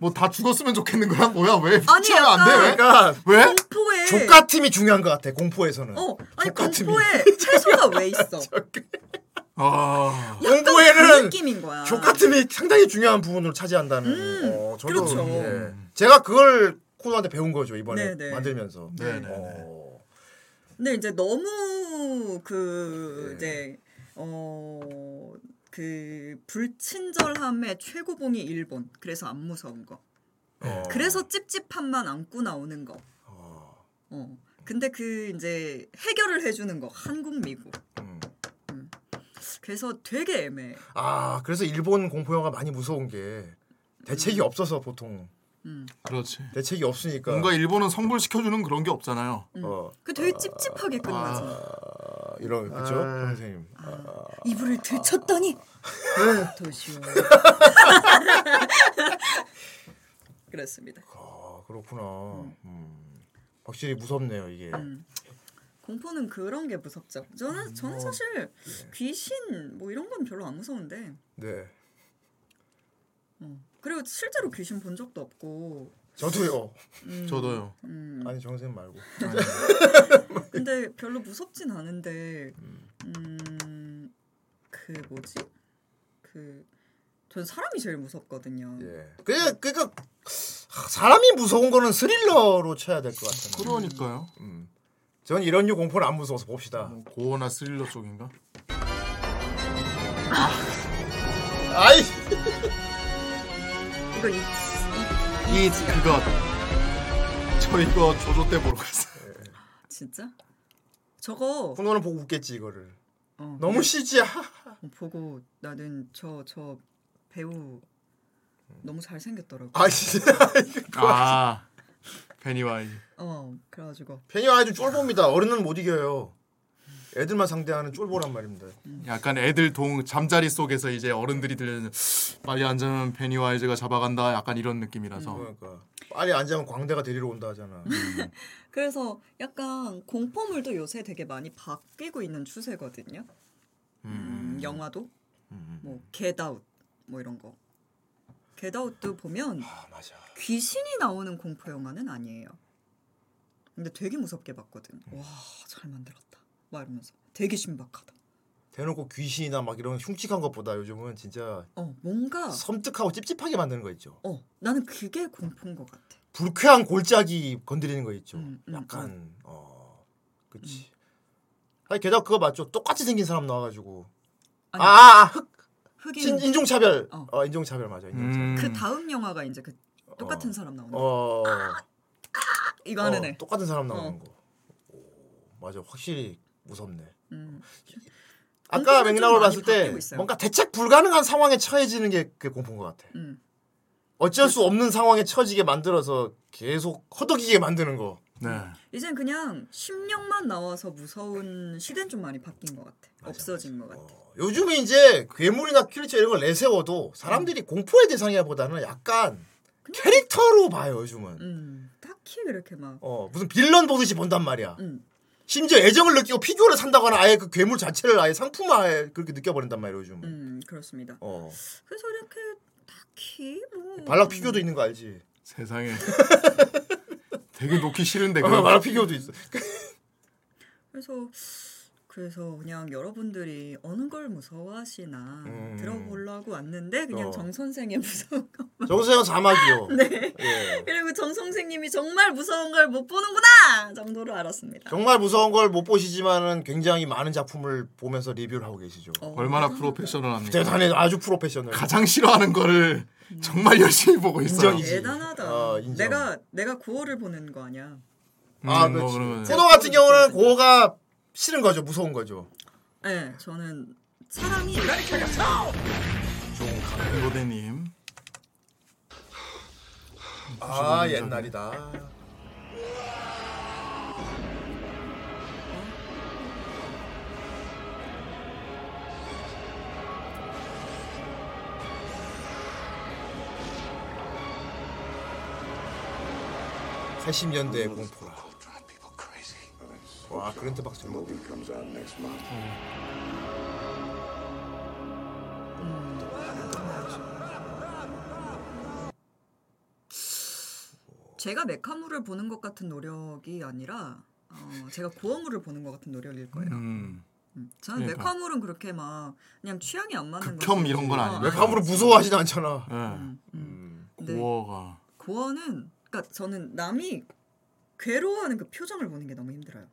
Speaker 2: 뭐 다 죽었으면 좋겠는 거야? 뭐야? 왜
Speaker 3: 아니,
Speaker 2: 퇴치하면 안 돼? 왜?
Speaker 1: 그러니까
Speaker 2: 왜?
Speaker 3: 공포에
Speaker 1: 족같음이 중요한 것 같아 공포에서는.
Speaker 3: 어 아니
Speaker 1: 똑같은
Speaker 3: 공포에 채소가 왜
Speaker 1: [laughs]
Speaker 3: 있어
Speaker 2: 아.
Speaker 3: 약간 그
Speaker 1: 공포에는
Speaker 3: 느낌인 거야
Speaker 1: 족같음이 상당히 중요한 부분으로 차지한다는. 어, 저도
Speaker 3: 그렇죠.
Speaker 1: 예.
Speaker 2: 음.
Speaker 1: 제가 그걸 코너한테 배운 거죠 이번에
Speaker 3: 네, 네.
Speaker 1: 만들면서. 어.
Speaker 2: 네네.
Speaker 3: 근데 이제 너무 그
Speaker 2: 네.
Speaker 3: 이제 어 그 불친절함의 최고봉이 일본. 그래서 안 무서운 거. 그래서 찝찝함만 안고 나오는 거. 어. 근데 그 이제 해결을 해주는 거 한국 미국. 음. 그래서 되게 애매해.
Speaker 1: 아 그래서 일본 공포 영화 많이 무서운 게 대책이 없어서 보통
Speaker 3: 음.
Speaker 2: 그렇지.
Speaker 1: 대책이 없으니까
Speaker 2: 뭔가 일본은 성불시켜주는 그런 게 없잖아요.
Speaker 1: 어
Speaker 3: 그 되게 찝찝하게 끝나지.
Speaker 1: 아, 이런 그렇죠
Speaker 2: 아.
Speaker 1: 선생님
Speaker 3: 이불을 들쳤더니 도시오. 그렇습니다.
Speaker 1: 아 그렇구나 음. 확실히 무섭네요 이게
Speaker 3: 음. 공포는 그런 게 무섭죠. 저는 저는 사실 귀신 뭐 이런 건 별로 안 무서운데
Speaker 1: 네
Speaker 3: 그리고 실제로 귀신 본 적도 없고.
Speaker 1: 저도요
Speaker 3: 음,
Speaker 1: 아니 정 선생님 말고
Speaker 3: 근데 별로 무섭진 않은데
Speaker 1: 음.
Speaker 3: 음그 뭐지 그전 사람이 제일 무섭거든요.
Speaker 1: [laughs] 그게 그니까 그러니까, 사람이 무서운 거는 스릴러로 쳐야 될 것 같아요
Speaker 2: 그러니까요. 뭐
Speaker 1: 음. 전 이런 류 공포는 안 무서워서 봅시다
Speaker 2: 고어나 스릴러 쪽인가?
Speaker 1: 아이
Speaker 3: 이거 이,
Speaker 2: 이 그거 저 이거 조조 때 보러 갔어요.
Speaker 3: [laughs] 진짜? 저거
Speaker 1: 훈호는 보고 웃겠지 이거를
Speaker 3: 어.
Speaker 1: 너무 CG야
Speaker 3: 보고 나는 저 저 배우
Speaker 1: 음.
Speaker 3: 너무 잘 생겼더라고. [laughs]
Speaker 1: 아 진짜
Speaker 2: 아 페니와이즈.
Speaker 3: 어 그래가지고
Speaker 1: 페니 아이좀 쫄봅니다 어른은 못 이겨요 애들만 상대하는 쫄보란 말입니다
Speaker 3: 음.
Speaker 2: 약간 애들 동 잠자리 속에서 이제 어른들이 들려는 빨리 앉으면 페니와이즈가 잡아간다. 약간 이런 느낌이라서.
Speaker 1: 그러니까. 빨리 앉으면 광대가 데리러 온다 하잖아
Speaker 3: 그래서 약간 공포물도 요새 되게 많이 바뀌고 있는 추세거든요. 음, 영화도 뭐
Speaker 1: 음.
Speaker 3: 겟아웃 뭐 이런 거. 겟아웃도 보면 귀신이 나오는 공포 영화는 아니에요. 근데 되게 무섭게 봤거든.
Speaker 1: 음.
Speaker 3: 와 잘 만들었다. 막 이러면서 되게 신박하다.
Speaker 1: 대놓고 귀신이나 막 이런 흉측한 것보다 요즘은 진짜
Speaker 3: 어 뭔가
Speaker 1: 섬뜩하고 찝찝하게 만드는 거 있죠.
Speaker 3: 어 나는 그게 공포인 것 같아. 음,
Speaker 1: 불쾌한 골짜기 건드리는 거 있죠. 약간 어 그치. 음. 아, 아니 게다가 그거 맞죠. 똑같이 생긴 사람 나와가지고 아아흑
Speaker 3: 흑인
Speaker 1: 신- 인종차별. 어. 인종차별 맞아. 인종차별.
Speaker 3: 그 다음 영화가 이제 그 똑같은 사람 나오는
Speaker 1: 어.
Speaker 3: 이거 하는
Speaker 1: 어,
Speaker 3: 애.
Speaker 1: 똑같은 사람 나오는 거. 오, 맞아. 확실히 무섭네.
Speaker 3: 음.
Speaker 1: 아까
Speaker 3: 공포는 좀
Speaker 1: 맥락을
Speaker 3: 많이
Speaker 1: 봤을 때
Speaker 3: 바뀌고 있어요.
Speaker 1: 뭔가 대책 불가능한 상황에 처해지는 게 그 공포인 것 같아.
Speaker 3: 음. 그렇죠.
Speaker 1: 어쩔 수 없는 상황에 처지게 만들어서 계속 허덕이게 만드는 거. 네.
Speaker 3: 이젠 그냥 심령만 나와서 무서운 시대는 좀 많이 바뀐 것 같아. 없어진 것 같아.
Speaker 1: 요즘에 이제 괴물이나 큐리처 이런 걸 내세워도 사람들이
Speaker 3: 음.
Speaker 1: 공포의 대상이라보다는 약간 캐릭터로 봐요 요즘은.
Speaker 3: 딱히 그렇게 막
Speaker 1: 어 무슨 빌런 보듯이 본단 말이야.
Speaker 3: 음.
Speaker 1: 심지어 애정을 느끼고 피규어를 산다거나 아예 그 괴물 자체를 아예 상품화해 그렇게 느껴버린단 말이야 요즘. 은
Speaker 3: 음, 그렇습니다.
Speaker 1: 어
Speaker 3: 그래서 이렇게 딱히 뭐
Speaker 1: 발락 피규어도 있는 거 알지?
Speaker 2: 세상에. 되게 놓기 싫은데.
Speaker 1: 어, 말아 피규어도 있어.
Speaker 3: 그래서 그래서 그냥 여러분들이 어느 걸 무서워하시나
Speaker 1: 음.
Speaker 3: 들어보려고 왔는데 그냥
Speaker 1: 어.
Speaker 3: 정 선생의 무서운 거.
Speaker 1: 정수영 사막이요.
Speaker 3: [laughs] 네.
Speaker 1: 예.
Speaker 3: 그리고 정 선생님이 정말 무서운 걸 못 보는구나 정도를 알았습니다.
Speaker 1: 정말 무서운 걸 못 보시지만은 굉장히 많은 작품을 보면서 리뷰를 하고 계시죠.
Speaker 2: 얼마나 프로페셔널합니까?
Speaker 1: 대단해 아주 프로페셔널.
Speaker 2: 가장 싫어하는 거를 정말 열심히 보고
Speaker 1: 아,
Speaker 2: 있어요.
Speaker 3: 대단하다. 내가 내가 9월을 보는 거 아니야.
Speaker 1: 아,
Speaker 2: 음, 뭐
Speaker 1: 그렇지.
Speaker 2: 그러면-
Speaker 1: 코너 같은 경우는 고가 싫은 거죠, 무서운 거죠.
Speaker 3: 네, 저는 사람이
Speaker 2: 고대님.
Speaker 1: 아 옛날이다. 팔십 년대 의 공포라. 와 그랜트 박스 뭐.
Speaker 2: 음.
Speaker 3: 제가 메카물을 보는 것 같은 노력이 아니라 어, 제가 고어물을 보는 것 같은 노력일 거예요.
Speaker 2: 음.
Speaker 3: 저는
Speaker 2: 그러니까.
Speaker 3: 메카물은 그렇게 막 그냥 취향이 안 맞는 거지.
Speaker 2: 극혐 이런 건 네. 아니에요.
Speaker 3: 어,
Speaker 1: 메카물은 무서워하진 않잖아. 음.
Speaker 3: 근데
Speaker 2: 고어가.
Speaker 3: 고어는 그러니까 저는 남이 괴로워하는 그 표정을 보는 게 너무 힘들어요.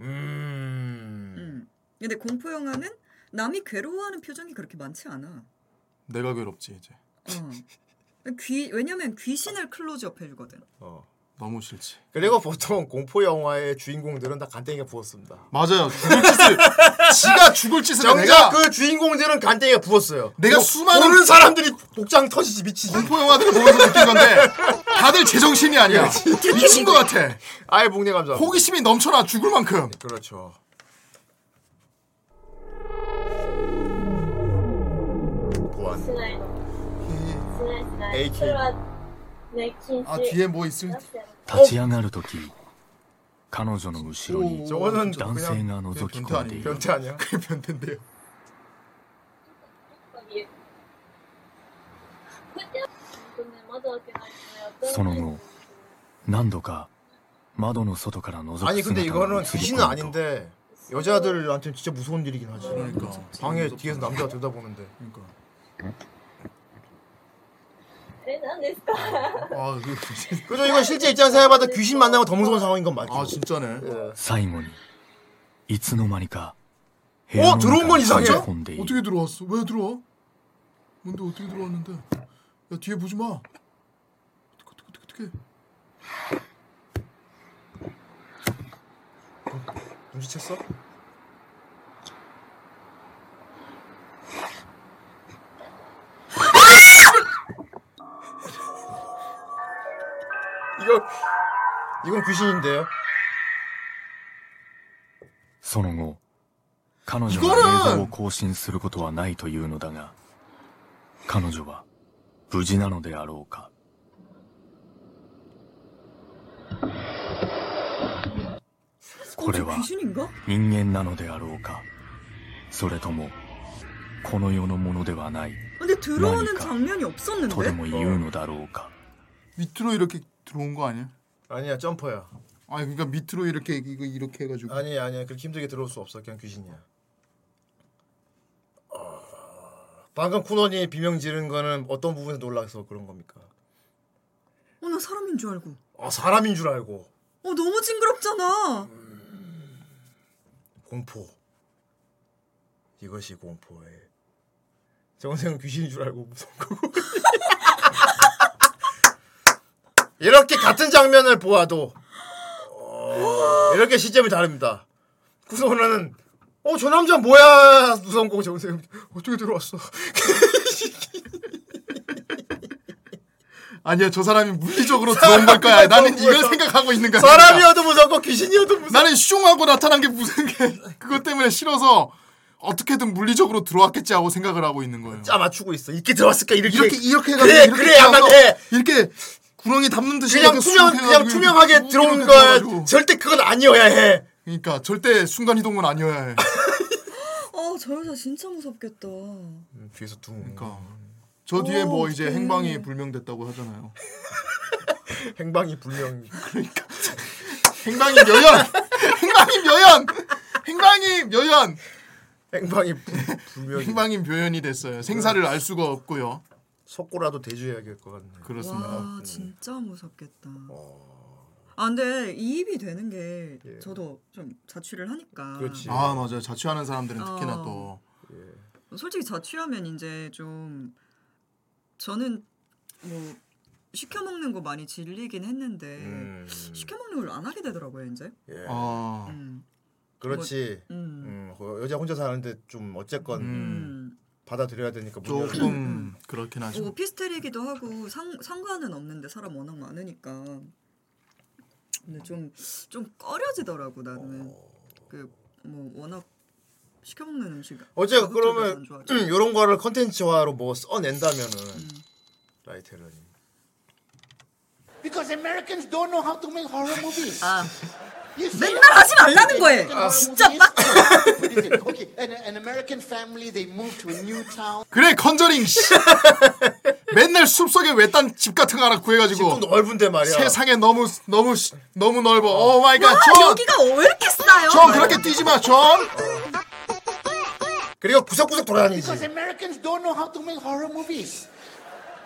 Speaker 3: 음. 근데 공포 영화는 남이 괴로워하는 표정이 그렇게 많지 않아.
Speaker 2: 내가 괴롭지 이제.
Speaker 3: 어. 귀 왜냐면 귀신을 클로즈업 해주거든.
Speaker 1: 어.
Speaker 2: 너무 싫지.
Speaker 1: 그리고 보통 공포 영화의 주인공들은 다 간땡이가 부었습니다.
Speaker 2: 맞아요. 죽을 짓을 지가 죽을 짓을
Speaker 1: 정작
Speaker 2: 내가
Speaker 1: 그 주인공들은 간땡이가 부었어요.
Speaker 2: 내가
Speaker 1: 뭐,
Speaker 2: 수많은-
Speaker 1: 모르는 사람들이 복장 터지지 미치지.
Speaker 2: 공포 영화들을 보면서 느낀 건데 다들 제정신이 아니야.
Speaker 1: 그렇지.
Speaker 2: 미친 것 같아.
Speaker 1: 아예 목내 감자.
Speaker 2: 호기심이 넘쳐나 죽을 만큼.
Speaker 1: 그렇죠. 보안. 아,
Speaker 2: AK
Speaker 13: あ
Speaker 2: あ消え
Speaker 1: 뭐
Speaker 2: もういする
Speaker 13: 立ち上がるとき彼女の後ろに
Speaker 1: おー
Speaker 13: 男性が覗き込んでいる
Speaker 1: 변태 아니야? 그게 변태인데요.
Speaker 13: その後何度か窓の外から覗く
Speaker 1: 아니 근데
Speaker 13: 姿が
Speaker 1: 그 이거는
Speaker 13: 映り込む
Speaker 1: 귀신은
Speaker 13: と
Speaker 1: 아닌데 여자들한테 진짜 무서운 일이긴 하지.
Speaker 2: 그러니까.
Speaker 1: 방에 뒤에서 남자가 들여다보는데.
Speaker 2: 아, 그...
Speaker 1: 그죠 이건 실제 입장 생각해봐도 귀신 만나면 더 무서운 상황인 건 예. 맞죠.
Speaker 2: 아 진짜네.
Speaker 13: 最後にいつの間にか部屋
Speaker 2: 어?
Speaker 13: の
Speaker 2: 들어온
Speaker 13: 中
Speaker 2: 건
Speaker 13: に入
Speaker 2: 이상해?
Speaker 13: り込んでいる
Speaker 2: 어떻게 들어왔어? 왜 들어와? 뭔데 어떻게 들어왔는데? 야 뒤에 보지 마. 어떡해 어떡해 어떡해.
Speaker 1: 눈치챘어? [laughs] 이거 이건 귀신인데요.
Speaker 13: その後彼女
Speaker 1: 이거는
Speaker 13: が映像を更新することはないというのだが彼女は無事なのであろうかこれは
Speaker 3: 귀신인가?
Speaker 13: 人間なのであろうかそれともこの世のものではない
Speaker 3: 근데 들어오는
Speaker 13: 그러니까. 뭐
Speaker 3: 장면이 없었는데.
Speaker 13: とでも言うのだろうか
Speaker 2: 밑으로 이렇게 들어온 거 아니야?
Speaker 1: 아니야 점퍼야.
Speaker 2: 아니 그러니까 밑으로 이렇게 이거 이렇게 해가지고.
Speaker 1: 아니 아니야 그렇게 힘들게 들어올 수 없어 그냥 귀신이야. 어, 방금 쿠노니 비명 지른 거는 어떤 부분에서 놀라서 그런 겁니까?
Speaker 3: 어, 나 사람인 줄 알고.
Speaker 1: 아 사람인 줄 알고
Speaker 3: 어, 너무 징그럽잖아.
Speaker 1: 공포 이것이 공포의 정원생은 귀신인 줄 알고 무서운 거고. [laughs] 이렇게 같은 장면을 보아도 어, 이렇게 시점이 다릅니다. 구성원은 어저 남자 뭐야 무서운 거고 정원생은 어떻게 들어왔어?
Speaker 2: 아니야 저 사람이 물리적으로 뭐 들어온 걸 거야.
Speaker 1: 사람이라도
Speaker 2: 나는 이걸
Speaker 1: 무서워.
Speaker 2: 생각하고 있는 거야.
Speaker 1: 사람이어도 무섭고 귀신이어도 무섭고
Speaker 2: 나는 슝하고 나타난 게 무슨 게 그것 때문에 싫어서 어떻게든 물리적으로 들어왔겠지 하고 생각을 하고 있는 거예요.
Speaker 1: 짜 맞추고 있어. 이렇게 들어왔을까 이렇게
Speaker 2: 이렇게 이렇게 해가지고
Speaker 1: 그래
Speaker 2: 이렇게
Speaker 1: 그래야만
Speaker 2: 들어와서
Speaker 1: 해.
Speaker 2: 이렇게 구렁이 담는 듯이
Speaker 1: 그냥
Speaker 2: 이렇게
Speaker 1: 투명
Speaker 2: 쑥
Speaker 1: 그냥
Speaker 2: 해가지고
Speaker 1: 투명하게
Speaker 2: 이렇게
Speaker 1: 들어온
Speaker 2: 이렇게
Speaker 1: 거야.
Speaker 2: 들어가지고.
Speaker 1: 절대 그건 아니어야 해.
Speaker 2: 그러니까 절대 순간 이동은 아니어야
Speaker 1: [laughs]
Speaker 2: 해.
Speaker 3: 어저 여자 진짜 무섭겠다.
Speaker 1: 뒤에서 둥.
Speaker 2: 그러니까 저 뒤에
Speaker 3: 오,
Speaker 2: 뭐 이제
Speaker 3: 어떡해.
Speaker 2: 행방이 불명됐다고 하잖아요.
Speaker 1: 행방이 불명.
Speaker 2: 그러니까 [laughs] 행방이 여연. 행방이 여연. 행방이 여연.
Speaker 1: 행방이 불명.
Speaker 2: 행방이 묘연이 됐어요. 생사를 알 수가 없고요.
Speaker 1: 속고라도 대주해야겠 것 같네.
Speaker 2: 그렇습니다. 어.
Speaker 3: 와 진짜 무섭겠다. 아 근데 이입이 되는 게
Speaker 2: 예.
Speaker 3: 저도 좀 자취를 하니까.
Speaker 2: 아 맞아요. 자취하는 사람들은 특히나
Speaker 3: 어.
Speaker 2: 또
Speaker 1: 예.
Speaker 3: 솔직히 자취하면 이제 좀 저는 뭐 시켜 먹는 거 많이 질리긴 했는데 시켜 먹는 걸 안 하게 되더라고요 이제. 음.
Speaker 1: 예.
Speaker 2: 음. 아.
Speaker 1: 그렇지.
Speaker 3: 뭐,
Speaker 1: 음. 그 여자 혼자 사는데 좀 어쨌건 받아들여야 되니까 문 열고.
Speaker 2: 음. 조금 그렇긴
Speaker 3: 뭐
Speaker 1: 어,
Speaker 2: 하죠.
Speaker 3: 오피스텔이기도 하고 상, 상가는 없는데 사람 워낙 많으니까 근데 좀, 좀 꺼려지더라고 나는
Speaker 1: 어.
Speaker 3: 그 뭐 워낙 시켜먹는 음식
Speaker 1: 어째
Speaker 3: 가급적이어서 안
Speaker 1: 그러면 음,
Speaker 3: 좋아하죠.
Speaker 1: [clears throat] 이런 거를 컨텐츠화로 뭐 써낸다면은 라이테러님.
Speaker 6: Because Americans don't know how to make horror movies. You
Speaker 3: 아.
Speaker 6: say-
Speaker 3: 맨날 하지 말라는 거예요.
Speaker 6: Horror movies,
Speaker 3: 진짜 빡.
Speaker 6: [laughs] what is it? Okay, an, an American family they move to a new town.
Speaker 2: 그래
Speaker 1: [laughs]
Speaker 2: 컨저링 씨. 맨날 숲속에 외딴 집 같은 거 하나 구해가지고
Speaker 1: 집도 넓은데 말이야.
Speaker 2: 세상에 너무 너무 시- 너무 넓어.
Speaker 1: Oh
Speaker 2: Oh 오 마이 갓.
Speaker 1: 와,
Speaker 2: 존.
Speaker 1: 여기가 왜 이렇게 싸요?
Speaker 2: 존 그렇게 뛰지 마 존.
Speaker 1: 그리고 구석구석 돌아다니지.
Speaker 6: Because Americans don't know how to make horror movies.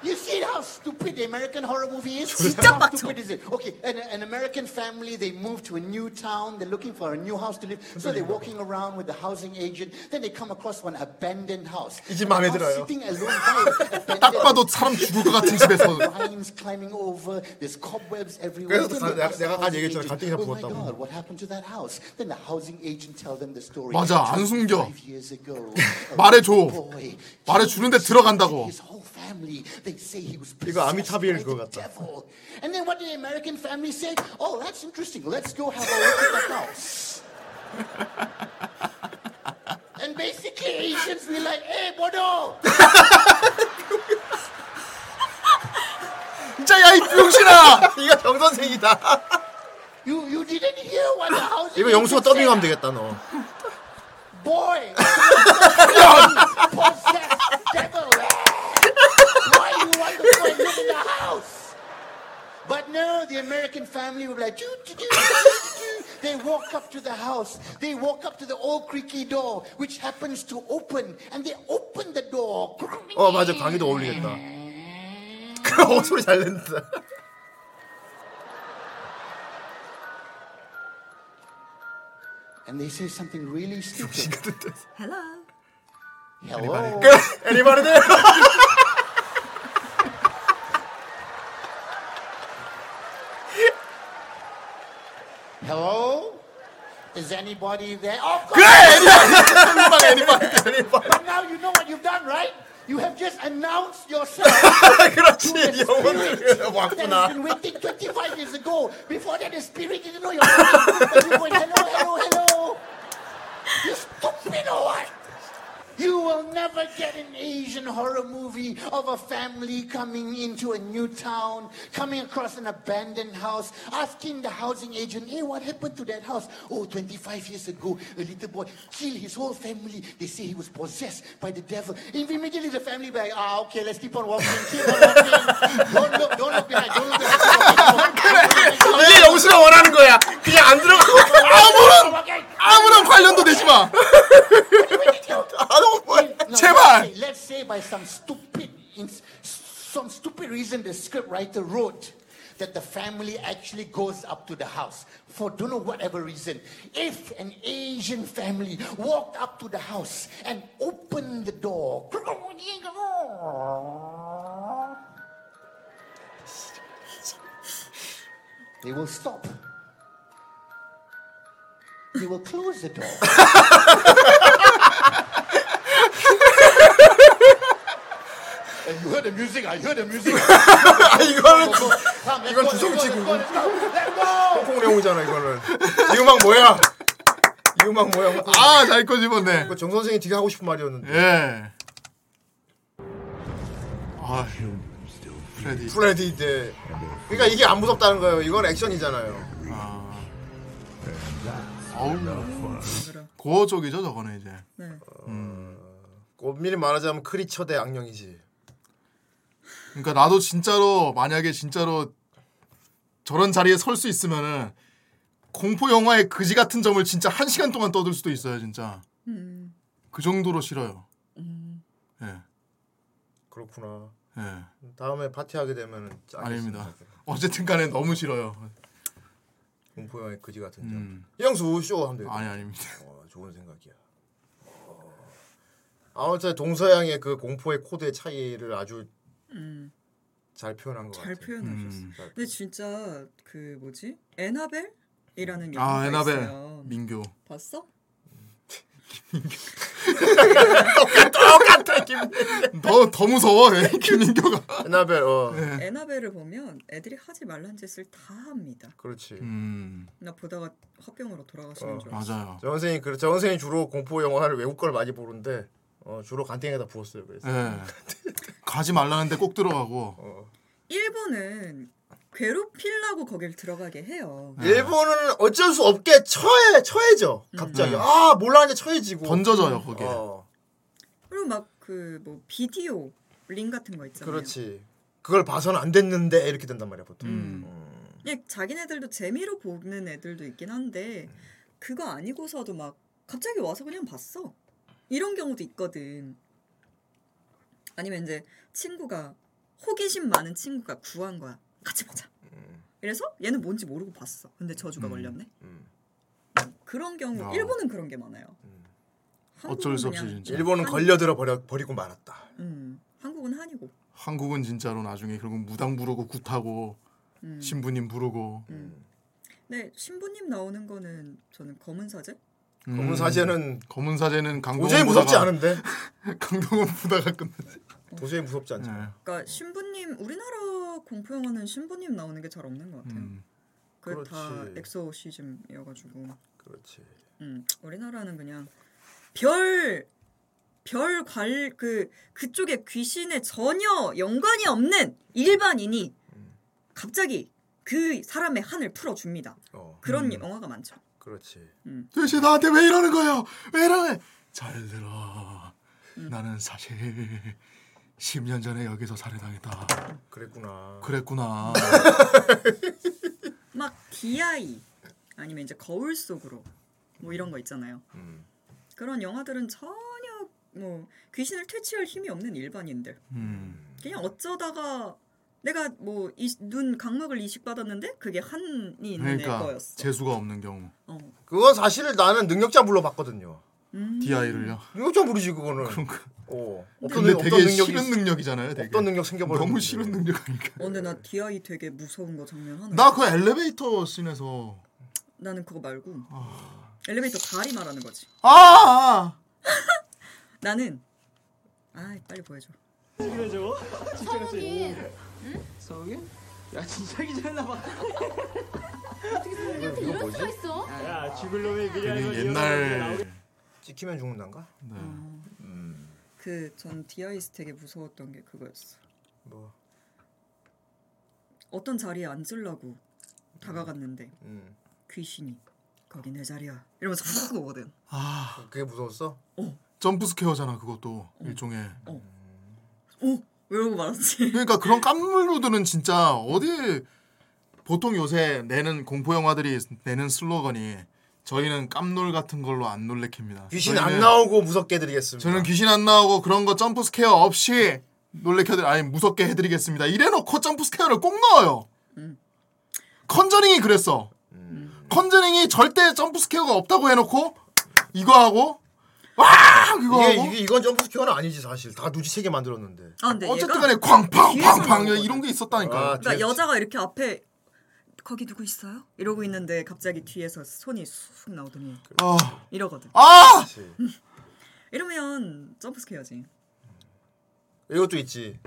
Speaker 6: You see how stupid the American horror movie is?
Speaker 3: 진짜
Speaker 6: How stupid is it? Okay, an, an American family, they move to a new town, they're looking for a new house to live, so they're walking around with the housing agent, then they come across one abandoned house.
Speaker 2: 이집 마음에
Speaker 6: The house
Speaker 2: 들어요.
Speaker 6: sitting alone
Speaker 2: [laughs]
Speaker 6: by it,
Speaker 2: 딱 봐도 사람 죽을 것 같은 집에서
Speaker 6: Vines climbing over, there's cobwebs everywhere.
Speaker 1: 그래서 가- 내가- 내가 아까 얘기했잖아. 갈등이나
Speaker 6: Oh my
Speaker 1: 부었다고.
Speaker 6: God, what happened to that house? Then the housing agent tell them the story.
Speaker 2: 맞아, 안 숨겨.
Speaker 6: 25 years ago, a
Speaker 2: [laughs] 말해줘.
Speaker 6: Oh, boy
Speaker 2: 말해주는데 들어간다고.
Speaker 6: family. They say he was
Speaker 1: 이거
Speaker 6: possessed
Speaker 1: 아미타빌
Speaker 6: by
Speaker 1: 그거
Speaker 6: the
Speaker 1: 같다.
Speaker 6: devil. And then what did the American family say? Oh, that's interesting. Let's go have a look at the
Speaker 2: [laughs]
Speaker 6: house. and basically, Asians be like, "Hey, Bodo,
Speaker 2: 진짜 [laughs] 야이 병신아.
Speaker 1: [laughs] 이거 정 선생이다.
Speaker 6: you you didn't hear what the house."
Speaker 1: 이거 영수가 더빙하면 되겠다 너.
Speaker 6: Boy, possessed devil. Why you want to go and live in the house? But no, the American family were like, "Choo, choo, choo, choo, choo." they walk up to the house. They walk up to the old creaky door, which happens to open, and they open the door.
Speaker 1: 어 맞아 강의도 어울리겠다. [laughs] 그럼 어 소리 잘 낸다.
Speaker 6: And they say something really
Speaker 1: [laughs]
Speaker 6: stupid.
Speaker 3: Hello.
Speaker 6: Hello.
Speaker 1: Anybody there? [laughs]
Speaker 6: [laughs] Hello? Is anybody there? Oh, Of course.
Speaker 1: [laughs] anybody, anybody, anybody.
Speaker 6: But now you know what you've done, right? You have just announced yourself. [laughs]
Speaker 1: 아, 그렇지
Speaker 6: spirit
Speaker 1: 영혼을
Speaker 6: that
Speaker 1: 왔구나.
Speaker 6: has been waiting 25 years ago. Before that, the spirit didn't know your name. But you went, hello, hello, hello. You stupid or what? You will never get an Asian horror movie of a family coming into a new town, coming across an abandoned house, asking the housing agent, hey, what happened to that house? Oh, 25 years ago, a little boy killed his whole family. They say he was possessed by the devil. Immediately the family be like, ah, okay, let's keep on walking, keep on walking. Don't look, don't look behind, don't look behind. keep on walking,
Speaker 1: 이게 영수가 원하는 거야. 그냥 안 들어가. 아무런
Speaker 2: 아무런 관련도 되지 마.
Speaker 6: No,
Speaker 2: 제발.
Speaker 6: Let's say, let's say by some stupid, in, some stupid reason, the script writer wrote that the family actually goes up to the house for don't know whatever reason. If an Asian family walked up to the house and opened the door,
Speaker 28: They will stop. They will close the door. and you heard the music. I heard the music.
Speaker 1: 이거는 주, 이건 주성치고 홍콩령우잖아 이거는. 이 음악 뭐야? 이 음악 뭐야? 그
Speaker 2: 아잘 꼬집었네.
Speaker 1: 정 선생이 지금 하고 싶은 말이었는데.
Speaker 2: 예. 아 프레디.
Speaker 1: 프레디 때. 그러니까 이게 안 무섭다는 거예요. 이건 액션이잖아요.
Speaker 2: 어우. 고어 쪽이죠 저거는 이제.
Speaker 3: 네.
Speaker 1: 엄밀히 어, 말하자면 크리처 대 악령이지.
Speaker 2: 그러니까 나도 진짜로 만약에 진짜로 저런 자리에 설 수 있으면은 공포 영화의 그지 같은 점을 진짜 한 시간 동안 떠들 수도 있어요 진짜.
Speaker 3: 음.
Speaker 2: 그 정도로 싫어요. 예.
Speaker 1: 그렇구나.
Speaker 2: 예.
Speaker 1: 다음에 파티하게 되면
Speaker 2: 아닙니다. 어쨌든 간에 너무 싫어요.
Speaker 1: 공포영화의 그지 같은 점. 영수 쇼 하면 되겠다.
Speaker 2: 음. 아니 아닙니다.
Speaker 1: 어, 좋은 생각이야. 어. 아무튼 동서양의 그 공포의 코드의 차이를 아주
Speaker 3: 음.
Speaker 1: 잘 표현한 것
Speaker 3: 잘
Speaker 1: 같아요.
Speaker 3: 표현하셨어요.
Speaker 2: 음.
Speaker 1: 잘-
Speaker 3: 근데 진짜 그 뭐지?
Speaker 1: 음.
Speaker 3: 에나벨이라는 영화가
Speaker 2: 아 에나벨
Speaker 3: 있어요.
Speaker 1: [laughs]
Speaker 2: 민교.
Speaker 3: 봤어? [laughs]
Speaker 1: 똑같아
Speaker 2: 더, 더 무서워 [laughs] 왜 김민교가.
Speaker 1: 에나벨 어.
Speaker 3: 에나벨을 네. 보면 애들이 하지 말란 짓을 다 합니다.
Speaker 1: 그렇지.
Speaker 2: 음,
Speaker 3: 나 보다가 화병으로 돌아가시는
Speaker 1: 어.
Speaker 3: 줄 알았어.
Speaker 1: 저 선생이 그, 저 선생이 주로 공포 영화를 외국 걸 많이 보는데 어, 주로 간땡에다 부었어요. 그래서.
Speaker 2: 예. 가지 말라는데 꼭 들어가고.
Speaker 3: 일본은 괴롭히려고 거길 들어가게 해요.
Speaker 1: 일본은 어쩔 수 없게 처해 처해져 갑자기
Speaker 2: 음.
Speaker 1: 아 몰랐는데 처해지고
Speaker 2: 던져져요 거기에.
Speaker 1: 어,
Speaker 3: 그리고 막 그 뭐 비디오 링 같은 거 있잖아요.
Speaker 1: 그렇지 그걸 봐서는 안 됐는데 이렇게 된단 말이야 보통
Speaker 2: 음.
Speaker 1: 어.
Speaker 2: [laughs]
Speaker 3: 그냥 예, 자기네들도 재미로 보는 애들도 있긴 한데
Speaker 1: 음.
Speaker 3: 그거 아니고서도 막 갑자기 와서 그냥 봤어. 이런 경우도 있거든. 아니면 이제 친구가 호기심 많은 친구가 구한 거야. 같이 보자.
Speaker 1: 음.
Speaker 3: 그래서 얘는 뭔지 모르고 봤어. 근데 저주가 걸렸네. 그런 경우
Speaker 1: 음. 아. 음.
Speaker 3: 일본은 그런 게 많아요.
Speaker 2: 어쩔 수 없이 진짜.
Speaker 1: 일본은 걸려들어 버려 버리고 말았다.
Speaker 3: 음, 한국은 한이고.
Speaker 2: 한국은 진짜로 나중에 결국 무당 부르고 굿하고
Speaker 3: 음.
Speaker 2: 신부님 부르고.
Speaker 3: 네 신부님 나오는 거는 저는 검은 사제.
Speaker 2: 음.
Speaker 1: 검은 사제는
Speaker 2: 검은 사제는 강동원
Speaker 1: 도저히 무섭지
Speaker 2: 부다가-
Speaker 1: 않은데
Speaker 2: [laughs] 강동원 부다가 끝났지.
Speaker 3: 음.
Speaker 2: 네.
Speaker 1: 도저히 무섭지 않잖아.
Speaker 3: 그러니까 신부님 우리나라 공포 영화는 신부님 나오는 게 잘 없는 것 같아요. 그게 다
Speaker 1: 음. 그렇지.
Speaker 3: 엑소시즘이어가지고.
Speaker 1: 그렇지.
Speaker 3: 음 우리나라는 그냥 별별관그 그쪽에 귀신에 전혀 연관이 없는 일반인이
Speaker 1: 음.
Speaker 3: 갑자기 그 사람의 한을 풀어줍니다.
Speaker 1: 어.
Speaker 3: 그런 영화가 많죠. 음.
Speaker 1: 그렇지.
Speaker 2: 도대체 나한테 왜 이러는 거예요? 왜 이러네? 잘 들어.
Speaker 3: 음.
Speaker 2: 나는 사실 10년 전에 여기서 살해당했다.
Speaker 3: [laughs]
Speaker 1: 그랬구나.
Speaker 2: 그랬구나.
Speaker 3: 막 DI 아니면 이제 거울 속으로 뭐 이런 거 있잖아요.
Speaker 2: 음.
Speaker 3: 그런 영화들은 전혀 뭐 귀신을 퇴치할 힘이 없는 일반인들.
Speaker 1: 음.
Speaker 3: 그냥 어쩌다가 내가 뭐 눈 각막을 이식받았는데 그게 한이 있는 애
Speaker 2: 그러니까
Speaker 3: 거였어.
Speaker 2: 재수가 없는 경우.
Speaker 1: 그건 사실 나는 능력자 불러봤거든요.
Speaker 3: 어. 음.
Speaker 2: DI를요.
Speaker 1: 능력자 부르지 그거는. 어.
Speaker 2: 근데
Speaker 1: 능-
Speaker 2: 되게
Speaker 1: 능력이
Speaker 2: 싫은
Speaker 1: 있-
Speaker 2: 능력이잖아요. 되게.
Speaker 1: 어떤 능력 생겨버려.
Speaker 2: 너무 싫은 능력 아닐까?
Speaker 3: 어, 근데 나 DI 되게 무서운 거 장면 하나.
Speaker 2: 나 그 엘리베이터 씬에서
Speaker 3: 나는 그거 말고 엘리베이터 다리 말하는 거지.
Speaker 2: 아!
Speaker 3: 나는 아 빨리 보여줘.
Speaker 22: 그래죠?
Speaker 8: 성욱이.
Speaker 22: 성욱이? 야 진짜 기절했나 봐.
Speaker 8: 어떻게 성욱이한테
Speaker 22: 이거
Speaker 8: 이럴
Speaker 22: 뭐지?
Speaker 8: 수가 있어?
Speaker 2: 아.
Speaker 22: 야 죽을 놈의 미래를
Speaker 1: 그게 옛날 찍히면 죽는단가?
Speaker 2: 네.
Speaker 3: 어, 그 전 디아이스 되게 무서웠던 게 그거였어.
Speaker 1: 뭐?
Speaker 3: 어떤 자리에 앉으려고 다가갔는데
Speaker 1: 음.
Speaker 3: 귀신이 거기 내 자리야 이러면서 훅 오거든.
Speaker 2: 아.
Speaker 1: 그게 무서웠어?
Speaker 2: 점프 스퀘어잖아 그것도 일종의.
Speaker 3: 어. 오 외우고 어? 말았지. [laughs]
Speaker 2: 그러니까 그런 깜물로드는 진짜 어디 보통 요새 내는 공포 영화들이 내는 슬로건이 저희는 깜놀 같은 걸로 안 놀래킵니다.
Speaker 1: 귀신 안
Speaker 2: 저희는-
Speaker 1: 나오고 무섭게 해드리겠습니다.
Speaker 2: 저는 귀신 안 나오고 그런 거 점프 스퀘어 없이 놀래켜드리 아니 무섭게 해드리겠습니다. 이래놓고 점프 스퀘어를 꼭 넣어요.
Speaker 3: 음.
Speaker 2: 컨저링이 그랬어. 컨저링이 절대 점프 스퀘어가 없다고 해놓고 이거 하고 와 이거
Speaker 1: 이게,
Speaker 2: 하고
Speaker 1: 이게 이건 점프 스퀘어는 아니지 사실. 다 누지세게 만들었는데.
Speaker 3: 아 근데
Speaker 2: 어쨌든
Speaker 3: 얘가
Speaker 2: 간에 쾅팡 쾅팡 이런 게 있었다니까.
Speaker 1: 아,
Speaker 3: 그러니까 여자가 이렇게 앞에 거기 누구 있어요? 이러고 있는데 갑자기 뒤에서 손이 쑥 나오더니
Speaker 2: 아.
Speaker 3: 이러거든.
Speaker 2: 아!
Speaker 3: [laughs] 이러면 점프스퀘어지.
Speaker 1: 이것도 있지.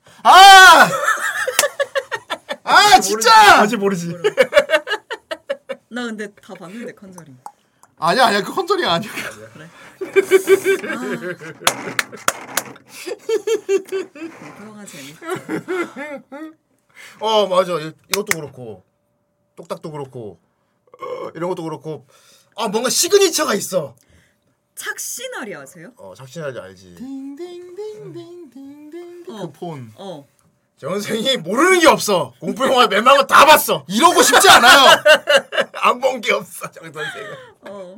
Speaker 1: [laughs]
Speaker 2: 아! 아 진짜!
Speaker 1: 아직 모르지.
Speaker 3: [laughs] 나 근데 다 봤는데 컨저링.
Speaker 2: 아니야 아니야 그 헌절이 아니야. [laughs]
Speaker 3: 아. 뭐가 재밌?
Speaker 1: 어 맞아 이- 이것도 그렇고 똑딱도 그렇고 어, 이런 것도 그렇고 아 뭔가 시그니처가 있어.
Speaker 3: 착시나리 아세요?
Speaker 1: 어 작신하지 알지.
Speaker 2: 그 폰.
Speaker 3: 어.
Speaker 1: 전생이 모르는 게 없어. 공포 영화 웬만한 거 다 봤어.
Speaker 2: 이러고 싶지 않아요.
Speaker 1: [laughs] 안 본 게 없어 정 선생은.
Speaker 3: 어.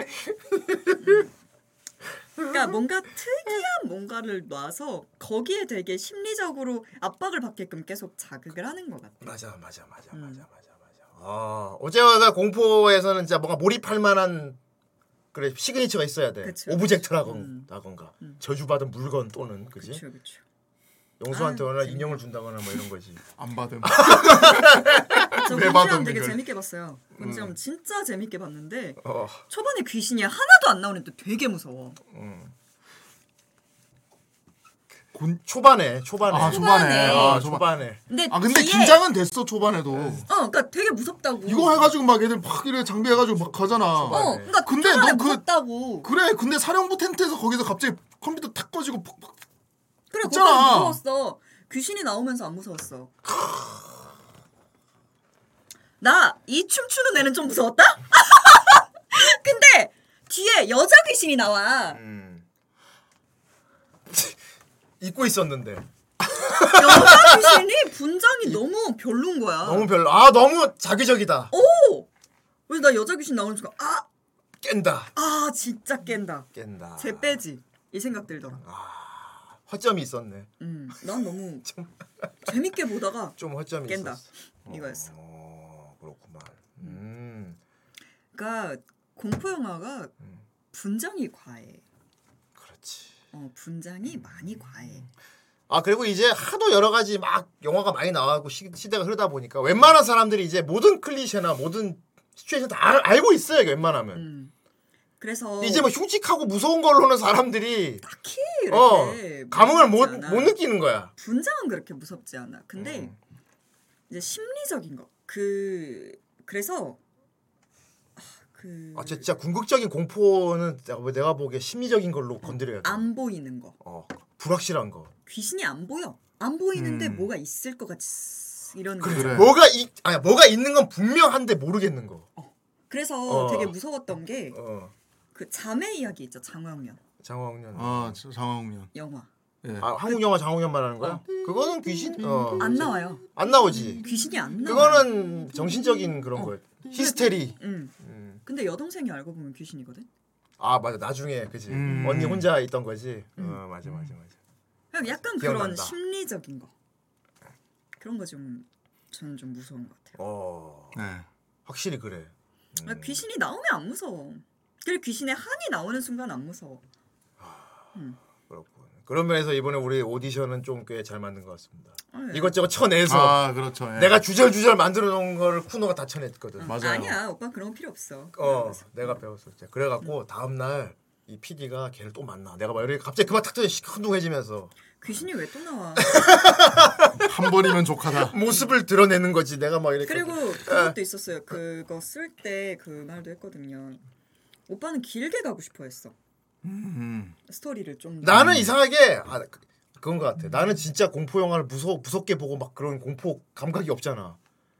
Speaker 3: 그러니까 뭔가 특이한 뭔가를 놔서 거기에 되게 심리적으로 압박을 받게끔 계속 자극을 하는 것 같아.
Speaker 1: 맞아 맞아 맞아
Speaker 3: 음.
Speaker 1: 맞아 맞아 맞아. 아 어제와 공포에서는 진짜 뭔가 몰입할 만한 그래 시그니처가 있어야 돼.
Speaker 3: 그쵸, 음.
Speaker 1: 오브젝트라건가 저주받은 물건 또는 그지.
Speaker 3: 그쵸, 그쵸. 아,
Speaker 1: 영수한테 얼마나 인형을 준다거나 뭐 이런 거지.
Speaker 2: [laughs] 안 받음.
Speaker 3: 아, 저
Speaker 1: 왜
Speaker 3: 본지엄
Speaker 1: 받은
Speaker 3: 그 되게
Speaker 1: 이걸?
Speaker 3: 재밌게 봤어요. 본지엄
Speaker 1: 음.
Speaker 3: 진짜 재밌게 봤는데
Speaker 1: 어.
Speaker 3: 초반에 귀신이 하나도 안 나오는데 되게 무서워.
Speaker 1: 음. 곤- 초반에 초반에
Speaker 2: 아 초반에. 아
Speaker 1: 네, 초반에.
Speaker 3: 근데
Speaker 2: 아 근데
Speaker 3: 뒤에-
Speaker 2: 긴장은 됐어 초반에도.
Speaker 3: 어, 그러니까 되게 무섭다고.
Speaker 2: 이거 해가지고 막 애들 막 이래 장비해가지고 막 가잖아.
Speaker 3: 어, 그러니까
Speaker 2: 근데
Speaker 3: 초반에
Speaker 2: 너그
Speaker 3: 무섭다고.
Speaker 2: 그래 근데 사령부 텐트에서 거기서 갑자기 컴퓨터 탁 꺼지고 퍽- 퍽-
Speaker 3: 그래 거기
Speaker 2: 있잖아.
Speaker 3: 안 무서웠어. 귀신이 나오면서 안 무서웠어. 나 이 춤추는 애는 좀 무서웠다. [laughs] 근데 뒤에 여자 귀신이 나와.
Speaker 1: [laughs] 음. 잊고 있었는데
Speaker 3: 여자 귀신이 분장이 너무 별론 거야.
Speaker 1: 너무 별로. 아 너무 자기적이다.
Speaker 3: 오! 그래서 나 여자 귀신 나오는 순간 아!
Speaker 1: 깬다.
Speaker 3: 아 진짜 깬다.
Speaker 1: 깬다.
Speaker 3: 쟤 빼지. 이 생각 들더라.
Speaker 1: 아, 허점이 있었네.
Speaker 3: 음, 난
Speaker 1: [laughs]
Speaker 3: 너무 재밌게 보다가
Speaker 1: 좀 허점이
Speaker 3: 깬다.
Speaker 1: 있었어.
Speaker 3: 이거였어.
Speaker 1: 그렇구만. 음.
Speaker 3: 그러니까 공포 영화가 분장이 과해.
Speaker 1: 그렇지.
Speaker 3: 어, 분장이 많이 과해.
Speaker 1: 아 그리고 이제 하도 여러 가지 막 영화가 많이 나가고 시, 대가 흐르다 보니까 웬만한 사람들이 이제 모든 클리셰나 모든 시츄에이션 다 알, 알고 있어요. 이게 웬만하면.
Speaker 3: 음. 그래서
Speaker 1: 이제 뭐 흉측하고 무서운 걸로는 사람들이
Speaker 3: 딱히
Speaker 1: 어,
Speaker 3: 이렇게
Speaker 1: 감흥을 못,
Speaker 3: 무섭지 않아.
Speaker 1: 못 느끼는 거야.
Speaker 3: 분장은 그렇게 무섭지 않아. 근데
Speaker 1: 음.
Speaker 3: 이제 심리적인 거. 그 그래서 음.
Speaker 1: 아, 진짜 궁극적인 공포는 내가, 보- 내가 보기에 심리적인 걸로 건드려야 돼.
Speaker 3: 안 보이는 거.
Speaker 1: 어, 불확실한 거.
Speaker 3: 귀신이 안 보여. 안 보이는데
Speaker 1: 음.
Speaker 3: 뭐가 있을 것 같이 이런 거.
Speaker 1: 뭐가 이 아니 뭐가 있는 건 분명한데 모르겠는 거.
Speaker 3: 그래서
Speaker 1: 어.
Speaker 3: 되게 무서웠던 게 그
Speaker 1: 어.
Speaker 3: 자매 이야기 있죠. 장화홍련
Speaker 1: 장화홍련.
Speaker 2: 아 장화홍련.
Speaker 3: 영화.
Speaker 2: 예.
Speaker 1: 아, 한국 영화 장홍현 말하는 거야? 그거는 귀신 어.
Speaker 3: 음. 안 나와요.
Speaker 1: 안 나오지.
Speaker 3: 귀신이 안 어. 나와.
Speaker 1: 그거는 정신적인 그런 거야. 히스테리.
Speaker 3: 음. 근데 여동생이 알고 보면 귀신이거든.
Speaker 1: 아 맞아 나중에 그지
Speaker 2: 음.
Speaker 1: 언니 혼자 있던 거지. 어 맞아 맞아 맞아.
Speaker 3: 음. 그냥 약간 그런
Speaker 1: 기억난다.
Speaker 3: 심리적인 거. 그런 거 좀 저는 좀 무서운 것 같아요.
Speaker 1: 어.
Speaker 2: 네.
Speaker 1: 확실히 그래. 음.
Speaker 3: 아, 귀신이 나오면 안 무서워. 그리고 귀신의 한이 나오는 순간 안 무서워.
Speaker 1: 그런 면에서 이번에 우리 오디션은 좀 꽤 잘 만든 것 같습니다.
Speaker 3: 아, 예.
Speaker 1: 이것저것 쳐내서
Speaker 2: 아, 그렇죠. 예.
Speaker 1: 내가 주절주절 만들어 놓은 거를 쿠노가 다 쳐냈거든.
Speaker 3: 아니야, 오빠 그런 거 필요 없어.
Speaker 1: 어, 내가 배웠어. 진짜. 그래갖고 다음 날 이 PD가 걔를 또 만나. 내가 막 이렇게 갑자기 그만 탁 터져 시큰둥해지면서
Speaker 3: 귀신이 왜 또
Speaker 1: [laughs]
Speaker 3: 나와?
Speaker 1: 한 번이면 족하다. [laughs] 모습을 드러내는 거지. 내가 막 이렇게 예.
Speaker 3: 그리고 그것도 있었어요. 그거 쓸 때 그 말도 했거든요. 오빠는 길게 가고 싶어 했어. 스토리를 좀 더.
Speaker 1: 나는 이상하게 아, 그- 그건 것 같아. 나는 진짜 공포 영화를 무서 무섭게 보고 막 그런 공포 감각이 없잖아.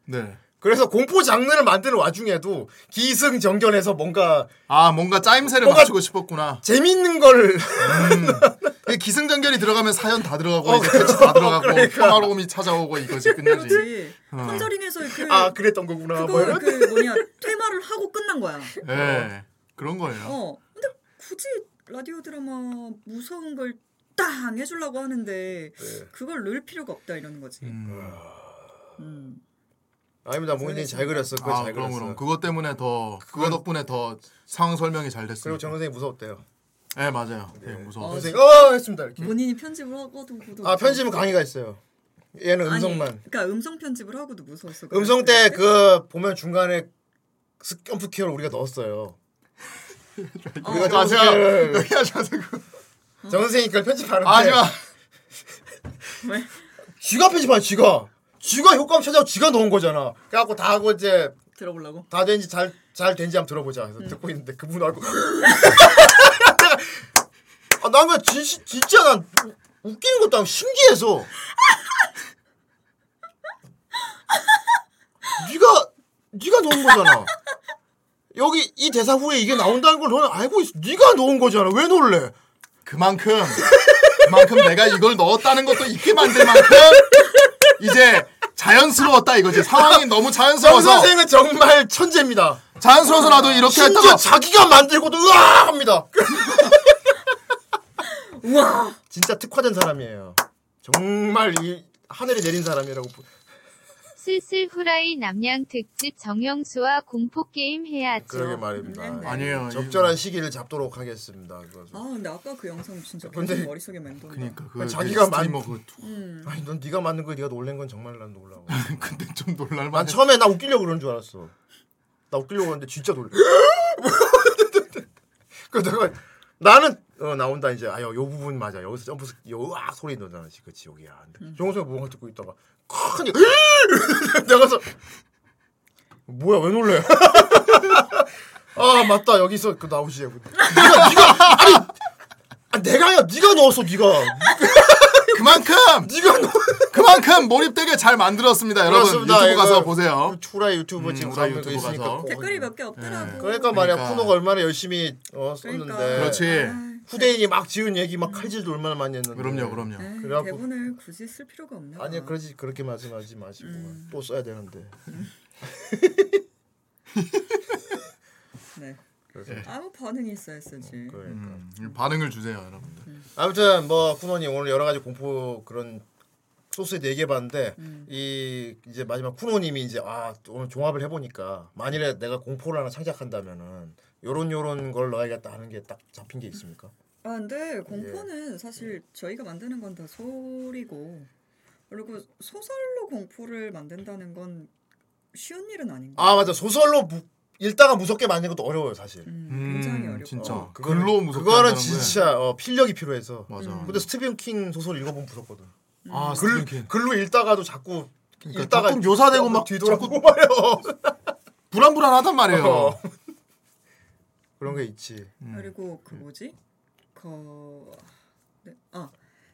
Speaker 2: 네.
Speaker 1: 그래서 공포 장르를 만드는 와중에도 기승전결해서 뭔가
Speaker 2: 아 뭔가 짜임새를
Speaker 1: 뭔가
Speaker 2: 맞추고 싶었구나.
Speaker 1: 재밌는 걸
Speaker 2: 이 예, 기승전결이 들어가면 사연 다 들어가고 이제 패치 다
Speaker 3: [laughs]
Speaker 2: 들어가고 평화로움이 찾아오고 이거지 끝나지.
Speaker 3: 그러니까. 그렇지.
Speaker 2: 어.
Speaker 3: 컨저링에서 그
Speaker 1: 아 그랬던 거구나. 뭐
Speaker 3: 그거
Speaker 1: 이런.
Speaker 3: 그 뭐냐 퇴마를 하고 끝난 거야.
Speaker 2: 예.
Speaker 1: 네.
Speaker 2: 그런 거예요.
Speaker 3: 어. 근데 굳이 라디오 드라마 무서운 걸 딱 해주려고 하는데
Speaker 1: 네.
Speaker 3: 그걸 넣을 필요가 없다 이러는 거지.
Speaker 1: 아.
Speaker 3: 음.
Speaker 1: 아닙니다. 몽이님 잘 그렸어. 그거
Speaker 2: 아,
Speaker 1: 잘
Speaker 2: 그럼,
Speaker 1: 그렸어.
Speaker 2: 그럼. 그것 때문에 더 그거 덕분에 더 상황 설명이 잘 됐어요.
Speaker 1: 그리고 정 선생님 무서웠대요. 네.
Speaker 2: 예, 맞아요. 되게 무서워.
Speaker 1: 선생님 어 했습니다 어, 이렇게.
Speaker 3: 본인이 편집을 하고도
Speaker 1: 아 편집은 강의가 있어요. 얘는 음성만.
Speaker 3: 그러니까 음성 편집을 하고도 무서웠어.
Speaker 1: 음성 때 그 보면 중간에 스캠프 키어를 우리가 넣었어요. 우리가
Speaker 2: 여기 하지 마세요. 여기 하지
Speaker 1: 마세요. 정 선생님 그걸 편집하는데.
Speaker 2: 하지 마.
Speaker 3: [laughs] 왜?
Speaker 1: 아, 쥐가 편집한 쥐가. 쥐가 효과음 찾아고 쥐가 넣은 거잖아. 그래갖고 다 하고 이제
Speaker 3: 들어보려고. 음.
Speaker 1: 다 된지 잘 잘 된지 한번 들어보자. 그래서 듣고 있는데 그분 알고. [laughs] 아, 나는 진짜 진짜 난 우- 웃기는 것도 아니고 신기해서. 네가 네가 넣은 거잖아. 여기 이 대사 후에 이게 나온다는 걸 너는 알고 있어. 네가 넣은 거잖아. 왜 놀래?
Speaker 2: 그만큼 그만큼 내가 이걸 넣었다는 것도 잊게 만들 만큼 이제 자연스러웠다 이거지 상황이 너무 자연스러워서
Speaker 1: 정 선생은 정말 천재입니다.
Speaker 2: 자연스러워서 나도 이렇게
Speaker 1: 심지어
Speaker 2: 했다가
Speaker 1: 자기가 만들고도 으아 합니다.
Speaker 3: 우와.
Speaker 1: 진짜 특화된 사람이에요. 정말 이 하늘에 내린 사람이라고 보-
Speaker 5: 슬슬 후라이 남양 특집 정영수와 공포 게임 해야죠. 네.
Speaker 1: 그러게 말입니다. 예,
Speaker 2: 아니에요.
Speaker 1: 적절한 시기를 잡도록 하겠습니다. 그것은.
Speaker 3: 아 근데 아까 그 영상 진짜
Speaker 1: 근데-
Speaker 3: 계속 머릿속에 맴돈다.
Speaker 2: 그러니까
Speaker 1: 그러니까
Speaker 2: 그
Speaker 1: 자기가 만
Speaker 2: 스트리머 그
Speaker 3: 음.
Speaker 1: 아니 넌 네가 만든 거에 네가 놀란 건 정말 난 놀라워.
Speaker 2: [laughs] 근데 좀 놀랄만.
Speaker 1: 난 처음에 나 웃기려고 그런 줄 알았어. 나 웃기려고 그러는데 진짜 놀래. [laughs] 그 내가 나는 어 나온다 이제 아요 요 부분 맞아 여기서 점프 스- 요 으악 소리 넣잖아 그치 여기야 근데 정우성이 뭔가 듣고 있다가 큰 이렇게 [laughs] 내가 가서 뭐야 왜 놀래 [laughs] 아 맞다 여기서 그 나오시에 네가 네가 아니 아, 내가야 네가 넣었어 네가
Speaker 2: [laughs] 그만큼
Speaker 1: 네가 넣-
Speaker 2: 그만큼 몰입되게 잘 만들었습니다 여러분
Speaker 1: 그렇습니다.
Speaker 2: 유튜브 가서
Speaker 1: 이거
Speaker 2: 보세요
Speaker 1: 후라이 유튜브
Speaker 2: 음,
Speaker 1: 지금
Speaker 2: 후라이
Speaker 1: 가면
Speaker 2: 유튜브
Speaker 1: 있으니까
Speaker 2: 가서.
Speaker 1: 꼭
Speaker 3: 댓글이 몇 개 없더라고.
Speaker 1: 그러니까 말이야
Speaker 2: 그러니까.
Speaker 1: 쿠노가 얼마나 열심히 어, 썼는데
Speaker 3: 그러니까. 음. 그렇지.
Speaker 1: 후대인이 막 지은 얘기 막 칼질도 얼마나 많이 했는데
Speaker 2: 그럼요, 그럼요.
Speaker 3: 에이,
Speaker 1: 그래갖고
Speaker 3: 대본을 굳이 쓸 필요가 없나? 봐.
Speaker 1: 아니 그러지 그렇게 말씀하지 마시고
Speaker 3: 음.
Speaker 1: 또 써야 되는데
Speaker 3: 네.
Speaker 1: [laughs] 그래서.
Speaker 3: 아무 반응이 있어야지.
Speaker 1: 그러니까.
Speaker 2: 음, 반응을 주세요 여러분들
Speaker 1: 아무튼 뭐 쿠노님 오늘 여러 가지 공포 그런 소스에 대해 얘기해봤는데 이 이제 마지막 쿠노님이 이제 아 오늘 종합을 해보니까 만일에 내가 공포를 하나 창작한다면은 요런 요런 걸 넣어야겠다 하는 게 딱 잡힌 게 있습니까?
Speaker 3: 아 근데
Speaker 1: 예.
Speaker 3: 공포는 사실 저희가 만드는 건 다 소리고 그리고 소설로 공포를 만든다는 건 쉬운 일은 아닌 거.
Speaker 1: 아 맞아 소설로 무, 읽다가 무섭게 만드는 것도 어려워요 사실.
Speaker 3: 음, 굉장히 어렵고.
Speaker 2: 음, 진짜
Speaker 1: 어, 그거는-
Speaker 2: 글로 무섭게
Speaker 1: 그거는
Speaker 2: 한다는 거예요.
Speaker 1: 진짜 어, 필력이 필요해서. 음.
Speaker 2: 맞아.
Speaker 1: 근데 스티븐 킹 소설 읽어보면 무섭거든.
Speaker 3: 음.
Speaker 2: 아,
Speaker 1: 글,
Speaker 2: 스티븐 킹.
Speaker 1: 글로 읽다가도 자꾸
Speaker 2: 그러니까
Speaker 1: 읽다가
Speaker 2: 조금 묘사되고 막
Speaker 1: 뒤돌아보고 말이요.
Speaker 2: 불안불안하단
Speaker 1: [laughs]
Speaker 2: 말이에요 음.
Speaker 1: 어. 그런 게 있지.
Speaker 3: 그리고
Speaker 1: 음.
Speaker 3: 그 뭐지? 그 네. 아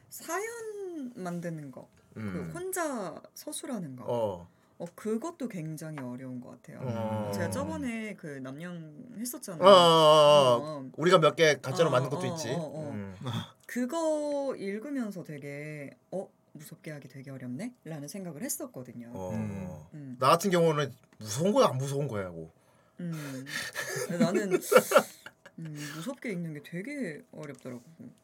Speaker 3: 사연 만드는 거.
Speaker 1: 음.
Speaker 3: 그 혼자 서술하는 거.
Speaker 1: 어.
Speaker 3: 어, 그것도 굉장히 어려운 것 같아요.
Speaker 1: 어.
Speaker 3: 제가 저번에 그 남양 했었잖아요.
Speaker 1: 어, 어, 어,
Speaker 3: 어.
Speaker 1: 어. 우리가 몇 개 가짜로
Speaker 3: 어,
Speaker 1: 만든 것도
Speaker 3: 어,
Speaker 1: 있지.
Speaker 3: 어, 어.
Speaker 1: 음.
Speaker 2: [laughs]
Speaker 3: 그거 읽으면서 되게 어 무섭게 하기 되게 어렵네 라는 생각을 했었거든요.
Speaker 1: 어.
Speaker 3: 음.
Speaker 1: 나 같은 경우는 무서운 거야 안 무서운 거야고.
Speaker 3: 음. 근데 나는 음, 무섭게 읽는 게 되게 어렵더라고.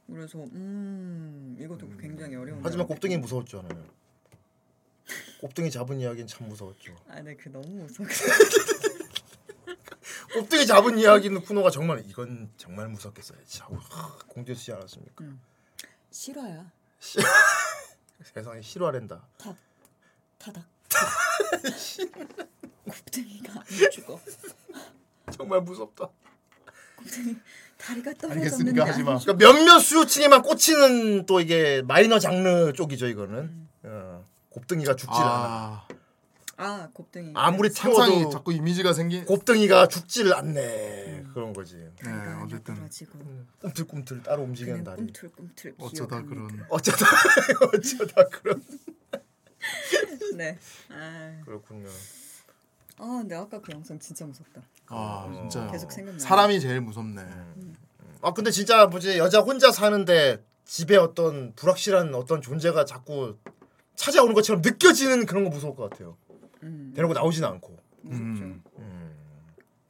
Speaker 3: 그래서 음 이것도 굉장히 어려운.
Speaker 1: 하지만
Speaker 3: 내용인데.
Speaker 1: 곱등이 무서웠잖아요. 곱등이 잡은 이야기는 참 무서웠죠.
Speaker 3: 아, 네, 그 너무
Speaker 1: [laughs]
Speaker 3: 무서워.
Speaker 1: 곱등이 잡은
Speaker 3: [laughs]
Speaker 1: 이야기는 쿠노가 정말 이건 정말 무섭겠어야지 하고 공주 쓰지 않았습니까?
Speaker 3: 음. 실화야.
Speaker 1: 세상에 실화랜다.
Speaker 3: 탑
Speaker 1: [laughs]
Speaker 3: 타닥. 곱등이가 안 죽어.
Speaker 1: 정말 무섭다.
Speaker 3: 곱등이 다리가 떨어졌는데.
Speaker 2: 알겠으니까 하지 마.
Speaker 1: 그러니까 몇몇 수요층에만 꽂히는 또 이게 마이너 장르 쪽이죠
Speaker 3: 음.
Speaker 1: 이거는. 어, 곱등이가 죽질
Speaker 2: 아,
Speaker 3: 아 곱등이.
Speaker 1: 않아. 아무리
Speaker 2: 상상이
Speaker 1: 태워도
Speaker 2: 자꾸 이미지가 생기
Speaker 1: 곱등이가 죽질 않네
Speaker 3: 음.
Speaker 1: 그런 거지. 음,
Speaker 2: 네 어쨌든
Speaker 1: 꿈틀꿈틀 따로 움직이는
Speaker 3: 그냥
Speaker 1: 다리.
Speaker 3: 꿈틀꿈틀
Speaker 2: 어쩌다 그런
Speaker 1: 어쩌다 어쩌다 그런.
Speaker 3: 네. 아,
Speaker 1: 그렇군요.
Speaker 3: 아 근데 아까 그 영상 진짜 무섭다.
Speaker 2: 아 진짜
Speaker 3: 계속 생각나요.
Speaker 2: 사람이 제일 무섭네
Speaker 1: 아 근데 진짜 뭐지 여자 혼자 사는데 집에 어떤 불확실한 어떤 존재가 자꾸 찾아오는 것처럼 느껴지는 그런 거 무서울 것 같아요.
Speaker 3: 음.
Speaker 1: 데리고 나오진 않고.
Speaker 2: 음.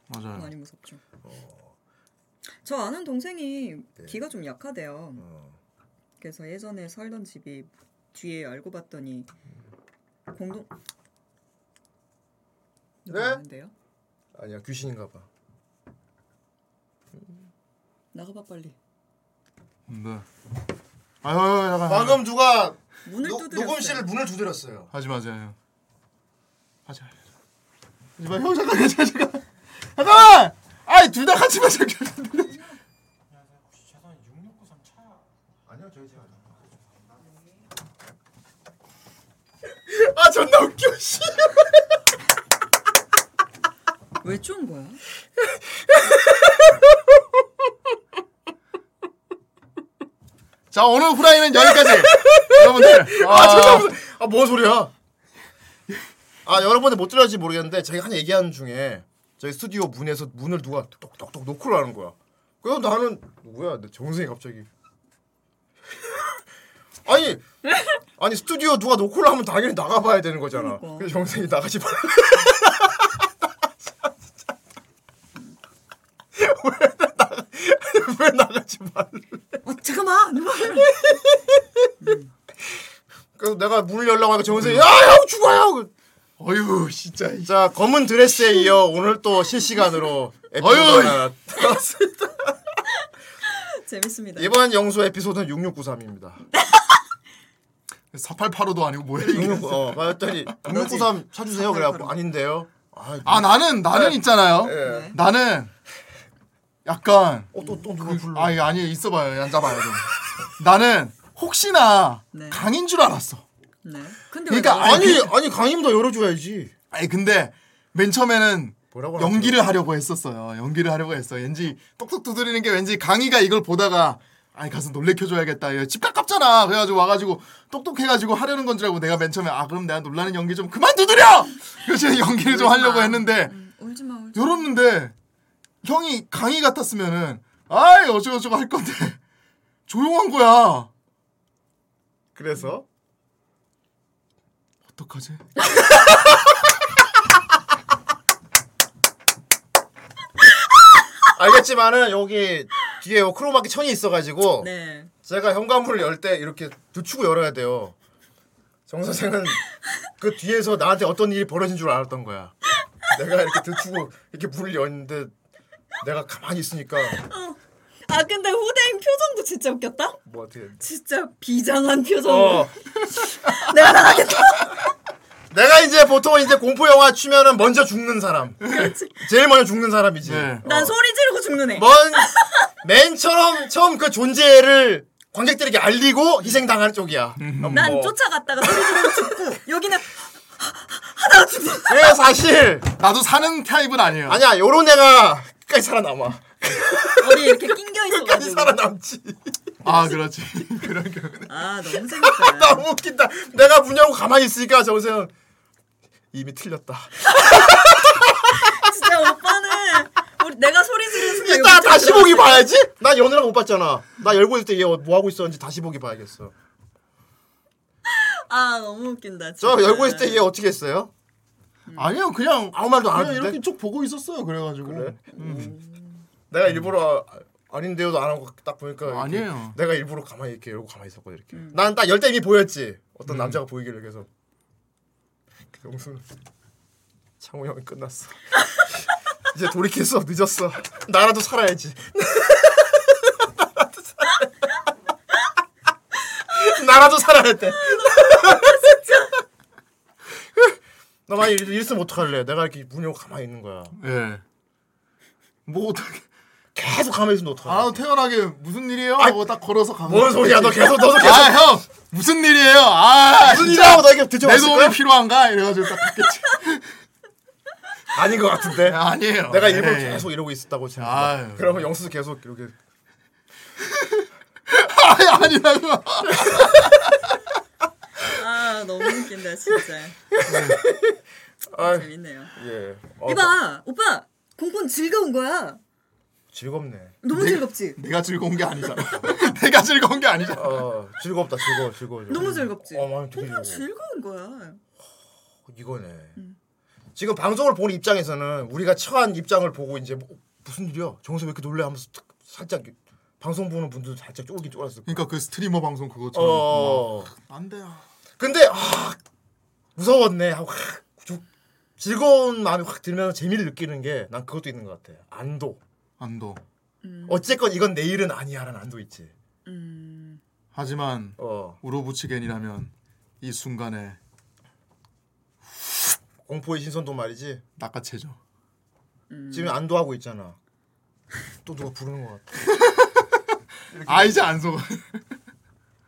Speaker 2: 맞아요
Speaker 3: 많이 무섭죠. 저 아는 동생이
Speaker 1: 네.
Speaker 3: 귀가 좀 약하대요.
Speaker 1: 어.
Speaker 3: 그래서 예전에 살던 집이 뒤에 알고 봤더니 공동 누가
Speaker 1: 네?
Speaker 3: 왔는데요?
Speaker 1: 아니야 귀신인가 봐.
Speaker 3: 나가봐 빨리.
Speaker 2: 네 아유 잠깐
Speaker 1: 방금 누가
Speaker 3: 문을
Speaker 11: 노-
Speaker 3: 두드렸어요.
Speaker 11: 녹음실을 문을 두드렸어요.
Speaker 2: 하지 마세요. 하지 마요.
Speaker 1: [laughs]
Speaker 2: 하지 마. 형 잠깐 잠깐 잠깐. 잠깐만. 아이 둘 다 같이 마셔.
Speaker 11: 아니요 저희 집 아니요.
Speaker 2: 아 존나 웃겨 씨.
Speaker 3: 왜 쫀 거야? [laughs]
Speaker 2: 자 오늘
Speaker 1: [laughs]
Speaker 2: 후라이는 여기까지. 여러분들.
Speaker 1: 아, 죄송합니다. 아, 뭔 소리야? 아, 여러분들 못 들었지 모르겠는데 제가 한 얘기하는 중에 저희 스튜디오 문에서 문을 누가 똑똑똑 노크를 하는 거야. 그래서 나는 누구야? 내 정승이 갑자기. [laughs] 아니, 아니 스튜디오 누가 노크를 하면 당연히 나가봐야 되는 거잖아. 근데 정승이 나가지 말라. [laughs] 왜 나가지 말래?
Speaker 3: 어, 잠깐만.
Speaker 1: 그래서 내가 문을 열려고 하니까 정선생이 야형 죽어요.
Speaker 2: 어휴 진짜.
Speaker 1: 자 검은 드레스에 이어 오늘 또 실시간으로
Speaker 2: 어휴.
Speaker 1: 에피소드 하나 나왔습니다.
Speaker 3: 재밌습니다.
Speaker 1: 이번 영수 에피소드는 6693입니다.
Speaker 2: 4885도 아니고 뭐야?
Speaker 1: 66, 어, 맞더니 6693 찾으세요. 그래갖고 아닌데요. 네.
Speaker 2: 아 나는 나는 있잖아요.
Speaker 3: 네.
Speaker 2: 나는 약간
Speaker 1: 어,
Speaker 2: 그-
Speaker 1: 또또 누가 불러?
Speaker 2: 아니 아니 있어봐요 앉아봐요 좀. 나는 혹시나 강인 줄 알았어.
Speaker 3: 네.
Speaker 2: 그러니까
Speaker 1: 아니 아니 강인보다 열어줘야지.
Speaker 2: 아니 근데 맨 처음에는 연기를 하려고 했었어요. 연기를 하려고 했어. 왠지 똑똑 두드리는 게 왠지 강희가 이걸 보다가 아니 가서 놀래켜줘야겠다. 이거 집 가깝잖아. 그래가지고 와가지고 똑똑해가지고 하려는 건 줄 알고 내가 맨 처음에 아 그럼 내가 놀라는 연기 좀 그만 두드려. 그래서 [laughs] 연기를 좀 하려고 했는데
Speaker 7: 음.
Speaker 3: 음, 울지 마. 울지
Speaker 2: 열었는데 형이 강의 같았으면은 아이 어쩌고저쩌고 할 건데 [laughs] 조용한 거야.
Speaker 1: 그래서
Speaker 2: 어떡하지?
Speaker 1: [laughs] 알겠지만은 여기 뒤에 요 크로마키 천이 있어가지고
Speaker 3: 네.
Speaker 1: 제가 현관문을 열 때 이렇게 늦추고 열어야 돼요. 정 선생은 그 뒤에서 나한테 어떤 일이 벌어진 줄 알았던 거야. 내가 이렇게 늦추고 이렇게 문을 열는데 내가 가만히 있으니까
Speaker 3: 어. 아 근데 후대인 표정도 진짜 웃겼다.
Speaker 1: 뭐 어떻게
Speaker 3: 진짜 비장한 표정.
Speaker 1: 어.
Speaker 3: [laughs] 내가 나가겠다.
Speaker 1: [laughs] 내가 이제 보통 이제 공포 영화 치면은 먼저 죽는 사람. 제일 먼저 죽는 사람이지.
Speaker 3: 난
Speaker 1: 어.
Speaker 3: 소리 지르고 죽는 애.
Speaker 1: 먼맨 처음 처음 그 존재를 관객들에게 알리고 희생당하는 쪽이야.
Speaker 3: 난
Speaker 1: 뭐.
Speaker 3: 쫓아갔다가 소리 지르고 죽고 여기는 [laughs] 하다가 죽는.
Speaker 1: 예, 사실
Speaker 2: 나도 사는 타입은 아니에요.
Speaker 1: 아니야, 요런 애가 끝까지 살아남아.
Speaker 3: 어디 이렇게 낑겨 있어.
Speaker 1: 끝까지 살아남지.
Speaker 2: 아, 그렇지.
Speaker 3: 아, 너무 재
Speaker 1: [laughs] 너무 웃긴다. 내가 문 열고 가만히 있으니까 정세현 이미 틀렸다.
Speaker 3: 진짜 오빠는 우리 내가 소리 지르는 순간
Speaker 1: 이따
Speaker 3: 여기
Speaker 1: 다시
Speaker 3: 들어갔어.
Speaker 1: 보기 봐야지. 나 연애랑 못 봤잖아. 나 열고 있을 때 얘 뭐 하고 있었는지 다시 보기 봐야겠어.
Speaker 3: 아 너무 웃긴다.
Speaker 1: 저
Speaker 3: 진짜.
Speaker 1: 열고 있을 때 얘 어떻게 했어요?
Speaker 2: 네. 음. 아니요, 그냥
Speaker 1: 아무 말도 안
Speaker 2: 그냥
Speaker 1: 하던데.
Speaker 2: 이렇게 쭉 보고 있었어요. 그래가지고.
Speaker 1: 음. 내가 일부러 아, 닌데요도안 하고 딱 보니까 이렇게
Speaker 2: 아니에요.
Speaker 1: 내가 일부러 가만히 이렇게 이러고 가만히 있었고 이렇게. 난 딱 열때 이미 보였지. 어떤
Speaker 2: 음.
Speaker 1: 남자가 보이길래 그래서 영수 창호 형이
Speaker 2: [laughs]
Speaker 1: 끝났어. 이제 돌이킬 수 없, 늦었어. 나라도 살아야지. 나라도 살아야 돼.
Speaker 3: 진짜.
Speaker 1: 나 만약 이랬으면 어떡할래? 내가 이렇게 문 열고 가만히 있는 거야.
Speaker 2: 예. 뭐 어떻게
Speaker 1: 계속 가만히 있으면 어떡해?
Speaker 2: 아, 태연하게 무슨 일이에요? 하고 딱 걸어서 가면.
Speaker 1: 뭔 소리야, 너 계속, 너도 계속.
Speaker 2: 아, 형! 무슨 일이에요? 아,
Speaker 1: 무슨
Speaker 2: 진짜
Speaker 1: 일이라고 너에게
Speaker 2: 내
Speaker 1: 들춰봤을 거야?
Speaker 2: 도움이 필요한가? 이래가지고 딱 갔겠지.
Speaker 1: 아닌 것 같은데.
Speaker 2: 아니에요.
Speaker 1: 네. 내가 일부러
Speaker 2: 예, 예.
Speaker 1: 계속 이러고 있었다고 생각.
Speaker 2: 아유. 예.
Speaker 1: 그러면 영수도 계속 이렇게.
Speaker 2: 아니 아니라고.
Speaker 3: 아 너무 웃긴다 진짜.
Speaker 2: 아,
Speaker 3: 재밌네요.
Speaker 1: 예.
Speaker 3: 이봐 오빠 공포는 즐거운 거야.
Speaker 1: 즐겁네.
Speaker 3: 너무 즐겁지.
Speaker 2: 내가 즐거운 게 아니잖아. [laughs] 내가 즐거운 게 아니잖아.
Speaker 1: 어, 즐겁다, 즐거워, 즐거워.
Speaker 3: 너무 즐겁지.
Speaker 1: 어, 마음 되게
Speaker 3: 공포는
Speaker 1: 즐거워.
Speaker 3: 즐거운 거야.
Speaker 1: 이거네. 지금 방송을 보는 입장에서는 우리가 처한 입장을 보고 이제 뭐, 무슨 일이야? 정수 왜 이렇게 놀래? 하면서 탁, 살짝 방송 보는 분들도 살짝 쫄긴 쫄았을 거야.
Speaker 2: 그러니까 그 스트리머 방송 그거처럼.
Speaker 1: 어.
Speaker 2: 뭐 안 돼요.
Speaker 1: 근데 아 무서웠네 하고 확 좀 즐거운 마음이 확 들면서 재미를 느끼는 게 난 그것도 있는 것 같아. 안도.
Speaker 2: 안도. 음.
Speaker 1: 어쨌건 이건 내일은 아니야라는 안도 있지.
Speaker 2: 하지만 우로부치겐이라면 이 순간에
Speaker 1: 공포의 신선도 말이지.
Speaker 2: 낚아채죠. 음.
Speaker 1: 지금 안도하고 어, 있잖아. 또 누가 부르는 것 같아. 이렇게
Speaker 2: 아 이제 안 속아.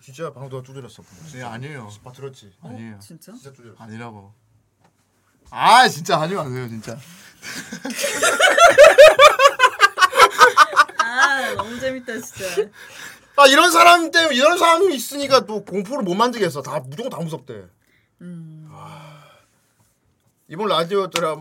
Speaker 1: 진짜 방도가 두드렸어.
Speaker 2: 네 아니에요. 어,
Speaker 1: 아 들었지.
Speaker 2: 아니에요.
Speaker 3: 진짜?
Speaker 1: 진짜 두드렸어.
Speaker 2: 아니라고. 아 진짜 하지 마세요 진짜.
Speaker 3: 아 너무 재밌다 진짜.
Speaker 1: 아 이런 사람 때문에 이런 사람이 있으니까 또 공포를 못 만들겠어. 다 무조건 다 무섭대. 아, 이번 라디오 드라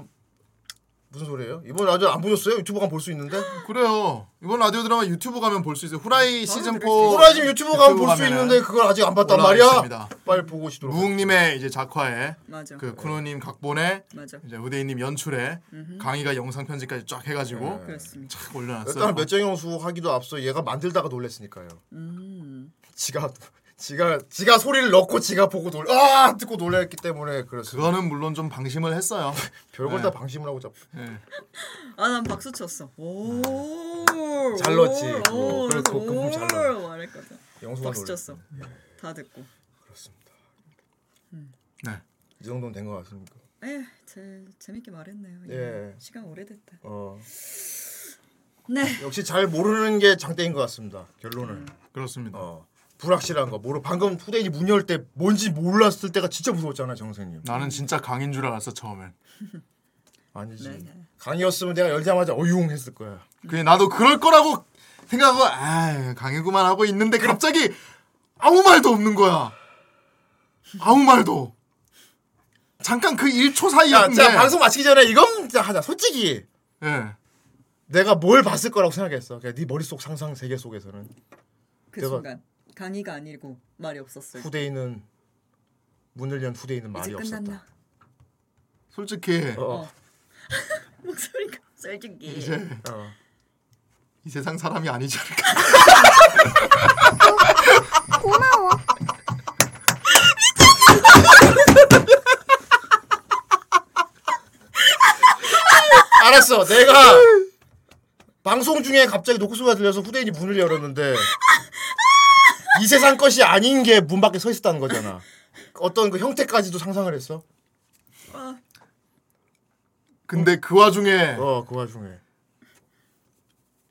Speaker 1: 무슨 소리예요? 이번 라디오 안 보셨어요? 유튜브 가면 볼 수 있는데?
Speaker 2: 그래요. 이번 라디오 드라마 유튜브 가면 볼 수 있어요. 후라이 시즌 4.
Speaker 1: 후라이 지금 유튜브 가면 볼 수 있는데 그걸 아직 안 봤단 말이야?
Speaker 2: 빨리 보고 오시도록. 무웅님의 이제 작화에
Speaker 3: 맞아.
Speaker 1: 네.
Speaker 2: 그 쿠노님 각본에
Speaker 3: 맞아.
Speaker 2: 이제 우대인님 연출에 강의가 영상 편집까지 쫙 해가지고
Speaker 3: 그렇습니다.
Speaker 2: 쫙 올려놨어요.
Speaker 1: 네. 일단 몇정형수 하기도 앞서 얘가 만들다가 놀랬으니까요.
Speaker 3: 음. [laughs]
Speaker 1: 지가 지가 지가 소리를 넣고 지가 보고 놀 아! 듣고 놀랬기 때문에 그래서
Speaker 2: 그거는 물론 좀 방심을 했어요. 네.
Speaker 1: 별걸 다 방심을 하고 잡.
Speaker 3: 아난 박수 쳤어. 오.
Speaker 1: 잘 넣었지.
Speaker 3: 오,
Speaker 1: 어, 그래서 금품 잘 넣어.
Speaker 3: 오, 말했거든.
Speaker 1: 영수가
Speaker 3: 박수
Speaker 1: 놀래.
Speaker 3: 쳤어. 다 듣고.
Speaker 2: 네.
Speaker 1: 이 정도는 된 것 같습니까?
Speaker 3: 에, 예, 제 재밌게 말했네요.
Speaker 2: 아,
Speaker 1: 예.
Speaker 3: 예. 시간 오래됐다.
Speaker 1: 어.
Speaker 3: 네.
Speaker 1: 역시 잘 모르는 게 장땡인 것 같습니다. 결론은.
Speaker 2: 음, 그렇습니다.
Speaker 1: 불확실한 거 모르. 방금 후대인이 문 열 때 뭔지 몰랐을 때가 진짜 무서웠잖아, 정 선생님.
Speaker 2: 나는 진짜 강인 줄 알았어 처음엔. 네.
Speaker 1: 아니지. 강이었으면 내가 열자마자 어용 했을 거야.
Speaker 2: 그래 나도 그럴 거라고 생각하고 아 강의구만 하고 있는데 갑자기 아무 말도 없는 거야. 아무 말도. 잠깐 그 1초
Speaker 1: 야,
Speaker 2: 사이였는데.
Speaker 1: 자 방송 마치기 전에 이건 진짜 하자. 솔직히.
Speaker 2: 예.
Speaker 1: 내가 뭘 봤을 거라고 생각했어. 그냥 네 머릿속 상상 세계 속에서는
Speaker 3: 그
Speaker 1: 내가-
Speaker 3: 순간 강의가 아니고 말이 없었어요.
Speaker 1: 후대인은 문을 연 후대인은 말이
Speaker 3: 이제
Speaker 1: 없었다.
Speaker 3: 끝났나?
Speaker 2: 솔직히
Speaker 1: 어.
Speaker 3: 목소리가
Speaker 1: 예.
Speaker 3: 솔직히.
Speaker 2: 이제
Speaker 1: 어.
Speaker 2: 이 세상 사람이 아니지 않을까.
Speaker 1: [laughs]
Speaker 2: [laughs]
Speaker 8: 고마워.
Speaker 1: [laughs] 알았어. 내가 방송 중에 갑자기 녹소가 들려서 후대인이 문을 열었는데 이 세상 것이 아닌 게 문 밖에 서 있었다는 거잖아. 어떤 그 형태까지도 상상을 했어.
Speaker 3: 아,
Speaker 2: 근데 그 와중에
Speaker 1: 어 그 와중에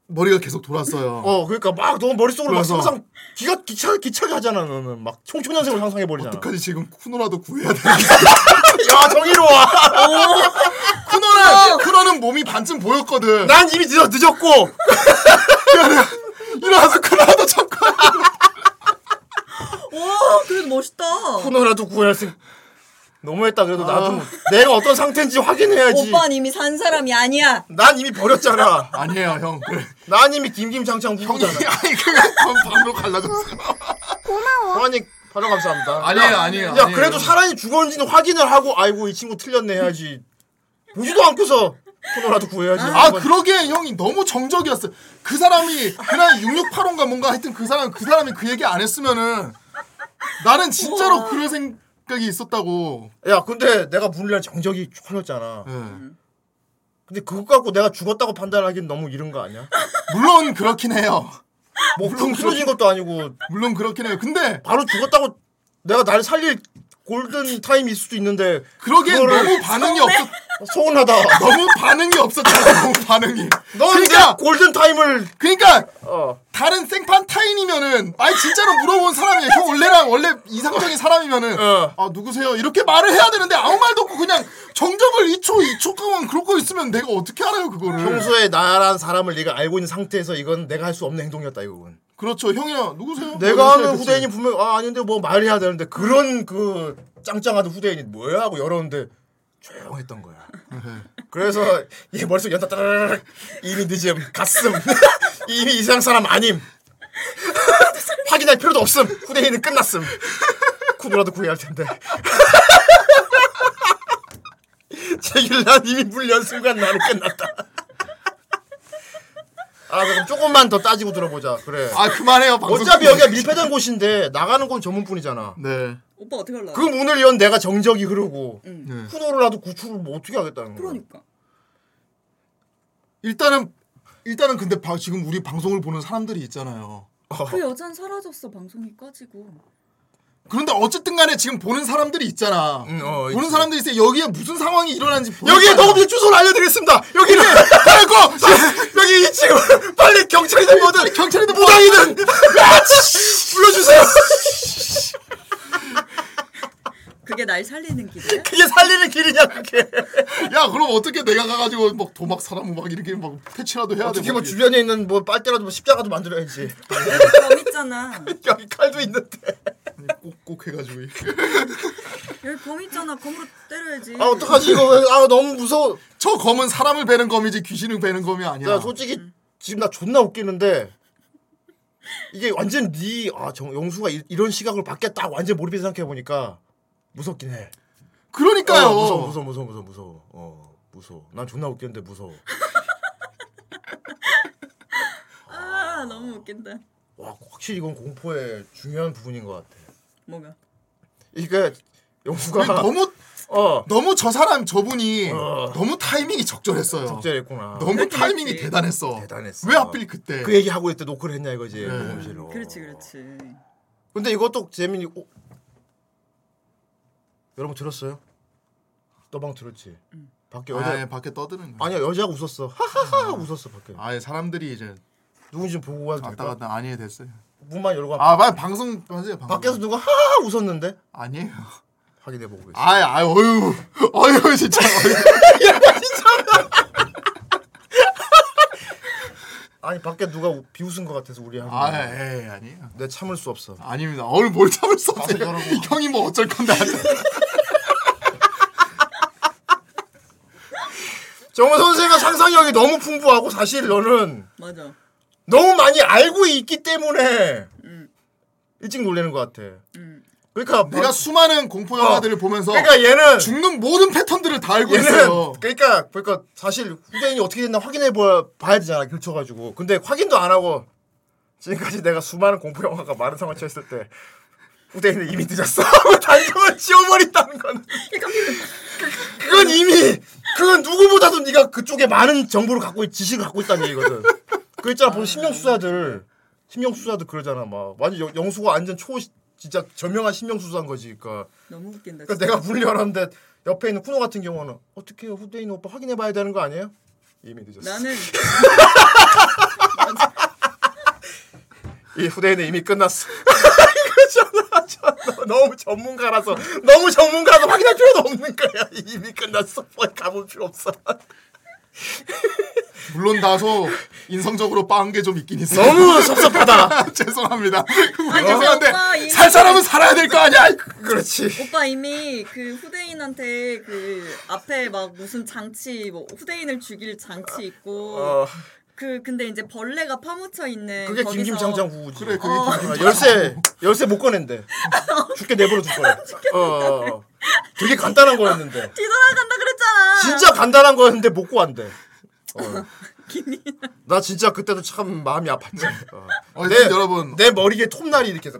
Speaker 2: 머리가 계속 돌았어요.
Speaker 1: 어 그러니까 막 너무 머릿속으로 막
Speaker 2: 그래서-
Speaker 1: 상상 기가 기차 기차게 하잖아 너는 막 청초년생으로 상상해 버리잖아.
Speaker 2: 어떡하지 지금 쿠노라도 구해야 돼.
Speaker 1: [laughs] 야 정의로워.
Speaker 2: [laughs] 쿠노는 쿠노는 몸이 반쯤 보였거든.
Speaker 1: 어. 난 이미 늦었 늦었고
Speaker 2: 일어나서 쿠노라도 잡고.
Speaker 3: 와 그래도 멋있다. 아.
Speaker 1: 코너라도 구할 수. 너무했다 그래도 나도 내가 어떤 상태인지 확인해야지.
Speaker 3: 오빠는 이미 산 사람이 아니야.
Speaker 1: 난 이미 버렸잖아.
Speaker 2: 아니에요 형.
Speaker 1: 난 이미 김김장장 후보잖아.
Speaker 2: 아니 그냥 바로 갈라졌어.
Speaker 1: 고마워. 아니 바로 감사합니다.
Speaker 2: 아니에요,
Speaker 1: 야,
Speaker 2: 아니에요,
Speaker 1: 야
Speaker 2: 아니에요.
Speaker 1: 그래도 사람이 죽었는지는 확인을 하고 아이고 이 친구 틀렸네 해야지. 보지도 않고서 코너라도 구해야지.
Speaker 2: 아 그러게 형이 너무 정적이었어. 그 사람이 그날 668호인가 뭔가 하여튼 그 사람 그 사람이 그 얘기 안 했으면은 나는 진짜로 그럴 생각이 있었다고. 예.
Speaker 1: 야 근데 내가 문리랑 정적이 헐렸잖아. 근데 그것 갖고 내가 죽었다고 판단하기엔 너무 이른 거 아니야?
Speaker 2: 물론 그렇긴 해요.
Speaker 1: 목숨 쓰러진 것도 아니고
Speaker 2: 물론 그렇긴 해요. 근데
Speaker 1: 바로 죽었다고 내가 나를 살릴 골든 타임이 있을 수도 있는데
Speaker 2: 그러게
Speaker 1: 그거를-
Speaker 2: 너무 반응이 없었.
Speaker 1: 서운하다.
Speaker 2: 너무 반응이 [laughs] 없었잖아. 너무 반응이.
Speaker 1: 너
Speaker 2: 그러니까
Speaker 1: 골든 타임을
Speaker 2: 그러니까
Speaker 1: 어.
Speaker 2: 다른 생판 타인이면은 아니 진짜로 물어본 사람이에요. 형 원래랑 원래 이상적인 사람이면은
Speaker 1: 어.
Speaker 2: 아 누구세요? 이렇게 말을 해야 되는데 아무 말도 없고 그냥 정적을 2초 2초 동안 그러고 있으면 내가 어떻게 알아요 그거를?
Speaker 1: 평소에 나란 사람을 네가 알고 있는 상태에서 이건 내가 할 수 없는 행동이었다 이건.
Speaker 2: 그렇죠 형이야 누구세요?
Speaker 1: 내가 하는
Speaker 2: 음. 그치?
Speaker 1: 후대인이 분명 히아 아닌데 뭐 말해야 되는데 그런 그 짱짱하던 후대인이 뭐야 하고 열었는데 조용했던 거야. 그래서 얘 머릿속 연다 따르르 이미 늦음 갔음 [laughs] 이미 이상 사람 아님 [laughs] 확인할 필요도 없음 후대인은 끝났음 쿠노라도 구해야 할 텐데 [laughs] 제길 난 이미 물련 순간 나는 끝났다. 아 그럼 조금만 더 따지고 들어보자. 그래.
Speaker 2: 아 그만해요 방송.
Speaker 1: 어차피 여기가 밀폐된 곳인데 나가는 건 저문뿐이잖아.
Speaker 2: 네.
Speaker 3: 오빠 어떻게 할래?
Speaker 1: 그 문을 연 내가 정적이 흐르고
Speaker 2: 네.
Speaker 1: 쿠노를라도 구출을 뭐 어떻게 하겠다는 거야.
Speaker 3: 그러니까.
Speaker 2: 일단은 일단은 근데 바- 지금 우리 방송을 보는 사람들이 있잖아요.
Speaker 1: 어.
Speaker 3: 그 여자는 사라졌어 방송이
Speaker 1: [laughs]
Speaker 3: 꺼지고.
Speaker 2: 그런데 어쨌든 간에 지금 보는 사람들이 있잖아. 보는
Speaker 1: 음, 있지.
Speaker 2: 사람들이 있어 여기에 무슨 상황이 일어난지 보는
Speaker 1: 여기에
Speaker 2: 거야.
Speaker 1: 녹음실 주소를 네, 알려드리겠습니다. [laughs] 여기는 그리고 여기 이 지금 빨리 경찰이든 뭐든 경찰이든 무당이든 불러주세요.
Speaker 3: 그게 날 살리는 길이야?
Speaker 2: 그게 살리는 길이냐 그게 [laughs] 야 그럼 어떻게 내가 가가지고 막 도막 사람 막 이렇게 막 패치라도 해야 돼
Speaker 1: 어떻게 뭐
Speaker 2: 거기.
Speaker 1: 주변에 있는 뭐 빨대라도 뭐 십자가도 만들어야지.
Speaker 3: 검 있잖아.
Speaker 1: 여기 칼도 있는데.
Speaker 2: 꼭꼭 해가지고.
Speaker 3: 여기 검 있잖아. 검으로 때려야지.
Speaker 2: 아 어떡하지 이거 왜- 아 너무 무서워 저 검은 사람을 베는 검이지 귀신을 베는 검이 아니야
Speaker 1: 야, 솔직히 지금 나 존나 웃기는데 이게 완전 니아 영수가 이, 이런 시각을 받겠다 완전 몰입해 생각해 보니까 무섭긴 해.
Speaker 2: 그러니까요.
Speaker 1: 어, 무서워 무서워 무서워 무서워 무서워. 어 무서워. 난 존나 웃겼는데 무서워.
Speaker 3: 아 너무 웃긴다.
Speaker 1: 와 확실히 이건 공포의 중요한 부분인 것 같아.
Speaker 3: 뭐가?
Speaker 1: 이게 영수가
Speaker 2: 근데 너무
Speaker 1: 어
Speaker 2: 너무 저 사람 저분이 너무 타이밍이 적절했어요
Speaker 1: 적절했구나. 아.
Speaker 2: 너무 타이밍이 대단했어
Speaker 1: 대단했어.
Speaker 2: 왜 하필 그때
Speaker 1: 그 얘기 하고 있을 때 노크를 했냐 이거지
Speaker 2: 네.
Speaker 1: 녹음실로.
Speaker 3: 그렇지 그렇지.
Speaker 1: 근데 이것도 재민이 어? 여러분 들었어요? 너방 들었지? 밖에 여자
Speaker 2: 아, 예, 밖에 떠드는
Speaker 1: 아니야 그- 여자가 웃었어. 하하하 웃었어 밖에.
Speaker 2: 아예 사람들이 이제
Speaker 1: 누군지 보고 가도
Speaker 2: 왔다 갔다 아니에 됐어요
Speaker 1: 문만 열고
Speaker 2: 아 맞아 방송 맞아요 방송
Speaker 1: 밖에서 누가 하하 웃었는데?
Speaker 2: 아니에요.
Speaker 1: 확인해 보고 계세요.
Speaker 2: 아이 아이 어유 어유 진짜
Speaker 1: 아니 밖에 누가 우- 비웃은 것 같아서 우리 한.
Speaker 2: 아, 예, 예, 아니에요.
Speaker 1: 내 참을 수 없어.
Speaker 2: 아닙니다. 오늘 뭘 참을 수 없어요. 형이 뭐 어쩔 건데.
Speaker 1: [laughs] 정원 선생은 상상력이 너무 풍부하고 사실 너는
Speaker 3: 맞아.
Speaker 1: 너무 많이 알고 있기 때문에 일찍 놀래는 것 같아. 그러니까
Speaker 2: 내가 수많은 공포 영화들을 보면서
Speaker 1: 그러니까 얘는
Speaker 2: 죽는 모든 패턴들을 다 알고
Speaker 1: 얘는
Speaker 2: 있어요.
Speaker 1: 그러니까 그러니까 사실 후대인이 어떻게 됐나 확인해 봐- 봐야 되잖아 겹쳐가지고. 근데 확인도 안 하고 지금까지 내가 수많은 공포 영화가 마른 상을 처했을 때 후대인은 이미 늦었어. [laughs] 하고 단정을 지워버린다는 건 그건 이미 그건 누구보다도 네가 그쪽에 많은 정보를 갖고 있, 지식을 갖고 있다는 얘기거든. 그 있잖아 보면 심령수사들 심령수사들 그러잖아 막 완전 영- 영수가 완전 초 진짜 저명한 심령수사인 거지 그러니까.
Speaker 3: 너무 웃긴다.
Speaker 1: 그러니까 내가 문을 열었는데 옆에 있는 쿠노 같은 경우는 어떻게 후대인 오빠 확인해 봐야 되는 거 아니에요? [laughs] 이미 늦었어.
Speaker 3: 나는
Speaker 1: [laughs] 이 후대인은 이미 끝났어. [laughs] 이거잖아. 저 너무 전문가라서 너무 전문가라서 확인할 필요도 없는 거야. 이미 끝났어. 뭐 가볼 필요 없어.
Speaker 2: 물론 다소 인성적으로 빠은 게 좀 있긴 있어.
Speaker 1: 너무 섭섭하다.
Speaker 2: [laughs] 죄송합니다.
Speaker 3: 아니, 오빠
Speaker 2: 죄송한데
Speaker 3: 이-
Speaker 2: 살 사람은 살아야 될 거 아니야.
Speaker 1: 그렇지.
Speaker 3: 오빠 이미 그 후대인한테 그 앞에 막 무슨 장치 뭐 후대인을 죽일 장치 있고
Speaker 1: 어.
Speaker 3: 그 근데 이제 벌레가 파묻혀 있는
Speaker 1: 그게
Speaker 3: 거기서
Speaker 1: 김김장장 후우지.
Speaker 3: 그래, 그게 어. 김김장장
Speaker 1: 아, 열쇠 열쇠 못 꺼낸대. 죽게 내버려 둘
Speaker 3: [laughs]
Speaker 1: 거야. 어, 어. 되게 간단한 거였는데.
Speaker 3: [laughs] 뒤돌아간다 그랬잖아.
Speaker 1: 진짜 간단한 거였는데 못 구한대. 어. 나 진짜 그때도 참 마음이 아팠지. 어.
Speaker 2: [laughs] 어쨌든 여러분.
Speaker 1: 내 머리에 톱날이 이렇게 해서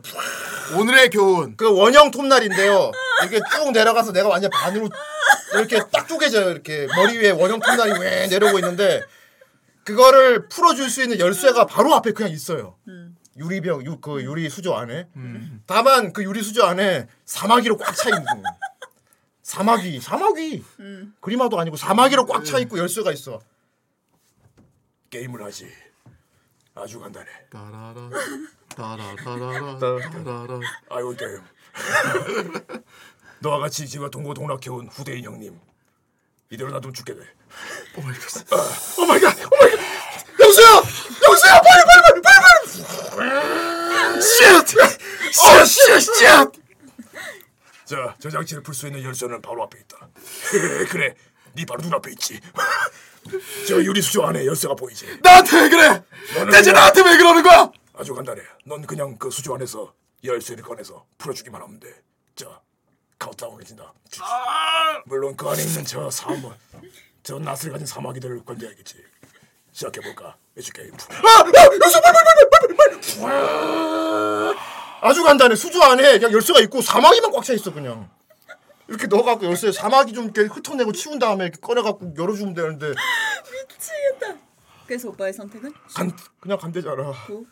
Speaker 2: 오늘의 교훈.
Speaker 1: 그 원형 톱날인데요. 이렇게 쭉 내려가서 내가 완전 반으로 이렇게 딱 쪼개져요. 이렇게 머리 위에 원형 톱날이 왜 내려오고 있는데 그거를 풀어줄 수 있는 열쇠가 바로 앞에 그냥 있어요. 유리병, 유, 그 유리 수저 안에. 다만 그 유리 수저 안에 사마귀로 꽉 차 있는 거예요. 사마귀, 사마귀. 그리마도 아니고 사마귀로 꽉 차 있고 열쇠가 있어. 음. 게임을 하지. 아주 간단해.
Speaker 2: 따라라 따라라라 따라라.
Speaker 1: 아이올 게임. [laughs] 너와 같이 제가 동고동락해온 후대인 형님. 이대로 놔두면 죽게 돼. 오 마이 갓. 오 마이 갓. 영수야! 영수야! 빨리 빨리 빨리 빨리 빨리! 쉣! 어, 쉣! 쉣! 자, 저 장치를 풀 수 있는 열쇠는 바로 앞에 있다. [laughs] 그래. 네 바로 눈앞에 있지. [laughs] 저 유리 수조 안에 열쇠가 보이지.
Speaker 2: 나한테 왜 그래?
Speaker 1: 너는
Speaker 2: 아,
Speaker 1: 뭐
Speaker 2: 대체
Speaker 1: 그냥-
Speaker 2: 나한테 왜 그러는 거야?
Speaker 1: 아주 간단해. 넌 그냥 그 수조 안에서 열쇠를 꺼내서 풀어주기만 하면 돼. 자, 카운트다운 해진다. 물론 그 안에 있는 저 사마, 저 낯을 가진 사마귀들을 건져야겠지. 시작해볼까? 매주 게임. 아, 열쇠 빨리 빨리 빨리 빨리. 아주 간단해. 수조 안에 그냥 열쇠가 있고 사마귀만 꽉 차 있어 그냥. 이렇게 넣어갖고 열쇠 사마귀 좀 이렇게 흩어내고 치운 다음에 이렇게 꺼내갖고 열어주면 되는데
Speaker 3: [laughs] 미치겠다. 그래서 오빠의 선택은?
Speaker 1: 간 그냥 간대잖아.
Speaker 2: 어.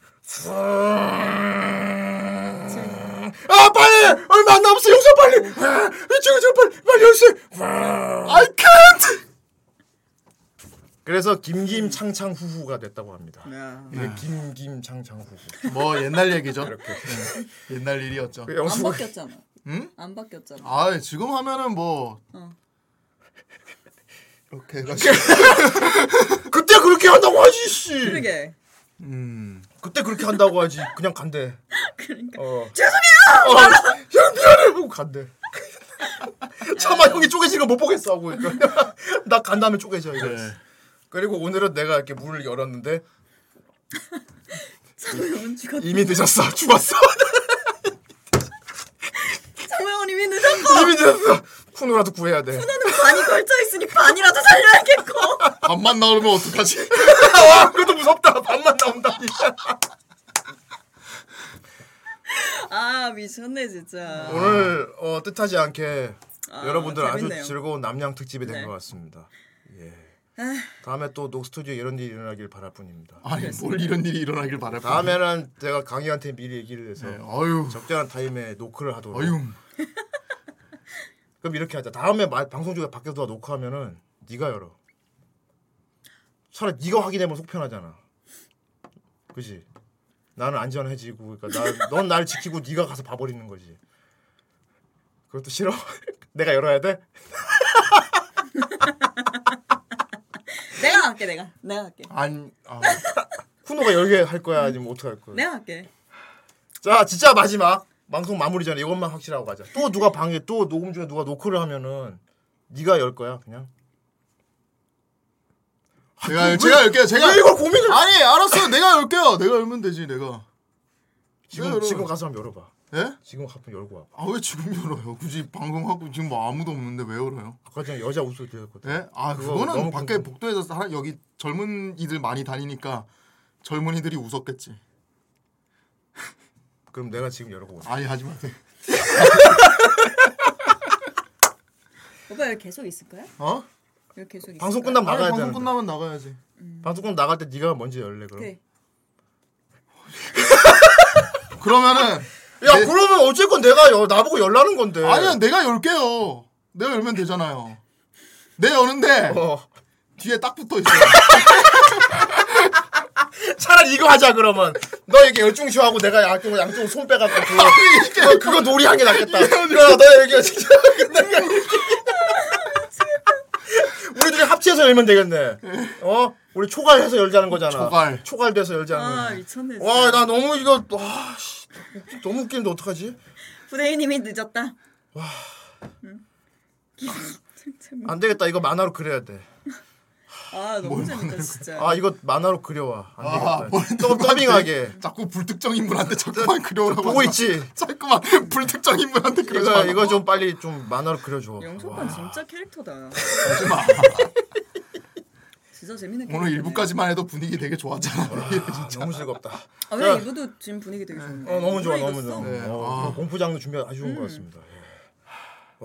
Speaker 2: 아 빨리 얼마 안 남았어 용서 빨리 아, 지금 지금 빨리 빨리 열쇠 I can't
Speaker 1: 그래서 김김창창후후가 됐다고 합니다.
Speaker 3: 아.
Speaker 1: 이게 김김창창후후. [laughs]
Speaker 2: 뭐 옛날 얘기죠.
Speaker 1: 이렇게.
Speaker 2: 옛날 일이었죠.
Speaker 1: 그
Speaker 3: 안 바뀌었잖아.
Speaker 2: 응?
Speaker 3: 안 바뀌었잖아.
Speaker 2: 아 지금 하면은 뭐
Speaker 3: 어.
Speaker 2: 이렇게 해가지고 그때 그렇게 한다고 하지 씨.
Speaker 3: 그러게.
Speaker 2: 음
Speaker 1: 그때 그렇게 한다고 하지 그냥 간대.
Speaker 3: 그러니까.
Speaker 1: 어.
Speaker 3: 죄송해요.
Speaker 1: 어, 형 미안해 보고 간대. [laughs]
Speaker 3: 아.
Speaker 1: 차마 형이 쪼개지는 거 못 보겠어 하고 [laughs] 나간 다음에 쪼개져 이거. 그리고 오늘은 내가 이렇게 문을 열었는데
Speaker 3: 사모형은 죽었다.
Speaker 1: [laughs] 이미
Speaker 3: [laughs]
Speaker 1: 늦었어 [laughs] 죽었어
Speaker 3: 사모형은 이미 늦었고.
Speaker 1: 이미 늦었어 쿠노라도 구해야 돼.
Speaker 3: 쿠노는 반이 걸쳐 있으니 반이라도 살려야겠고.
Speaker 2: 반만
Speaker 1: [laughs]
Speaker 2: 나오면 어떡하지?
Speaker 1: 와 그것도 무섭다 반만 나온다.
Speaker 3: 아 미쳤네 진짜.
Speaker 1: 오늘 어, 뜻하지 않게
Speaker 3: 아,
Speaker 1: 여러분들 아주
Speaker 3: 재밌네요.
Speaker 1: 즐거운 남양 특집이 된
Speaker 3: 네.
Speaker 1: 것 같습니다. 예.
Speaker 3: 아,
Speaker 1: 다음에 또 녹스튜디오 이런 일이 일어나길 바랄 뿐입니다.
Speaker 2: 아니 뭘 이런 일이 일어나길 바랄 뿐. 네,
Speaker 1: 다음에는 제가 강희한테 미리 얘기를 해서 적절한 타임에 노크를 하도록.
Speaker 2: 어휴.
Speaker 1: [laughs] 그럼 이렇게 하자. 다음에 마- 방송 중에 밖에서 누가 노크하면은 네가 열어. 차라리 네가 확인하면 속 편하잖아. 그지? 나는 안전해지고 그러니까 넌 날 지키고 네가 가서 봐버리는 거지. 그것도 싫어? [laughs] 내가 열어야 돼?
Speaker 3: 내가 할게 내가. 내가 할게.
Speaker 1: 아니 아. [laughs] 쿠노가 열게 할 거야 아니면 어떻게 할 거야?
Speaker 3: 내가 할게.
Speaker 1: 자 진짜 마지막 방송 마무리 전에 이것만 확실하고 가자. 또 누가 방에 또 녹음 중에 누가 노크를 하면은 네가 열 거야 그냥.
Speaker 2: 제가
Speaker 1: 왜-
Speaker 2: 제가 열게요. 제가
Speaker 1: 왜 이걸 고민을-
Speaker 2: 아니 알았어요. 내가 열게요. 내가 열면 되지 내가.
Speaker 1: 지금
Speaker 2: 내가 열어요.
Speaker 1: 지금 가서 한번 열어봐.
Speaker 2: 예?
Speaker 1: 지금 한번 열고 와.
Speaker 2: 아 왜 지금 열어요? 굳이 방송하고 지금 뭐 아무도 없는데 왜 열어요?
Speaker 1: 아까 전에 여자 웃을 때였거든.
Speaker 2: 예? 아
Speaker 1: 그거
Speaker 2: 그거는
Speaker 1: 너무
Speaker 2: 밖에 복도에서 살아 여기 젊은 이들 많이 다니니까 젊은이들이 웃었겠지.
Speaker 1: 그럼 내가 지금 열고 올게.
Speaker 2: 아니 하지 마세요.
Speaker 3: 오빠 여기 계속 있을 거야?
Speaker 1: 어?
Speaker 3: 여기 계속 있을
Speaker 1: [laughs] 방송
Speaker 3: 거야?
Speaker 1: 끝나면 나가야 돼.
Speaker 2: 방송 끝나면 나가야지.
Speaker 1: 방송 끝 나갈 때 네가 먼저 열래 그럼.
Speaker 3: 그래.
Speaker 2: 그러면은
Speaker 1: 야 그러면 어쨌건 내가 여, 나보고 열라는 건데.
Speaker 2: 아니야 내가 열게요. 내가 열면 되잖아요. 내 여는데
Speaker 1: 어.
Speaker 2: 뒤에 딱 붙어 있어.
Speaker 1: [laughs] 차라리 이거 하자 그러면 너 이렇게 열중쇼하고 내가 양쪽 양쪽 손 빼갖고 [laughs] 그거, 그거, 그거 놀이한 게 낫겠다. 그래 너 여기 진짜 내가 [laughs] 이렇게 우리 둘이 합체해서 열면 되겠네. 어? 우리 초갈해서 열자는 거잖아.
Speaker 2: 초갈.
Speaker 1: 초갈돼서 열자는.
Speaker 3: 아 미쳤네. 진짜.
Speaker 1: 와 나 너무 이거 와 씨, 너무 웃기는데 어떡하지?
Speaker 3: 부대인님이 늦었다.
Speaker 1: 안 되겠다 이거 만화로 그려야 돼.
Speaker 3: 아 너무 재밌다 진짜.
Speaker 1: 아 이거 만화로 그려와. 안
Speaker 2: 아,
Speaker 1: 되겠다.
Speaker 2: 뭘
Speaker 1: 더 더빙하게.
Speaker 2: [laughs] 자꾸 불특정 인물한테 자꾸만 그려오라고.
Speaker 1: 보고
Speaker 2: 하잖아.
Speaker 1: 있지?
Speaker 2: 자꾸만 [laughs] 불특정 인물한테 그려줘.
Speaker 1: 이거 이거 좀 빨리 좀 만화로 그려줘.
Speaker 3: 영석관 진짜 캐릭터다. [laughs] 진짜 재밌는 캐릭터.
Speaker 2: 오늘 일부까지만 해도 분위기 되게 좋았잖아.
Speaker 1: 너무 즐겁다.
Speaker 3: 아 왜냐 이분도 지금 분위기 되게 뭐 좋네.
Speaker 1: 어 너무 좋아
Speaker 3: 오래
Speaker 1: 너무
Speaker 3: 익었어.
Speaker 1: 좋아.
Speaker 2: 네.
Speaker 1: 어,
Speaker 2: 아.
Speaker 1: 공포 장르 준비 아주 좋은 것 같습니다. 예.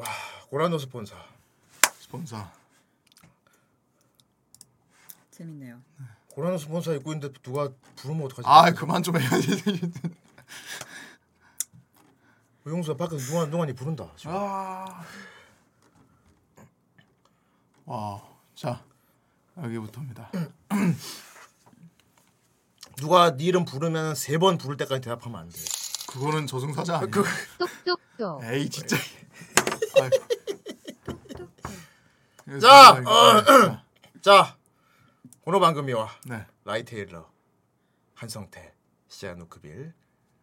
Speaker 1: 와 고라노 스폰사.
Speaker 2: 스폰서.
Speaker 3: 재밌네요.
Speaker 1: 고라노 스폰사 입고 있는데 누가 부르면 어떡하지?
Speaker 2: 아 그만 좀 [laughs] 해야지.
Speaker 1: 우영수가 그 밖에서 누한 동안이 부른다. 지금.
Speaker 2: 아. 와, 자 여기부터입니다.
Speaker 1: [clears throat] 누가 네 이름 부르면 세 번 부를 때까지 대답하면 안 돼.
Speaker 2: 그거는 저승사자 아니야?
Speaker 5: 똑똑똑.
Speaker 2: 에이 진짜.
Speaker 1: 자, 어, [clears throat] 자, 고노 방금이와
Speaker 2: 네.
Speaker 1: 라이테일러, 한성태, 시아누크빌,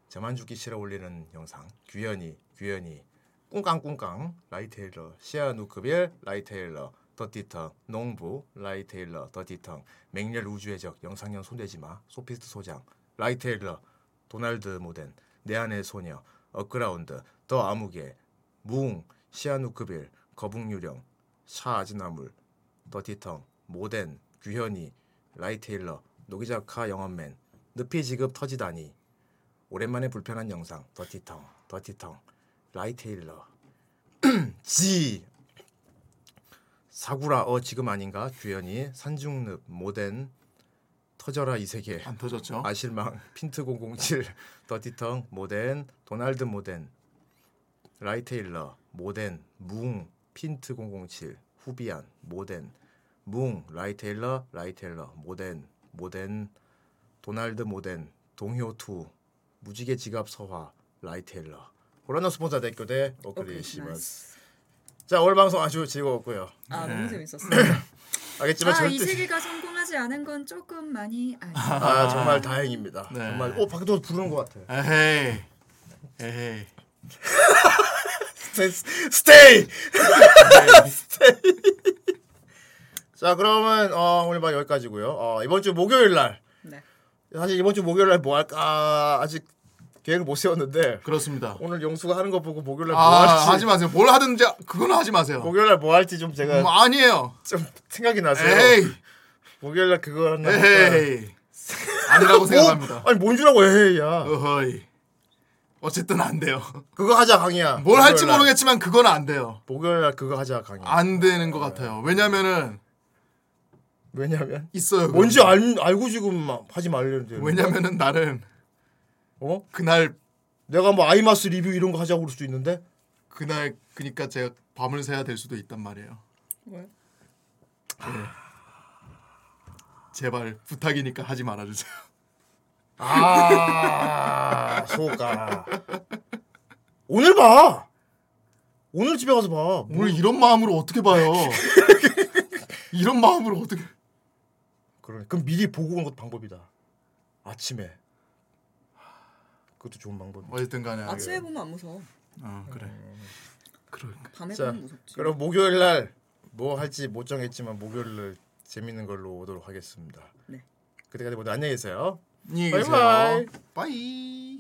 Speaker 1: 저만 죽기 싫어 올리는 영상, 규현이, 규현이, 꿍깡꿍깡, 라이테일러, 시아누크빌, 라이테일러, 더티텅, 농부, 라이테일러, 더티텅, 맹렬 우주의 적, 영상년 손대지마, 소피스트 소장, 라이테일러, 도날드 모덴, 내 안의 소녀, 업그라운드, 더 아무개, 무웅, 시아누크빌, 거북유령, 샤아즈나물, 더티텅, 모덴, 규현이, 라이테일러, 노기자카 영업맨, 늪이 지급 터지다니, 오랜만에 불편한 영상, 더티텅, 더티텅, 라이테일러, [clears throat] 지, 사구라 어 지금 아닌가, 규현이, 산중늪, 모덴, 터져라 이 세계.
Speaker 2: 안 터졌죠.
Speaker 1: 아실망 핀트 007 더티텅 모덴 도날드 모덴 라이테일러 모덴 뭉 핀트 007 후비안 모덴 뭉 라이테일러 라이테일러 모덴 모덴 도날드 모덴 동효투 무지개 지갑 서화 라이테일러 호라노 스폰서 대교대 오클리 시마스. 자 오늘 방송 아주 즐거웠고요.
Speaker 3: 아
Speaker 1: 네.
Speaker 3: 너무 재밌었어요.
Speaker 1: [laughs] 알겠지만
Speaker 3: 아,
Speaker 1: 절대
Speaker 3: 이 세계가 성공하지 않은 건 조금 많이 아쉽.
Speaker 1: [clears throat] 아 정말 다행입니다. 정말 어 밖에서 부르는 것 같아.
Speaker 2: 네. 에헤이. 에헤이.
Speaker 1: 스테이. [laughs] 스테이. 자 그러면 어, 오늘 밤 여기까지고요. 어, 이번 주 목요일 날.
Speaker 3: 네.
Speaker 1: 사실 이번 주 목요일 날 뭐 할까 아직 계획을 못 세웠는데.
Speaker 2: 그렇습니다.
Speaker 1: 오늘 영수가 하는 거 보고 목요일 날뭐
Speaker 2: 아
Speaker 1: 할지.
Speaker 2: 하지 마세요. 뭘 하든지 그건 하지 마세요.
Speaker 1: 목요일 날뭐 할지 좀 제가
Speaker 2: 음, 아니에요.
Speaker 1: 좀 생각이 나세요.
Speaker 2: 에이.
Speaker 1: 목요일 날 그거 하나. 뭐?
Speaker 2: 에헤이. 아니라고 생각합니다.
Speaker 1: 어? 아니 뭔 줄 알고 에헤이야.
Speaker 2: 어허이. 어쨌든 안 돼요.
Speaker 1: 그거 하자 강이야.
Speaker 2: 뭘 할지 모르겠지만 그건 안 돼요.
Speaker 1: 아, 목요일 날 그거 하자 강의.
Speaker 2: 안 되는 것 같아요. 왜냐면은
Speaker 1: 왜냐면
Speaker 2: 있어요.
Speaker 1: 뭔지 알, 알고 지금 막 하지 말려는데.
Speaker 2: 왜냐면은 나는
Speaker 1: 어?
Speaker 2: 그날
Speaker 1: 내가 뭐 아이마스 리뷰 이런 거 하자고 그럴 수도 있는데
Speaker 2: 그날 그니까 제가 밤을 새야 될 수도 있단 말이에요. 네.
Speaker 3: 왜?
Speaker 2: 제발 부탁이니까 하지 말아주세요.
Speaker 1: 아, 소가. 오늘 봐. 오늘 집에 가서 봐.
Speaker 2: 오늘 이런 마음으로 어떻게
Speaker 1: [laughs]
Speaker 2: 봐요? 이런 마음으로 어떻게?
Speaker 1: 그러니 그럼 미리 보고 온 것도 방법이다. 아침에. 그것도 좋은 방법이다.
Speaker 2: 어쨌든 간에
Speaker 1: 네.
Speaker 3: 아침에 보면 안 무서워.
Speaker 1: 아,
Speaker 2: 어 그래.
Speaker 3: 밤에
Speaker 1: 음. 자,
Speaker 3: 보면 무섭지.
Speaker 1: 그럼 목요일 날 뭐 할지 못 정했지만 목요일 날 재밌는 걸로 오도록 하겠습니다.
Speaker 3: 네.
Speaker 1: 그때까지 모두 안녕히 계세요.
Speaker 2: 안녕히
Speaker 1: 바이바이.
Speaker 2: 계세요. 바이.